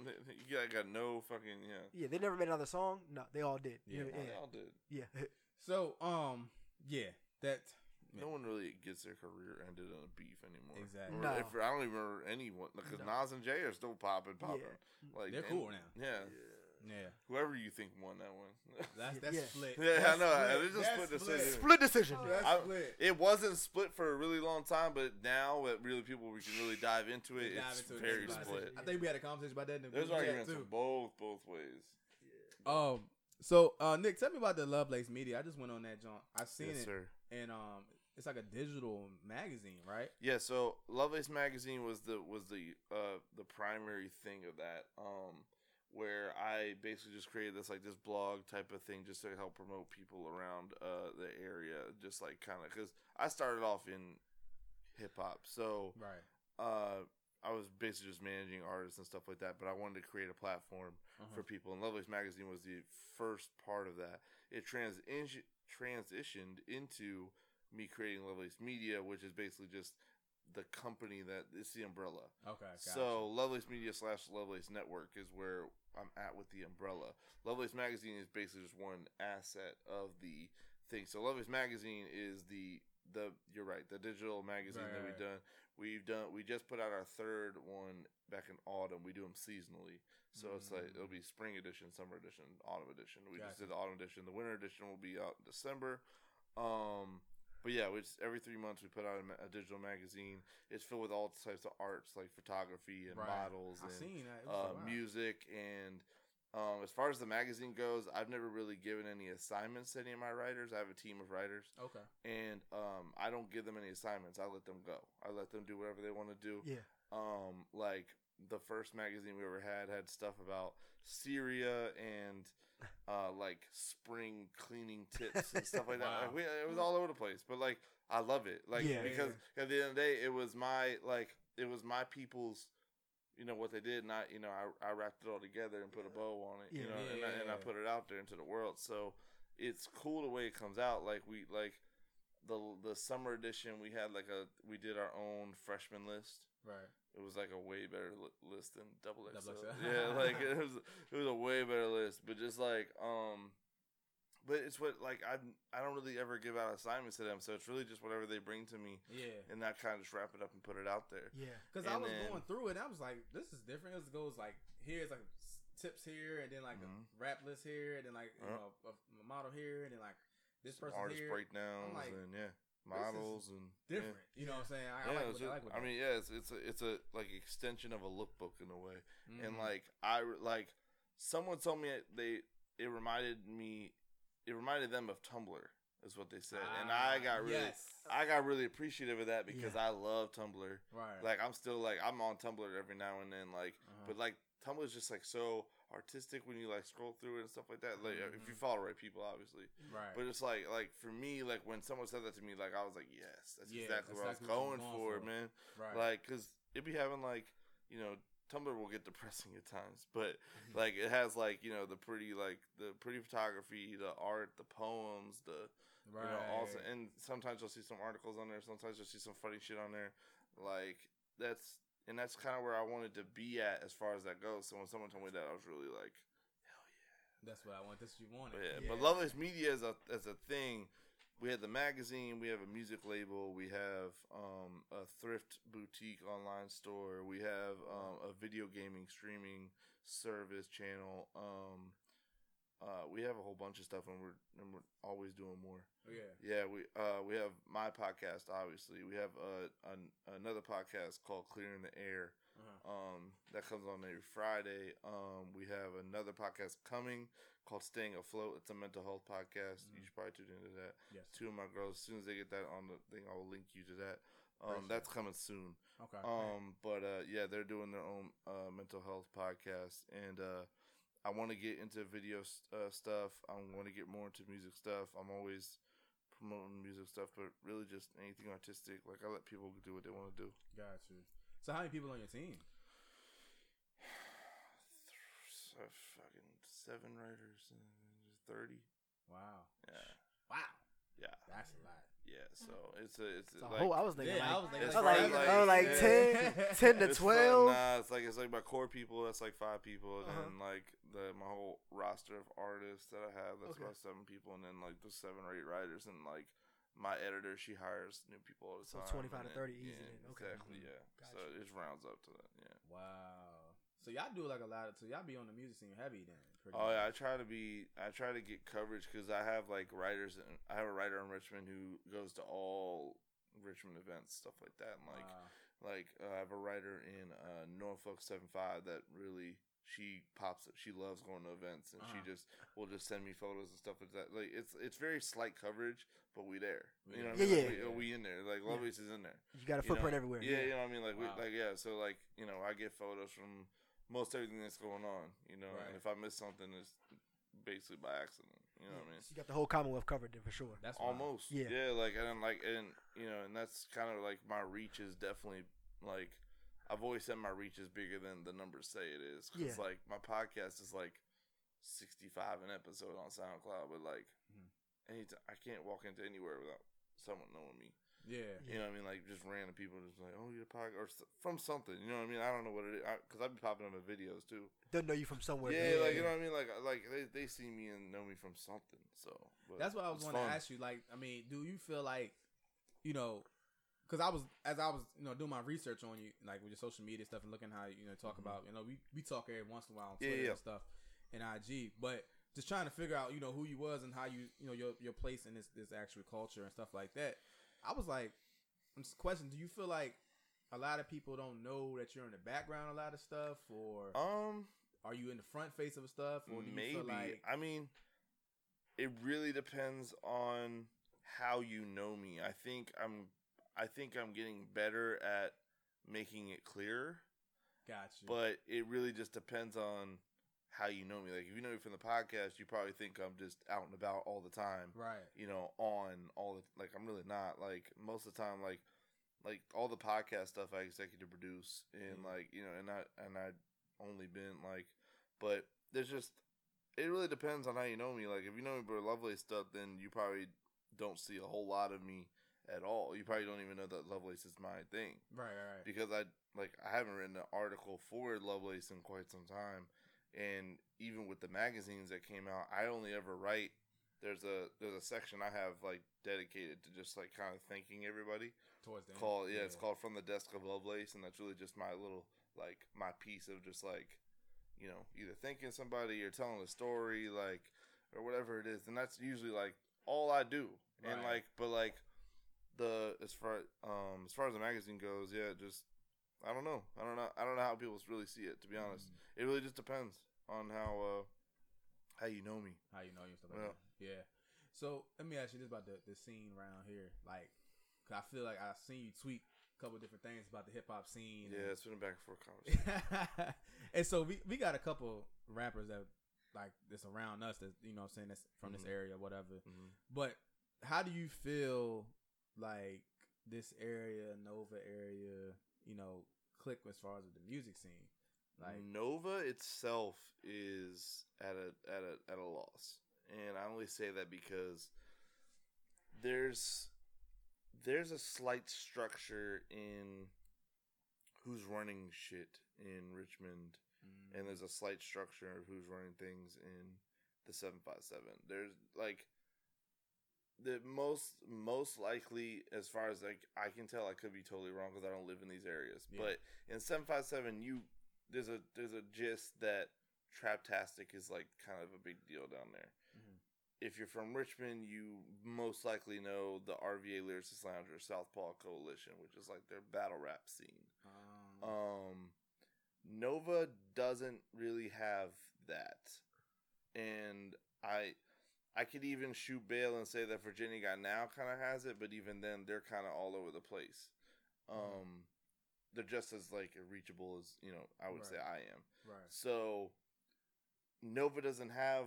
[SPEAKER 4] You got, got no fucking yeah.
[SPEAKER 1] Yeah, they never made another song. No, they all did. You
[SPEAKER 2] Yeah.
[SPEAKER 1] know what I
[SPEAKER 4] Well,
[SPEAKER 1] mean?
[SPEAKER 4] they all did.
[SPEAKER 1] yeah, yeah.
[SPEAKER 2] so um yeah that
[SPEAKER 4] No one really gets their career ended in a beef anymore.
[SPEAKER 2] Exactly.
[SPEAKER 1] No.
[SPEAKER 4] Or If, I don't even remember anyone because
[SPEAKER 1] No.
[SPEAKER 4] Nas and Jay are still popping, popping. Like
[SPEAKER 2] They're
[SPEAKER 4] and-
[SPEAKER 2] cool now.
[SPEAKER 4] Yeah,
[SPEAKER 2] yeah
[SPEAKER 4] whoever you think won that one.
[SPEAKER 2] that's that's
[SPEAKER 1] Yeah.
[SPEAKER 2] split.
[SPEAKER 4] Yeah,
[SPEAKER 2] That's
[SPEAKER 4] I know, I- it's a
[SPEAKER 2] That's
[SPEAKER 4] split decision.
[SPEAKER 1] Split decision.
[SPEAKER 2] That's
[SPEAKER 4] I-
[SPEAKER 2] split.
[SPEAKER 4] it wasn't split for a really long time, but now that really people we can really dive into it,
[SPEAKER 2] Dive
[SPEAKER 4] it's
[SPEAKER 2] into it,
[SPEAKER 4] very
[SPEAKER 2] that's
[SPEAKER 1] about
[SPEAKER 2] what I
[SPEAKER 4] split.
[SPEAKER 2] said. I think we had a conversation about that. In the
[SPEAKER 4] There's
[SPEAKER 2] group chat,
[SPEAKER 4] arguments
[SPEAKER 2] too.
[SPEAKER 4] in both both ways.
[SPEAKER 2] Um. So, uh, Nick, tell me about the Lovelace Media. I just went on that, John. I seen it,
[SPEAKER 4] sir.
[SPEAKER 2] and um, it's like a digital magazine, right?
[SPEAKER 4] Yeah, so Lovelace magazine was the was the uh the primary thing of that. Um where I basically just created this like this blog type of thing just to help promote people around uh the area just like kind of cuz I started off in hip hop. So
[SPEAKER 2] Right.
[SPEAKER 4] uh I was basically just managing artists and stuff like that, but I wanted to create a platform
[SPEAKER 2] Uh-huh.
[SPEAKER 4] for people. And Lovelace Magazine was the first part of that. It transition transitioned into me creating Lovelace Media, which is basically just the company that it's the umbrella.
[SPEAKER 2] okay. Gotcha.
[SPEAKER 4] So Lovelace Media slash Lovelace Network is where I'm at with the umbrella. Lovelace Magazine is basically just one asset of the thing. So Lovelace Magazine is the the you're right the digital magazine
[SPEAKER 2] Right,
[SPEAKER 4] that
[SPEAKER 2] right,
[SPEAKER 4] we've
[SPEAKER 2] right.
[SPEAKER 4] done. We've done we just put out our third one back in autumn. We do them seasonally, so it's like
[SPEAKER 2] Mm.
[SPEAKER 4] it'll be spring edition, summer edition, autumn edition. We just
[SPEAKER 2] Gotcha.
[SPEAKER 4] did the autumn edition. The winter edition will be out in December. Um, but yeah, we just, every three months we put out a, ma- a digital magazine. It's filled with all types of arts like photography and
[SPEAKER 2] Right.
[SPEAKER 4] models
[SPEAKER 2] I
[SPEAKER 4] and
[SPEAKER 2] seen that. It was
[SPEAKER 4] uh,
[SPEAKER 2] like, wow.
[SPEAKER 4] music. And um, as far as the magazine goes, I've never really given any assignments to any of my writers. I have a team of writers,
[SPEAKER 2] Okay.
[SPEAKER 4] and um, I don't give them any assignments. I let them go. I let them do whatever they want to do.
[SPEAKER 1] Yeah.
[SPEAKER 4] Um, like the first magazine we ever had had stuff about Syria and uh, like spring cleaning tips and stuff like that.
[SPEAKER 2] Wow.
[SPEAKER 4] Like, we, it was all over the place, but like I love it, like
[SPEAKER 1] Yeah.
[SPEAKER 4] because at the end of the day, it was my like it was my people's, you know what they did, and I you know I, I wrapped it all together and put a bow on it, you
[SPEAKER 1] Yeah.
[SPEAKER 4] know, and, I, and I
[SPEAKER 2] Yeah.
[SPEAKER 4] put it out there into the world. So it's cool the way it comes out. Like we like the the summer edition. We had like a we did our own freshman list.
[SPEAKER 2] Right.
[SPEAKER 4] It was like a way better li- list than double XL.
[SPEAKER 2] XL.
[SPEAKER 4] yeah, like it was it was a way better list. But just like um, but it's what like I I don't really ever give out assignments to them, so it's really just whatever they bring to me,
[SPEAKER 2] Yeah.
[SPEAKER 4] and I kind of just wrap it up and put it out there.
[SPEAKER 1] Yeah.
[SPEAKER 2] Because I
[SPEAKER 4] And
[SPEAKER 2] was
[SPEAKER 4] then-
[SPEAKER 2] going through it, and I was like, "This is different." This goes like here's like s- tips here, and then like
[SPEAKER 4] Mhm.
[SPEAKER 2] a rap list here, and then like you
[SPEAKER 4] Yeah.
[SPEAKER 2] know a, a model here, and then like this
[SPEAKER 4] Some
[SPEAKER 2] person
[SPEAKER 4] artist
[SPEAKER 2] here.
[SPEAKER 4] breakdowns
[SPEAKER 2] like,
[SPEAKER 4] and yeah, models and yeah.
[SPEAKER 2] Different, you know what I'm saying? I,
[SPEAKER 4] Yeah,
[SPEAKER 2] I like
[SPEAKER 4] it's
[SPEAKER 2] what I
[SPEAKER 4] just-
[SPEAKER 2] like. What
[SPEAKER 4] I mean, yeah, it's it's a, it's a like extension of a lookbook in a way.
[SPEAKER 2] Mm-hmm.
[SPEAKER 4] and like I re- like someone told me it- they it reminded me it reminded them of Tumblr is what they said, and I got really
[SPEAKER 2] Ah, yes,
[SPEAKER 4] I got really appreciative of that because I love Tumblr.
[SPEAKER 2] right,
[SPEAKER 4] Like I'm still like I'm on Tumblr every now and then, like
[SPEAKER 2] Uh-huh.
[SPEAKER 4] but like Tumblr is just like so artistic when you like scroll through it and stuff like that. Like uh, if you
[SPEAKER 2] Mhm.
[SPEAKER 4] follow the right people, obviously.
[SPEAKER 2] right,
[SPEAKER 4] But it's like like for me, like when someone said that to me, like I was like, yes, that's
[SPEAKER 2] Yeah,
[SPEAKER 4] exactly
[SPEAKER 2] that's
[SPEAKER 4] what
[SPEAKER 2] exactly
[SPEAKER 4] I
[SPEAKER 2] what you was
[SPEAKER 4] was going,
[SPEAKER 2] going
[SPEAKER 4] for,
[SPEAKER 2] for.
[SPEAKER 4] man.
[SPEAKER 2] right,
[SPEAKER 4] Like, cause it be having like, you know, Tumblr will get depressing at times, but
[SPEAKER 2] Mm-hmm.
[SPEAKER 4] like it has like you know the pretty like the pretty photography, the art, the poems, the
[SPEAKER 2] right,
[SPEAKER 4] you know also, and sometimes you'll see some articles on there. Sometimes you'll see some funny shit on there. Like that's and that's kind of where I wanted to be at as far as that goes. So when someone told me that, I was really like,
[SPEAKER 2] that's what I want. That's what you wanted.
[SPEAKER 4] but yeah. But Lovelace Media as a as a thing. We had the magazine. We have a music label. We have um, a thrift boutique online store. We have um, a video gaming streaming service channel. Um, uh, we have a whole bunch of stuff, and we're and we're always doing more.
[SPEAKER 2] yeah,
[SPEAKER 4] Yeah, we uh we have my podcast. Obviously, we have uh an, another podcast called Clearing the Air.
[SPEAKER 2] uh-huh.
[SPEAKER 4] Um, that comes on every Friday. Um, we have another podcast coming called Staying Afloat. It's a mental health podcast. You
[SPEAKER 2] Mhm.
[SPEAKER 4] should probably tune into that.
[SPEAKER 2] yes,
[SPEAKER 4] Two of my girls, as soon as they get that on the thing, I will link you to that. Um,
[SPEAKER 2] Appreciate
[SPEAKER 4] that's coming soon.
[SPEAKER 2] okay,
[SPEAKER 4] Um, but uh, yeah, they're doing their own uh, mental health podcast, and uh, I want to get into video s- uh, stuff. I want to get more into music stuff. I'm always promoting music stuff, but really just anything artistic. Like I let people do what they want to do.
[SPEAKER 2] got you. So how many people on your team?
[SPEAKER 4] So fucking seven writers, uh, thirty.
[SPEAKER 2] Wow,
[SPEAKER 4] Yeah,
[SPEAKER 2] wow,
[SPEAKER 4] yeah,
[SPEAKER 2] that's a lot.
[SPEAKER 4] yeah. So it's a it's,
[SPEAKER 1] It's
[SPEAKER 4] a
[SPEAKER 1] a
[SPEAKER 4] like
[SPEAKER 1] whole, I was thinking
[SPEAKER 2] Yeah, I
[SPEAKER 1] like,
[SPEAKER 2] was
[SPEAKER 4] It's
[SPEAKER 2] thinking
[SPEAKER 4] probably
[SPEAKER 2] five,
[SPEAKER 4] like-
[SPEAKER 2] like,
[SPEAKER 4] like
[SPEAKER 2] yeah.
[SPEAKER 1] 10 to
[SPEAKER 4] It's
[SPEAKER 1] 12?
[SPEAKER 4] Like, nah, it's like it's like my core people. That's like five people, and
[SPEAKER 1] Uh-huh.
[SPEAKER 4] then like the my whole roster of artists that I have. That's
[SPEAKER 1] Okay.
[SPEAKER 4] about seven people, and then like the seven or eight writers, and like my editor, she hires new people all the
[SPEAKER 1] So
[SPEAKER 4] time.
[SPEAKER 1] 25
[SPEAKER 4] and
[SPEAKER 1] to 30
[SPEAKER 4] then-
[SPEAKER 1] easy
[SPEAKER 4] yeah,
[SPEAKER 1] then, okay. mm-hmm.
[SPEAKER 4] Exactly.
[SPEAKER 2] Mhm.
[SPEAKER 4] Yeah. So
[SPEAKER 1] Gotcha.
[SPEAKER 4] it just rounds up to that. Yeah.
[SPEAKER 2] Wow. So y'all do like a lot of. So y'all be on the music scene heavy then. pretty
[SPEAKER 4] Oh
[SPEAKER 2] much.
[SPEAKER 4] yeah, I try to be. I try to get coverage because I have like writers. And I have a writer in Richmond who goes to all Richmond events, stuff like that, and like.
[SPEAKER 2] Wow.
[SPEAKER 4] like uh, I have a writer in uh, Norfolk Seven Five that really she pops it. She loves going to events and
[SPEAKER 2] Uh-huh.
[SPEAKER 4] she just will just send me photos and stuff like that. Like it's it's very slight coverage, but we there.
[SPEAKER 2] We
[SPEAKER 4] you know,
[SPEAKER 2] there.
[SPEAKER 4] what I mean?
[SPEAKER 1] Yeah,
[SPEAKER 4] Like,
[SPEAKER 2] yeah.
[SPEAKER 4] we, we in there. Like
[SPEAKER 1] Yeah.
[SPEAKER 4] Lovelace is in there.
[SPEAKER 1] you got a
[SPEAKER 4] you know?
[SPEAKER 1] footprint everywhere.
[SPEAKER 4] Yeah, you know what I mean. Like
[SPEAKER 2] Wow.
[SPEAKER 4] we, like yeah. So like you know, I get photos from most everything that's going on. You know,
[SPEAKER 2] Right.
[SPEAKER 4] and if I miss something, it's basically by accident. You know what I mean?
[SPEAKER 1] So you got the whole Commonwealth covered then for sure.
[SPEAKER 2] That's wild.
[SPEAKER 4] almost
[SPEAKER 1] Yeah.
[SPEAKER 4] yeah. like and then, like and you know and that's kind of like my reach is definitely like i've always said my reach is bigger than the numbers say it is because
[SPEAKER 1] Yeah.
[SPEAKER 4] like my podcast is like 65 an episode on soundcloud but like
[SPEAKER 2] Mhm.
[SPEAKER 4] anytime i can't walk into anywhere without someone knowing me
[SPEAKER 2] Yeah.
[SPEAKER 4] you know what i mean like just random people just like oh you're a podcast or s- from something you know what i mean i don't know what it is because i've been popping up in videos too
[SPEAKER 1] Doesn't know you from somewhere.
[SPEAKER 4] yeah,
[SPEAKER 2] yeah,
[SPEAKER 4] like
[SPEAKER 2] yeah.
[SPEAKER 4] you know what i mean like like they, they see me and know me from something so but
[SPEAKER 2] That's what I was
[SPEAKER 4] it's
[SPEAKER 2] going to
[SPEAKER 4] fun.
[SPEAKER 2] ask you. Like, I mean, do you feel like, you know, because I was as I was, you know, doing my research on you, like with your social media stuff and looking how you know talk
[SPEAKER 4] Mhm.
[SPEAKER 2] about, you know, we we talk every once in a while on
[SPEAKER 4] Yeah,
[SPEAKER 2] Twitter
[SPEAKER 4] yeah.
[SPEAKER 2] and stuff and IG, but just trying to figure out, you know, who you was and how you, you know, your your place in this this actual culture and stuff like that. I was like, I'm just questioning, do you feel like a lot of people don't know that you're in the background a lot of stuff, or
[SPEAKER 4] um
[SPEAKER 2] are you in the front face of stuff, or do you
[SPEAKER 4] Maybe.
[SPEAKER 2] feel like
[SPEAKER 4] I mean, it really depends on how you know me. I think I'm I think I'm getting better at making it clearer,
[SPEAKER 2] got you?
[SPEAKER 4] but it really just depends on how you know me. Like if you know me from the podcast, you probably think I'm just out and about all the time
[SPEAKER 2] right,
[SPEAKER 4] you know, on all the like I'm really not like most of the time like like all the podcast stuff I executive produce and
[SPEAKER 2] Mhm.
[SPEAKER 4] like you know and I and I only been like but there's just it really depends on how you know me. Like if you know me for Lovelace stuff, then you probably don't see a whole lot of me at all. You probably don't even know that Lovelace is my thing
[SPEAKER 2] Right, right, right.
[SPEAKER 4] because I like I haven't written an article for Lovelace in quite some time, and even with the magazines that came out, I only ever write. There's a there's a section I have like dedicated to just like kind of thanking everybody.
[SPEAKER 2] Towards the end.
[SPEAKER 4] Called yeah, it's called From the Desk of Lovelace, and that's really just my little like my piece of just like you know either thanking somebody or telling a story like or whatever it is, and that's usually like all I do. And
[SPEAKER 2] Right.
[SPEAKER 4] like, but like the as far um as far as the magazine goes, yeah, just I don't know, I don't know, I don't know how people really see it. To be honest,
[SPEAKER 2] Mm.
[SPEAKER 4] it really just depends on how uh how you know me.
[SPEAKER 2] how you know you and stuff like
[SPEAKER 4] Yeah.
[SPEAKER 2] that. Yeah. So let me ask you this about the, the scene around here. Like, 'cause I feel like I've seen you tweet a couple different things about the hip hop scene.
[SPEAKER 4] Yeah,
[SPEAKER 2] and-
[SPEAKER 4] it's been a back and forth conversation.
[SPEAKER 2] and so we, we got a couple rappers that like that's around us that you know what I'm saying that's from
[SPEAKER 4] Mhm.
[SPEAKER 2] this area or whatever.
[SPEAKER 4] Mhm.
[SPEAKER 2] But how do you feel like this area, Nova area, you know, click as far as the music scene? Like
[SPEAKER 4] Nova itself is at a at a at a loss, and I only say that because there's there's a slight structure in who's running shit in Richmond, Mm-hmm. and there's a slight structure of who's running things in the seven five seven. There's like the most most likely as far as like I can tell I could be totally wrong because I don't live in these areas
[SPEAKER 2] Yeah.
[SPEAKER 4] but in 757 you there's a there's a gist that traptastic is like kind of a big deal down there
[SPEAKER 2] Mhm.
[SPEAKER 4] if you're from richmond you most likely know the rva lyricist lounge or southpaw coalition which is like their battle rap scene
[SPEAKER 2] um,
[SPEAKER 4] um nova doesn't really have that and i i could even shoot bail and say that virginia guy now kind of has it but even then they're kind of all over the place um they're just as like reachable as you know i would say i am
[SPEAKER 2] right.
[SPEAKER 4] so Nova doesn't have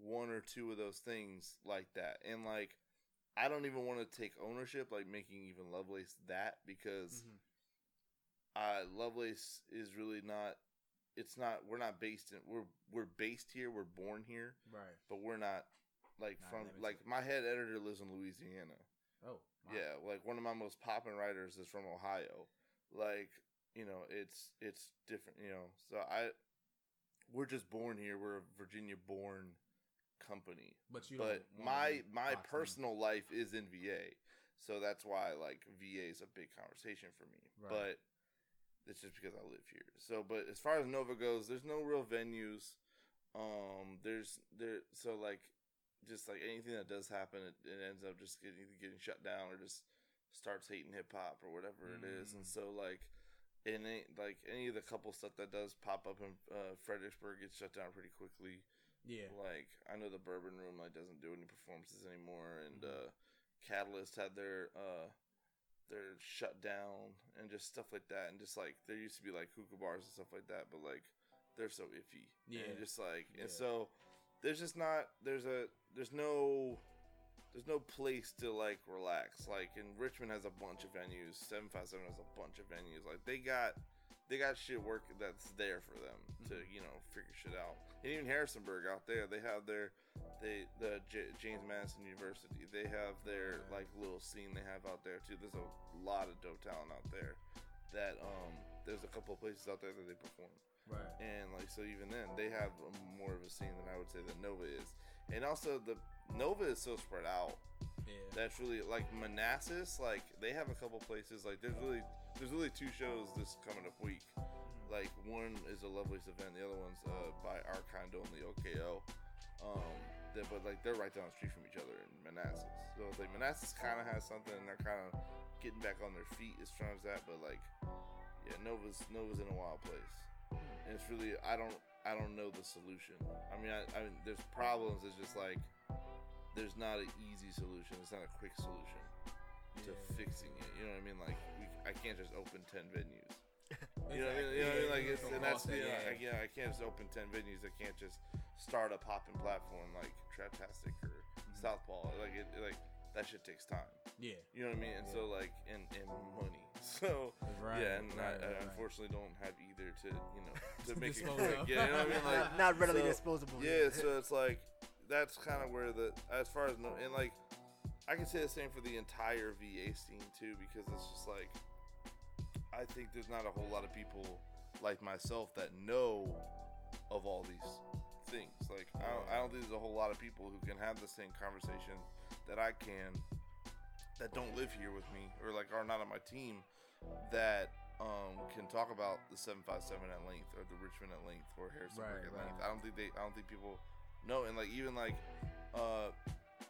[SPEAKER 4] one or two of those things like that. And like I don't even want to take ownership like making even Lovelace that because
[SPEAKER 2] Mhm.
[SPEAKER 4] uh Lovelace is really not it's not we're not based in we're we're based here, we're born here,
[SPEAKER 2] Right.
[SPEAKER 4] but we're not like
[SPEAKER 2] Not
[SPEAKER 4] from
[SPEAKER 2] limited.
[SPEAKER 4] like my head editor lives in Louisiana.
[SPEAKER 2] Oh. wow.
[SPEAKER 4] Yeah, like one of my most popping writers is from Ohio. Like, you know, it's it's different, you know. So I we're just born here. We're a Virginia born company.
[SPEAKER 2] But you
[SPEAKER 4] But
[SPEAKER 2] don't wanna
[SPEAKER 4] my
[SPEAKER 2] be
[SPEAKER 4] my
[SPEAKER 2] boxed in.
[SPEAKER 4] personal life is in VA. So that's why like VA is a big conversation for me.
[SPEAKER 2] Right.
[SPEAKER 4] But it's just because I live here. So but as far as Nova goes, there's no real venues. Um there's there so like just like anything that does happen it, it ends up just getting either getting shut down or just starts hating hip hop or whatever it is. And
[SPEAKER 2] Mm.
[SPEAKER 4] so like and any, like any of the couple stuff that does pop up in uh, Fredericksburg gets shut down pretty quickly.
[SPEAKER 2] Yeah.
[SPEAKER 4] Like I know the Bourbon Room like doesn't do any performances anymore, and
[SPEAKER 2] Mhm.
[SPEAKER 4] uh, Catalyst had their uh, their shutdown and just stuff like that, and just like there used to be like hookah bars and stuff like that, but like they're so iffy,
[SPEAKER 2] Yeah.
[SPEAKER 4] And just like
[SPEAKER 2] Yeah.
[SPEAKER 4] and so there's just not there's a there's no there's no place to like relax. Like and Richmond has a bunch of venues, seven five seven has a bunch of venues. Like they got they got shit work that's there for them to you know figure shit out. And even Harrisonburg out there, they have their they the J- James Madison University. They have their
[SPEAKER 2] Yeah.
[SPEAKER 4] like little scene they have out there too. There's a lot of dope talent out there. That um, there's a couple of places out there that they perform,
[SPEAKER 2] Right.
[SPEAKER 4] and like so even then they have a, more of a scene than I would say that Nova is, and also the Nova is so spread out
[SPEAKER 2] Yeah.
[SPEAKER 4] that's really like Manassas. Like they have a couple places. Like there's really there's really two shows this coming up week. Like one is a Lovelace event. The other one's uh, by Arcondo and the OKO. Um, they, but like they're right down the street from each other in Manassas. So it's like Manassas kind of has something, and they're kind of getting back on their feet as far as that. But like, yeah, Nova's Nova's in a wild place, and it's really I don't I don't know the solution. I mean I, I mean there's problems. It's just like there's not an easy solution. It's not a quick solution to
[SPEAKER 2] Yeah.
[SPEAKER 4] fixing it. You know what I mean? Like we, I can't just open ten venues. You know, what I mean?
[SPEAKER 2] Exactly.
[SPEAKER 4] you know what I mean? Like,
[SPEAKER 2] Yeah,
[SPEAKER 4] it's,
[SPEAKER 2] gonna
[SPEAKER 4] and that's
[SPEAKER 2] cost that,
[SPEAKER 4] you know,
[SPEAKER 2] yeah.
[SPEAKER 4] I, you know, I can't just open ten venues. I can't just start a popping platform like Traptastic or Southpaw. Like, it, like that shit takes time.
[SPEAKER 2] Yeah.
[SPEAKER 4] You know what I mean? And so like, and and money. So
[SPEAKER 2] Right.
[SPEAKER 4] yeah, and
[SPEAKER 2] right,
[SPEAKER 4] I, I
[SPEAKER 2] right, right.
[SPEAKER 4] unfortunately don't have either to you know to make it
[SPEAKER 2] Dispose
[SPEAKER 4] quick.
[SPEAKER 2] of.
[SPEAKER 4] Yeah, you know what I mean. Like
[SPEAKER 1] Not- not readily
[SPEAKER 4] so-
[SPEAKER 1] disposable.
[SPEAKER 4] yeah, so it's like that's kind of where the as far as no and like I can say the same for the entire VA scene too because it's just like I think there's not a whole lot of people like myself that know of all these things. Like I don't, I don't think there's a whole lot of people who can have the same conversation that I can that don't live here with me or like are not on my team that um, can talk about the 757 at length or the Richmond at length or Harrisonburg
[SPEAKER 2] Right,
[SPEAKER 4] at
[SPEAKER 2] right.
[SPEAKER 4] length. I don't think they I don't think people know and like even like uh,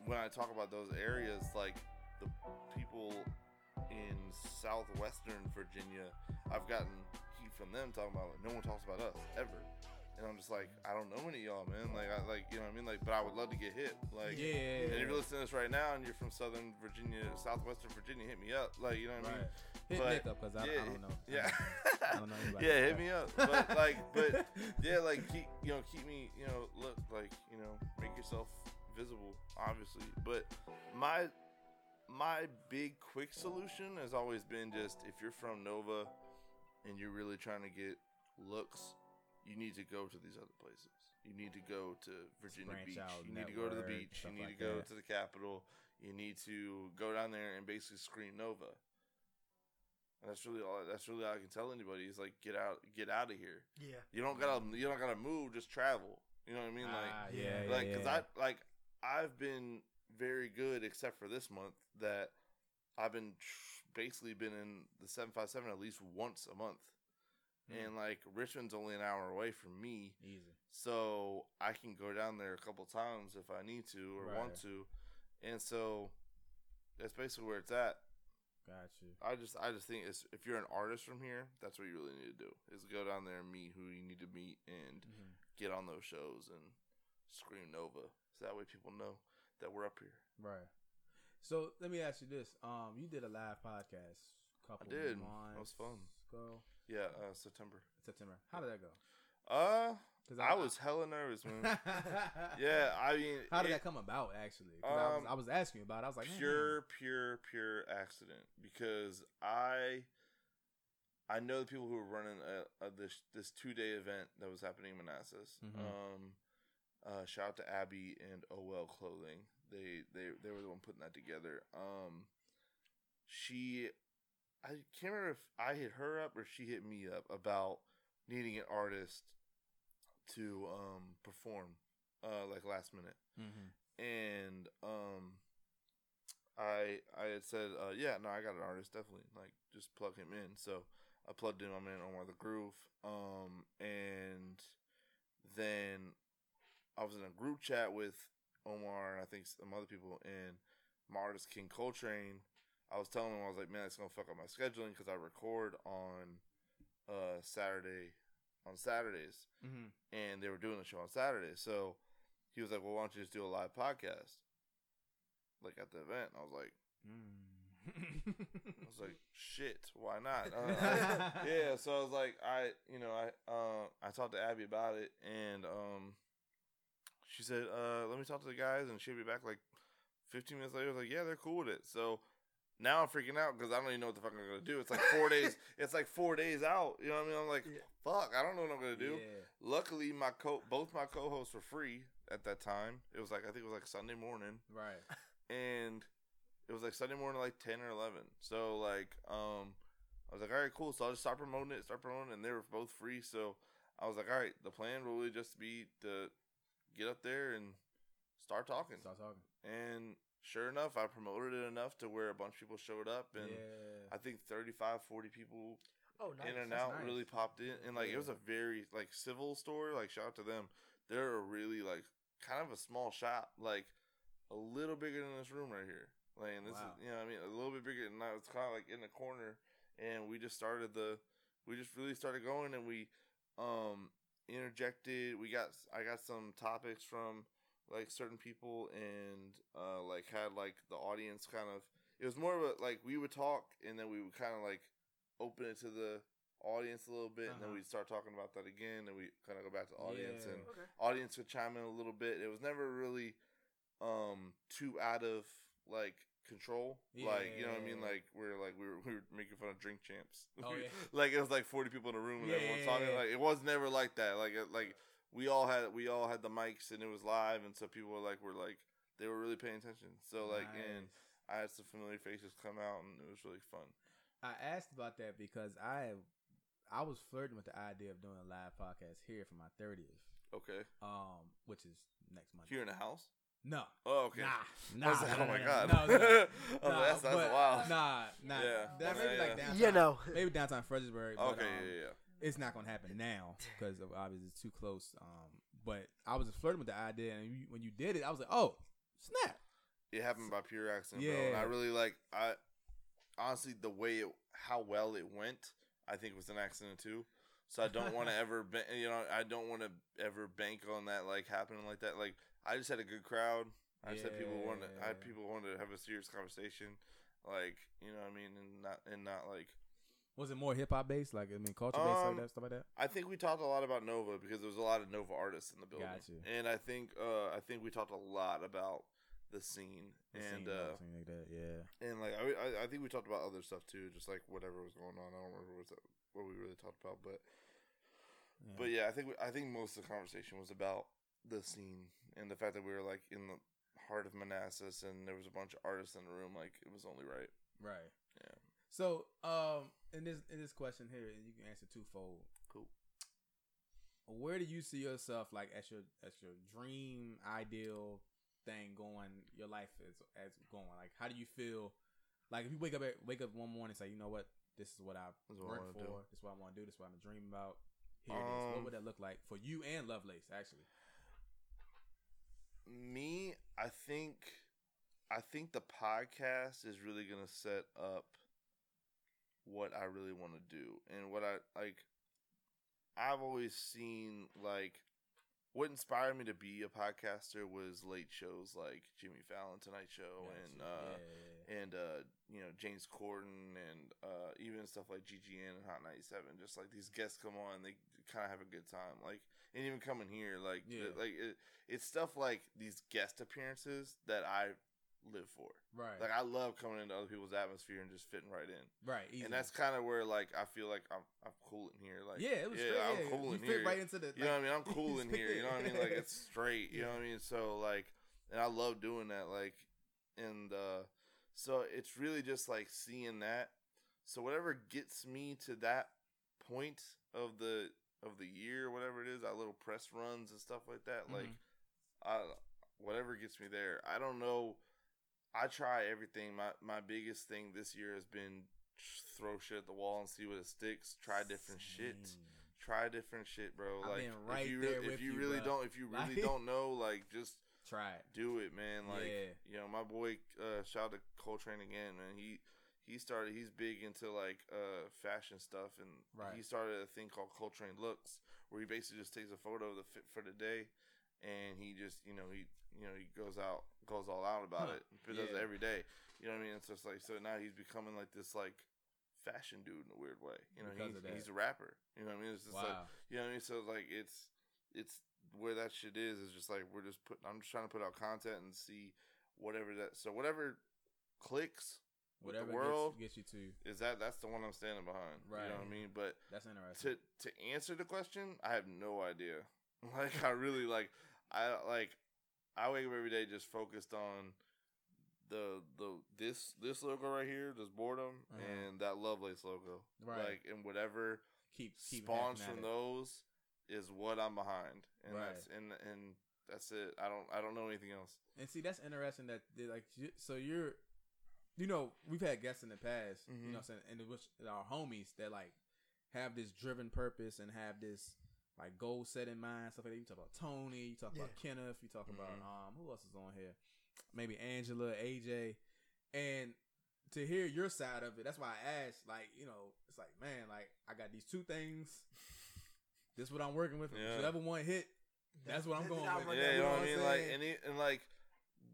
[SPEAKER 4] when I talk about those areas like the people in southwestern Virginia I've gotten heat from them talking about like no one talks about us ever. And I'm just like, I don't know any of y'all, man. Like, I like, you know what I mean. Like, but I would love to get hit. Like,
[SPEAKER 2] yeah, yeah,
[SPEAKER 4] and
[SPEAKER 2] yeah.
[SPEAKER 4] if you're listening to this right now and you're from Southern Virginia, Southwestern Virginia, hit me up. Like, you know what
[SPEAKER 2] Right. Hit
[SPEAKER 4] But-
[SPEAKER 2] Nick up because I, I
[SPEAKER 4] yeah,
[SPEAKER 2] don't know.
[SPEAKER 4] I mean? Yeah.
[SPEAKER 2] I don't know anybody.
[SPEAKER 4] yeah,
[SPEAKER 2] like
[SPEAKER 4] hit
[SPEAKER 2] that.
[SPEAKER 4] me up. But, like, but, yeah, like, keep, you know, keep me, you know, look, like, you know, make yourself visible, obviously. But my, my big quick solution has always been just if you're from Nova and you're really trying to get looks, you need to go to these other places. You need to go to Virginia
[SPEAKER 2] branch
[SPEAKER 4] Beach.
[SPEAKER 2] out,
[SPEAKER 4] You need to go to the
[SPEAKER 2] network,
[SPEAKER 4] beach. You
[SPEAKER 2] stuff
[SPEAKER 4] need
[SPEAKER 2] like
[SPEAKER 4] to go
[SPEAKER 2] that.
[SPEAKER 4] to the Capitol. You need to go down there and basically scream Nova. And that's really all. That's really all I can tell anybody is like get out, get out of here.
[SPEAKER 1] Yeah.
[SPEAKER 4] You don't gotta, you don't gotta move. Just travel. You know what I mean? Like,
[SPEAKER 2] Ah, yeah, yeah,
[SPEAKER 4] like because
[SPEAKER 2] yeah.
[SPEAKER 4] I like I've been very good except for this month that I've been tr- basically been in the seven five seven at least once a month,
[SPEAKER 2] Mm.
[SPEAKER 4] and like Richmond's only an hour away from me,
[SPEAKER 2] easy.
[SPEAKER 4] so I can go down there a couple times if I need to or want
[SPEAKER 2] Right.
[SPEAKER 4] to, and so that's basically where it's at.
[SPEAKER 2] Got you.
[SPEAKER 4] I just I just think it's, if you're an artist from here, that's what you really need to do is go down there and meet who you need to meet and
[SPEAKER 2] Mhm.
[SPEAKER 4] get on those shows and scream Nova. So that way people know that we're up here.
[SPEAKER 2] Right. So let me ask you this: Um, you did a live podcast. Couple
[SPEAKER 4] did. That
[SPEAKER 2] Months
[SPEAKER 4] was fun.
[SPEAKER 2] Ago,
[SPEAKER 4] Yeah, uh, September.
[SPEAKER 2] September. How did that go?
[SPEAKER 4] Uh,
[SPEAKER 2] Because
[SPEAKER 4] I was hella nervous, man. Mm-hmm. yeah, I mean,
[SPEAKER 2] How did
[SPEAKER 4] it-
[SPEAKER 2] that come about? Actually, 'Cause I, was,
[SPEAKER 4] Um,
[SPEAKER 2] I was asking you about. it. I was like, "Mm-hmm." man,
[SPEAKER 4] pure, pure, pure accident because I I know the people who were running a, a, this this two day event that was happening in Manassas.
[SPEAKER 2] Mhm.
[SPEAKER 4] Um, uh, shout out to Abby and OL Clothing. They they they were the one putting that together. Um, she I can't remember if I hit her up or she hit me up about needing an artist to um perform uh like last minute
[SPEAKER 2] Mhm.
[SPEAKER 4] and um i i had said uh yeah no i got an artist definitely like just plug him in so i plugged in my man omar the groove um and then i was in a group chat with omar and i think some other people and my artist king coltrane i was telling him i was like man it's gonna fuck up my scheduling because i record on uh saturday on saturdays
[SPEAKER 2] Mhm.
[SPEAKER 4] and they were doing the show on Saturday. So he was like, "Well, why don't you just do a live podcast, like at the event?" I was like, "I
[SPEAKER 2] Mm.
[SPEAKER 4] was like, shit, why not?" Uh, yeah, so I was like, I, you know, I, uh, I talked to Abby about it, and um, she said, uh, "Let me talk to the guys," and she'll be back like 15 minutes later. I was like, "Yeah, they're cool with it." So. Now I'm freaking out because I don't even know what the fuck I'm gonna do. It's like four days. It's like four days out. You know what I mean? I'm like,
[SPEAKER 1] Yeah.
[SPEAKER 4] fuck. I don't know what I'm gonna do.
[SPEAKER 2] Yeah.
[SPEAKER 4] Luckily, my co both my co-hosts were free at that time. It was like I think it was like Sunday morning,
[SPEAKER 2] Right.
[SPEAKER 4] and it was like Sunday morning, like ten or eleven. So like, um, I was like, all right, cool. So I'll just start promoting it, start promoting, it, and they were both free. So I was like, all right, the plan will really just be to get up there and start talking.
[SPEAKER 2] Start talking.
[SPEAKER 4] And sure enough, I promoted it enough to where a bunch of people showed up, and
[SPEAKER 2] yeah.
[SPEAKER 4] I think 35, 40 people
[SPEAKER 1] Oh, nice.
[SPEAKER 4] in and
[SPEAKER 2] that's
[SPEAKER 4] out
[SPEAKER 2] nice.
[SPEAKER 4] really popped in and like
[SPEAKER 2] Yeah.
[SPEAKER 4] it was a very like civil store like shout out to them they're a really like kind of a small shop like a little bigger than this room right here like and this
[SPEAKER 2] Wow.
[SPEAKER 4] is you know what i mean a little bit bigger and now it's kind of like in the corner and we just started the we just really started going and we um interjected we got i got some topics from like certain people and uh like had like the audience kind of it was more of a like we would talk and then we would kind of like open it to the audience a little bit and then
[SPEAKER 2] Uh-huh.
[SPEAKER 4] we'd start talking about that again and we kind of go back to audience
[SPEAKER 2] Yeah.
[SPEAKER 4] and
[SPEAKER 1] Okay.
[SPEAKER 4] audience would chime in a little bit it was never really um too out of like control.
[SPEAKER 2] Yeah,
[SPEAKER 4] like you know what I mean?
[SPEAKER 2] yeah, yeah.
[SPEAKER 4] Like we're like we were, we were making fun of drink champs.
[SPEAKER 2] Oh, yeah.
[SPEAKER 4] like it was like forty people in a room and
[SPEAKER 2] Yeah,
[SPEAKER 4] everyone
[SPEAKER 2] yeah,
[SPEAKER 4] talking.
[SPEAKER 2] yeah.
[SPEAKER 4] Like it was never like that. Like it- like we all had we all had the mics and it was live and so people were like were like they were really paying attention. So like and
[SPEAKER 2] Nice.
[SPEAKER 4] I had some familiar faces come out and it was really fun.
[SPEAKER 2] I asked about that because I I was flirting with the idea of doing a live podcast here for my thirtieth,
[SPEAKER 4] Okay,
[SPEAKER 2] um, which is next month.
[SPEAKER 4] here in the house.
[SPEAKER 2] No,
[SPEAKER 4] Oh okay.
[SPEAKER 2] nah, nah.
[SPEAKER 4] I was like,
[SPEAKER 2] no,
[SPEAKER 4] oh
[SPEAKER 2] no,
[SPEAKER 4] my
[SPEAKER 2] no,
[SPEAKER 4] god.
[SPEAKER 2] no, no, no.
[SPEAKER 4] I was like,
[SPEAKER 2] Nah,
[SPEAKER 4] that's that's
[SPEAKER 2] but-
[SPEAKER 4] wild.
[SPEAKER 2] Nah, nah.
[SPEAKER 4] Oh. Yeah.
[SPEAKER 2] That, maybe
[SPEAKER 4] Yeah,
[SPEAKER 2] like
[SPEAKER 4] yeah.
[SPEAKER 2] downtown,
[SPEAKER 1] You know,
[SPEAKER 2] maybe downtown Fredericksburg. But,
[SPEAKER 4] Okay,
[SPEAKER 2] um,
[SPEAKER 4] yeah, yeah, yeah.
[SPEAKER 2] it's not gonna happen now because obviously it's too close. Um, but I was flirting with the idea, and you, when you did it, I was like, oh snap!
[SPEAKER 4] it happened by pure accident, bro. And
[SPEAKER 2] Yeah.
[SPEAKER 4] I really like I honestly the way it how well it went, I think was an accident too. So I don't want to ever, ba- you know, I don't want to ever bank on that like happening like that. Like I just had a good crowd. I just had people wanted. I had
[SPEAKER 2] Yeah.
[SPEAKER 4] people wanted to have a serious conversation, like you know what I mean, and not and not like.
[SPEAKER 2] Was it more hip hop based, like I mean, culture based,
[SPEAKER 4] Um,
[SPEAKER 2] like that stuff like that?
[SPEAKER 4] I think we talked a lot about Nova because there was a lot of Nova artists in the building,
[SPEAKER 2] Gotcha.
[SPEAKER 4] and I think uh, I think we talked a lot about the scene
[SPEAKER 2] The
[SPEAKER 4] and
[SPEAKER 2] scene,
[SPEAKER 4] uh,
[SPEAKER 2] something like that, yeah.
[SPEAKER 4] and like I, I, I think we talked about other stuff too, just like whatever was going on. I don't remember what, what we really talked about, but
[SPEAKER 2] yeah.
[SPEAKER 4] but yeah, I think we, I think most of the conversation was about the scene and the fact that we were like in the heart of Manassas and there was a bunch of artists in the room. Like it was only right.
[SPEAKER 2] Right.
[SPEAKER 4] Yeah.
[SPEAKER 2] So, um, in this in this question here, you can answer twofold.
[SPEAKER 4] Cool.
[SPEAKER 2] Where do you see yourself like as your as your dream ideal thing going? Your life is as going. Like, how do you feel? Like, if you wake up at, wake up one morning and say, you know what, this is what I
[SPEAKER 4] This is what I
[SPEAKER 2] work
[SPEAKER 4] wanna
[SPEAKER 2] for.
[SPEAKER 4] do."
[SPEAKER 2] This is what I want to do. This is what I'm dreaming about. Here it is.
[SPEAKER 4] Um,
[SPEAKER 2] What would that look like for you and Lovelace? Actually,
[SPEAKER 4] Me, I think, I think the podcast is really gonna set up what I really want to do and what I like. I've always seen like what inspired me to be a podcaster was late shows like Jimmy Fallon Tonight Show and uh
[SPEAKER 2] yeah.
[SPEAKER 4] and uh you know James Corden and uh even stuff like GGN and Hot 97 just like these guests come on they kind of have a good time like and even coming here like
[SPEAKER 2] Yeah.
[SPEAKER 4] like it, it's stuff like these guest appearances that I live for
[SPEAKER 2] right,
[SPEAKER 4] like I love coming into other people's atmosphere and just fitting right in
[SPEAKER 2] right, easy.
[SPEAKER 4] and that's kind of where like I feel like I'm I'm cool in here. Like
[SPEAKER 2] yeah, it was
[SPEAKER 4] yeah,
[SPEAKER 2] great.
[SPEAKER 4] I'm
[SPEAKER 2] yeah.
[SPEAKER 4] cool
[SPEAKER 2] you
[SPEAKER 4] in
[SPEAKER 2] fit
[SPEAKER 4] here.
[SPEAKER 2] right into the.
[SPEAKER 4] you know what I
[SPEAKER 2] like-
[SPEAKER 4] mean? I'm cool in here. You know what I mean? Like it's straight. You know
[SPEAKER 2] Yeah.
[SPEAKER 4] what I mean? So like, and I love doing that. Like, and uh, so it's really just like seeing that. So whatever gets me to that point of the of the year, whatever it is, our little press runs and stuff like that.
[SPEAKER 2] Mm-hmm.
[SPEAKER 4] Like, I whatever gets me there. I don't know. I try everything. My my biggest thing this year has been tr- throw shit at the wall and see what it sticks. Try different shit.
[SPEAKER 2] Same.
[SPEAKER 4] Try different shit, bro.
[SPEAKER 2] I've
[SPEAKER 4] like
[SPEAKER 2] been right
[SPEAKER 4] if you
[SPEAKER 2] there
[SPEAKER 4] really, if
[SPEAKER 2] with
[SPEAKER 4] you
[SPEAKER 2] you,
[SPEAKER 4] really
[SPEAKER 2] bruh.
[SPEAKER 4] don't if you really
[SPEAKER 2] Like-
[SPEAKER 4] don't know, like just
[SPEAKER 2] Try it.
[SPEAKER 4] do it, man. Like
[SPEAKER 2] Yeah.
[SPEAKER 4] you know, my boy uh shout out to Coltrane again, man. He he started he's big into like uh fashion stuff and
[SPEAKER 2] Right.
[SPEAKER 4] he started a thing called Coltrane Looks where he basically just takes a photo of the fit for the day and he just, you know, he you know, he goes out goes all out about
[SPEAKER 2] Huh.
[SPEAKER 4] it. But does it
[SPEAKER 2] Yeah.
[SPEAKER 4] every day. You know what I mean? It's just like so now he's becoming like this like fashion dude in a weird way. You know,
[SPEAKER 2] Because
[SPEAKER 4] he's,
[SPEAKER 2] of that.
[SPEAKER 4] he's a rapper. You know what I mean? It's just
[SPEAKER 2] Wow.
[SPEAKER 4] like you know what I mean? So like it's it's where that shit is is just like we're just putting I'm just trying to put out content and see whatever that so whatever clicks with the
[SPEAKER 2] Whatever
[SPEAKER 4] world-
[SPEAKER 2] gets, gets you to.
[SPEAKER 4] is that that's the one I'm standing behind. You know what I
[SPEAKER 2] Right.
[SPEAKER 4] mean? But
[SPEAKER 2] That's interesting.
[SPEAKER 4] to to answer the question, I have no idea. Like I really like I like I wake up every day just focused on the the this this logo right here, this boredom,
[SPEAKER 2] Uh-huh.
[SPEAKER 4] and that Lovelace logo.
[SPEAKER 2] Right.
[SPEAKER 4] Like and whatever
[SPEAKER 2] keep keep
[SPEAKER 4] spawns
[SPEAKER 2] hacking
[SPEAKER 4] from
[SPEAKER 2] at it.
[SPEAKER 4] those is what I'm behind, and
[SPEAKER 2] Right.
[SPEAKER 4] that's and and that's it. I don't I don't know anything else.
[SPEAKER 2] And see, that's interesting. That they like you- so you're, you know, we've had guests in the past. You
[SPEAKER 4] Mhm.
[SPEAKER 2] know, what I'm saying and it was our homies that like have this driven purpose and have this like goal set in mind. Stuff like that. You talk about Tony. You talk about Kenneth. You talk about um who else is on here? Maybe Angela, AJ, and to hear your side of it. That's why I asked. Like you know, it's like man, like I got these two things. This is what I'm working with.
[SPEAKER 4] Yeah.
[SPEAKER 2] Whatever one hit, that's what I'm going with.
[SPEAKER 1] Like
[SPEAKER 4] yeah,
[SPEAKER 2] that,
[SPEAKER 4] you
[SPEAKER 2] you
[SPEAKER 4] know what I
[SPEAKER 2] know
[SPEAKER 4] mean. e,
[SPEAKER 2] what I'm
[SPEAKER 4] Like
[SPEAKER 2] saying?
[SPEAKER 4] and it, and like,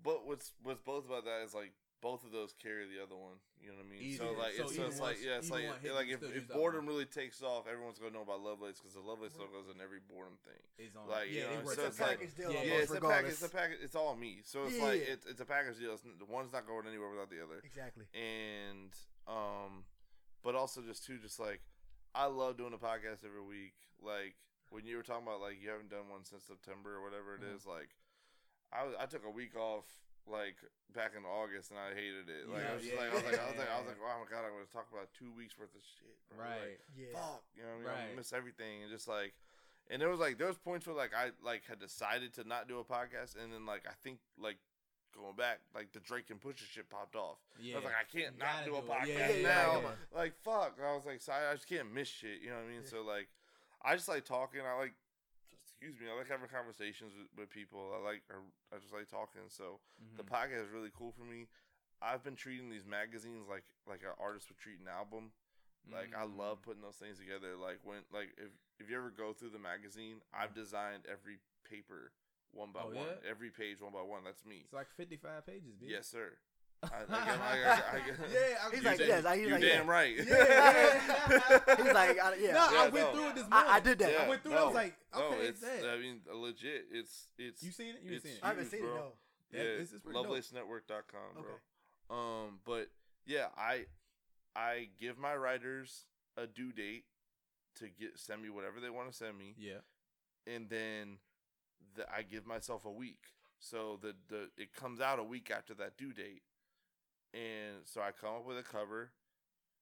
[SPEAKER 4] but what's what's both about that is like both of those carry the other one. You know what I mean?
[SPEAKER 2] Easy.
[SPEAKER 4] So like,
[SPEAKER 2] So
[SPEAKER 4] it's, so
[SPEAKER 2] either one's-
[SPEAKER 4] it's like, yeah, it's
[SPEAKER 2] either
[SPEAKER 4] like,
[SPEAKER 2] one hit
[SPEAKER 4] like
[SPEAKER 2] you
[SPEAKER 4] if,
[SPEAKER 2] still use
[SPEAKER 4] if
[SPEAKER 2] the other
[SPEAKER 4] boredom
[SPEAKER 2] one.
[SPEAKER 4] really takes off, everyone's gonna know about Lovelace because the Lovelace stuff goes in every boredom thing.
[SPEAKER 2] Is on.
[SPEAKER 4] Like, you
[SPEAKER 2] yeah, it
[SPEAKER 4] know,
[SPEAKER 1] it's
[SPEAKER 2] works.
[SPEAKER 4] so
[SPEAKER 2] It's like,
[SPEAKER 1] package deal
[SPEAKER 2] yeah,
[SPEAKER 1] almost.
[SPEAKER 4] yeah, it's a package.
[SPEAKER 1] regardless.
[SPEAKER 4] It's a package. It's all me. So it's
[SPEAKER 1] Yeah.
[SPEAKER 4] like it's, it's a package deal. It's, n- the one's not going anywhere without the other.
[SPEAKER 1] Exactly.
[SPEAKER 4] And um, but also just too, just like I love doing a podcast every week. Like when you were talking about like you haven't done one since September or whatever it
[SPEAKER 2] Mhm.
[SPEAKER 4] is. Like I was, I took a week off like back in August and I hated it. Like I was just
[SPEAKER 2] Yeah,
[SPEAKER 4] like I was like I was like I
[SPEAKER 2] yeah.
[SPEAKER 4] was like oh my god I'm gonna talk about two weeks worth of shit. bro." Like,
[SPEAKER 2] right.
[SPEAKER 1] Yeah.
[SPEAKER 4] fuck, you know what
[SPEAKER 2] Right.
[SPEAKER 4] I mean? I miss everything and just like, and there was like there was points where like I like had decided to not do a podcast, and then like I think like going back like the Drake and Pusha shit popped off.
[SPEAKER 2] Yeah.
[SPEAKER 4] I was like, I can't
[SPEAKER 2] You gotta
[SPEAKER 4] not do
[SPEAKER 2] do
[SPEAKER 4] a
[SPEAKER 2] it.
[SPEAKER 4] podcast
[SPEAKER 2] Yeah,
[SPEAKER 1] yeah,
[SPEAKER 4] now.
[SPEAKER 1] yeah, yeah.
[SPEAKER 4] Like fuck, I was like, so I I just can't miss shit. You know what I mean?
[SPEAKER 1] Yeah.
[SPEAKER 4] So like, I just like talking. I like. Excuse me. I like having conversations with, with people. I like. I, I just like talking. So the
[SPEAKER 2] Mhm.
[SPEAKER 4] podcast is really cool for me. I've been treating these magazines like like an artist would treat an album. Like I
[SPEAKER 2] Mhm.
[SPEAKER 4] love putting those things together. Like when like if if you ever go through the magazine, I've designed every paper one by
[SPEAKER 2] Mm. Oh,
[SPEAKER 4] one,
[SPEAKER 2] yeah?
[SPEAKER 4] every page one by one. That's me.
[SPEAKER 2] It's like 55 pages, bitch.
[SPEAKER 4] yes, sir. I, I, I, I, I, I,
[SPEAKER 2] yeah, I,
[SPEAKER 1] He's
[SPEAKER 4] You
[SPEAKER 1] like,
[SPEAKER 4] damn-
[SPEAKER 1] yes, I- he's
[SPEAKER 4] you
[SPEAKER 1] like,
[SPEAKER 4] damn
[SPEAKER 1] yeah.
[SPEAKER 4] right.
[SPEAKER 2] yeah.
[SPEAKER 1] He's like, I, yeah.
[SPEAKER 2] no,
[SPEAKER 4] Yeah,
[SPEAKER 2] I went
[SPEAKER 4] no.
[SPEAKER 2] through it this morning.
[SPEAKER 1] I, I did that.
[SPEAKER 4] Yeah,
[SPEAKER 2] I went through it. I was like,
[SPEAKER 4] no,
[SPEAKER 2] okay,
[SPEAKER 4] "Oh, it's,
[SPEAKER 2] it's that.
[SPEAKER 4] I mean, legit. It's it's
[SPEAKER 2] you seen it? You ain't
[SPEAKER 4] it's
[SPEAKER 2] seen it?
[SPEAKER 1] I haven't
[SPEAKER 4] huge,
[SPEAKER 1] seen
[SPEAKER 4] bro.
[SPEAKER 1] it. No.
[SPEAKER 2] That-
[SPEAKER 4] Yeah,
[SPEAKER 2] it's- it's pretty dope.
[SPEAKER 4] lovelacenetwork.com, bro.
[SPEAKER 1] Okay.
[SPEAKER 4] Um, but yeah, I I give my writers a due date to get send me whatever they want to send me,
[SPEAKER 2] yeah.
[SPEAKER 4] and then the, I give myself a week. So the the it comes out a week after that due date, and so I come up with a cover.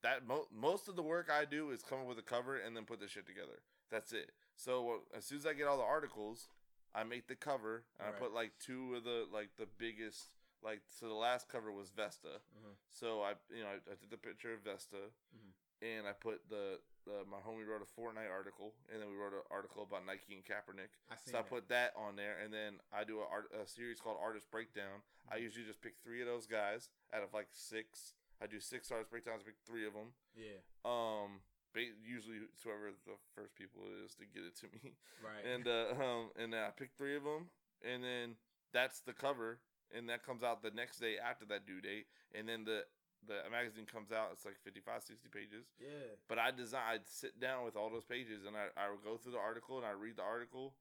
[SPEAKER 4] That mo- most of the work I do is come up with a cover and then put the shit together. That's it. So uh, as soon as I get all the articles, I make the cover and I
[SPEAKER 2] Right.
[SPEAKER 4] put like two of the like the biggest like so the last cover was Vesta.
[SPEAKER 1] Mm-hmm.
[SPEAKER 2] Mhm.
[SPEAKER 4] So I you know I, I did the picture of Vesta
[SPEAKER 2] Mhm.
[SPEAKER 4] and I put the, the my homie wrote a Fortnite article and then we wrote an article about Nike and Kaepernick.
[SPEAKER 2] I seen
[SPEAKER 4] So I
[SPEAKER 2] that.
[SPEAKER 4] put that on there, and then I do a, art, a series called Artist Breakdown. I usually just pick three of those guys out of like six. I do six artist breakdowns, pick three of them.
[SPEAKER 2] Yeah.
[SPEAKER 4] Um, ba- usually it's whoever the first people it is to get it to me,
[SPEAKER 2] Right.
[SPEAKER 4] and uh, um, and I pick three of them, and then that's the cover, and that comes out the next day after that due date, and then the the magazine comes out. It's like 55, 60 pages.
[SPEAKER 2] yeah.
[SPEAKER 4] But I design, I'd sit down with all those pages and I, I would go through the article and I read the article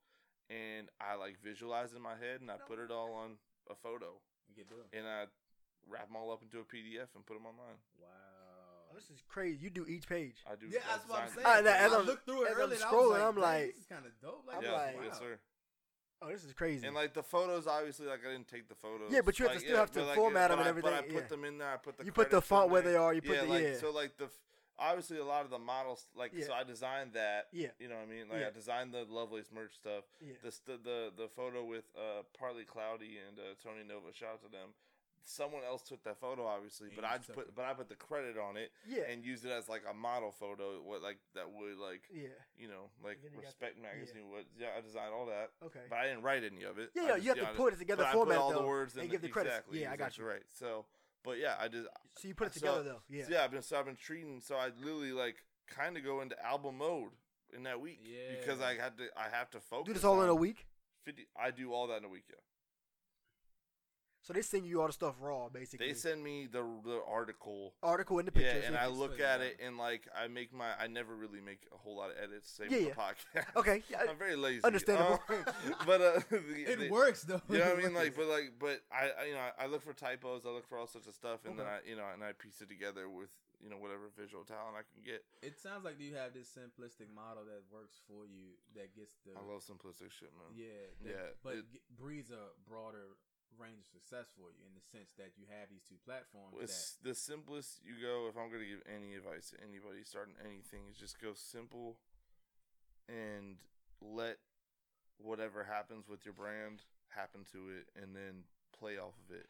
[SPEAKER 4] and I like visualize in my head and I put it all on a photo
[SPEAKER 2] You get doing.
[SPEAKER 4] and I wrap them all up into a PDF and put them online.
[SPEAKER 2] Wow.
[SPEAKER 1] Oh, this is crazy. You do each page.
[SPEAKER 4] I do.
[SPEAKER 2] yeah,
[SPEAKER 4] I
[SPEAKER 2] that's what I'm
[SPEAKER 4] design-
[SPEAKER 2] saying.
[SPEAKER 1] I- as
[SPEAKER 2] I
[SPEAKER 1] I'm-
[SPEAKER 2] looked through it
[SPEAKER 1] as I'm
[SPEAKER 2] earlier. and
[SPEAKER 1] scrolling,
[SPEAKER 2] I
[SPEAKER 1] I'm
[SPEAKER 2] was
[SPEAKER 1] like-
[SPEAKER 2] like, "Dang, this is kind of dope. Like,
[SPEAKER 1] I'm
[SPEAKER 4] yeah,
[SPEAKER 1] like-
[SPEAKER 2] wow.
[SPEAKER 4] yes, sir.
[SPEAKER 1] Oh, this is crazy.
[SPEAKER 4] And like the photos, obviously, like I didn't take the photos.
[SPEAKER 1] Yeah, but you have to
[SPEAKER 4] Like,
[SPEAKER 1] still have to
[SPEAKER 4] but, like,
[SPEAKER 1] format
[SPEAKER 4] but
[SPEAKER 1] 'em and
[SPEAKER 4] I- But I
[SPEAKER 1] everything,
[SPEAKER 4] put
[SPEAKER 1] yeah.
[SPEAKER 4] them in there. I put the
[SPEAKER 1] you put the
[SPEAKER 4] credits in
[SPEAKER 1] font where
[SPEAKER 4] there.
[SPEAKER 1] they are. You put
[SPEAKER 4] yeah,
[SPEAKER 1] the
[SPEAKER 4] like
[SPEAKER 1] yeah.
[SPEAKER 4] so, like the f- obviously a lot of the models, like
[SPEAKER 1] Yeah.
[SPEAKER 4] so, I designed that.
[SPEAKER 1] Yeah.
[SPEAKER 4] you know what I mean. Like
[SPEAKER 1] Yeah.
[SPEAKER 4] I designed the Lovelace merch stuff.
[SPEAKER 1] yeah.
[SPEAKER 4] the st- the the photo with uh partly cloudy and uh, Tony Nova. Shout out to them. Someone else took that photo, obviously,
[SPEAKER 2] Yeah,
[SPEAKER 4] but
[SPEAKER 2] you
[SPEAKER 4] I
[SPEAKER 2] just
[SPEAKER 4] just
[SPEAKER 2] took
[SPEAKER 4] put
[SPEAKER 2] it.
[SPEAKER 4] but I put the credit on it
[SPEAKER 1] yeah.
[SPEAKER 4] and used it as like a model photo. What like that would like
[SPEAKER 1] yeah.
[SPEAKER 4] you know like
[SPEAKER 1] And then you got
[SPEAKER 4] Respect magazine would yeah I designed all that,
[SPEAKER 1] Okay.
[SPEAKER 4] but I didn't write any of it.
[SPEAKER 1] Yeah,
[SPEAKER 4] I
[SPEAKER 1] yeah,
[SPEAKER 4] just-
[SPEAKER 1] you have to
[SPEAKER 4] I just-
[SPEAKER 1] put it together,
[SPEAKER 4] but I put
[SPEAKER 1] format
[SPEAKER 4] all
[SPEAKER 1] though,
[SPEAKER 4] the words in
[SPEAKER 1] and give the credits.
[SPEAKER 4] Exactly,
[SPEAKER 1] yeah, I got
[SPEAKER 4] exactly
[SPEAKER 1] you.
[SPEAKER 4] right. So, but yeah, I just
[SPEAKER 1] So you put it
[SPEAKER 4] So-
[SPEAKER 1] together though.
[SPEAKER 4] yeah.
[SPEAKER 1] Yeah.
[SPEAKER 4] I've been so I've been treating so I literally like kind of go into album mode in that week because
[SPEAKER 2] Yeah.
[SPEAKER 4] I had to I have to focus.
[SPEAKER 1] Do this all in a
[SPEAKER 4] on
[SPEAKER 1] week.
[SPEAKER 4] 50, I do all that in a week. Yeah.
[SPEAKER 1] So they send you all the stuff raw, basically.
[SPEAKER 4] They send me the the article.
[SPEAKER 1] article in the
[SPEAKER 4] Yeah,
[SPEAKER 1] pictures.
[SPEAKER 4] and I look
[SPEAKER 2] Explain
[SPEAKER 4] at
[SPEAKER 2] that.
[SPEAKER 4] it and like I make my I never really make a whole lot of edits same
[SPEAKER 1] Yeah,
[SPEAKER 4] with
[SPEAKER 1] yeah.
[SPEAKER 4] the podcast.
[SPEAKER 1] okay. Yeah,
[SPEAKER 4] I'm very lazy.
[SPEAKER 1] Understandable.
[SPEAKER 4] Um, but uh the,
[SPEAKER 2] It
[SPEAKER 4] the-
[SPEAKER 2] works though.
[SPEAKER 4] You know what I
[SPEAKER 2] It
[SPEAKER 4] mean? Like
[SPEAKER 2] works.
[SPEAKER 4] but like but I, I you know I look for typos, I look for all sorts of stuff and
[SPEAKER 1] Okay.
[SPEAKER 4] then I you know and I piece it together with you know whatever visual talent I can get.
[SPEAKER 2] it sounds like you have this simplistic model that works for you that gets the
[SPEAKER 4] I love simplistic shit, man.
[SPEAKER 2] yeah that,
[SPEAKER 4] Yeah,
[SPEAKER 2] but
[SPEAKER 4] it-
[SPEAKER 2] g- breeds a broader range of success for you in the sense that you have these two platforms
[SPEAKER 4] Well, It's the simplest you go. If I'm going to give any advice to anybody starting anything, is just go simple and let whatever happens with your brand happen to it, and then play off of it.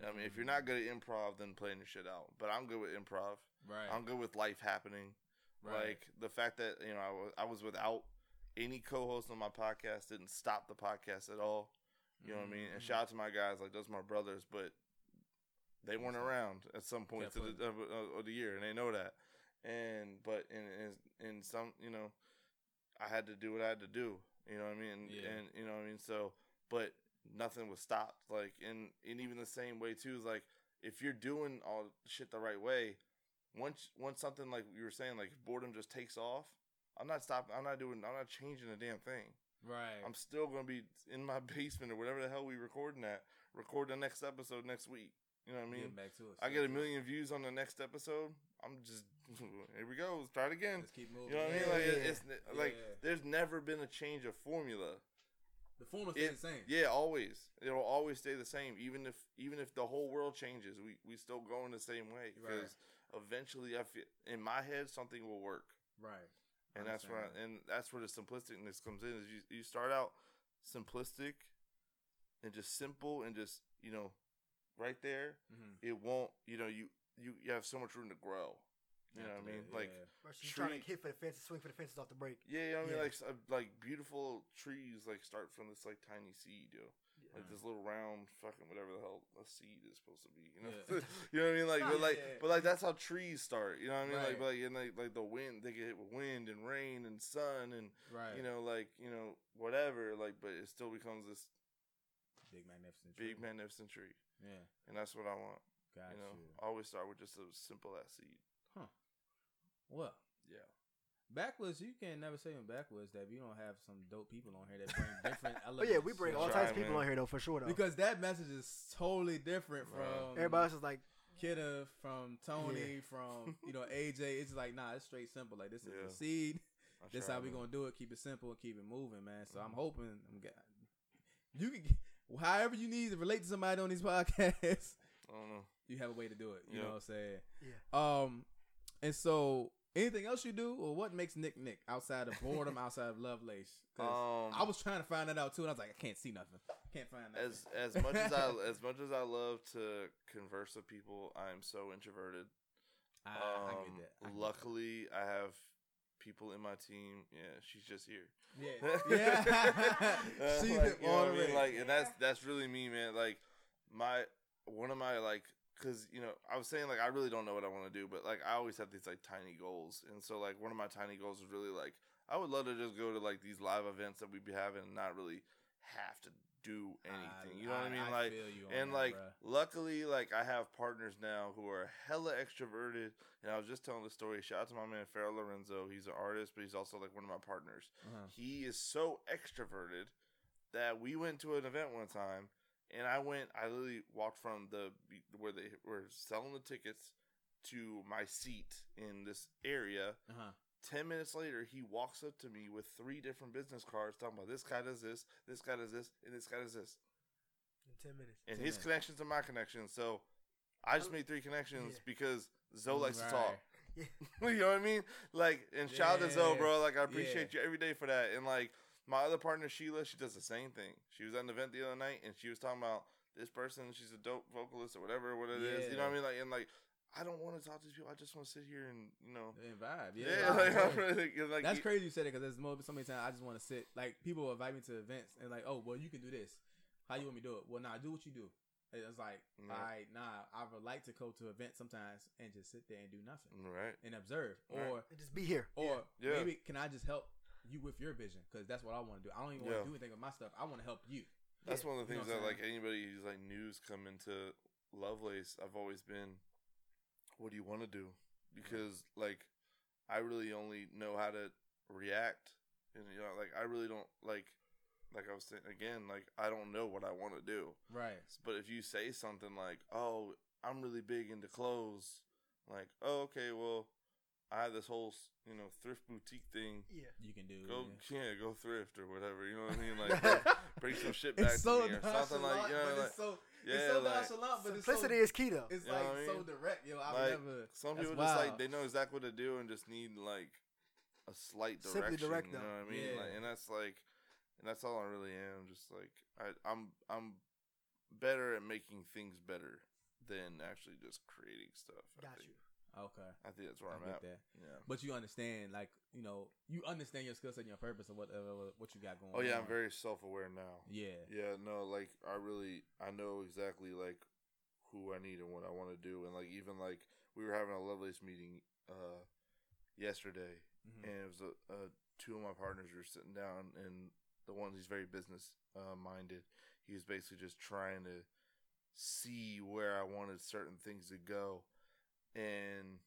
[SPEAKER 4] I mean, if you're not good at improv, then plan your shit out. But I'm good with improv.
[SPEAKER 2] that right
[SPEAKER 4] I'm good with life happening.
[SPEAKER 2] right.
[SPEAKER 4] Like the fact that you know I was I was without any co-host on my podcast didn't stop the podcast at all. You know what I mean? And
[SPEAKER 2] Mhm.
[SPEAKER 4] shout out to my guys, like those are my brothers, but they weren't
[SPEAKER 2] Understand.
[SPEAKER 4] around at some point to
[SPEAKER 2] Can't
[SPEAKER 4] the, of, of- of the year, and they know that. And but in in in some, you know, I had to do what I had to do. You know what I mean? And,
[SPEAKER 2] Yeah.
[SPEAKER 4] and you know what I mean. So, but nothing was stopped. Like and and even the same way too is like if you're doing all shit the right way, once once something like you were saying, like boredom just takes off, I'm not stopping. I'm not doing. I'm not changing a damn thing.
[SPEAKER 2] Mm-hmm. Right.
[SPEAKER 4] I'm still gonna be in my basement or whatever the hell we recording at. Record the next episode next week. You know what I mean?
[SPEAKER 2] Getting back to it.
[SPEAKER 4] I get a million views on the next episode. I'm just here we go. Let's try it again.
[SPEAKER 2] Let's keep moving.
[SPEAKER 4] You know what I mean?
[SPEAKER 2] Yeah.
[SPEAKER 4] Like
[SPEAKER 1] Yeah.
[SPEAKER 4] it's like
[SPEAKER 2] Yeah.
[SPEAKER 4] there's never been a change of formula.
[SPEAKER 2] the formula
[SPEAKER 4] It-
[SPEAKER 2] stays the same.
[SPEAKER 4] Yeah, always. It'll always stay the same, even if even if the whole world changes, we we still go in the same way
[SPEAKER 2] Right.
[SPEAKER 4] because eventually, I feel in my head something will work,
[SPEAKER 2] Right.
[SPEAKER 4] and that's where I, and that's where the simplisticness comes in. Is you you start out simplistic and just simple and just you know right there.
[SPEAKER 2] mm-hmm.
[SPEAKER 4] It won't you know you you, you have so much room to grow. You know what I mean? Like
[SPEAKER 1] Versus you trying to
[SPEAKER 4] Treat-
[SPEAKER 1] hit for the fences, swing for the fences off the break.
[SPEAKER 4] Yeah, you know
[SPEAKER 1] Yeah.
[SPEAKER 4] what I mean? Like, s- uh, like beautiful trees, like, start from this, like, tiny seed, yo. Like, this little round fucking whatever the hell a seed is supposed to be, you know?
[SPEAKER 2] Yeah.
[SPEAKER 4] you know what I mean? Like,
[SPEAKER 2] Oh,
[SPEAKER 4] but,
[SPEAKER 2] yeah,
[SPEAKER 4] like,
[SPEAKER 2] yeah, yeah.
[SPEAKER 4] but, like, that's how trees start, you know what I mean?
[SPEAKER 2] Right.
[SPEAKER 4] Like, but, like, and, like, like, the wind, they get hit with wind and rain and sun and,
[SPEAKER 2] right.
[SPEAKER 4] you know, like, you know, whatever, like, but it still becomes this
[SPEAKER 2] big magnificent.
[SPEAKER 4] big,
[SPEAKER 2] man.
[SPEAKER 4] magnificent tree.
[SPEAKER 2] Yeah.
[SPEAKER 4] And that's what I want,
[SPEAKER 2] Gotcha.
[SPEAKER 4] you know? uh, I always start with just a simple ass seed.
[SPEAKER 2] Huh. Well,
[SPEAKER 4] Yeah.
[SPEAKER 2] backwards, you can never say in backwards that we don't have some dope people on here that bring different
[SPEAKER 1] Oh
[SPEAKER 2] elements.
[SPEAKER 1] yeah, we bring
[SPEAKER 2] to
[SPEAKER 1] all
[SPEAKER 2] it.
[SPEAKER 4] Try,
[SPEAKER 1] types of people
[SPEAKER 4] man.
[SPEAKER 1] on here though, for sure though.
[SPEAKER 2] Because that message is totally different
[SPEAKER 4] Right.
[SPEAKER 2] from
[SPEAKER 1] Everybody else is like,
[SPEAKER 2] Kidda, from Tony, from you know AJ. It's like nah, it's straight simple. Like this is
[SPEAKER 4] Yeah.
[SPEAKER 2] the seed.
[SPEAKER 4] I
[SPEAKER 2] That's
[SPEAKER 4] try,
[SPEAKER 2] how we
[SPEAKER 4] man.
[SPEAKER 2] gonna do it. Keep it simple and keep it moving, man. So I'm
[SPEAKER 4] Mhm.
[SPEAKER 2] hoping I'm get, you can get- however you need to relate to somebody on these podcasts.
[SPEAKER 4] I don't know.
[SPEAKER 2] You have a way to do it. You
[SPEAKER 4] Yeah.
[SPEAKER 2] know what I'm saying?
[SPEAKER 1] yeah.
[SPEAKER 2] Um, and so anything else you do or what makes Nick Nick outside of boredom, outside of love lace? 'Cause
[SPEAKER 4] Um,
[SPEAKER 2] I was trying to find that out too, and I was like, I can't see nothing. Can't find nothing.
[SPEAKER 4] as as much as I as much as I love to converse with people, I'm so introverted.
[SPEAKER 2] I, I
[SPEAKER 4] um,
[SPEAKER 2] get that. I get
[SPEAKER 4] luckily, I have people in my team. Yeah, she's just here.
[SPEAKER 2] that. yeah, yeah.
[SPEAKER 4] Uh,
[SPEAKER 2] She's
[SPEAKER 4] like,
[SPEAKER 2] like,
[SPEAKER 4] you know what I
[SPEAKER 2] already.
[SPEAKER 4] mean? like, and that's that's really me, man. Like, my one of my like, cause you know, I was saying like I really don't know what I want to do, but like I always have these like tiny goals, and so like one of my tiny goals is really like I would love to just go to like these live events that we'd be having and not really have to do anything. you know what I mean? like,
[SPEAKER 2] feel you on
[SPEAKER 4] and
[SPEAKER 2] that,
[SPEAKER 4] like
[SPEAKER 2] bruh.
[SPEAKER 4] luckily like i have partners now who are hella extroverted and i was just telling the story shout out to my man farrell lorenzo he's an artist but he's also like one of my partners
[SPEAKER 2] Uh-huh.
[SPEAKER 4] he is so extroverted that we went to an event one time and i went i literally walked from the where they were selling the tickets to my seat in this area
[SPEAKER 2] Uh-huh.
[SPEAKER 4] 10 minutes later, he walks up to me with three different business cards talking about this guy does this, this guy does this, and this guy does this
[SPEAKER 1] In ten minutes.
[SPEAKER 4] and
[SPEAKER 2] Ten
[SPEAKER 4] his
[SPEAKER 2] minutes.
[SPEAKER 4] connections are my connections. So I just made three connections
[SPEAKER 1] Yeah.
[SPEAKER 4] because Zoe likes
[SPEAKER 2] Oh, Right.
[SPEAKER 4] to talk.
[SPEAKER 1] Yeah.
[SPEAKER 4] you know what I mean? Like, and shout out to Zoe,
[SPEAKER 2] Yeah.
[SPEAKER 4] bro. Like, I appreciate you every day for that. And like my other partner, Sheila, she does the same thing. She was at an event the other night, and she was talking about this person. She's a dope vocalist or whatever, what it is. You know what I
[SPEAKER 2] Yeah.
[SPEAKER 4] mean? Like, and like. I don't want to talk to these people. I just want to sit here and you know,
[SPEAKER 2] And vibe. Yeah.
[SPEAKER 4] yeah.
[SPEAKER 2] yeah.
[SPEAKER 4] like, I'm really- you're like,
[SPEAKER 2] That's
[SPEAKER 4] you-
[SPEAKER 2] crazy you said it because there's more so many times I just want to sit. Like people invite me to events and like, oh well, you can do this. How you want me to do it? Well, nah, do what you do. And it's like,
[SPEAKER 4] Yeah.
[SPEAKER 2] all right, nah, I would like to go to events sometimes and just sit there and do nothing
[SPEAKER 4] Right.
[SPEAKER 2] and observe,
[SPEAKER 4] Mm.
[SPEAKER 2] or
[SPEAKER 4] Right.
[SPEAKER 1] And just be here.
[SPEAKER 2] or
[SPEAKER 4] Yeah.
[SPEAKER 2] maybe can I just help you with your vision because that's what I want to do. I don't even want to
[SPEAKER 4] Yeah.
[SPEAKER 2] do anything with my stuff. I want to help you.
[SPEAKER 4] That's
[SPEAKER 1] Yeah.
[SPEAKER 4] one of the
[SPEAKER 2] You know what
[SPEAKER 4] things
[SPEAKER 2] I'm
[SPEAKER 4] that like anybody who's like news come into Lovelace, I've always been, what do you want to do? Because like, I really only know how to react, and you know, like I really don't like, like I was saying again, like I don't know what I want to do.
[SPEAKER 2] Right.
[SPEAKER 4] But if you say something like, "Oh, I'm really big into clothes," like, "Oh, okay, well, I have this whole s- you know thrift boutique thing."
[SPEAKER 1] Yeah.
[SPEAKER 2] You can do.
[SPEAKER 4] Go
[SPEAKER 2] yeah.
[SPEAKER 4] yeah, go thrift or whatever. You know what I mean? Like, bro, bring some shit back
[SPEAKER 2] It's
[SPEAKER 4] to me or something
[SPEAKER 2] nonchalant,
[SPEAKER 4] like you know,
[SPEAKER 2] but
[SPEAKER 4] like,
[SPEAKER 2] it's so
[SPEAKER 4] yeah,
[SPEAKER 2] it's so
[SPEAKER 4] like,
[SPEAKER 2] nonchalant, but it's so-
[SPEAKER 1] Simplicity is key though.
[SPEAKER 2] It's
[SPEAKER 4] You know
[SPEAKER 2] like
[SPEAKER 4] what I
[SPEAKER 2] so
[SPEAKER 4] mean?
[SPEAKER 2] direct, yo. I
[SPEAKER 4] Like,
[SPEAKER 2] would never.
[SPEAKER 4] some
[SPEAKER 2] that's
[SPEAKER 4] people just like
[SPEAKER 2] wild.
[SPEAKER 4] they know exactly what to do and just need like a slight direction.
[SPEAKER 1] Simply direct
[SPEAKER 4] you know
[SPEAKER 1] them.
[SPEAKER 4] what I mean?
[SPEAKER 2] Yeah.
[SPEAKER 4] Like, and that's like, and that's all I really am. Just like I, I'm, I'm better at making things better than actually just creating stuff. I
[SPEAKER 1] Got
[SPEAKER 4] think.
[SPEAKER 1] you.
[SPEAKER 2] Okay,
[SPEAKER 4] I think that's where
[SPEAKER 2] I
[SPEAKER 4] am
[SPEAKER 2] get
[SPEAKER 4] at.
[SPEAKER 2] that.
[SPEAKER 4] Yeah.
[SPEAKER 2] But you understand, like you know, you understand your skill set, and your purpose, and whatever what you got going.
[SPEAKER 4] Oh
[SPEAKER 2] on.
[SPEAKER 4] yeah, I'm very self aware now.
[SPEAKER 2] Yeah,
[SPEAKER 4] Yeah, no, like I really I know exactly like who I need and what I want to do and like even like we were having a Lovelace meeting uh yesterday
[SPEAKER 2] Mhm.
[SPEAKER 4] and it was a, a two of my partners were sitting down and the one he's very business uh, minded he was basically just trying to see where I wanted certain things to go, and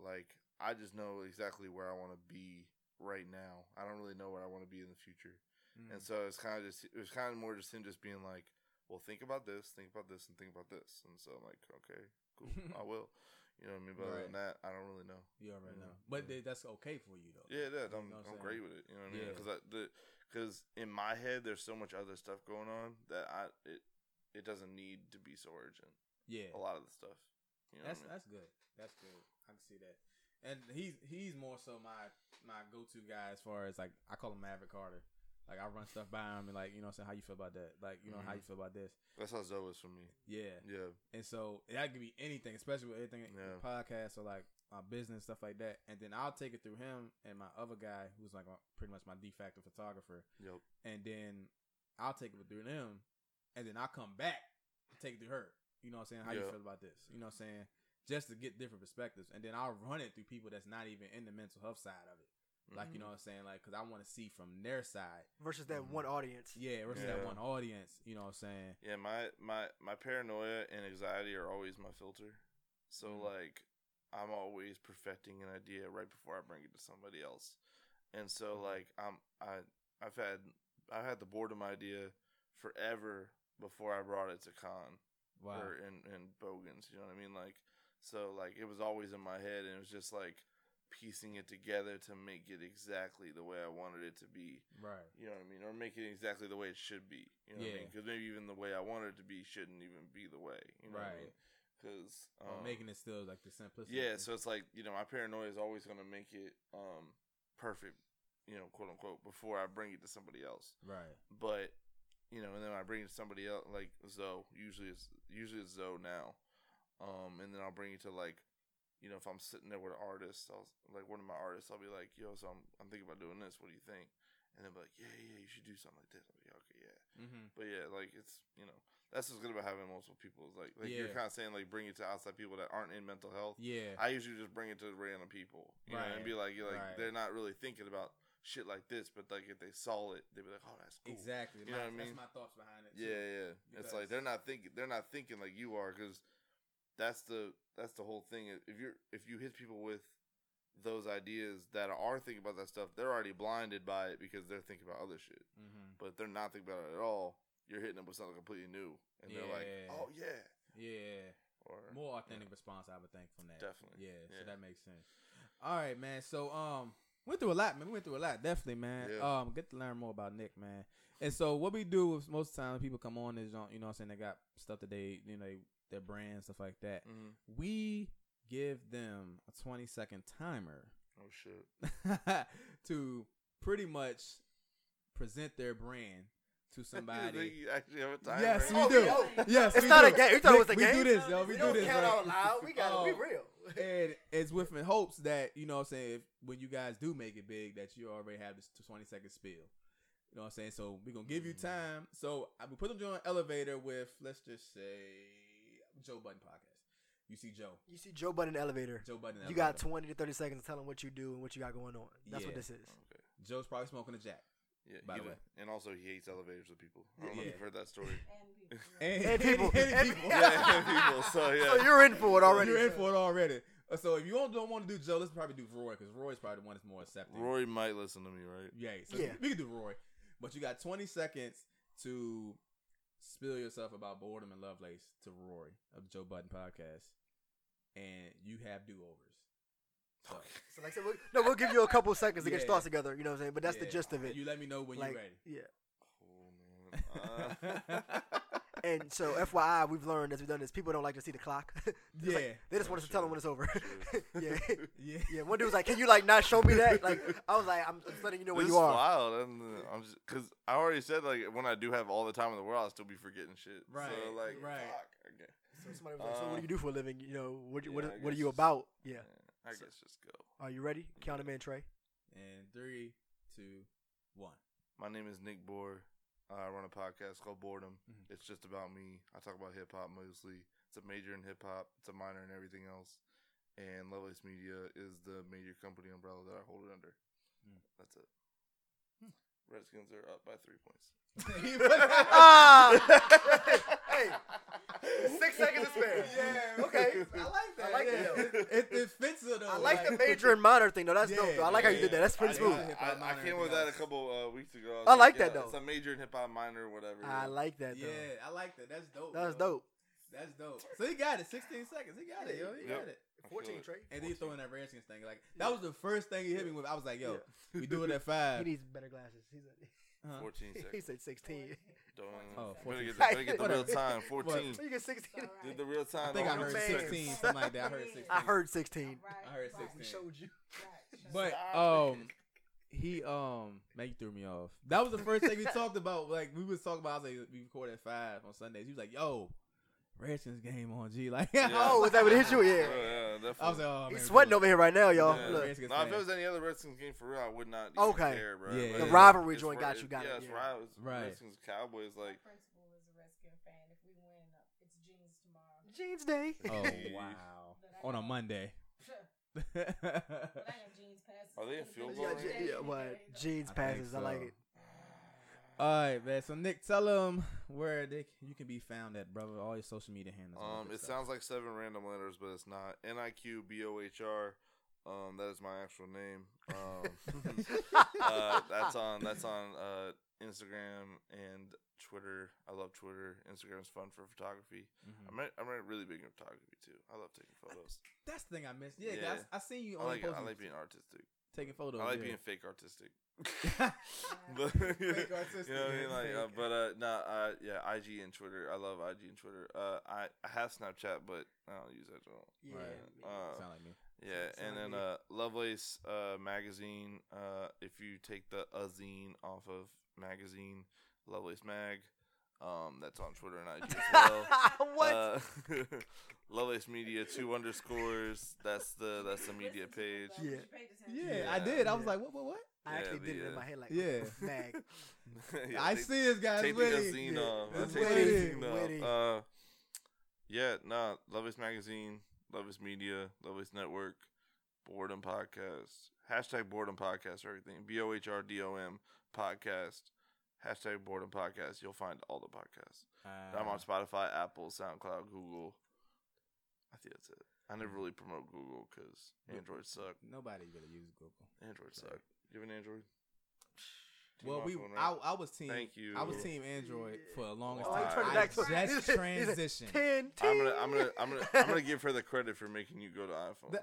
[SPEAKER 4] like I just know exactly where I want to be right now. I don't really know where I want to be in the future,
[SPEAKER 2] Hmm. mm-hmm.
[SPEAKER 4] and so it's kind of just it was kind of more just him just being like, well, think about this, think about this, and think about this, and so I'm like, okay, cool, I will. You know what I mean? But other than that, I don't really know.
[SPEAKER 2] You already
[SPEAKER 4] Yeah.
[SPEAKER 2] know, but they, that's okay for you though.
[SPEAKER 4] Yeah,
[SPEAKER 2] You
[SPEAKER 4] that I'm,
[SPEAKER 2] know what
[SPEAKER 4] I'm
[SPEAKER 2] saying?
[SPEAKER 4] great with it. You know what I mean?
[SPEAKER 2] Yeah.
[SPEAKER 4] Because the because in my head there's so much other stuff going on that I it it doesn't need to be so urgent.
[SPEAKER 2] Yeah,
[SPEAKER 4] A lot of the stuff. You know
[SPEAKER 2] that's
[SPEAKER 4] what I mean?
[SPEAKER 2] that's good. That's good. I can see that. And he's he's more so my my go to guy as far as like I call him Maverick Carter. Like I run stuff by him and like you know what I'm saying how you feel about that. Like you know how
[SPEAKER 4] Mhm.
[SPEAKER 2] you feel about this.
[SPEAKER 4] That's how Zoe is for me.
[SPEAKER 2] Yeah.
[SPEAKER 4] Yeah.
[SPEAKER 2] And so that could be anything, especially with anything
[SPEAKER 4] Yeah.
[SPEAKER 2] podcast or like my business stuff like that. And then I'll take it through him and my other guy who's like my, pretty much my de facto photographer.
[SPEAKER 4] Yep.
[SPEAKER 2] And then I'll take it through them, and then I'll come back and take it through her. You know what I'm saying? How you
[SPEAKER 4] Yeah.
[SPEAKER 2] feel about this? You know what I'm saying? Just to get different perspectives, and then I'll run it through people that's not even in the mental health side of it. Like
[SPEAKER 4] Mm-hmm.
[SPEAKER 2] you know what I'm saying? Like because I want to see from their side.
[SPEAKER 1] versus that
[SPEAKER 4] Mhm.
[SPEAKER 1] one audience.
[SPEAKER 2] Yeah, versus
[SPEAKER 4] Yeah.
[SPEAKER 2] that one audience. You know what I'm saying?
[SPEAKER 4] Yeah, my my my paranoia and anxiety are always my filter. So
[SPEAKER 2] Mhm.
[SPEAKER 4] like I'm always perfecting an idea right before I bring it to somebody else. And so
[SPEAKER 2] Mm-hmm.
[SPEAKER 4] like I'm I I've had I've had the boredom idea forever before I brought it to Khan
[SPEAKER 2] Wow.
[SPEAKER 4] or in in Bogans, you know what I mean? Like so like it was always in my head and it was just like piecing it together to make it exactly the way I wanted it to be.
[SPEAKER 2] Right.
[SPEAKER 4] You know what I mean? Or make it exactly the way it should be. You know what I mean?
[SPEAKER 2] Yeah.
[SPEAKER 4] Because maybe even the way I want it to be shouldn't even be the way. You know
[SPEAKER 2] right.
[SPEAKER 4] what I mean? Because
[SPEAKER 2] Or making it still like the simplicity.
[SPEAKER 4] Um, yeah,
[SPEAKER 2] of it.
[SPEAKER 4] so it's like you know my paranoia is always going to make it um perfect, you know, quote unquote, before I bring it to somebody else.
[SPEAKER 2] right.
[SPEAKER 4] But you know, and then when I bring it to somebody else, like Zoe. Usually it's usually it's Zoe now, um, and then I'll bring it to like. You know, if I'm sitting there with an artist, I'll like one of my artists, I'll be like, "Yo, so I'm, I'm thinking about doing this. What do you think?" And they'll be like, "Yeah, yeah, you should do something like this." I'll be like, "Okay, yeah."
[SPEAKER 2] Mm-hmm.
[SPEAKER 4] But yeah, like it's you know that's what's good about having multiple people. Is like like you're
[SPEAKER 2] Yeah.
[SPEAKER 4] kind of saying like bring it to outside people that aren't in mental health.
[SPEAKER 2] Yeah.
[SPEAKER 4] I usually just bring it to random people, you know,
[SPEAKER 2] Right.
[SPEAKER 4] and be like, you're like
[SPEAKER 2] Right.
[SPEAKER 4] they're not really thinking about shit like this, but like if they saw it, they'd be like, oh, that's cool.
[SPEAKER 2] Exactly.
[SPEAKER 4] You know
[SPEAKER 2] my,
[SPEAKER 4] what I mean?
[SPEAKER 2] That's my thoughts behind it.
[SPEAKER 4] Yeah,
[SPEAKER 2] too.
[SPEAKER 4] yeah. It's like
[SPEAKER 2] Because-
[SPEAKER 4] they're not thinking. They're not thinking like you are because that's the that's the whole thing. If you're if you hit people with those ideas that are thinking about that stuff, they're already blinded by it because they're thinking about other shit
[SPEAKER 2] Mm-hmm.
[SPEAKER 4] but they're not thinking about it at all. You're hitting them with something completely new, and they're like,
[SPEAKER 2] Yeah.
[SPEAKER 4] "Oh yeah,"
[SPEAKER 2] Yeah.
[SPEAKER 4] or
[SPEAKER 2] More authentic response, I would think, from that.
[SPEAKER 4] Definitely.
[SPEAKER 2] Yeah, So
[SPEAKER 4] Yeah.
[SPEAKER 2] that makes sense. All right, man. So um, went through a lot, man. We went through a lot, definitely, man.
[SPEAKER 4] Yeah.
[SPEAKER 2] Um, get to learn more about Nick, man. And so what we do is most of the time when people come on is on, you know, what I'm saying they got stuff that they, you know, they, their brand stuff like that.
[SPEAKER 4] Mhm.
[SPEAKER 2] We give them a 20 second timer.
[SPEAKER 4] "Oh shit."
[SPEAKER 2] to pretty much present their brand to
[SPEAKER 4] You think
[SPEAKER 2] somebody.
[SPEAKER 4] you actually have a Oh, time?
[SPEAKER 2] Yes,
[SPEAKER 4] right?
[SPEAKER 2] we do.
[SPEAKER 1] yo.
[SPEAKER 2] Yes,
[SPEAKER 1] It's
[SPEAKER 2] we
[SPEAKER 1] not
[SPEAKER 2] do.
[SPEAKER 1] a game. You thought it
[SPEAKER 2] We-
[SPEAKER 1] was a game?
[SPEAKER 2] We do this, yo. We
[SPEAKER 1] We
[SPEAKER 2] do
[SPEAKER 1] don't
[SPEAKER 2] this.
[SPEAKER 1] count
[SPEAKER 2] right?
[SPEAKER 1] out loud. We gotta be
[SPEAKER 2] Um,
[SPEAKER 1] real.
[SPEAKER 2] And it's with the hopes that you know what I'm saying if, when you guys do make it big that you already have this 20 second spiel. You know what I'm saying? So we're gonna give you
[SPEAKER 4] Mm.
[SPEAKER 2] time. So I we put them on an elevator with let's just say Joe Budden podcast. You see Joe.
[SPEAKER 1] You see Joe Budden in the elevator.
[SPEAKER 2] Joe Budden.
[SPEAKER 1] You got
[SPEAKER 2] elevator.
[SPEAKER 1] 20 to 30 seconds to tell him what you do and what you got going on. That's what
[SPEAKER 2] Yeah.
[SPEAKER 1] this is.
[SPEAKER 4] Oh, Okay.
[SPEAKER 2] Joe's probably smoking a jack.
[SPEAKER 4] Yeah.
[SPEAKER 2] By
[SPEAKER 4] he
[SPEAKER 2] the
[SPEAKER 4] do-
[SPEAKER 2] way.
[SPEAKER 4] and also he hates elevators with people. I don't know
[SPEAKER 2] Yeah.
[SPEAKER 4] if you've heard that story.
[SPEAKER 3] And
[SPEAKER 2] And,
[SPEAKER 1] And people. And people.
[SPEAKER 4] yeah, and people. So yeah.
[SPEAKER 1] So you're in for it already.
[SPEAKER 2] You're in for it already. Uh, So if you don't, don't want to do Joe, let's probably do Roy because Roy's probably the one that's more accepting.
[SPEAKER 4] Roy might listen to me, right?
[SPEAKER 2] yeah. So
[SPEAKER 1] Yeah.
[SPEAKER 2] we can do Roy, but you got 20 seconds to spill yourself about boredom and Lovelace to Roy of the Joe Budden podcast, and you have do overs. So,
[SPEAKER 1] So like I said, we'll, no, we'll give you a couple seconds to get
[SPEAKER 2] Yeah.
[SPEAKER 1] your thoughts together. You know what I'm saying? But that's the
[SPEAKER 2] yeah.
[SPEAKER 1] gist of it.
[SPEAKER 2] You let me know when
[SPEAKER 1] like,
[SPEAKER 2] you're ready.
[SPEAKER 1] yeah.
[SPEAKER 4] Oh, man. Uh,
[SPEAKER 1] And so, FYI, we've learned as we've done this, people don't like to see the clock. It's
[SPEAKER 2] Yeah,
[SPEAKER 1] like, they just
[SPEAKER 4] Oh,
[SPEAKER 1] want us to tell them when it's over.
[SPEAKER 4] Sure.
[SPEAKER 1] yeah.
[SPEAKER 2] yeah.
[SPEAKER 1] Yeah. One dude was like, "Can you like not show me that?" Like, I was like, "I'm just letting you know where
[SPEAKER 4] This
[SPEAKER 1] you
[SPEAKER 4] is
[SPEAKER 1] are."
[SPEAKER 4] wild. I'm, I'm just because I already said like when I do have all the time in the world, I'll still be forgetting shit.
[SPEAKER 2] Right,
[SPEAKER 4] So like,
[SPEAKER 2] right.
[SPEAKER 4] fuck, okay.
[SPEAKER 1] So somebody was like, "So what
[SPEAKER 4] Uh,
[SPEAKER 1] do you do for a living? You know, what you- what,
[SPEAKER 4] yeah, I
[SPEAKER 1] what are
[SPEAKER 4] guess
[SPEAKER 1] you
[SPEAKER 4] it's-
[SPEAKER 1] about?" Yeah.
[SPEAKER 4] I
[SPEAKER 2] So-
[SPEAKER 4] guess just go.
[SPEAKER 1] Are you ready? Count 'em in, Trey.
[SPEAKER 2] And three, two, one.
[SPEAKER 4] My name is Nick Bohr. I run a podcast called Boredom.
[SPEAKER 2] Mhm.
[SPEAKER 1] Mm-hmm.
[SPEAKER 4] It's just about me. I talk about hip hop mostly. It's a major in hip hop. It's a minor in everything else. And Lovelace
[SPEAKER 1] Hmm.
[SPEAKER 4] Media is the major company umbrella that I hold it under.
[SPEAKER 2] Mm.
[SPEAKER 4] That's it. Redskins are up by three points.
[SPEAKER 2] He was-
[SPEAKER 1] Ah! hey, six seconds to spare.
[SPEAKER 2] Yeah,
[SPEAKER 1] Okay.
[SPEAKER 2] I like that.
[SPEAKER 1] I like
[SPEAKER 2] yeah.
[SPEAKER 1] that,
[SPEAKER 4] though.
[SPEAKER 2] It, it fits it though.
[SPEAKER 1] I like the major and minor thing though. That's dope.
[SPEAKER 2] Yeah,
[SPEAKER 1] Though. I like how you
[SPEAKER 2] yeah,
[SPEAKER 1] did that. That's pretty
[SPEAKER 4] I-
[SPEAKER 1] smooth.
[SPEAKER 2] yeah.
[SPEAKER 4] I,
[SPEAKER 2] Hip-hop
[SPEAKER 4] I,
[SPEAKER 2] minor,
[SPEAKER 4] came
[SPEAKER 2] everything
[SPEAKER 4] with that a
[SPEAKER 2] else.
[SPEAKER 4] couple uh, weeks ago. was
[SPEAKER 1] I like
[SPEAKER 4] yeah,
[SPEAKER 1] that, though.
[SPEAKER 4] It's a major and hip hop minor, whatever.
[SPEAKER 1] I like that though.
[SPEAKER 2] Yeah, I like that. That's dope.
[SPEAKER 1] That's
[SPEAKER 2] bro.
[SPEAKER 1] dope.
[SPEAKER 2] That's dope. So he got it. 16 seconds. He got it, yo. He
[SPEAKER 4] Yep.
[SPEAKER 2] got it.
[SPEAKER 4] I feel it.
[SPEAKER 1] Trey.
[SPEAKER 2] And then you throw in that Redskins thing. Like that was the first thing he hit me with. I was like, yo, we do it at
[SPEAKER 1] He
[SPEAKER 2] five.
[SPEAKER 1] needs better glasses. He's a,
[SPEAKER 2] Huh?
[SPEAKER 4] Fourteen
[SPEAKER 1] he
[SPEAKER 4] seconds.
[SPEAKER 1] said 16.
[SPEAKER 4] Don't.
[SPEAKER 2] Oh,
[SPEAKER 4] better
[SPEAKER 2] 14
[SPEAKER 4] get the, better get the
[SPEAKER 1] seconds.
[SPEAKER 4] real time. Fourteen.
[SPEAKER 1] So you get 16.
[SPEAKER 3] Alright.
[SPEAKER 4] Did the real time.
[SPEAKER 2] I think I
[SPEAKER 4] on
[SPEAKER 1] Oh,
[SPEAKER 2] heard
[SPEAKER 1] man.
[SPEAKER 4] seconds.
[SPEAKER 2] 16, something like that. I heard
[SPEAKER 3] I
[SPEAKER 1] I heard
[SPEAKER 2] 16.
[SPEAKER 1] 16.
[SPEAKER 3] Right,
[SPEAKER 2] I heard
[SPEAKER 3] right,
[SPEAKER 2] 16.
[SPEAKER 1] you.
[SPEAKER 3] right.
[SPEAKER 2] But
[SPEAKER 4] Stop.
[SPEAKER 2] um, he um, man, you threw me off. That was the first thing we talked about. Like we was talking about. I was like, we recorded at five on Sundays. He was like, yo, Redskins game on G. Like, I was
[SPEAKER 4] Yeah.
[SPEAKER 1] Oh, is that what hit you?
[SPEAKER 4] Yeah,
[SPEAKER 1] Yeah.
[SPEAKER 4] yeah, definitely.
[SPEAKER 2] I was like, oh,
[SPEAKER 1] He's
[SPEAKER 2] man,
[SPEAKER 1] sweating
[SPEAKER 2] cool.
[SPEAKER 1] over here right now, y'all.
[SPEAKER 4] Yeah.
[SPEAKER 1] Look.
[SPEAKER 2] Redskins
[SPEAKER 4] Nah, if
[SPEAKER 2] fan.
[SPEAKER 4] it was any other Redskins game for real, I would not. Even
[SPEAKER 1] Okay.
[SPEAKER 4] Care, bro.
[SPEAKER 2] Yeah,
[SPEAKER 4] But
[SPEAKER 2] The
[SPEAKER 4] it's-
[SPEAKER 1] rivalry
[SPEAKER 4] it's
[SPEAKER 1] joint
[SPEAKER 4] for-
[SPEAKER 1] got
[SPEAKER 4] it-
[SPEAKER 1] you, got
[SPEAKER 4] yeah,
[SPEAKER 1] it,
[SPEAKER 4] it's
[SPEAKER 1] yeah.
[SPEAKER 4] rivals.
[SPEAKER 2] Right.
[SPEAKER 4] Redskins, Cowboys, like.
[SPEAKER 3] My principal is a Redskin fan. If we win, it's jeans tomorrow.
[SPEAKER 1] Jeans Day.
[SPEAKER 2] Oh
[SPEAKER 4] Jeez.
[SPEAKER 2] wow! On a Monday.
[SPEAKER 3] But I have jeans passes.
[SPEAKER 4] Are they in field
[SPEAKER 1] Yeah,
[SPEAKER 4] goal range?
[SPEAKER 1] je- yeah, what? Jeans
[SPEAKER 2] I think
[SPEAKER 1] passes. I
[SPEAKER 2] so.
[SPEAKER 1] like it.
[SPEAKER 2] All right, man. So Nick, tell them where Nick you can be found at, brother. All your social media handles. all
[SPEAKER 4] Um,
[SPEAKER 2] that
[SPEAKER 4] it
[SPEAKER 2] stuff.
[SPEAKER 4] sounds like seven random letters, but it's not. N I Q B O H R. Um, that is my actual name. Um, uh, that's on that's on uh, Instagram and Twitter. I love Twitter. Instagram's fun for photography.
[SPEAKER 2] Mhm.
[SPEAKER 4] I'm re- I'm re- really big in photography too. I love taking photos.
[SPEAKER 2] That's the thing I missed. Yeah, 'cause
[SPEAKER 4] Yeah.
[SPEAKER 2] I, I seen you
[SPEAKER 4] I
[SPEAKER 2] on
[SPEAKER 4] like it. I
[SPEAKER 2] posting-
[SPEAKER 4] like being artistic.
[SPEAKER 2] taking photos.
[SPEAKER 4] I like
[SPEAKER 2] Oh, yeah.
[SPEAKER 4] being fake artistic.
[SPEAKER 3] Wow.
[SPEAKER 4] But- you
[SPEAKER 2] Fake artistic,
[SPEAKER 4] know what I
[SPEAKER 2] yeah,
[SPEAKER 4] mean? Like, uh,
[SPEAKER 2] fake.
[SPEAKER 4] but uh, no, uh, yeah, IG and Twitter. I love IG and Twitter. Uh, I, I have Snapchat, but I don't use that at all.
[SPEAKER 1] Yeah.
[SPEAKER 2] Right.
[SPEAKER 4] Uh,
[SPEAKER 2] Sound like me.
[SPEAKER 4] Yeah,
[SPEAKER 1] Sounds
[SPEAKER 4] and then
[SPEAKER 1] good.
[SPEAKER 4] uh, Lovelace uh, magazine. Uh, if you take the azine off of magazine, Lovelace Mag, um, that's on Twitter and IG as
[SPEAKER 1] Um,
[SPEAKER 4] well.
[SPEAKER 1] what?
[SPEAKER 4] Uh, Lovelace Media two underscores. That's the that's the media page.
[SPEAKER 1] Yeah.
[SPEAKER 2] Yeah,
[SPEAKER 4] Yeah,
[SPEAKER 2] I did. I was
[SPEAKER 1] yeah.
[SPEAKER 2] like, what, what, what?
[SPEAKER 1] I actually
[SPEAKER 4] yeah,
[SPEAKER 1] did
[SPEAKER 4] the,
[SPEAKER 1] it in
[SPEAKER 4] uh,
[SPEAKER 1] my head like,
[SPEAKER 2] yeah.
[SPEAKER 1] mag.
[SPEAKER 4] Yeah,
[SPEAKER 2] I
[SPEAKER 4] they-
[SPEAKER 2] see this guy.
[SPEAKER 4] Take the azine off. I
[SPEAKER 1] That's
[SPEAKER 4] Take the
[SPEAKER 1] witty,
[SPEAKER 4] azine
[SPEAKER 1] witty.
[SPEAKER 4] off. Uh, yeah, no. Lovelace Magazine, Lovelace Media, Lovelace Network, Boredom Podcast, hashtag Boredom Podcast, everything. B O H R D O M Podcast, hashtag Boredom Podcast. You'll find all the podcasts. uh, I'm on Spotify, Apple, SoundCloud, Google. I think that's it. I never really promote Google because
[SPEAKER 2] Yeah.
[SPEAKER 4] Android suck.
[SPEAKER 2] Nobody really use Google.
[SPEAKER 4] Android
[SPEAKER 2] Sorry.
[SPEAKER 4] suck. You have an Android? Team
[SPEAKER 2] Well, we,
[SPEAKER 4] iPhone, right?
[SPEAKER 2] I, I was team.
[SPEAKER 4] Thank you.
[SPEAKER 2] I was team Android for the longest
[SPEAKER 4] Oh, he
[SPEAKER 2] time.
[SPEAKER 4] turned it
[SPEAKER 2] I
[SPEAKER 4] back
[SPEAKER 1] to-
[SPEAKER 2] just
[SPEAKER 1] he said-
[SPEAKER 2] transition.
[SPEAKER 1] 10, 10.
[SPEAKER 4] I'm gonna, I'm gonna, I'm gonna, I'm gonna give her the credit for making you go to iPhone.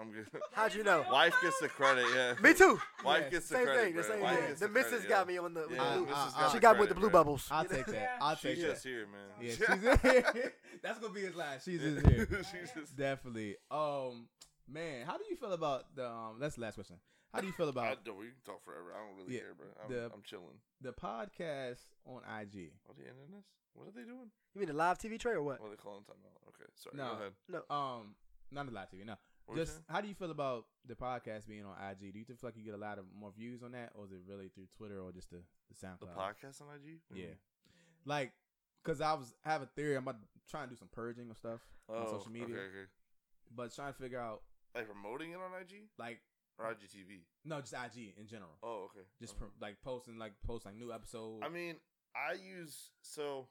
[SPEAKER 4] I'm good.
[SPEAKER 1] How'd you know?
[SPEAKER 4] Wife gets the credit, yeah.
[SPEAKER 1] Me too.
[SPEAKER 4] Wife
[SPEAKER 2] Yeah,
[SPEAKER 4] gets the
[SPEAKER 1] Same
[SPEAKER 4] credit.
[SPEAKER 1] thing. The
[SPEAKER 4] bro.
[SPEAKER 1] same
[SPEAKER 4] Wife
[SPEAKER 2] yeah.
[SPEAKER 1] thing.
[SPEAKER 4] gets
[SPEAKER 1] The
[SPEAKER 4] credit,
[SPEAKER 1] missus
[SPEAKER 4] yeah.
[SPEAKER 1] got me on the. with
[SPEAKER 4] Yeah,
[SPEAKER 1] the
[SPEAKER 2] Uh,
[SPEAKER 1] blue-
[SPEAKER 4] missus
[SPEAKER 2] uh,
[SPEAKER 1] she
[SPEAKER 4] the
[SPEAKER 1] got me with the
[SPEAKER 4] credit,
[SPEAKER 1] blue
[SPEAKER 4] bro.
[SPEAKER 1] bubbles.
[SPEAKER 2] I'll take that. I'll
[SPEAKER 4] She's
[SPEAKER 2] take
[SPEAKER 4] just
[SPEAKER 2] that.
[SPEAKER 4] here, man.
[SPEAKER 2] Yeah, she's here. That's gonna be his line. She's just here.
[SPEAKER 4] She's just-
[SPEAKER 2] Definitely. Um, man, how do you feel about the? Um, that's the last question. How do you feel
[SPEAKER 4] I
[SPEAKER 2] about
[SPEAKER 4] don't, we can talk forever. I don't really
[SPEAKER 2] Yeah,
[SPEAKER 4] care, bro. I'm,
[SPEAKER 2] the-
[SPEAKER 4] I'm chilling.
[SPEAKER 2] the podcast on IG?
[SPEAKER 4] Are they ending this? What are they doing?
[SPEAKER 1] You mean the live TV tray or what?
[SPEAKER 4] What are they calling timeout? Okay, sorry.
[SPEAKER 2] No.
[SPEAKER 4] Go ahead.
[SPEAKER 2] Um, not a lot to you. No,
[SPEAKER 4] What were you
[SPEAKER 2] just
[SPEAKER 4] saying?
[SPEAKER 2] how do you feel about the podcast being on IG? Do you feel like you get a lot of more views on that, or is it really through Twitter or just the, the SoundCloud?
[SPEAKER 4] the podcast on IG.
[SPEAKER 2] Yeah, like because I was have a theory. I'm about trying to do some purging of stuff
[SPEAKER 4] Oh,
[SPEAKER 2] on social media,
[SPEAKER 4] Okay, okay.
[SPEAKER 2] but trying to figure out
[SPEAKER 4] Like promoting it on IG
[SPEAKER 2] like
[SPEAKER 4] or IGTV?
[SPEAKER 2] no, just IG in general.
[SPEAKER 4] Oh, okay.
[SPEAKER 2] Just
[SPEAKER 4] Okay.
[SPEAKER 2] pro- like posting, like post like new episodes.
[SPEAKER 4] I mean, I use so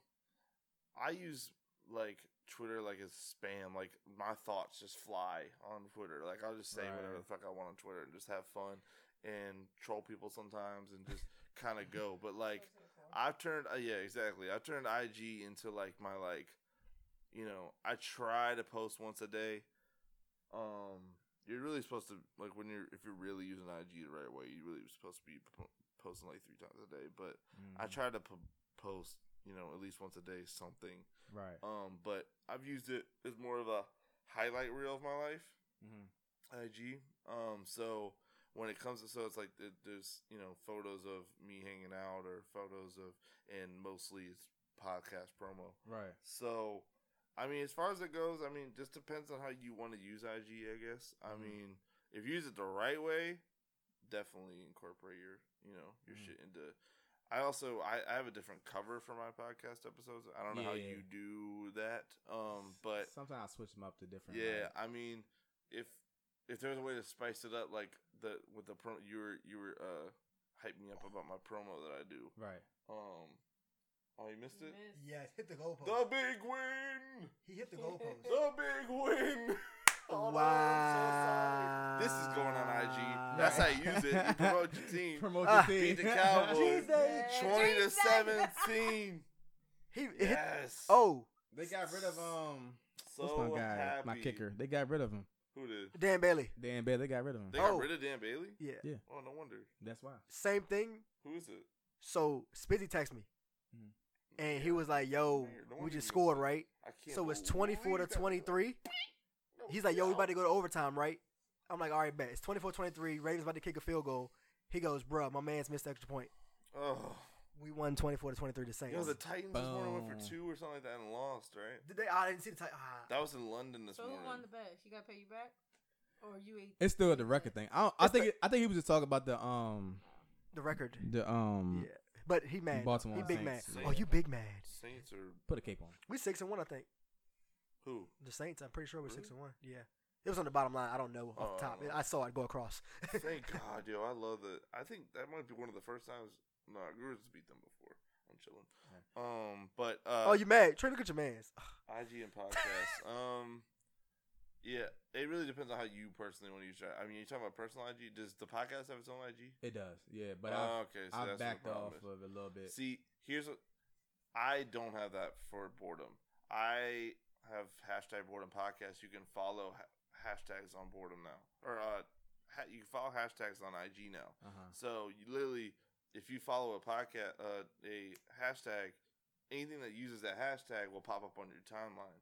[SPEAKER 4] I use like Twitter like as spam. Like my thoughts just fly on Twitter. Like I'll just say whatever
[SPEAKER 2] Right.
[SPEAKER 4] the fuck I want on Twitter and just have fun and troll people sometimes and just kind of go. But like I've turned uh, yeah, exactly. I've turned IG into like my like you know, I try to post once a day. Um you're really supposed to like when you're if you're really using IG the right way, you're really supposed to be po- posting like three times a day, but I
[SPEAKER 2] Mhm.
[SPEAKER 4] try to po- post, you know, at least once a day something.
[SPEAKER 2] right.
[SPEAKER 4] Um, but I've used it as more of a highlight reel of my life,
[SPEAKER 2] hmm
[SPEAKER 4] IG. Um, so when it comes to so it's like th- there's you know photos of me hanging out or photos of and mostly it's podcast promo.
[SPEAKER 2] Right.
[SPEAKER 4] So, I mean, as far as it goes, I mean, just depends on how you want to use IG, I guess. I
[SPEAKER 2] Mhm.
[SPEAKER 4] mean, if you use it the right way, definitely incorporate your, you know, your
[SPEAKER 2] Mhm.
[SPEAKER 4] shit into. I also I, I have a different cover for my podcast episodes. I don't know how
[SPEAKER 2] Yeah.
[SPEAKER 4] you do that, um, but
[SPEAKER 2] sometimes I switch them up to different.
[SPEAKER 4] yeah,
[SPEAKER 2] like-
[SPEAKER 4] I mean, if if there's a way to spice it up, like the with the pro, you were you were uh hype me up about my promo that I do.
[SPEAKER 2] Right.
[SPEAKER 4] Um, oh, you missed it.
[SPEAKER 3] Miss.
[SPEAKER 5] Yes, hit the goalpost.
[SPEAKER 4] The big win.
[SPEAKER 5] he hit the goalpost.
[SPEAKER 4] The big win. Oh, no, I'm so sorry. This is going on IG. That's how you use it. You promote your team.
[SPEAKER 2] Promote
[SPEAKER 1] Ah.
[SPEAKER 2] your team.
[SPEAKER 4] Beat the Cowboys.
[SPEAKER 1] Jesus.
[SPEAKER 4] Twenty to
[SPEAKER 3] Jesus.
[SPEAKER 4] seventeen.
[SPEAKER 1] He it hit,
[SPEAKER 4] Yes.
[SPEAKER 1] oh
[SPEAKER 2] They got rid of um.
[SPEAKER 4] so
[SPEAKER 2] what's my guy?
[SPEAKER 4] happy.
[SPEAKER 2] My kicker. They got rid of him.
[SPEAKER 4] Who did?
[SPEAKER 1] Dan Bailey.
[SPEAKER 2] Dan Bailey. They got rid of him.
[SPEAKER 4] They
[SPEAKER 1] Oh.
[SPEAKER 4] got rid of Dan Bailey.
[SPEAKER 1] Yeah.
[SPEAKER 2] Yeah.
[SPEAKER 4] Oh, no wonder.
[SPEAKER 2] That's why.
[SPEAKER 1] Same thing.
[SPEAKER 4] Who is it?
[SPEAKER 1] So Spizzy texted me,
[SPEAKER 2] Mhm.
[SPEAKER 1] and he was like, "Yo,
[SPEAKER 4] Man, no
[SPEAKER 1] we
[SPEAKER 4] wonder
[SPEAKER 1] just
[SPEAKER 4] you-
[SPEAKER 1] scored, right?
[SPEAKER 4] I can't.
[SPEAKER 1] So it's
[SPEAKER 4] believe
[SPEAKER 1] twenty four to
[SPEAKER 4] that-
[SPEAKER 1] twenty three.
[SPEAKER 4] No,
[SPEAKER 1] He's like, yo, we
[SPEAKER 4] no.
[SPEAKER 1] about to go to overtime, right? I'm like, all right, bet. It's 24-23. Raiders about to kick a field goal. He goes, bruh, my man's missed the extra point.
[SPEAKER 4] Oh,
[SPEAKER 1] We won 24 to 23 the same.
[SPEAKER 4] you know the Titans this morning went for
[SPEAKER 2] Boom.
[SPEAKER 4] two or something like that and lost, right?
[SPEAKER 1] Did they? I didn't see the time. Ah.
[SPEAKER 4] That was in London this
[SPEAKER 3] So
[SPEAKER 4] morning.
[SPEAKER 3] who won the bet? She got to pay you back, or you ate?
[SPEAKER 2] It's still the record thing. I, don't, I
[SPEAKER 1] It's
[SPEAKER 2] think
[SPEAKER 1] the-
[SPEAKER 2] it, I think he was just talking about the um
[SPEAKER 1] the record.
[SPEAKER 2] the um.
[SPEAKER 1] Yeah, but he mad.
[SPEAKER 2] Baltimore
[SPEAKER 1] he big man.
[SPEAKER 2] Saints.
[SPEAKER 1] Oh, you big man.
[SPEAKER 4] Saints or
[SPEAKER 2] Put a cape on.
[SPEAKER 1] We six and one, I think.
[SPEAKER 4] who?
[SPEAKER 1] The Saints. I'm pretty sure we're six
[SPEAKER 4] Really?
[SPEAKER 1] and one. Yeah, it was on the bottom line. I don't know off the
[SPEAKER 4] Oh, I
[SPEAKER 1] top.
[SPEAKER 4] don't know.
[SPEAKER 1] I saw it go across.
[SPEAKER 4] Thank God, yo, I love that. I think that might be one of the first times. No, Gruden's beat them before. I'm chilling. Um, but uh,
[SPEAKER 1] oh, you mad? Try to get your man's.
[SPEAKER 4] IG and podcasts. um, yeah, it really depends on how you personally want to use. your- I mean, you talking about personal IG? Does the podcast have its own IG?
[SPEAKER 2] It does. Yeah, but
[SPEAKER 4] Oh, okay,
[SPEAKER 2] I I
[SPEAKER 4] that's what the
[SPEAKER 2] backed
[SPEAKER 4] problem
[SPEAKER 2] off
[SPEAKER 4] is.
[SPEAKER 2] of it a little bit.
[SPEAKER 4] See, here's what I don't have that for boredom. I have hashtag boredom podcast. You can follow ha- hashtags on boredom now, or uh, ha- you can follow hashtags on IG now.
[SPEAKER 2] uh-huh.
[SPEAKER 4] So you literally, if you follow a podcast, uh, a hashtag, anything that uses that hashtag will pop up on your timeline.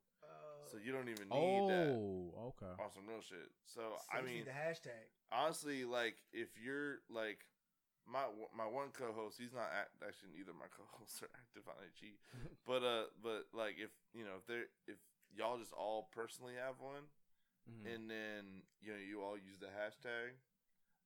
[SPEAKER 4] So you don't even need that
[SPEAKER 2] Oh, okay.
[SPEAKER 4] on some real shit. So
[SPEAKER 5] So
[SPEAKER 4] I
[SPEAKER 5] you see
[SPEAKER 4] mean,
[SPEAKER 5] the hashtag.
[SPEAKER 4] honestly, like if you're like my my one co-host, he's not act, actually neither my co-hosts are active on IG, but uh, but like if you know if they're if y'all just all personally have one,
[SPEAKER 2] Mhm.
[SPEAKER 4] and then you know you all use the hashtag,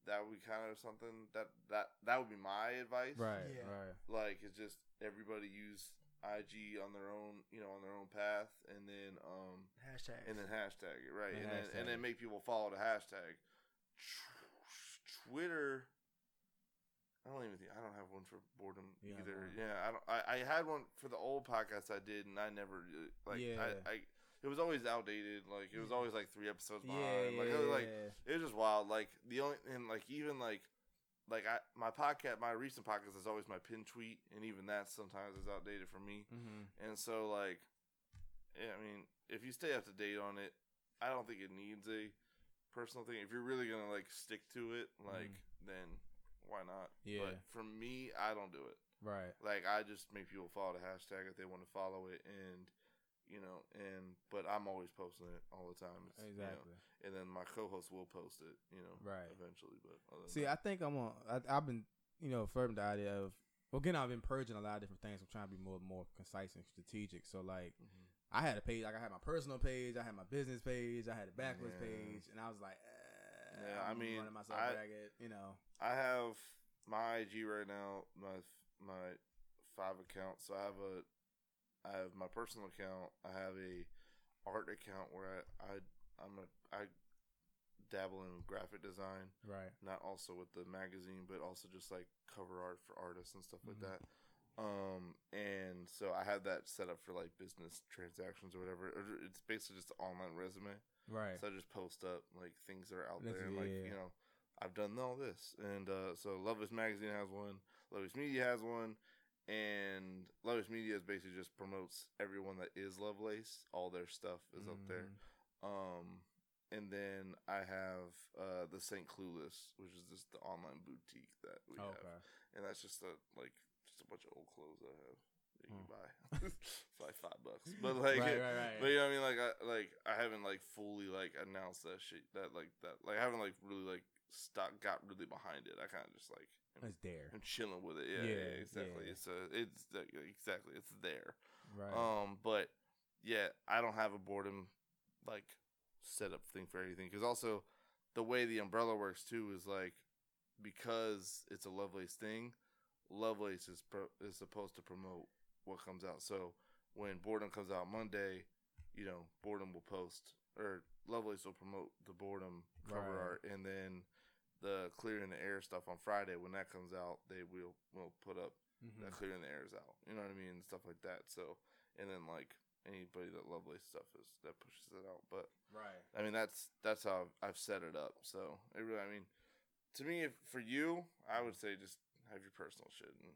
[SPEAKER 4] that would be kind of something that that that would be my advice.
[SPEAKER 2] Right,
[SPEAKER 5] Yeah.
[SPEAKER 2] right.
[SPEAKER 4] Like it's just everybody use IG on their own, you know, on their own path, and then um
[SPEAKER 1] Hashtag.
[SPEAKER 4] and then hashtag it right,
[SPEAKER 2] And
[SPEAKER 4] and, then
[SPEAKER 2] hashtag
[SPEAKER 4] and then
[SPEAKER 2] it.
[SPEAKER 4] make people follow the hashtag. Tw- Twitter, I don't even think I don't have one for boredom
[SPEAKER 2] Yeah, I
[SPEAKER 4] either.
[SPEAKER 2] don't.
[SPEAKER 4] Yeah, I don't. I, I had one for the old podcast I did, and I never really- like
[SPEAKER 2] Yeah.
[SPEAKER 4] I, I. It was always outdated. Like it was always like three episodes
[SPEAKER 2] Yeah,
[SPEAKER 4] behind. like it was like
[SPEAKER 2] yeah.
[SPEAKER 4] it was just wild. Like the only and like even like like I my podcast my recent podcast is always my pin tweet, and even that sometimes is outdated for me.
[SPEAKER 2] Mhm.
[SPEAKER 4] And so, like, yeah, I mean, if you stay up to date on it, I don't think it needs a personal thing. If you're really gonna like stick to it, like, then why not? But
[SPEAKER 2] Yeah.
[SPEAKER 4] for me, I don't do it.
[SPEAKER 2] right.
[SPEAKER 4] Like, I just make people follow the hashtag if they want to follow it, and you know, and but I'm always posting it all the time. It's, you know,
[SPEAKER 2] Exactly.
[SPEAKER 4] and then my co-host will post it, you know,
[SPEAKER 2] Right.
[SPEAKER 4] eventually. But other than
[SPEAKER 2] See,
[SPEAKER 4] that,
[SPEAKER 2] I think I'm on. I, I've been, you know, firm the idea of. Well, again, I've been purging a lot of different things. I'm trying to be more, more concise and strategic. So, like,
[SPEAKER 4] Mhm.
[SPEAKER 2] I had a page. Like, I had my personal page. I had my business page. I had a backwards
[SPEAKER 4] Yeah.
[SPEAKER 2] page, and I was like, eh,
[SPEAKER 4] Yeah, I
[SPEAKER 2] I'm
[SPEAKER 4] mean,
[SPEAKER 2] running myself
[SPEAKER 4] I-
[SPEAKER 2] ragged, you know.
[SPEAKER 4] I have my IG right now, my my five accounts. So I have a I have my personal account. I have a art account where I, I I'm a I dabble in graphic design,
[SPEAKER 2] Right.
[SPEAKER 4] not also with the magazine, but also just like cover art for artists and stuff
[SPEAKER 2] Mhm.
[SPEAKER 4] like that. Um, and so I have that set up for like business transactions or whatever. Or It's basically just an online resume.
[SPEAKER 2] Right.
[SPEAKER 4] So I just post up like things that are out
[SPEAKER 2] That's-
[SPEAKER 4] there, and, like
[SPEAKER 2] yeah.
[SPEAKER 4] you know, I've done all this, and uh, so Lovers Magazine has one, Lovers Media has one, and Lovers Media is basically just promotes everyone that is Lovelace. All their stuff is up there.
[SPEAKER 2] Mhm.
[SPEAKER 4] Um, and then I have uh, the Saint Clueless, which is just the online boutique that we have,
[SPEAKER 2] Oh, okay.
[SPEAKER 4] and that's just a like just a bunch of old clothes I have that you can
[SPEAKER 2] Hmm.
[SPEAKER 4] buy. it's like five bucks, but like
[SPEAKER 2] right,
[SPEAKER 4] it-
[SPEAKER 2] right, right.
[SPEAKER 4] but you know what I mean? Like I like I haven't like fully like announced that shit that like that like I haven't like really like stock got really behind it. I kind of just like am,
[SPEAKER 2] it's there.
[SPEAKER 4] am chilling with it. Yeah,
[SPEAKER 2] Yeah,
[SPEAKER 4] yeah, exactly.
[SPEAKER 2] yeah.
[SPEAKER 4] It's uh it's like, exactly it's there.
[SPEAKER 2] Right.
[SPEAKER 4] Um, but yeah, I don't have a boredom like setup thing for anything because also the way the umbrella works too is like because it's a Lovelace thing. Lovelace is pro- is supposed to promote what comes out. So when boredom comes out Monday, you know boredom will post or Lovelace will promote the boredom cover
[SPEAKER 2] Right.
[SPEAKER 4] art, and then the clearing the air stuff on Friday. When that comes out, they will will put up
[SPEAKER 2] Mhm.
[SPEAKER 4] that clearing the air is out. You know what I mean? And stuff like that. So and then like anybody that Lovelace stuff is that pushes it out. But
[SPEAKER 2] Right.
[SPEAKER 4] I mean that's that's how I've, I've set it up. So it really, I mean, to me, if, for you, I would say just have your personal shit and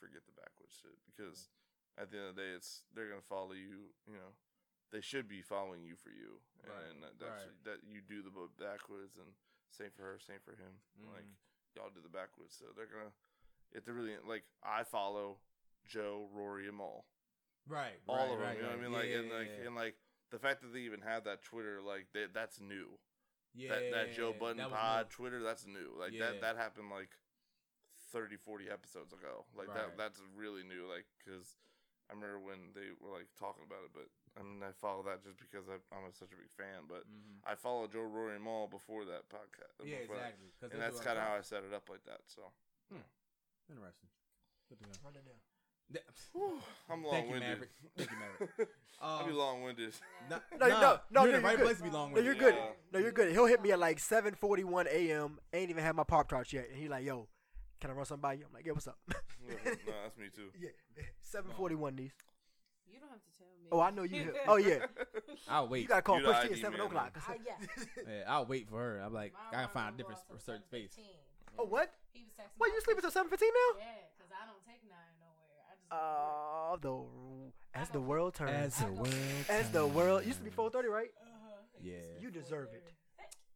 [SPEAKER 4] forget the backwards shit because at the end of the day, it's they're gonna follow you. You know, they should be following you for you,
[SPEAKER 2] Right,
[SPEAKER 4] and that, that's
[SPEAKER 2] right.
[SPEAKER 4] that you do the book backwards, and same for her, same for him. Like
[SPEAKER 2] Mhm.
[SPEAKER 4] y'all do the backwards, so they're gonna if they're really like I follow Joe, Rory, and Maul
[SPEAKER 2] Right.
[SPEAKER 4] all
[SPEAKER 2] right,
[SPEAKER 4] of them.
[SPEAKER 2] right,
[SPEAKER 4] you know what I mean?
[SPEAKER 2] right.
[SPEAKER 4] Like and like
[SPEAKER 2] Yeah,
[SPEAKER 4] and like the fact that they even have that Twitter, like that that's new.
[SPEAKER 2] yeah,
[SPEAKER 4] that that Joe
[SPEAKER 2] yeah,
[SPEAKER 4] Budden
[SPEAKER 2] that was
[SPEAKER 4] pod
[SPEAKER 2] new.
[SPEAKER 4] Twitter, that's new. Like
[SPEAKER 2] Yeah.
[SPEAKER 4] that that happened like 30, 40 episodes ago. Like
[SPEAKER 2] Right.
[SPEAKER 4] that that's really new. Like because I remember when they were like talking about it, but I mean I follow that just because I, I'm such a big fan. But
[SPEAKER 2] Mhm.
[SPEAKER 4] I follow Joe Rory and Maul before that podcast.
[SPEAKER 2] Yeah,
[SPEAKER 4] before that.
[SPEAKER 2] exactly. 'cause they
[SPEAKER 4] And that's
[SPEAKER 2] do
[SPEAKER 4] kind of
[SPEAKER 2] our
[SPEAKER 4] how I set it up like that. So
[SPEAKER 2] top. interesting. Good to know.
[SPEAKER 1] Run it down.
[SPEAKER 2] Th-
[SPEAKER 4] I'm long
[SPEAKER 2] Thank you,
[SPEAKER 4] winded.
[SPEAKER 2] Maverick. Thank you, Maverick.
[SPEAKER 4] I'll be
[SPEAKER 2] Um,
[SPEAKER 4] long winded.
[SPEAKER 2] Nah,
[SPEAKER 1] No, no,
[SPEAKER 2] nah,
[SPEAKER 1] no,
[SPEAKER 2] you're
[SPEAKER 1] no,
[SPEAKER 2] in
[SPEAKER 1] you're
[SPEAKER 2] the right
[SPEAKER 1] good.
[SPEAKER 2] place to be long
[SPEAKER 1] No, you're good.
[SPEAKER 2] winded.
[SPEAKER 4] Yeah.
[SPEAKER 1] No, you're good. He'll hit me at like 7:41 a.m. Ain't even had my pop tarts yet, and he like, "Yo, can I run something by you?" I'm like, "Yeah, what's up?"
[SPEAKER 4] no, that's me too.
[SPEAKER 1] yeah, 7:41 these.
[SPEAKER 3] You don't have to tell me.
[SPEAKER 1] Oh, I know you. Oh yeah,
[SPEAKER 2] I'll wait.
[SPEAKER 1] you gotta call
[SPEAKER 4] You
[SPEAKER 1] Push
[SPEAKER 4] lied,
[SPEAKER 1] T at
[SPEAKER 4] you
[SPEAKER 1] seven
[SPEAKER 4] man.
[SPEAKER 1] o'clock.
[SPEAKER 3] Uh, yeah.
[SPEAKER 2] Yeah, I'll wait for her. I'm like,
[SPEAKER 3] My
[SPEAKER 2] I gotta
[SPEAKER 3] alarm
[SPEAKER 2] find a
[SPEAKER 3] don't go
[SPEAKER 2] different
[SPEAKER 3] off till
[SPEAKER 2] sp- certain space.
[SPEAKER 3] 7:15.
[SPEAKER 1] Oh what?
[SPEAKER 3] He was texting.
[SPEAKER 1] What?
[SPEAKER 3] my
[SPEAKER 1] You sleep
[SPEAKER 3] sister.
[SPEAKER 1] until 7:15 now?
[SPEAKER 3] Yeah, because I don't take nine nowhere. I just.
[SPEAKER 1] Oh, the as the world turns.
[SPEAKER 2] As
[SPEAKER 1] As,
[SPEAKER 2] the world.
[SPEAKER 1] the world used to be 4:30, right?
[SPEAKER 3] Uh-huh.
[SPEAKER 2] Yeah.
[SPEAKER 1] You deserve it.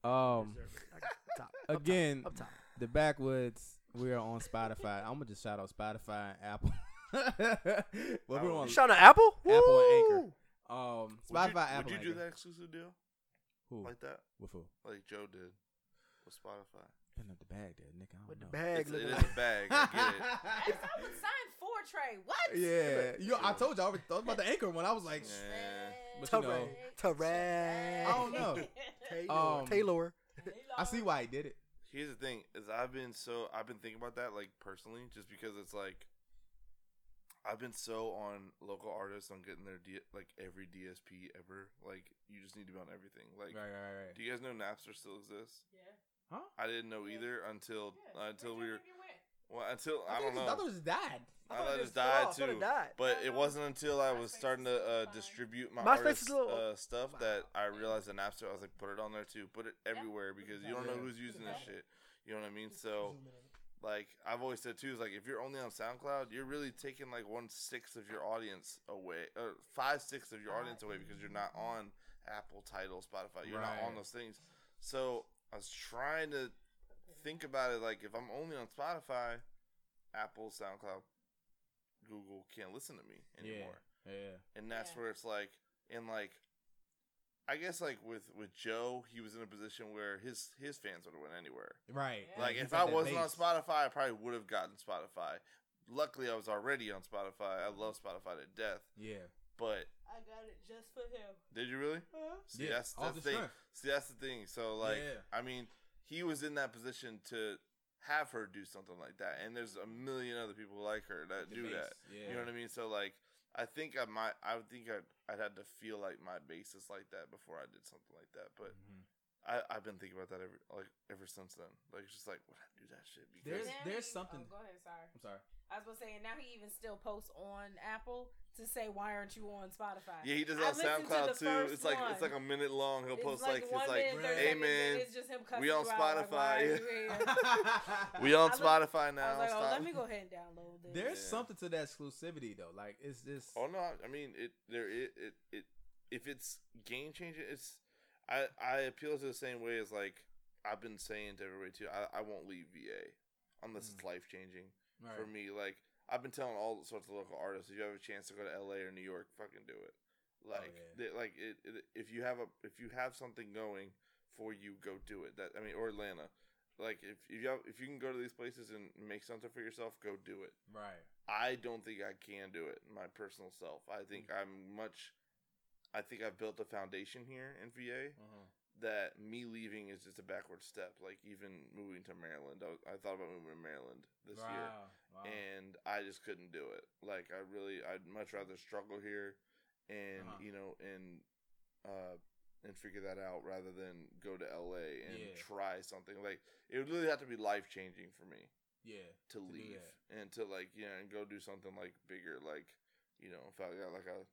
[SPEAKER 2] Um.
[SPEAKER 1] Deserve it. Like, top. Up top.
[SPEAKER 2] Again,
[SPEAKER 1] Up top.
[SPEAKER 2] the backwoods. We are on Spotify. I'm gonna just shout out Spotify and Apple. well, we're on
[SPEAKER 1] You shot on Apple?
[SPEAKER 2] Um, Apple and Anchor.
[SPEAKER 1] Woo!
[SPEAKER 2] um
[SPEAKER 4] Oh. Would
[SPEAKER 2] Spotify,
[SPEAKER 4] you,
[SPEAKER 2] Apple.
[SPEAKER 4] Would you do
[SPEAKER 2] Anchor.
[SPEAKER 4] that exclusive deal
[SPEAKER 2] Who?
[SPEAKER 4] like that,
[SPEAKER 2] With who?
[SPEAKER 4] like Joe did with Spotify?
[SPEAKER 2] Putting up the bag there, Nick. I don't
[SPEAKER 1] With the
[SPEAKER 2] know.
[SPEAKER 1] bag
[SPEAKER 4] It's, it
[SPEAKER 1] looking
[SPEAKER 4] is
[SPEAKER 1] like.
[SPEAKER 4] a bag. I get it.
[SPEAKER 3] That's I would sign four tray. What?
[SPEAKER 2] yeah, yo, I told you I was I was about the anchor one. I was like,
[SPEAKER 4] Yeah.
[SPEAKER 2] But you
[SPEAKER 1] Taray.
[SPEAKER 2] know.
[SPEAKER 1] Taray.
[SPEAKER 2] I don't know.
[SPEAKER 1] Taylor.
[SPEAKER 2] Um,
[SPEAKER 1] Taylor.
[SPEAKER 2] I see why he did it.
[SPEAKER 4] Here's the thing: is I've been so I've been thinking about that like personally, just because it's like I've been so on local artists on getting their D, like every DSP ever. Like you just need to be on everything. Like,
[SPEAKER 2] right, right, right.
[SPEAKER 4] do you guys know Napster still exists?
[SPEAKER 2] Huh?
[SPEAKER 4] I didn't know
[SPEAKER 3] Yeah.
[SPEAKER 4] either until until we were
[SPEAKER 3] were.
[SPEAKER 4] well until I,
[SPEAKER 2] I,
[SPEAKER 4] don't
[SPEAKER 2] thought it
[SPEAKER 4] know.
[SPEAKER 2] just- I thought it just died.
[SPEAKER 4] I
[SPEAKER 1] it
[SPEAKER 4] thought I just
[SPEAKER 1] fell off. oh,
[SPEAKER 4] died
[SPEAKER 1] I thought it
[SPEAKER 4] too.
[SPEAKER 1] died.
[SPEAKER 4] But
[SPEAKER 3] I
[SPEAKER 4] it
[SPEAKER 3] know.
[SPEAKER 4] wasn't until I was
[SPEAKER 3] MySpace
[SPEAKER 4] starting
[SPEAKER 3] is
[SPEAKER 4] to
[SPEAKER 3] still
[SPEAKER 4] uh,
[SPEAKER 3] fine.
[SPEAKER 4] distribute my
[SPEAKER 1] MySpace is
[SPEAKER 4] artist
[SPEAKER 1] still-
[SPEAKER 4] uh, stuff
[SPEAKER 1] Wow.
[SPEAKER 4] that I realized in Napster. I was like, put it on there too. Put it everywhere because you don't know
[SPEAKER 2] Yeah.
[SPEAKER 4] who's using this
[SPEAKER 3] Yeah.
[SPEAKER 4] shit. You know what I mean? So, like, I've always said too is like, if you're only on SoundCloud, you're really taking like one sixth of your audience away, or five sixths of your audience away because you're not on Apple, Title, Spotify. You're not
[SPEAKER 2] Right.
[SPEAKER 4] on those things. So I was trying to think about it like if I'm only on Spotify, Apple, SoundCloud, Google can't listen to me anymore.
[SPEAKER 2] Yeah, yeah.
[SPEAKER 4] And that's
[SPEAKER 3] Yeah.
[SPEAKER 4] where it's like and like I guess like with with Joe, he was in a position where his his fans would have went anywhere.
[SPEAKER 2] right.
[SPEAKER 3] Yeah.
[SPEAKER 4] Like
[SPEAKER 2] He's
[SPEAKER 4] if
[SPEAKER 2] got
[SPEAKER 4] I
[SPEAKER 2] that
[SPEAKER 4] wasn't on
[SPEAKER 2] base.
[SPEAKER 4] Spotify, I probably would have gotten Spotify. Luckily, I was already on Spotify. I love Spotify to death.
[SPEAKER 2] yeah,
[SPEAKER 4] But
[SPEAKER 3] I got it just for him.
[SPEAKER 4] did you really?
[SPEAKER 3] Huh?
[SPEAKER 4] See,
[SPEAKER 2] Yeah,
[SPEAKER 4] that's,
[SPEAKER 2] off
[SPEAKER 4] that's the
[SPEAKER 2] the
[SPEAKER 4] thing.
[SPEAKER 2] strength.
[SPEAKER 4] See, that's the thing. So, like,
[SPEAKER 2] Yeah.
[SPEAKER 4] I mean, he was in that position to have her do something like that, and there's a million other people like her that
[SPEAKER 2] The
[SPEAKER 4] do
[SPEAKER 2] base,
[SPEAKER 4] that.
[SPEAKER 2] Yeah.
[SPEAKER 4] You know what I mean? So, like, I think I might. I would think I'd, I'd had to feel like my basis like that before I did something like that. But
[SPEAKER 2] Mhm.
[SPEAKER 4] I, I've been thinking about that ever like ever since then. Like, it's just like, would I do that shit? Because
[SPEAKER 2] There's- there's something-
[SPEAKER 3] Oh, go ahead. Sorry.
[SPEAKER 2] I'm sorry.
[SPEAKER 3] I was gonna say, and now he even still posts on Apple to say, "Why aren't you on Spotify?"
[SPEAKER 4] yeah, he does
[SPEAKER 3] I
[SPEAKER 4] that on
[SPEAKER 3] listened to the
[SPEAKER 4] SoundCloud too.
[SPEAKER 3] first
[SPEAKER 4] It's like
[SPEAKER 3] one.
[SPEAKER 4] it's like a minute long. He'll
[SPEAKER 3] It's
[SPEAKER 4] post like it's like,
[SPEAKER 3] minute, 30
[SPEAKER 2] "Hey,
[SPEAKER 3] seconds,
[SPEAKER 4] man,
[SPEAKER 3] and it's just him cussing
[SPEAKER 4] we on
[SPEAKER 3] you out, like, why are
[SPEAKER 4] Spotify."
[SPEAKER 3] you here?
[SPEAKER 4] we on
[SPEAKER 3] I look-
[SPEAKER 4] Spotify
[SPEAKER 3] I
[SPEAKER 4] now.
[SPEAKER 3] was like, oh,
[SPEAKER 4] stop-
[SPEAKER 3] let me go ahead and download this.
[SPEAKER 2] There's
[SPEAKER 4] Yeah.
[SPEAKER 2] something to that exclusivity though. Like it's just
[SPEAKER 4] Oh no, I mean it. There it it, it if it's game changing, it's I I appeal to the same way as like I've been saying to everybody too. I I won't leave VA unless it's life changing
[SPEAKER 2] right.
[SPEAKER 4] for me. Like I've been telling all sorts of local artists, if you have a chance to go to LA or New York, fucking do it. Like
[SPEAKER 2] Oh, yeah.
[SPEAKER 4] th- like it, it, if you have a if you have something going for you, go do it. That I mean, or Atlanta. Like if if you have, if you can go to these places and make something for yourself, go do it.
[SPEAKER 2] Right.
[SPEAKER 4] I don't think I can do it, my personal self. I think
[SPEAKER 2] Hmm.
[SPEAKER 4] I'm much. I think I've built a foundation here in VA
[SPEAKER 2] Uh-huh.
[SPEAKER 4] that me leaving is just a backward step. Like even moving to Maryland, I, was- I thought about moving to Maryland this
[SPEAKER 2] wow.
[SPEAKER 4] year,
[SPEAKER 2] Wow.
[SPEAKER 4] and I just couldn't do it. Like I really, I'd much rather struggle here, and
[SPEAKER 2] Uh-huh.
[SPEAKER 4] you know, and uh, and figure that out rather than go to LA and
[SPEAKER 2] Yeah.
[SPEAKER 4] try something. Like it would really have to be life changing for me
[SPEAKER 2] Yeah.
[SPEAKER 4] to,
[SPEAKER 2] do
[SPEAKER 4] leave
[SPEAKER 2] that.
[SPEAKER 4] and to like yeah and go do something like bigger. Like you know if I got like a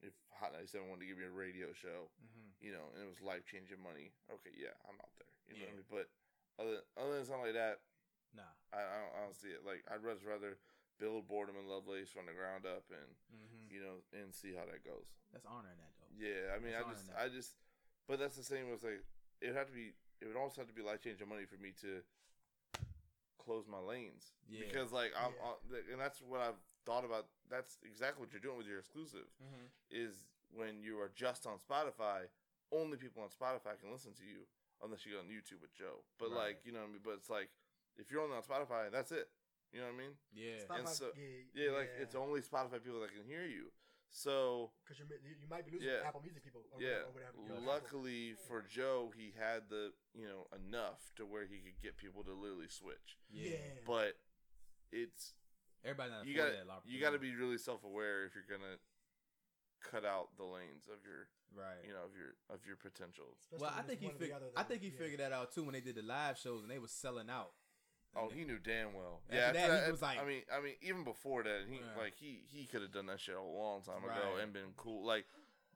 [SPEAKER 4] if Hot 97 wanted to give me a radio show,
[SPEAKER 2] Mm-hmm.
[SPEAKER 4] you know, and it was life changing money. Okay, yeah, I'm out there. You
[SPEAKER 2] Yeah.
[SPEAKER 4] know what I mean? But other other than something like that,
[SPEAKER 2] Nah.
[SPEAKER 4] I, I, don't, I don't see it. Like I'd much rather build Boredom and Lovelace from the ground up and
[SPEAKER 2] Mm-hmm.
[SPEAKER 4] you know and see how that goes.
[SPEAKER 2] That's honoring that though.
[SPEAKER 4] Yeah, I mean,
[SPEAKER 2] That's
[SPEAKER 4] I
[SPEAKER 2] not
[SPEAKER 4] just,
[SPEAKER 2] enough.
[SPEAKER 4] I just, but that's the same with like, it would have to be, it would almost have to be life changing money for me to close my lanes.
[SPEAKER 2] Yeah.
[SPEAKER 4] Because like I'm,
[SPEAKER 1] Yeah.
[SPEAKER 4] uh, th- and that's what I've thought about. That's exactly what you're doing with your exclusive
[SPEAKER 2] Mm-hmm.
[SPEAKER 4] is when you are just on Spotify, only people on Spotify can listen to you unless you go on YouTube with Joe. But
[SPEAKER 2] Right.
[SPEAKER 4] like, you know what I mean? But it's like, if you're only on Spotify, that's it. You know what I mean?
[SPEAKER 2] Yeah.
[SPEAKER 1] Spotify-
[SPEAKER 4] so-
[SPEAKER 1] yeah,
[SPEAKER 4] Yeah, like it's only Spotify people that can hear you. So
[SPEAKER 1] because you you might be losing
[SPEAKER 4] Yeah.
[SPEAKER 1] Apple Music people. Or whatever,
[SPEAKER 4] Yeah.
[SPEAKER 1] or whatever, you know, Apple.
[SPEAKER 4] Luckily for Joe, he had the you know enough to where he could get people to literally switch.
[SPEAKER 1] yeah,
[SPEAKER 2] Yeah.
[SPEAKER 4] But it's
[SPEAKER 2] Everybody not
[SPEAKER 4] you
[SPEAKER 2] afford
[SPEAKER 4] got
[SPEAKER 2] that lot-
[SPEAKER 4] you got to be really self aware if you're gonna cut out the lanes of your
[SPEAKER 2] right.
[SPEAKER 4] you know of your of your potential.
[SPEAKER 1] Especially
[SPEAKER 2] well,
[SPEAKER 1] when
[SPEAKER 2] I
[SPEAKER 1] it's
[SPEAKER 2] think he
[SPEAKER 1] one or the
[SPEAKER 2] fig-
[SPEAKER 1] other,
[SPEAKER 2] I
[SPEAKER 1] though.
[SPEAKER 2] think he
[SPEAKER 1] Yeah.
[SPEAKER 2] figured that out too when they did the live shows and they were selling out.
[SPEAKER 4] Oh,
[SPEAKER 2] And
[SPEAKER 4] he
[SPEAKER 2] they-
[SPEAKER 4] knew damn well.
[SPEAKER 2] After
[SPEAKER 4] yeah, after
[SPEAKER 2] that, he
[SPEAKER 4] that-
[SPEAKER 2] was like-
[SPEAKER 4] I mean, I mean, even before that, he
[SPEAKER 2] Yeah.
[SPEAKER 4] like he he could have done that shit a long time ago
[SPEAKER 2] Right.
[SPEAKER 4] and been cool. Like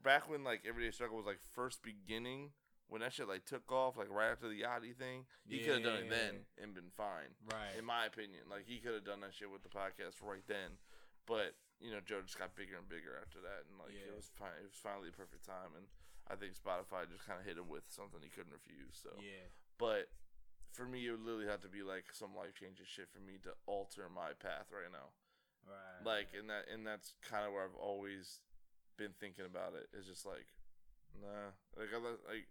[SPEAKER 4] back when like Everyday Struggle was like first beginning when that shit like took off, like right after the Yachty thing, he could have done it
[SPEAKER 2] Yeah.
[SPEAKER 4] then and been fine.
[SPEAKER 2] right.
[SPEAKER 4] In my opinion, like he could have done that shit with the podcast right then, but you know Joe just got bigger and bigger after that, and like
[SPEAKER 2] Yeah.
[SPEAKER 4] it was fine. It was finally the perfect time, and I think Spotify just kind of hit him with something he couldn't refuse. So
[SPEAKER 2] yeah.
[SPEAKER 4] but for me, it would literally have to be like some life changing shit for me to alter my path right now.
[SPEAKER 2] Right.
[SPEAKER 4] Like, and that, and that's kind of where I've always been thinking about it. It's just like, nah, like, I, let- like,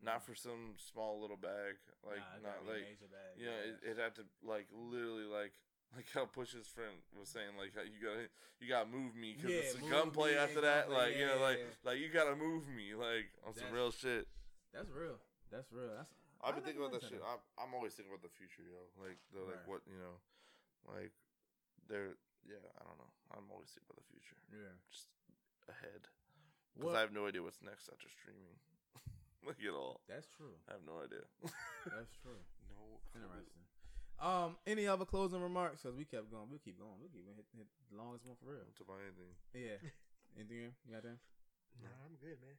[SPEAKER 4] not for some small little bag, like,
[SPEAKER 2] Nah, it gotta
[SPEAKER 4] not
[SPEAKER 2] be a
[SPEAKER 4] like,
[SPEAKER 2] major bag,
[SPEAKER 4] you know, it, it had to like literally like. Like how Push's friend was saying, like how you gotta you gotta move me because
[SPEAKER 2] Yeah,
[SPEAKER 4] it's a
[SPEAKER 2] move
[SPEAKER 4] gunplay
[SPEAKER 2] me,
[SPEAKER 4] after that.
[SPEAKER 2] gunplay,
[SPEAKER 4] Like you know,
[SPEAKER 2] yeah,
[SPEAKER 4] like
[SPEAKER 2] yeah,
[SPEAKER 4] like you gotta move me, like on
[SPEAKER 2] That's-
[SPEAKER 4] some real shit.
[SPEAKER 2] that's real. That's real. That's.
[SPEAKER 4] I've
[SPEAKER 2] I
[SPEAKER 4] been thinking
[SPEAKER 2] never
[SPEAKER 4] about that
[SPEAKER 2] noticed
[SPEAKER 4] shit. I'm, I'm always thinking about the future, yo. Like the like
[SPEAKER 2] Right.
[SPEAKER 4] what you know, like there. Yeah, I don't know. I'm always thinking about the future,
[SPEAKER 2] Yeah.
[SPEAKER 4] just ahead, because
[SPEAKER 2] What?
[SPEAKER 4] I have no idea what's next after streaming, like at all.
[SPEAKER 2] that's true.
[SPEAKER 4] I have no idea.
[SPEAKER 2] That's true.
[SPEAKER 4] no. clue.
[SPEAKER 2] Interesting. Um, any other closing remarks? Because we kept going. We'll keep going. We'll keep hit, hit the longest one for real.
[SPEAKER 4] Don't buy anything.
[SPEAKER 2] Yeah. Anything? else? You got that?
[SPEAKER 1] Nah, I'm good, man.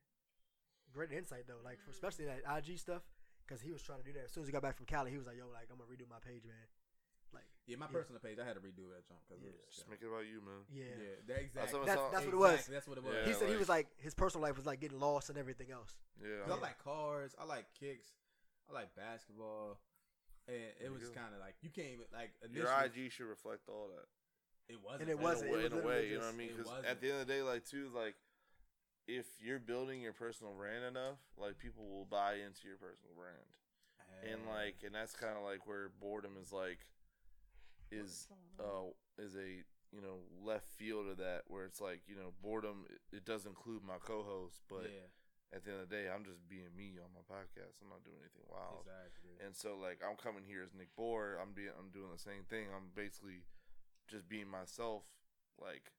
[SPEAKER 1] Great insight though, like
[SPEAKER 4] Mm.
[SPEAKER 1] for, especially that IG stuff, because he was trying to do that. As soon as he got back from Cali, he was like, "Yo, like I'm gonna redo my page, man." Like,
[SPEAKER 2] Yeah, my
[SPEAKER 1] Yeah.
[SPEAKER 2] personal page. I had to redo that jump because
[SPEAKER 1] Yeah,
[SPEAKER 4] Just make it about you, man.
[SPEAKER 1] yeah,
[SPEAKER 2] yeah. that exactly.
[SPEAKER 4] what-
[SPEAKER 1] that's
[SPEAKER 4] all-
[SPEAKER 1] that's what it was.
[SPEAKER 2] Exactly, That's what it was.
[SPEAKER 4] Yeah,
[SPEAKER 1] he said he was like his personal life was like getting lost and everything else.
[SPEAKER 4] Yeah.
[SPEAKER 2] 'Cause I like cars. I like kicks. I like basketball. And
[SPEAKER 4] There
[SPEAKER 2] it
[SPEAKER 4] you
[SPEAKER 2] was
[SPEAKER 4] go.
[SPEAKER 2] kind of like you can't even like
[SPEAKER 4] Your
[SPEAKER 2] initially-
[SPEAKER 4] IG should reflect all that.
[SPEAKER 2] It wasn't.
[SPEAKER 1] And it
[SPEAKER 2] at
[SPEAKER 1] wasn't.
[SPEAKER 4] in a
[SPEAKER 2] all.
[SPEAKER 1] was
[SPEAKER 4] way, in
[SPEAKER 1] literally
[SPEAKER 4] a way you know what
[SPEAKER 1] just-
[SPEAKER 4] I mean?
[SPEAKER 2] it
[SPEAKER 4] Because
[SPEAKER 2] wasn't.
[SPEAKER 4] at the end of the day, like too, like if you're building your personal brand enough, like people will buy into your personal brand. and like and that's kind of like where boredom is like is uh is a you know left field of that where it's like you know boredom it- it does include my co-host but
[SPEAKER 2] yeah,
[SPEAKER 4] at the end of the day i'm just being me on my podcast i'm not doing anything wild
[SPEAKER 2] exactly.
[SPEAKER 4] um, and so like i'm coming here as nick bohr i'm being i'm doing the same thing i'm basically just being myself like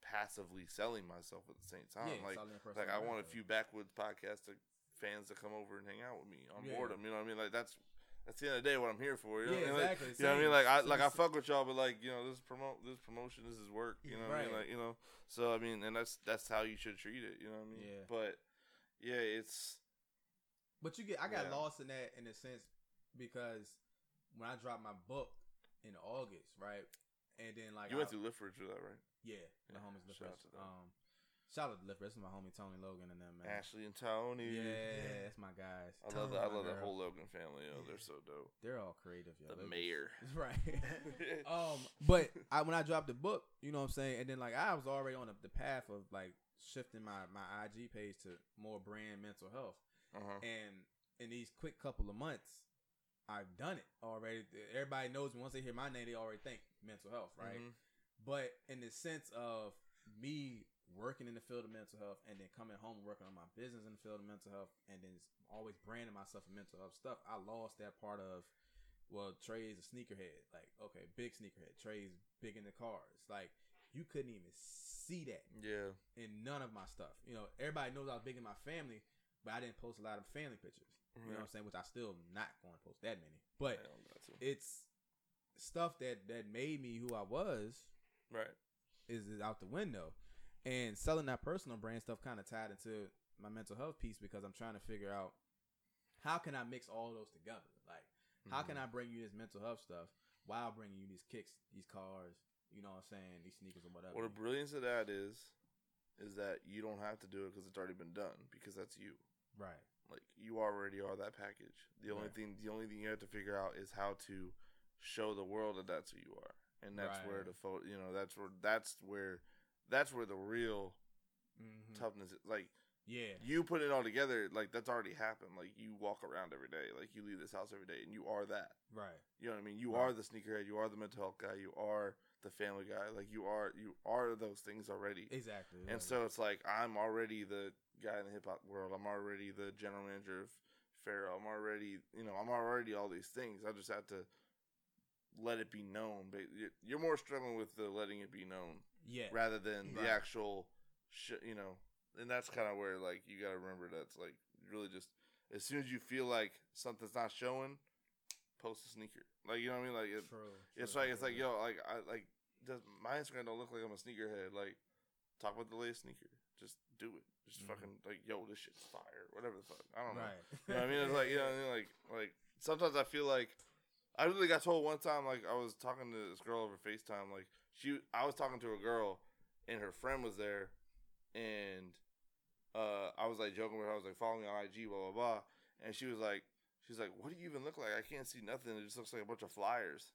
[SPEAKER 4] passively selling myself at the same time
[SPEAKER 2] yeah,
[SPEAKER 4] like
[SPEAKER 2] solid and personal
[SPEAKER 4] like I want a
[SPEAKER 2] brand.
[SPEAKER 4] few backwoods podcast to, fans to come over and hang out with me on
[SPEAKER 2] Yeah.
[SPEAKER 4] boredom. You know what I mean? Like that's that's the end of the day what I'm here for. You know
[SPEAKER 2] Yeah,
[SPEAKER 4] what I mean? Like,
[SPEAKER 2] exactly.
[SPEAKER 4] you know what I mean?
[SPEAKER 2] Same.
[SPEAKER 4] Like I
[SPEAKER 2] So
[SPEAKER 4] like I
[SPEAKER 2] it's-
[SPEAKER 4] fuck with y'all, but like you know this promote this promotion, this is work. You know what I mean?
[SPEAKER 2] Right.
[SPEAKER 4] Like you know, so I mean, and that's that's how you should treat it. You know what I mean?
[SPEAKER 2] Yeah.
[SPEAKER 4] But yeah, it's
[SPEAKER 2] But you get, I got
[SPEAKER 4] Yeah.
[SPEAKER 2] lost in that in a sense because when I dropped my book in August, right, and then like I-
[SPEAKER 4] you went through Lifford through that, right?
[SPEAKER 2] yeah, the
[SPEAKER 4] Yeah,
[SPEAKER 2] homies
[SPEAKER 4] shout
[SPEAKER 2] Lifford.
[SPEAKER 4] out to them.
[SPEAKER 2] Um, shout out to Lifford. This is my homie Tony Logan and them man.
[SPEAKER 4] Ashley and Tony.
[SPEAKER 2] yeah,
[SPEAKER 1] Yeah.
[SPEAKER 2] that's my guys.
[SPEAKER 4] I love
[SPEAKER 2] Tony,
[SPEAKER 4] that. I
[SPEAKER 2] my
[SPEAKER 4] love that
[SPEAKER 2] girl.
[SPEAKER 4] whole Logan family. Oh,
[SPEAKER 1] Yeah.
[SPEAKER 4] they're so dope.
[SPEAKER 2] They're all creative, yo.
[SPEAKER 4] The
[SPEAKER 2] They're just-
[SPEAKER 4] mayor.
[SPEAKER 2] right? um, but I when I dropped the book, you know what I'm saying, and then like I was already on the, the path of like shifting my my IG page to more brand mental health.
[SPEAKER 4] uh-huh.
[SPEAKER 2] And in these quick couple of months, I've done it already. Everybody knows me. Once they hear my name, they already think mental health, right?
[SPEAKER 4] Mhm.
[SPEAKER 2] But in the sense of me working in the field of mental health and then coming home and working on my business in the field of mental health and then always branding myself in mental health stuff, I lost that part of, well, Trey's a sneakerhead. Like, okay, big sneakerhead. Trey's big in the cars. Like, you couldn't even see that
[SPEAKER 4] Yeah.
[SPEAKER 2] in none of my stuff. You know, everybody knows I was big in my family, but I didn't post a lot of family pictures. You know what I'm saying? Which I still not going to post that many. But
[SPEAKER 4] I don't got to.
[SPEAKER 2] it's stuff that that made me who I was
[SPEAKER 4] Right.
[SPEAKER 2] is is out the window. And selling that personal brand stuff kind of tied into my mental health piece because I'm trying to figure out how can I mix all those together? Like, how
[SPEAKER 4] Mm-hmm.
[SPEAKER 2] can I bring you this mental health stuff while bringing you these kicks, these cars, you know what I'm saying, these sneakers and whatever.
[SPEAKER 4] Well, the brilliance of that is, is that you don't have to do it because it's already been done because that's you.
[SPEAKER 2] right.
[SPEAKER 4] Like you already are that package. The only
[SPEAKER 2] Right.
[SPEAKER 4] thing, the only thing you have to figure out is how to show the world that that's who you are, and that's where
[SPEAKER 2] Right.
[SPEAKER 4] the photo. You know, that's where that's where that's where the real
[SPEAKER 2] Mhm.
[SPEAKER 4] toughness. Is. Like
[SPEAKER 2] Yeah.
[SPEAKER 4] you put it all together, like that's already happened. Like you walk around every day, like you leave this house every day, and you are that.
[SPEAKER 2] Right.
[SPEAKER 4] You know what I mean? You
[SPEAKER 2] Right.
[SPEAKER 4] are the sneakerhead. You are the mental health guy. You are the family guy. Like you are, you are those things already.
[SPEAKER 2] Exactly.
[SPEAKER 4] And so it's like I'm already the guy in the hip hop world. I'm already the general manager of Pharaoh. I'm already, you know, I'm already all these things. I just have to let it be known. But you- you're more struggling with the letting it be known
[SPEAKER 2] yeah.
[SPEAKER 4] rather than
[SPEAKER 2] Right.
[SPEAKER 4] the actual, sh- you know. And that's kind of where like you got to remember that's like really just as soon as you feel like something's not showing, post a sneaker. Like you know what I mean? Like it,
[SPEAKER 2] True,
[SPEAKER 4] it's
[SPEAKER 2] true,
[SPEAKER 4] like it's
[SPEAKER 2] true.
[SPEAKER 4] like yo, like I like does my Instagram don't look like I'm a sneakerhead. Like talk about the latest sneaker. Just do it. Just
[SPEAKER 2] Mhm.
[SPEAKER 4] fucking like yo, this shit's fire. Whatever the fuck. I don't know.
[SPEAKER 2] Right.
[SPEAKER 4] You know what I mean? It's like you know what I mean? Like like sometimes I feel like I really got told one time like I was talking to this girl over FaceTime, like she I was talking to a girl and her friend was there and uh I was like joking with her, I was like following me on IG, blah blah blah. And she was like she's like, What do you even look like? I can't see nothing. It just looks like a bunch of flyers.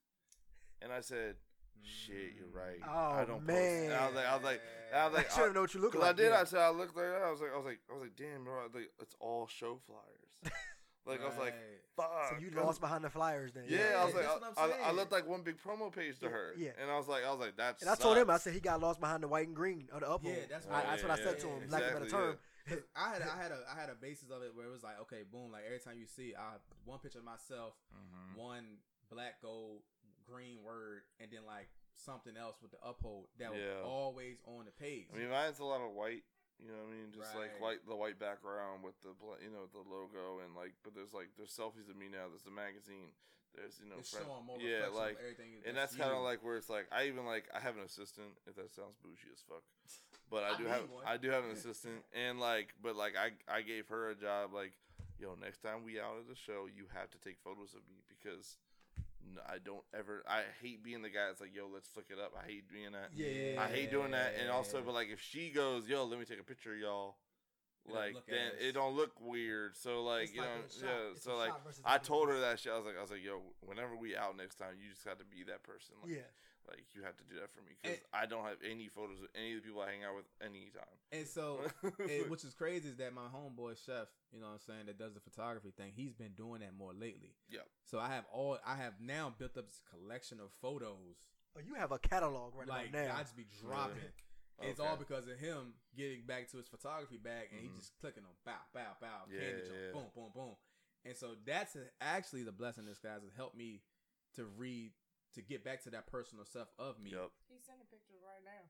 [SPEAKER 4] And I said, Shit, you're right. I
[SPEAKER 1] Oh,
[SPEAKER 4] don't post.
[SPEAKER 1] man.
[SPEAKER 4] And I was like I was like I was
[SPEAKER 1] I
[SPEAKER 4] like
[SPEAKER 1] should have know what you look
[SPEAKER 4] Cause
[SPEAKER 1] like.
[SPEAKER 4] I did.
[SPEAKER 1] yeah.
[SPEAKER 4] I said I looked like that. I was like, I was like, I was like, damn, bro. I was like, it's all show flyers. like I was like,
[SPEAKER 2] Right.
[SPEAKER 4] fuck.
[SPEAKER 1] So you
[SPEAKER 4] I was-
[SPEAKER 1] lost behind the flyers then.
[SPEAKER 4] Yeah, I was
[SPEAKER 2] Yeah,
[SPEAKER 4] like,
[SPEAKER 2] that's
[SPEAKER 4] I,
[SPEAKER 2] what I'm
[SPEAKER 4] I- I
[SPEAKER 2] saying.
[SPEAKER 4] looked like one big promo page to
[SPEAKER 1] Yeah,
[SPEAKER 4] her.
[SPEAKER 1] yeah.
[SPEAKER 4] And I was like, I was like, that's.
[SPEAKER 1] And I told him, I said he got lost behind the white and green or the up.
[SPEAKER 2] Yeah,
[SPEAKER 1] roll.
[SPEAKER 2] that's
[SPEAKER 1] I,
[SPEAKER 2] what-
[SPEAKER 1] that's what I said to him.
[SPEAKER 2] yeah,
[SPEAKER 1] Lack of a better
[SPEAKER 4] exactly, yeah.
[SPEAKER 1] term.
[SPEAKER 2] 'Cause I had I had a I had a basis of it where it was like okay boom like every time you see I one picture of myself
[SPEAKER 4] Mm-hmm.
[SPEAKER 2] one black gold green word and then like something else with the uphold that
[SPEAKER 4] Yeah.
[SPEAKER 2] was always on the page
[SPEAKER 4] I mean, mine's a lot of white. You know what I mean? Just
[SPEAKER 2] Right.
[SPEAKER 4] like white, the white background with the bla- you know the logo and like, but there's like there's selfies of me now. There's the magazine. There's you know,
[SPEAKER 2] it's
[SPEAKER 4] friend-
[SPEAKER 2] showing more
[SPEAKER 4] yeah,
[SPEAKER 2] reflection
[SPEAKER 4] like
[SPEAKER 2] of everything
[SPEAKER 4] and that's
[SPEAKER 2] you.
[SPEAKER 4] kind of like where it's like I even like I have an assistant. If that sounds bougie as fuck, but I
[SPEAKER 2] I
[SPEAKER 4] do
[SPEAKER 2] need
[SPEAKER 4] have
[SPEAKER 2] one.
[SPEAKER 4] I do have an assistant, and like but like I I gave her a job. Like yo, next time we out at the show, you have to take photos of me because n- I don't ever I hate being the guy that's like yo, let's flick it up. I hate being that.
[SPEAKER 2] yeah
[SPEAKER 4] I hate doing that, and also but like if she goes yo, let me take a picture, of y'all.
[SPEAKER 2] It don't
[SPEAKER 4] Like
[SPEAKER 2] look
[SPEAKER 4] then
[SPEAKER 2] as-
[SPEAKER 4] it don't look weird. So like
[SPEAKER 1] It's
[SPEAKER 4] you
[SPEAKER 1] like
[SPEAKER 4] know
[SPEAKER 1] in the shop.
[SPEAKER 4] yeah.
[SPEAKER 1] It's
[SPEAKER 4] So
[SPEAKER 1] the
[SPEAKER 4] like
[SPEAKER 1] shop versus
[SPEAKER 4] I
[SPEAKER 1] the
[SPEAKER 4] told her
[SPEAKER 1] business.
[SPEAKER 4] that shit. I was like I was like yo, whenever we out next time, you just got to be that person. Like,
[SPEAKER 1] Yeah.
[SPEAKER 4] like you have to do that for me because
[SPEAKER 2] And-
[SPEAKER 4] I don't have any photos of any of the people I hang out with any time.
[SPEAKER 2] and so Oh, and which is crazy is that my homeboy chef, you know what I'm saying, that does the photography thing, he's been doing that more lately.
[SPEAKER 4] Yep.
[SPEAKER 2] So I have all I have now built up this collection of photos.
[SPEAKER 1] Oh, you have a catalog right
[SPEAKER 2] like
[SPEAKER 1] now. Oh,
[SPEAKER 2] I just be dropping. It's
[SPEAKER 4] Okay.
[SPEAKER 2] all because of him getting back to his photography bag and
[SPEAKER 4] Mhm.
[SPEAKER 2] he just clicking on bow, bow, bow,
[SPEAKER 4] Yeah,
[SPEAKER 2] candy jump,
[SPEAKER 4] yeah.
[SPEAKER 2] boom, boom, boom. And so that's a- actually the blessing in disguise. It helped me to read to get back to that personal stuff of me.
[SPEAKER 4] Yep.
[SPEAKER 3] He sent a picture right now.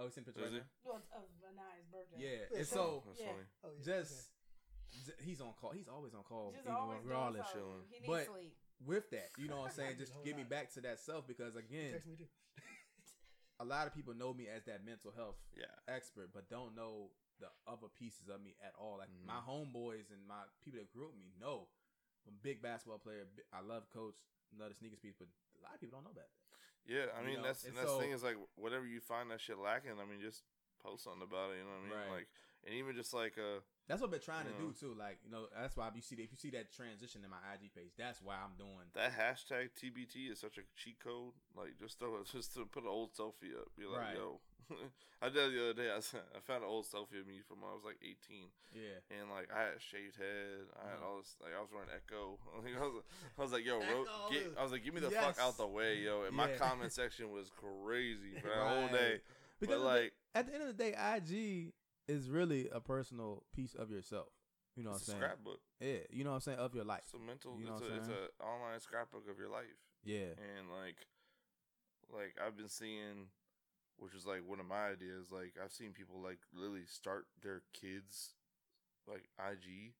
[SPEAKER 2] Oh, he sent picture
[SPEAKER 4] Is
[SPEAKER 2] right
[SPEAKER 4] it?
[SPEAKER 2] now?
[SPEAKER 3] Well, it's of Anaya's birthday.
[SPEAKER 2] Yeah. And
[SPEAKER 1] Yeah.
[SPEAKER 2] so
[SPEAKER 4] that's
[SPEAKER 3] yeah.
[SPEAKER 4] funny.
[SPEAKER 1] Oh, yeah,
[SPEAKER 2] just
[SPEAKER 1] okay.
[SPEAKER 2] j- he's on call. He's always on call.
[SPEAKER 3] Just
[SPEAKER 2] even
[SPEAKER 3] always doing
[SPEAKER 2] regardless.
[SPEAKER 3] something.
[SPEAKER 4] chilling.
[SPEAKER 3] He needs
[SPEAKER 2] But-
[SPEAKER 3] sleep.
[SPEAKER 2] With that, you know what I'm saying? Just
[SPEAKER 1] Hold
[SPEAKER 2] get me
[SPEAKER 1] on.
[SPEAKER 2] back to that self because again,
[SPEAKER 1] Text me too.
[SPEAKER 2] a lot of people know me as that mental health
[SPEAKER 4] Yeah.
[SPEAKER 2] expert, but don't know the other pieces of me at all. Like
[SPEAKER 4] Mhm.
[SPEAKER 2] my homeboys and my people that grew up with me know I'm a big basketball player. bi- I love coach, love the sneakers piece, but a lot of people don't know that.
[SPEAKER 4] Yeah. I
[SPEAKER 2] You
[SPEAKER 4] mean
[SPEAKER 2] know,
[SPEAKER 4] that's
[SPEAKER 2] and
[SPEAKER 4] and that's the
[SPEAKER 2] so-
[SPEAKER 4] thing is like whatever you find that shit lacking, I mean just post something about it. You know what I mean?
[SPEAKER 2] Right.
[SPEAKER 4] Like and even just like uh
[SPEAKER 2] That's what I've been trying to
[SPEAKER 4] Yeah.
[SPEAKER 2] do too. Like you know, that's why you see that if you see that transition in my IG page, that's why I'm doing.
[SPEAKER 4] that hashtag TBT is such a cheat code. Like just throw it, just to put an old selfie up. Be like
[SPEAKER 2] Right.
[SPEAKER 4] yo. I did it the other day. I, s- I found an old selfie of me from when I was like 18,
[SPEAKER 2] Yeah,
[SPEAKER 4] and like I had a shaved head. I had
[SPEAKER 2] Mhm.
[SPEAKER 4] all this. Like I was wearing Echo. Like, I, was, I was like, yo, ro-
[SPEAKER 2] Echo
[SPEAKER 4] get,
[SPEAKER 2] is-
[SPEAKER 4] I was like, give me the
[SPEAKER 2] Yes.
[SPEAKER 4] fuck out the way, yo. And my
[SPEAKER 2] Yeah.
[SPEAKER 4] comment section was crazy for that whole day.
[SPEAKER 2] Right. because of
[SPEAKER 4] but
[SPEAKER 2] the-
[SPEAKER 4] like,
[SPEAKER 2] at the end of the day, IG is really a personal piece of yourself. You know what I'm
[SPEAKER 4] it's a
[SPEAKER 2] saying?
[SPEAKER 4] scrapbook.
[SPEAKER 2] Yeah, you know what I'm saying of your life.
[SPEAKER 4] It's a mental.
[SPEAKER 2] You know
[SPEAKER 4] it's,
[SPEAKER 2] what
[SPEAKER 4] a,
[SPEAKER 2] I'm
[SPEAKER 4] it's
[SPEAKER 2] saying?
[SPEAKER 4] a online scrapbook of your life.
[SPEAKER 2] Yeah,
[SPEAKER 4] and like like i've been seeing which is like one of my ideas. Like I've seen people like literally start their kids like IG.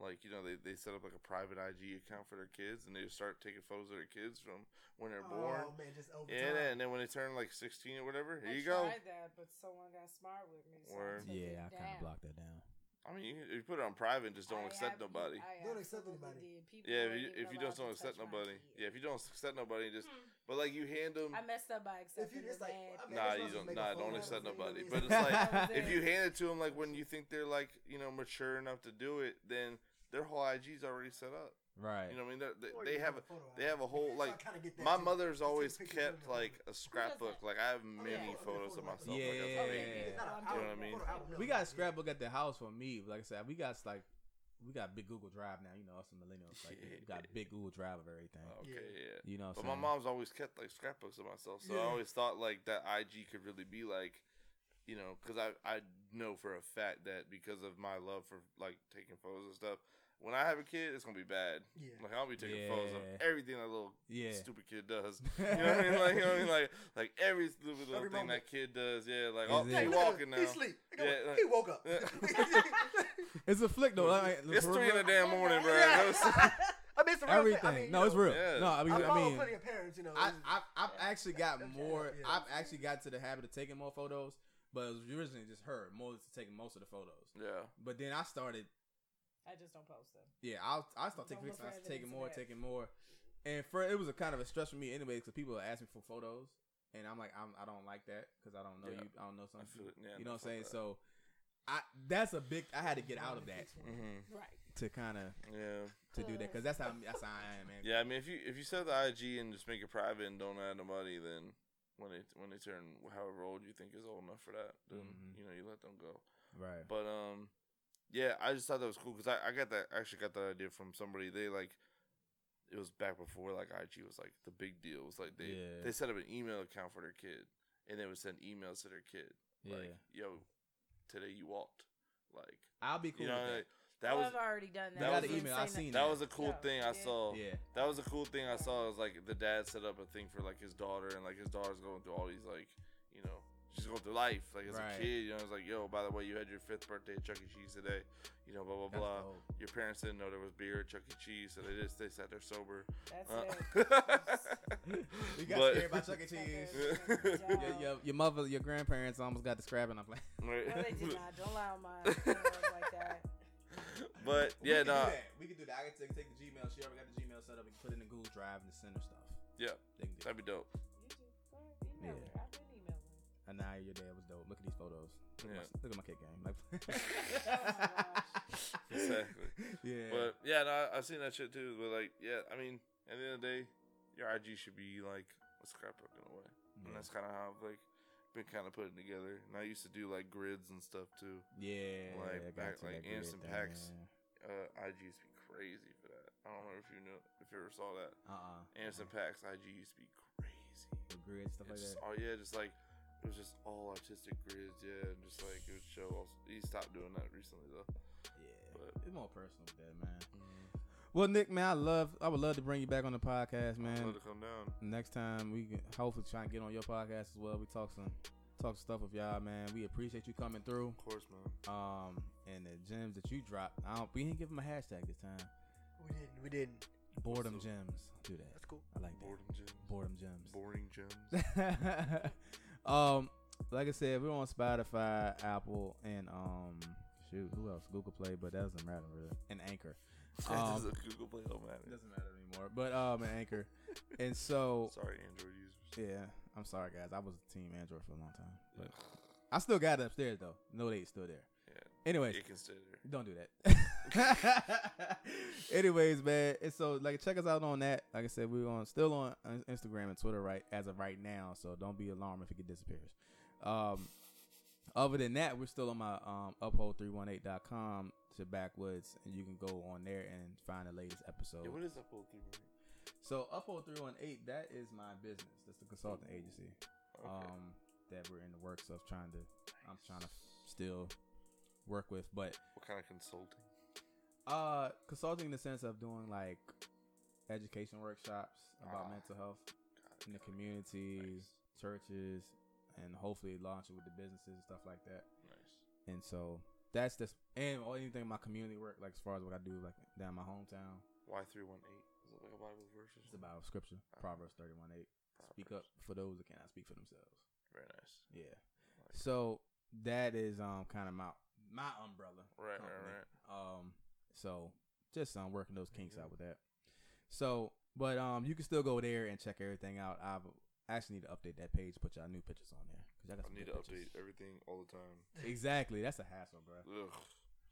[SPEAKER 4] Like, you know, they, they set up like a private IG account for their kids and they just start taking photos of their kids from when they're born.
[SPEAKER 5] Oh man, just over
[SPEAKER 4] Yeah,
[SPEAKER 5] time.
[SPEAKER 4] and then when they turn like sixteen or whatever, here
[SPEAKER 3] I
[SPEAKER 4] you go.
[SPEAKER 3] tried that, but someone got smart with me. So I
[SPEAKER 4] Word.
[SPEAKER 3] took it
[SPEAKER 2] Yeah, I kind
[SPEAKER 3] down.
[SPEAKER 2] of blocked that down.
[SPEAKER 4] I mean, you, can- if you put it on private, and just don't
[SPEAKER 3] I have-
[SPEAKER 4] accept nobody.
[SPEAKER 3] I
[SPEAKER 5] Don't accept
[SPEAKER 3] absolutely
[SPEAKER 5] anybody.
[SPEAKER 3] did. People
[SPEAKER 4] Yeah,
[SPEAKER 3] weren't
[SPEAKER 4] if you
[SPEAKER 3] even
[SPEAKER 4] if you
[SPEAKER 3] allowed
[SPEAKER 4] just
[SPEAKER 3] to
[SPEAKER 4] don't
[SPEAKER 3] touch
[SPEAKER 4] accept
[SPEAKER 3] my
[SPEAKER 4] nobody,
[SPEAKER 3] kid.
[SPEAKER 4] yeah, if you don't accept nobody, just
[SPEAKER 3] Hmm.
[SPEAKER 4] but like you hand them.
[SPEAKER 3] I messed up by
[SPEAKER 5] If
[SPEAKER 3] accepting.
[SPEAKER 5] you just like,
[SPEAKER 3] bad
[SPEAKER 5] I mean, I guess
[SPEAKER 3] people.
[SPEAKER 4] Nah, you
[SPEAKER 5] I'll just
[SPEAKER 4] don't-
[SPEAKER 5] make
[SPEAKER 4] nah,
[SPEAKER 5] a phone
[SPEAKER 4] don't
[SPEAKER 5] call
[SPEAKER 4] accept
[SPEAKER 5] and see
[SPEAKER 4] nobody,
[SPEAKER 5] what
[SPEAKER 4] but
[SPEAKER 5] it
[SPEAKER 4] it's
[SPEAKER 5] is.
[SPEAKER 3] like-
[SPEAKER 4] if you
[SPEAKER 3] Yeah.
[SPEAKER 4] hand it to them like when you think they're like you know mature enough to do it, then their whole IG's already set up.
[SPEAKER 2] Right.
[SPEAKER 4] You know, what I mean, They're-
[SPEAKER 5] Or
[SPEAKER 4] they,
[SPEAKER 5] you
[SPEAKER 4] they have
[SPEAKER 5] a photo
[SPEAKER 4] they
[SPEAKER 5] album.
[SPEAKER 4] have a whole
[SPEAKER 5] So I
[SPEAKER 4] like.
[SPEAKER 5] kinda get that
[SPEAKER 4] My
[SPEAKER 5] too.
[SPEAKER 4] mother's
[SPEAKER 5] Take a
[SPEAKER 4] always
[SPEAKER 5] picture,
[SPEAKER 4] kept
[SPEAKER 5] put it in
[SPEAKER 4] like
[SPEAKER 5] the
[SPEAKER 4] a scrapbook. Like I
[SPEAKER 5] Oh,
[SPEAKER 4] have many photos of myself. Like, that's
[SPEAKER 2] Yeah.
[SPEAKER 5] photo. Not an
[SPEAKER 4] the thing. You know what I
[SPEAKER 5] album,
[SPEAKER 4] mean?
[SPEAKER 5] photo album,
[SPEAKER 2] We
[SPEAKER 5] no.
[SPEAKER 2] got a scrapbook at the house for me. Like I said, we got like we got big Google Drive now. You know, us millennials like we got big Google Drive of everything.
[SPEAKER 4] Oh, Okay, yeah.
[SPEAKER 2] You know, what
[SPEAKER 4] But
[SPEAKER 2] I'm
[SPEAKER 4] my
[SPEAKER 2] saying?
[SPEAKER 4] mom's always kept like scrapbooks of myself, so I
[SPEAKER 5] Yeah.
[SPEAKER 4] always thought like that IG could really be like, you know, because I I know for a fact that because of my love for like taking photos and stuff, when I have a kid, it's gonna be bad.
[SPEAKER 5] Yeah.
[SPEAKER 4] Like I'll be taking photos of
[SPEAKER 2] Yeah.
[SPEAKER 4] everything that little
[SPEAKER 2] yeah.
[SPEAKER 4] stupid kid does. You know what I mean? Like you know what I mean? Like like every stupid little
[SPEAKER 5] Every
[SPEAKER 4] thing
[SPEAKER 5] moment.
[SPEAKER 4] that kid does. Yeah, like
[SPEAKER 2] Is it-
[SPEAKER 4] oh he
[SPEAKER 5] look at
[SPEAKER 4] walking
[SPEAKER 5] him.
[SPEAKER 4] now.
[SPEAKER 5] He sleep. Look at
[SPEAKER 4] Yeah,
[SPEAKER 5] him.
[SPEAKER 4] like-
[SPEAKER 5] he woke up.
[SPEAKER 2] It's a flick though. Like,
[SPEAKER 4] It's
[SPEAKER 2] for
[SPEAKER 4] three in
[SPEAKER 2] real.
[SPEAKER 4] the damn morning, bro.
[SPEAKER 5] Yeah.
[SPEAKER 1] I mean, it's a real
[SPEAKER 2] Everything.
[SPEAKER 1] Thing. I mean,
[SPEAKER 2] no,
[SPEAKER 1] you
[SPEAKER 2] it's
[SPEAKER 1] know,
[SPEAKER 2] real.
[SPEAKER 4] Yeah.
[SPEAKER 2] No, I mean,
[SPEAKER 5] I
[SPEAKER 2] I
[SPEAKER 5] follow
[SPEAKER 2] mean,
[SPEAKER 5] plenty of parents, you know.
[SPEAKER 2] I, I've, I've actually got more.
[SPEAKER 5] Yeah.
[SPEAKER 2] I've actually got to the habit of taking more photos, but it was originally just her, Moses, taking most of the photos.
[SPEAKER 4] Yeah.
[SPEAKER 2] But then I started
[SPEAKER 3] I just don't post them.
[SPEAKER 2] Yeah, I'll I start taking
[SPEAKER 3] Don't
[SPEAKER 2] pictures. I
[SPEAKER 3] look
[SPEAKER 2] was
[SPEAKER 3] at
[SPEAKER 2] taking
[SPEAKER 3] it
[SPEAKER 2] more,
[SPEAKER 3] as a
[SPEAKER 2] taking more, and for it was a kind of a stress for me anyway because people ask me for photos, and I'm like I'm, I don't like that because I don't know
[SPEAKER 4] Yeah.
[SPEAKER 2] you, I don't know
[SPEAKER 4] I
[SPEAKER 2] something.
[SPEAKER 4] feel it. Yeah,
[SPEAKER 2] you know what I'm saying? So, I that's a big. I had to get out of that
[SPEAKER 4] Mm-hmm.
[SPEAKER 3] Right.
[SPEAKER 2] to kind of
[SPEAKER 4] Yeah.
[SPEAKER 2] to do that because that's how that's how I am, man.
[SPEAKER 4] Yeah, I mean, if you if you set the IG and just make it private and don't add nobody, then when they when they turn however old you think is old enough for that, then
[SPEAKER 2] Mhm.
[SPEAKER 4] you know you let them go.
[SPEAKER 2] Right.
[SPEAKER 4] But um, yeah, I just thought that was cool because I I got that actually got that idea from somebody. They like it was back before like IG was like the big deal. It was like they
[SPEAKER 2] Yeah.
[SPEAKER 4] they set up an email account for their kid and they would send emails to their kid
[SPEAKER 2] Yeah.
[SPEAKER 4] like yo today you walked like
[SPEAKER 2] I'll be cool.
[SPEAKER 4] you know
[SPEAKER 2] with
[SPEAKER 4] like,
[SPEAKER 2] that.
[SPEAKER 4] that
[SPEAKER 3] well,
[SPEAKER 4] was
[SPEAKER 3] I've already done that.
[SPEAKER 4] that was
[SPEAKER 3] I
[SPEAKER 4] the
[SPEAKER 3] didn't
[SPEAKER 2] email I
[SPEAKER 3] say
[SPEAKER 2] seen.
[SPEAKER 3] nothing.
[SPEAKER 4] that was a cool
[SPEAKER 3] Yeah.
[SPEAKER 4] thing I
[SPEAKER 3] Yeah.
[SPEAKER 4] saw.
[SPEAKER 2] yeah.
[SPEAKER 4] That was a cool thing I saw. Is like the dad set up a thing for like his daughter, and like his daughter's going through all these like, you know, she's going through life like as
[SPEAKER 2] Right.
[SPEAKER 4] a kid. You know, it's like, yo, by the way, you had your fifth birthday at Chuck E. Cheese today. You know, blah blah
[SPEAKER 2] That's
[SPEAKER 4] blah.
[SPEAKER 2] dope.
[SPEAKER 4] Your parents didn't know there was beer at Chuck E. Cheese, so they just they sat there sober.
[SPEAKER 3] That's
[SPEAKER 4] Uh,
[SPEAKER 3] it.
[SPEAKER 2] you got
[SPEAKER 4] But-
[SPEAKER 2] scared by Chuck E. Cheese. your, your, your mother, your grandparents almost got to scrapping. I'm like,
[SPEAKER 3] No, they did not. Don't lie on mine. I don't love like that.
[SPEAKER 4] but
[SPEAKER 2] We
[SPEAKER 4] yeah,
[SPEAKER 2] could do
[SPEAKER 4] no,
[SPEAKER 2] that. We could do that. I could take, take the Gmail. She already got the Gmail set up. We can put it in the Google Drive and send her stuff.
[SPEAKER 4] Yeah.
[SPEAKER 2] They can do it.
[SPEAKER 4] that'd be dope.
[SPEAKER 3] You do. Go ahead, email
[SPEAKER 2] Yeah.
[SPEAKER 3] her. I've been emailing.
[SPEAKER 2] And now your dad was dope. Look at these photos. Look, at, my,
[SPEAKER 4] Yeah.
[SPEAKER 2] look at my kick game. Like,
[SPEAKER 4] Exactly.
[SPEAKER 2] Yeah.
[SPEAKER 4] But yeah, no, I- I've seen that shit too. But like, yeah, I mean, at the end of the day, your IG should be like a scrapbook in a way. And
[SPEAKER 2] yeah.
[SPEAKER 4] that's kind of how I've like been kind of putting together. And I used to do like grids and stuff too.
[SPEAKER 2] Yeah,
[SPEAKER 4] Like,
[SPEAKER 2] I got
[SPEAKER 4] back-
[SPEAKER 2] you,
[SPEAKER 4] like,
[SPEAKER 2] that grid
[SPEAKER 4] instant
[SPEAKER 2] thing,
[SPEAKER 4] packs.
[SPEAKER 2] yeah.
[SPEAKER 4] Uh, IG used to be crazy for that. I don't know if you knew if you ever saw that.
[SPEAKER 2] Uh-uh.
[SPEAKER 4] Anderson Packs IG used to be crazy.
[SPEAKER 2] The grid stuff like
[SPEAKER 4] It's just,
[SPEAKER 2] that.
[SPEAKER 4] oh yeah, just like it was just all artistic grids, yeah, and just like it would show. All, he stopped doing that recently though.
[SPEAKER 2] Yeah.
[SPEAKER 4] but-
[SPEAKER 2] It's more personal with that, man. Well, Nick, man, I love. I would love to bring you back on the podcast,
[SPEAKER 4] I'll
[SPEAKER 2] man.
[SPEAKER 4] Let it come down.
[SPEAKER 2] Next time we can hopefully try and get on your podcast as well. We talk some talk stuff with y'all, man. We appreciate you coming through.
[SPEAKER 4] Of course, man.
[SPEAKER 2] Um, and the gems that you dropped. I don't, we didn't give them a hashtag this time.
[SPEAKER 1] We didn't. We didn't.
[SPEAKER 2] Boredom gems. Do that.
[SPEAKER 1] That's cool.
[SPEAKER 2] I like that.
[SPEAKER 4] Boredom gems.
[SPEAKER 2] Boredom gems.
[SPEAKER 4] Boring gems.
[SPEAKER 2] um, like I said, we're on Spotify, Apple, and um, shoot, who else? Google Play, but that doesn't matter really. And Anchor.
[SPEAKER 4] That
[SPEAKER 2] Um,
[SPEAKER 4] is a Google Play. Oh man.
[SPEAKER 2] doesn't matter anymore. But um, and Anchor. And so,
[SPEAKER 4] Sorry, Android users.
[SPEAKER 2] yeah, I'm sorry guys. I was a team Android for a long time, but I still got it upstairs though. No, they still there.
[SPEAKER 4] Yeah,
[SPEAKER 2] Anyways,
[SPEAKER 4] it can stay there.
[SPEAKER 2] don't do that. Anyways, man. And so like check us out on that. Like I said, we're on still on on Instagram and Twitter right as of right now. So don't be alarmed if it disappears. Um other than that, we're still on my um uphold318.com to backwoods and you can go on there and find the latest episode.
[SPEAKER 4] Yeah, what is Apple three?
[SPEAKER 2] so uphold318, that is my business. That's the consulting agency.
[SPEAKER 4] Okay.
[SPEAKER 2] Um that we're in the works of trying to I'm trying to still work with, but
[SPEAKER 4] what kind of consulting?
[SPEAKER 2] Uh, consulting in the sense of doing like education workshops about
[SPEAKER 4] Ah.
[SPEAKER 2] mental health
[SPEAKER 4] Got it,
[SPEAKER 2] in the
[SPEAKER 4] got it.
[SPEAKER 2] communities, churches, and hopefully launch it with the businesses and stuff like that.
[SPEAKER 4] Nice.
[SPEAKER 2] And so that's just and or anything my community work, like as far as what I do, like down in my hometown,
[SPEAKER 4] Y three one eight. Is it like a Bible verse? or
[SPEAKER 2] it's
[SPEAKER 4] something?
[SPEAKER 2] about scripture,
[SPEAKER 4] Ah.
[SPEAKER 2] Proverbs thirty one eight. Speak up
[SPEAKER 4] Proverbs.
[SPEAKER 2] for those that cannot speak for themselves.
[SPEAKER 4] Very nice.
[SPEAKER 2] Yeah.
[SPEAKER 4] Like-
[SPEAKER 2] So that is um kind of my my umbrella.
[SPEAKER 4] Right, right,
[SPEAKER 2] right. Um. So just um working those kinks
[SPEAKER 4] Mm-hmm.
[SPEAKER 2] out with that. So, but um, you can still go there and check everything out. I've I actually need to update that page, put y'all new pictures on there because I got
[SPEAKER 4] I
[SPEAKER 2] some
[SPEAKER 4] need to
[SPEAKER 2] good
[SPEAKER 4] update
[SPEAKER 2] pictures.
[SPEAKER 4] everything all the time.
[SPEAKER 2] Exactly. That's a hassle, bro.
[SPEAKER 4] Ugh.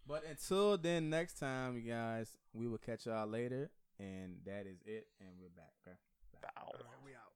[SPEAKER 2] But until then, next time, you guys, we will catch y'all later. And that is it. And we're back. Okay.
[SPEAKER 4] Bow.
[SPEAKER 1] All right, we out.